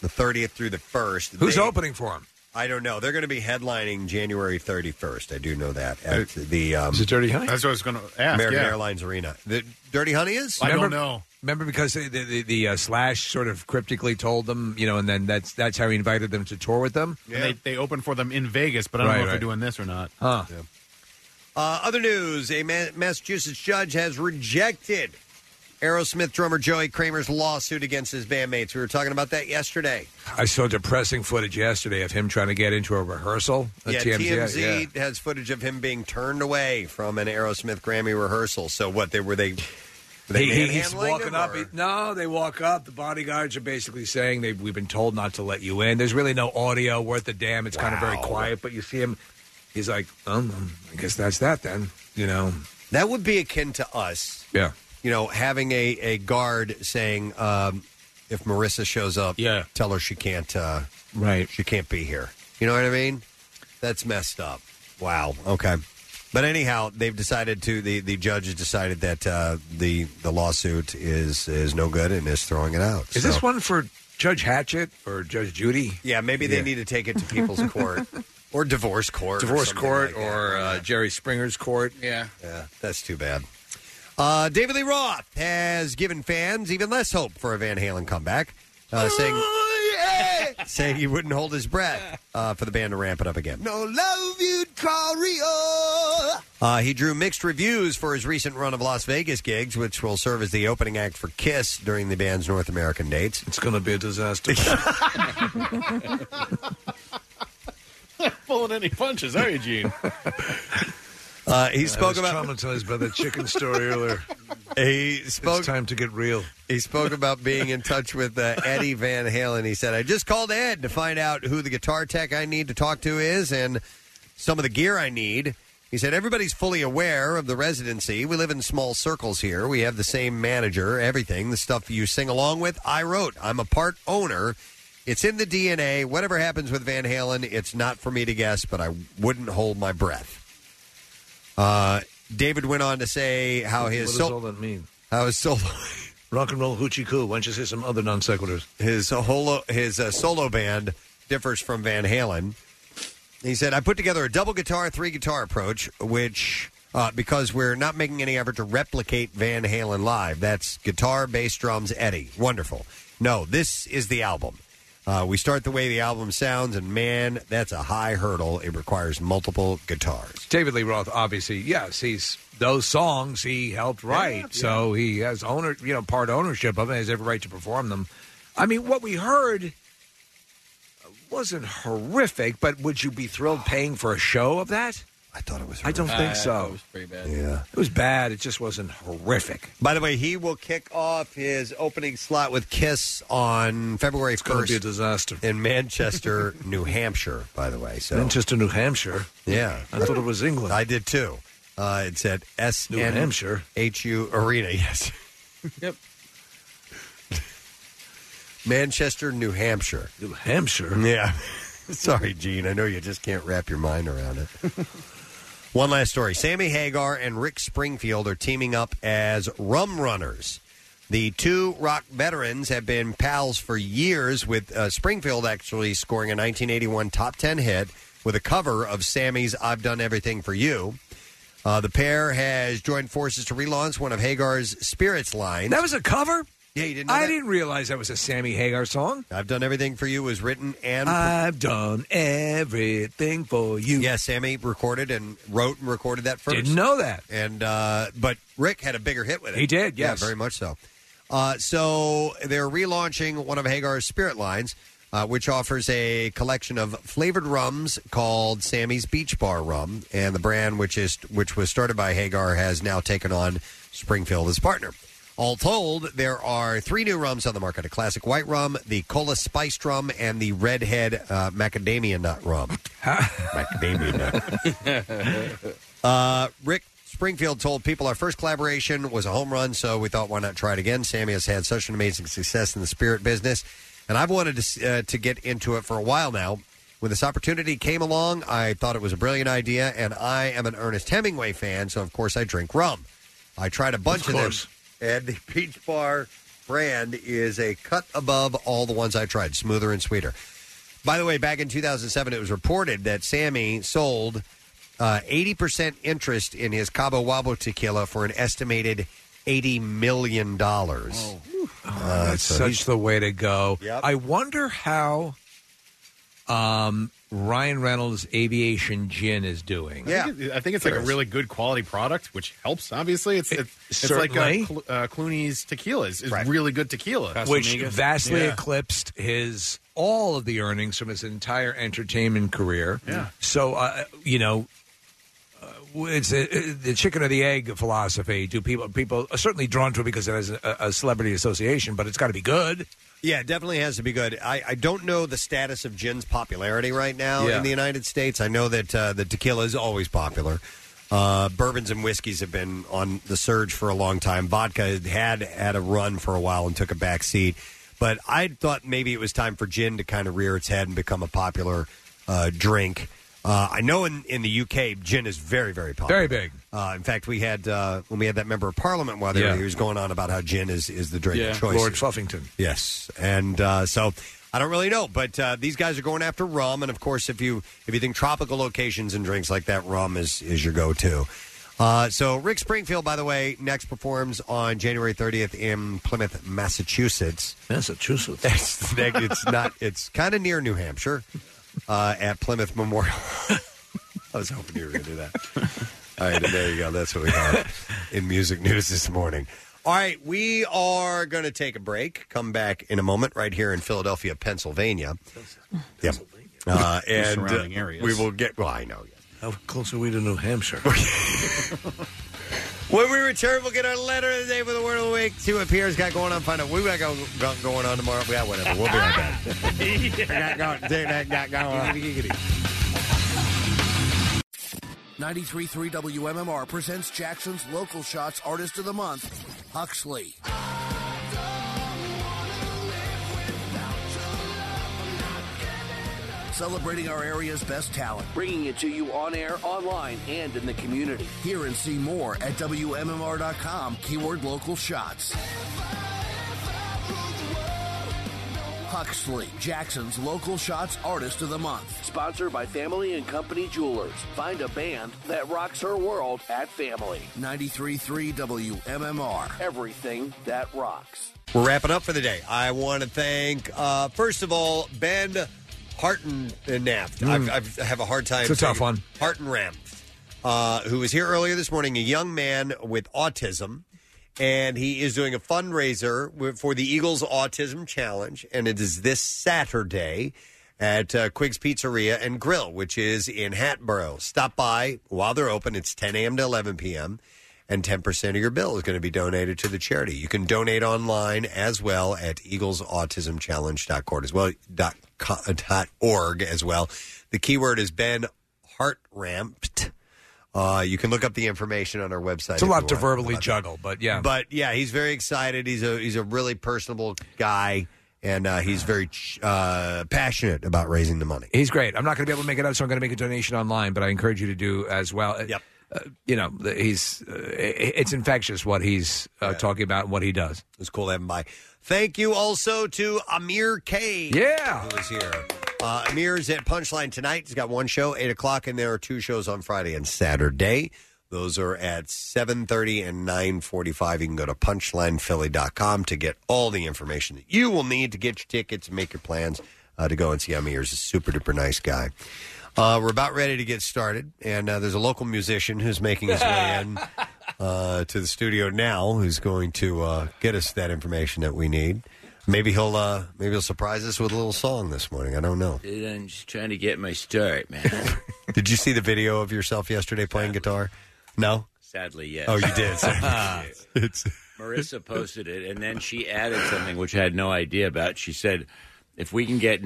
Speaker 3: the 30th through the 1st
Speaker 6: Who's
Speaker 3: They-
Speaker 6: opening for him?
Speaker 3: i don't know they're going to be headlining january 31st i do know that at the um,
Speaker 6: Is it Dirty Honey?
Speaker 16: That's what I was going to ask.
Speaker 3: american
Speaker 16: yeah.
Speaker 3: airlines arena the dirty honey is
Speaker 6: Remember because the the, the, the uh, Slash sort of cryptically told them, you know, and then that's that's how he invited them to tour with them.
Speaker 16: And They, they opened for them in Vegas, but I don't
Speaker 6: Right,
Speaker 16: know if they're
Speaker 6: right.
Speaker 16: doing this or not.
Speaker 6: Huh.
Speaker 3: Uh, other news: A Ma- Massachusetts judge has rejected Aerosmith drummer Joey Kramer's lawsuit against his bandmates. We were talking about that yesterday.
Speaker 6: I saw depressing footage yesterday of him trying to get into a rehearsal. at
Speaker 3: yeah,
Speaker 6: TMZ, yeah.
Speaker 3: TMZ has footage of him being turned away from an Aerosmith Grammy rehearsal. So what they were they? were they
Speaker 6: He- he- he's
Speaker 3: manhandling
Speaker 6: walking
Speaker 3: him,
Speaker 6: up.
Speaker 3: or-
Speaker 6: he- no, they walk up. The bodyguards are basically saying they we've been told not to let you in. There's really no audio worth a damn. It's kind of very quiet, but you see him. He's like, um, I guess that's that then. You know,
Speaker 3: that would be akin to us.
Speaker 6: Yeah.
Speaker 3: you know, having a a guard saying, um, if Marissa shows up, yeah. tell her she can't. Uh,
Speaker 6: right,
Speaker 3: she can't be here. You know what I mean? That's messed up. Wow. Okay. But anyhow, they've decided to the, the judge has decided that uh, the the lawsuit is is no good and is throwing it out.
Speaker 6: Is
Speaker 3: So-
Speaker 6: this one for Judge Hatchett or Judge Judy?
Speaker 3: Yeah, maybe they need to take it to people's court or divorce court, or
Speaker 6: divorce
Speaker 3: something
Speaker 6: court
Speaker 3: like that.
Speaker 6: or uh, Jerry Springer's court.
Speaker 3: Yeah. Yeah, that's too bad. Uh, David Lee Roth has given fans even less hope for a Van Halen comeback, uh, saying saying he wouldn't hold his breath uh, for the band to ramp it up again.
Speaker 1: No love you'd call real.
Speaker 3: Uh, he drew mixed reviews for his recent run of Las Vegas gigs, which will serve as the opening act for Kiss during the band's North American dates.
Speaker 6: It's going to be a disaster.
Speaker 16: Pulling any punches, are you, Gene?
Speaker 3: uh, he
Speaker 6: I
Speaker 3: spoke
Speaker 6: was
Speaker 3: Uh, about
Speaker 6: traumatized by the chicken story earlier.
Speaker 3: He spoke. It's
Speaker 6: time to get real.
Speaker 3: He spoke about being in touch with uh, Eddie Van Halen. He said, "I just called Ed to find out who the guitar tech I need to talk to is and some of the gear I need." He said, "Everybody's fully aware of the residency. We live in small circles here. We have the same manager. Everything, the stuff you sing along with, I wrote. I'm a part owner." It's in the DNA. Whatever happens with Van Halen, it's not for me to guess, but I wouldn't hold my breath. Uh, David went on to say how
Speaker 6: What
Speaker 3: his
Speaker 6: does
Speaker 3: sol-
Speaker 6: all that mean?
Speaker 3: how his solo
Speaker 6: rock and roll hoochie coo. Why don't you say some other non sequiturs?
Speaker 3: his holo, his uh, solo band differs from Van Halen. He said, "I put together a double guitar, three guitar approach, which uh, because we're not making any effort to replicate Van Halen live. That's guitar, bass, drums, Eddie. Wonderful. No, this is the album. Uh, we start the way the album sounds, and man, that's a high hurdle. It requires multiple guitars."
Speaker 6: David Lee Roth, obviously, yes, he's those songs he helped write, so he has owner, you know, part ownership of it, has every right to perform them. I mean, what we heard wasn't horrific, but would you be thrilled paying for a show of that?
Speaker 3: I thought it was.
Speaker 6: I don't think so.
Speaker 10: pretty bad.
Speaker 3: Yeah.
Speaker 6: It was bad. It just wasn't horrific.
Speaker 3: By the way, he will kick off his opening slot with Kiss on February first.
Speaker 6: be a disaster
Speaker 3: in Manchester, New Hampshire. By the way, so
Speaker 6: Manchester, New Hampshire.
Speaker 3: Yeah,
Speaker 6: I thought it was England.
Speaker 3: I did too. Uh, it's at S
Speaker 6: New Hampshire
Speaker 3: HU Arena. Yes.
Speaker 10: Yep.
Speaker 3: Manchester, New Hampshire.
Speaker 6: New Hampshire.
Speaker 3: Yeah. Sorry, Gene. I know you just can't wrap your mind around it. One last story. Sammy Hagar and Rick Springfield are teaming up as Rum Runners. The two rock veterans have been pals for years, with uh, Springfield actually scoring a 1981 top 10 hit with a cover of Sammy's I've Done Everything for You. Uh, the pair has joined forces to relaunch one of Hagar's Spirits lines.
Speaker 6: That was a cover?
Speaker 3: Yeah, you didn't know
Speaker 6: I
Speaker 3: that?
Speaker 6: didn't realize that was a Sammy Hagar song.
Speaker 3: I've Done Everything for You was written and.
Speaker 6: I've done everything for you.
Speaker 3: Yeah, Sammy recorded and wrote and recorded that first.
Speaker 6: Didn't know that.
Speaker 3: And uh, but Rick had a bigger hit with it.
Speaker 6: He did, yes.
Speaker 3: yeah, very much so. Uh, so they're relaunching one of Hagar's spirit lines, uh, which offers a collection of flavored rums called Sammy's Beach Bar Rum, and the brand, which is which was started by Hagar, has now taken on Springfield as partner. All told, there are three new rums on the market: a classic white rum, the cola spiced rum, and the redhead uh, macadamia nut rum. macadamia nut. Uh, Rick Springfield told people our first collaboration was a home run, so we thought, why not try it again? Sammy has had such an amazing success in the spirit business, and I've wanted to, uh, to get into it for a while now. When this opportunity came along, I thought it was a brilliant idea, and I am an Ernest Hemingway fan, so of course I drink rum. I tried a bunch of,
Speaker 6: course.
Speaker 3: them, and the Peach Bar brand is a cut above all the ones I tried, smoother and sweeter. By the way, back in 2007, it was reported that Sammy sold uh, 80% interest in his Cabo Wabo tequila for an estimated $80 million. Uh,
Speaker 6: Oh. That's
Speaker 3: so
Speaker 6: such
Speaker 3: he's-
Speaker 6: the way to go.
Speaker 3: Yep.
Speaker 6: I wonder how um, Ryan Reynolds' aviation gin is doing.
Speaker 16: I think, it- I think it's like a really good quality product, which helps. Obviously, it's it's, it's like
Speaker 6: certainly.
Speaker 16: uh, Cl- uh, Clooney's tequila is, is really good tequila,
Speaker 6: which vastly
Speaker 16: Yeah.
Speaker 6: eclipsed his all of the earnings from his entire entertainment career.
Speaker 16: Yeah.
Speaker 6: So uh, you know, uh, it's uh the chicken or the egg philosophy. Do people people are certainly drawn to it because it has a, a celebrity association, but it's got to be good.
Speaker 3: Yeah, it definitely has to be good. I, I don't know the status of gin's popularity right now
Speaker 6: Yeah.
Speaker 3: in the United States. I know that uh, the tequila is always popular. Uh, bourbons and whiskeys have been on the surge for a long time. Vodka had had a run for a while and took a back seat. But I thought maybe it was time for gin to kind of rear its head and become a popular uh, drink. Uh, I know in, in the UK, gin is very, very popular.
Speaker 6: Very big.
Speaker 3: Uh, in fact, we had uh, when we had that member of parliament while there,
Speaker 6: Yeah.
Speaker 3: he was going on about how gin is, is the drink of choice.
Speaker 6: Lord Fluffington.
Speaker 3: Yes, and uh, so I don't really know, but uh, these guys are going after rum, and of course, if you if you think tropical locations and drinks like that, rum is is your go to. Uh, so Rick Springfield, by the way, next performs on January 30th in Plymouth, Massachusetts.
Speaker 6: Massachusetts.
Speaker 3: It's, it's not. It's kind of near New Hampshire, uh, at Plymouth Memorial. I was hoping you were going to do that. All right, there you go. That's what we got in music news this morning. All right, we are going to take a break. Come back in a moment, right here in Philadelphia, Pennsylvania. Yep. Uh,
Speaker 6: The
Speaker 3: and uh,
Speaker 6: surrounding areas.
Speaker 3: we will get. Well, I know.
Speaker 6: How close are we to New Hampshire?
Speaker 3: When we return, we'll get our letter of the day for the word of the week. See what Pierre's got going on. Find out what we got go- go- going on tomorrow. Yeah, whatever. We'll be right back. I got going. dude, I got going.
Speaker 5: 93.3 WMMR presents Jackson's Local Shots Artist of the Month, Huxley. Celebrating our area's best talent.
Speaker 11: Bringing it to you on air, online, and in the community.
Speaker 5: Hear and see more at WMMR.com, keyword local shots. Huxley, Jackson's Local Shots Artist of the Month.
Speaker 11: Sponsored by Family and Company Jewelers. Find a band that rocks her world at Family.
Speaker 5: 93.3 WMMR.
Speaker 11: Everything that rocks.
Speaker 3: We're wrapping up for the day. I want to thank, uh, first of all, Ben Hartennaft. I've, I've, I have a hard time.
Speaker 6: Mm. It's a tough
Speaker 3: saying-
Speaker 6: one.
Speaker 3: Hartenraft, uh, who was here earlier this morning, a young man with autism. And he is doing a fundraiser wi- for the Eagles Autism Challenge. And it is this Saturday at uh, Quig's Pizzeria and Grill, which is in Hatboro. Stop by while they're open. It's 10 a.m. to 11 p.m and 10% of your bill is going to be donated to the charity. You can donate online as well at eaglesautismchallenge.org as well, dot, co- dot org as well. The keyword is Ben Hartramped. Uh, you can look up the information on our website.
Speaker 6: It's a
Speaker 3: if
Speaker 6: lot
Speaker 3: you
Speaker 6: to
Speaker 3: want.
Speaker 6: verbally juggle, but yeah.
Speaker 3: But yeah, he's very excited. He's a he's a really personable guy, and uh, he's very ch- uh, passionate about raising the money.
Speaker 6: He's great. I'm not going to be able to make it up, so I'm going to make a donation online. But I encourage you to do as well. Yep. Uh, you know, the- he's uh, i- it's infectious what he's uh, talking about and what he does.
Speaker 3: It's cool to have him by. Thank you also to Amir K.
Speaker 6: Yeah.
Speaker 3: Who is here. Uh, Amir's at Punchline tonight. He's got one show, 8 o'clock, and there are two shows on Friday and Saturday. Those are at 7.30 and 9.45. You can go to punchlinephilly.com to get all the information that you will need to get your tickets and make your plans uh, to go and see Amir. He's a super duper nice guy. Uh, we're about ready to get started, and uh, there's a local musician who's making his way in uh, to the studio now, who's going to uh, get us that information that we need. Maybe he'll uh, maybe he'll surprise us with a little song this morning. I don't know.
Speaker 25: Dude, I'm just trying to get my start, man.
Speaker 3: Did you see the video of yourself yesterday playing guitar? No.
Speaker 25: Sadly, yes.
Speaker 3: Oh, you did. Sorry. it's
Speaker 25: Marissa posted it, and then she added something which I had no idea about. She said, "If we can get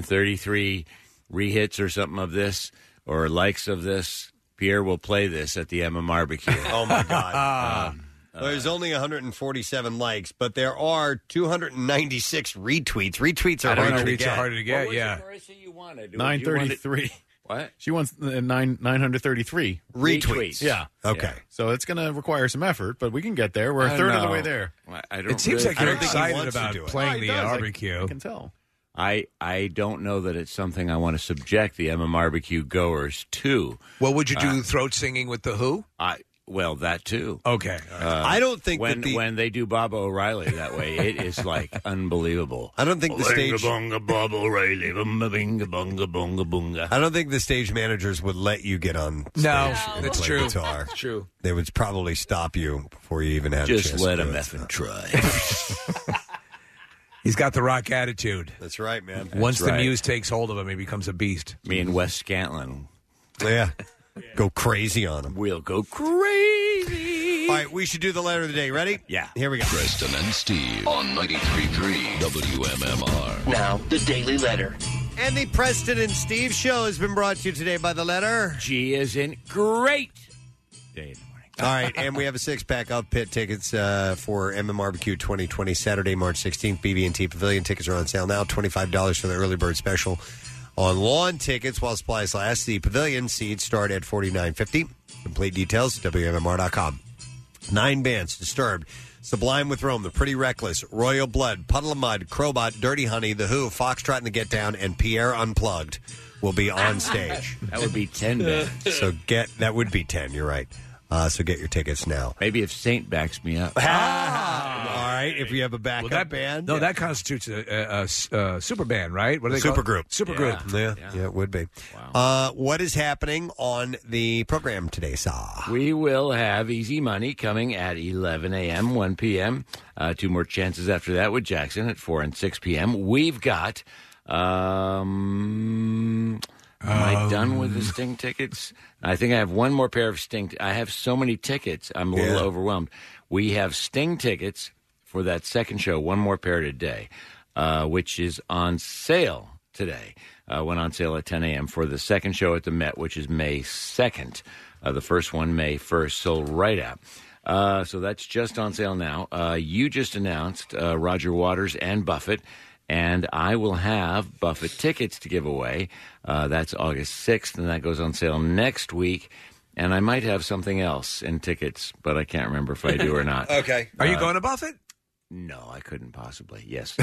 Speaker 25: 933 rehits or something of this, or likes of this, Pierre will play this at the MMR barbecue."
Speaker 3: oh my God! Um, There's only 147 likes, but there are 296 retweets. Retweets are hard to get.
Speaker 25: Marissa, you wanted
Speaker 16: Nine thirty-three.
Speaker 25: What?
Speaker 16: She wants uh, nine nine hundred thirty-three
Speaker 25: Retweets. Retweets.
Speaker 16: Yeah.
Speaker 25: Okay. Yeah.
Speaker 16: So it's going to require some effort, but we can get there. We're
Speaker 25: I
Speaker 16: a
Speaker 25: don't
Speaker 16: third of the
Speaker 25: know.
Speaker 16: way there.
Speaker 25: Well, I don't really- I don't think he wants to do it.
Speaker 16: Oh, he does. I- I can tell.
Speaker 25: I I don't know that it's something I want to subject the MMR barbecue goers to.
Speaker 6: What would you do?
Speaker 25: Uh,
Speaker 6: throat singing with the Who?
Speaker 25: I well that too.
Speaker 6: Okay.
Speaker 25: Uh,
Speaker 6: I don't think
Speaker 25: when
Speaker 6: that the-
Speaker 25: when they do Bob O'Reilly that way, it is like unbelievable.
Speaker 3: I don't think the
Speaker 25: Binga
Speaker 3: stage-
Speaker 25: Bonga Bob O'Reilly, bunga binga bunga bunga bunga.
Speaker 3: I don't think the stage managers would let you get on. Stage
Speaker 25: No,
Speaker 3: and
Speaker 25: that's
Speaker 3: play
Speaker 25: true.
Speaker 3: Guitar.
Speaker 25: That's true.
Speaker 3: They would probably stop you before you even had a
Speaker 25: Just
Speaker 3: chance
Speaker 25: let
Speaker 3: to do
Speaker 25: him
Speaker 3: it.
Speaker 25: effing try.
Speaker 6: He's got the rock attitude.
Speaker 3: That's right, man.
Speaker 6: Once
Speaker 25: That's
Speaker 6: the
Speaker 25: right.
Speaker 6: muse takes hold of him, he becomes a beast.
Speaker 25: Me and Wes Scantlin.
Speaker 3: Yeah. Go crazy on him.
Speaker 25: We'll go
Speaker 3: crazy. All right, we should do the letter of the day. Ready? Yeah. Here we go.
Speaker 18: Preston and Steve on 93.3 WMMR.
Speaker 25: Now, the Daily Letter.
Speaker 3: And the Preston and Steve show has been brought to you today by the letter
Speaker 25: G is in great. Day
Speaker 3: All right, and we have a six pack of pit tickets uh, for MM Barbecue 2020 Saturday, March 16th, BB&T Pavilion. Tickets are on sale now. $25 for the early bird special on lawn tickets while supplies last. The pavilion seats start at 49.50. Complete details at WMMR.com. Nine bands Disturbed, Sublime with Rome, The Pretty Reckless, Royal Blood, Puddle of Mud, Crowbot, Dirty Honey, The Who, Foxtrot and the Get Down, and Pierre Unplugged will be on stage.
Speaker 25: That would be 10 bands.
Speaker 3: So get, that would be 10, you're right. Uh, so get your tickets now.
Speaker 25: Maybe if Saint backs me up.
Speaker 3: Ah. All right, if you have a backup
Speaker 6: that
Speaker 3: band,
Speaker 6: no, that constitutes a, a- a s- a super band, right? What are they
Speaker 3: Super
Speaker 6: called?
Speaker 3: group.
Speaker 6: Super group.
Speaker 3: Yeah. yeah, it would be. Uh, what is happening on the program today, Saw?
Speaker 25: We will have Easy Money coming at 11 a.m., 1 p.m. Uh, two more chances after that with Jackson at 4 and 6 p.m. We've got um, Am I done with the Sting tickets? I think I have one more pair of Sting. I have so many tickets. I'm a little overwhelmed. We have Sting tickets for that second show. One more pair today, uh, which is on sale today. Uh, went on sale at 10 a.m. for the second show at the Met, which is May 2nd. Uh, the first one, May 1st, sold right out. Uh, so that's just on sale now. Uh, you just announced uh, Roger Waters and Buffett and I will have Buffett tickets to give away. Uh, that's August 6th, and that goes on sale next week. And I might have something else in tickets, but I can't remember if I do or not.
Speaker 6: Are you
Speaker 25: Uh,
Speaker 6: going to Buffett?
Speaker 25: No, I couldn't possibly. Yes.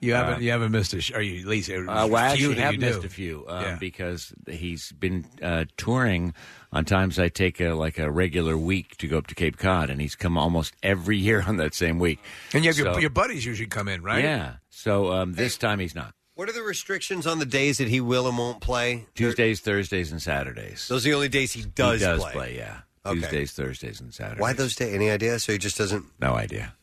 Speaker 6: You haven't.
Speaker 25: Uh,
Speaker 6: you haven't missed a. Sh- are you at least? a
Speaker 25: Uh, well, I
Speaker 6: few
Speaker 25: actually
Speaker 6: that
Speaker 25: have
Speaker 6: you do.
Speaker 25: missed a few um,
Speaker 6: Yeah.
Speaker 25: because he's been uh, touring on times I take a, like a regular week to go up to Cape Cod, and he's come almost every year on that same week.
Speaker 6: And you have
Speaker 25: So-
Speaker 6: your, your buddies usually come in, right?
Speaker 25: Yeah. So um, this time he's not.
Speaker 3: What are the restrictions on the days that he will and won't play?
Speaker 25: Tuesdays, Thursdays, and Saturdays.
Speaker 3: Those are the only days he does,
Speaker 25: he does
Speaker 3: play.
Speaker 25: play. yeah.
Speaker 3: Okay.
Speaker 25: Tuesdays, Thursdays, and Saturdays.
Speaker 3: Why those days? Any idea? So he just doesn't.
Speaker 25: No idea.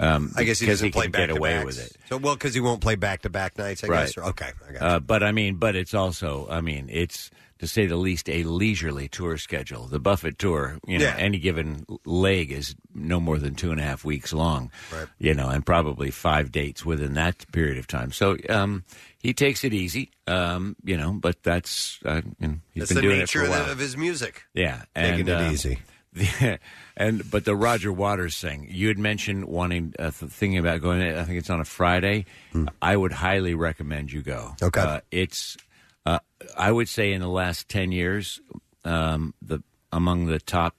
Speaker 25: Um,
Speaker 3: I guess he
Speaker 25: because
Speaker 3: doesn't play
Speaker 25: can
Speaker 3: back
Speaker 25: get
Speaker 3: to
Speaker 25: away
Speaker 3: backs.
Speaker 25: with it.
Speaker 3: So well, because he won't play back to back nights. I
Speaker 25: Right.
Speaker 3: guess. Or- Okay. I got
Speaker 25: Uh, but I mean, but it's also, I mean, it's to say the least a leisurely tour schedule. The Buffett tour, you know,
Speaker 3: Yeah.
Speaker 25: any given leg is no more than two and a half weeks long,
Speaker 3: Right.
Speaker 25: you know, and probably five dates within that period of time. So um, he takes it easy, um, you know, but that's, uh, you know, he's
Speaker 3: That's
Speaker 25: been
Speaker 3: the
Speaker 25: doing
Speaker 3: nature
Speaker 25: it for a
Speaker 3: of,
Speaker 25: while.
Speaker 3: the- of his music.
Speaker 25: Yeah,
Speaker 3: Taking
Speaker 25: and,
Speaker 3: it
Speaker 25: uh,
Speaker 3: easy.
Speaker 25: the- and but the Roger Waters thing, you had mentioned wanting uh, th- thinking about going. I think it's on a Friday.
Speaker 3: Hmm.
Speaker 25: I would highly recommend you go. Okay, uh, it's uh, I would say in the last ten years, um, the among the top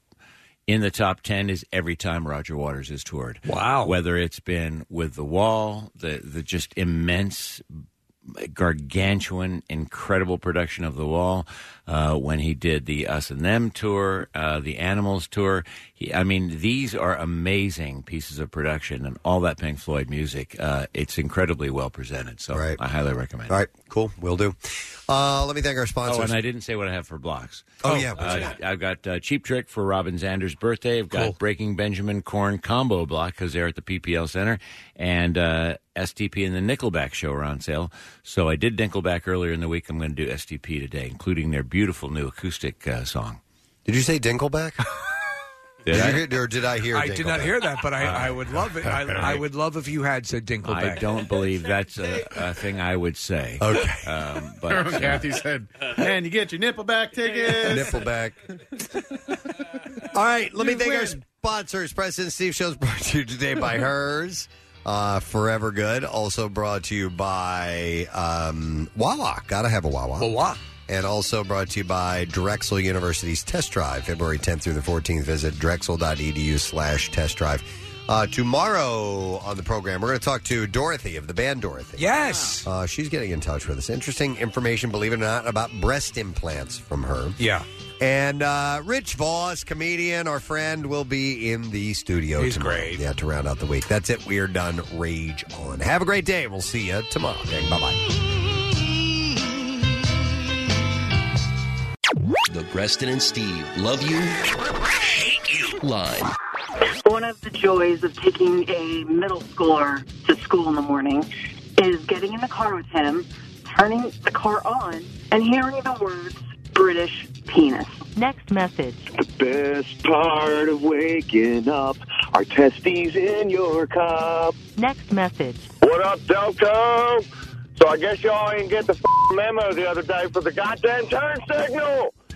Speaker 25: in the top ten is every time Roger Waters has toured. Wow, whether it's been with the Wall, the the just immense gargantuan, incredible production of The Wall uh, when he did the Us and Them tour, uh, the Animals tour. He, I mean, these are amazing pieces of production, and all that Pink Floyd music. Uh, it's incredibly well presented, so I highly recommend. it.
Speaker 3: All right. Cool. We'll do. Uh, let me thank our sponsors.
Speaker 25: Oh, and I didn't say what I have for blocks.
Speaker 3: Oh, yeah, what you
Speaker 25: Uh, I've got uh, Cheap Trick for Robin Zander's birthday. I've got
Speaker 3: Cool.
Speaker 25: Breaking Benjamin Corn combo block because they're at the PPL Center, and uh, STP and the Nickelback show are on sale. So I did Nickelback earlier in the week. I'm going to do STP today, including their beautiful new acoustic uh, song.
Speaker 3: Did you say Dinkleback?
Speaker 25: Did
Speaker 3: you
Speaker 25: I?
Speaker 3: hear- or did I hear?
Speaker 6: I did not
Speaker 3: Dinkleback?
Speaker 6: hear that, but I, I would love it. I, I would love if you had said
Speaker 25: I
Speaker 6: Dinkleback.
Speaker 25: don't believe that's a, a thing I would say.
Speaker 3: Okay,
Speaker 25: um, but uh,
Speaker 16: Kathy said, "Man, you get your nipple back tickets.
Speaker 3: Nipple back. All right, let me
Speaker 16: You
Speaker 3: thank our
Speaker 16: win.
Speaker 3: sponsors. President Steve Show's brought to you today by Hers, uh, Forever Good. Also brought to you by um, Wawa. Gotta have a Wawa. Wawa. And also brought to you by Drexel University's Test Drive, February 10th through the 14th. Visit drexel.edu slash test drive. Uh, tomorrow on the program, we're going to talk to Dorothy of the band Dorothy.
Speaker 6: Yes.
Speaker 3: Uh, she's getting in touch with us. Interesting information, believe it or not, about breast implants from her.
Speaker 6: Yeah.
Speaker 3: And uh, Rich Voss, comedian, our friend, will be in the studio
Speaker 6: He's
Speaker 3: tomorrow.
Speaker 6: great.
Speaker 3: Yeah, to round out the week. That's it. We are done. Rage on. Have a great day. We'll see you tomorrow. bye bye.
Speaker 18: The Preston and Steve love you, hate you line.
Speaker 2: One of the joys of taking a middle schooler to school in the morning is getting in the car with him, turning the car on, and hearing the words British penis. Next message.
Speaker 27: The best part of waking up are testes in your cup.
Speaker 2: Next message.
Speaker 27: What up, Delco? So I guess y'all ain't get the f- memo the other day for the goddamn turn signal.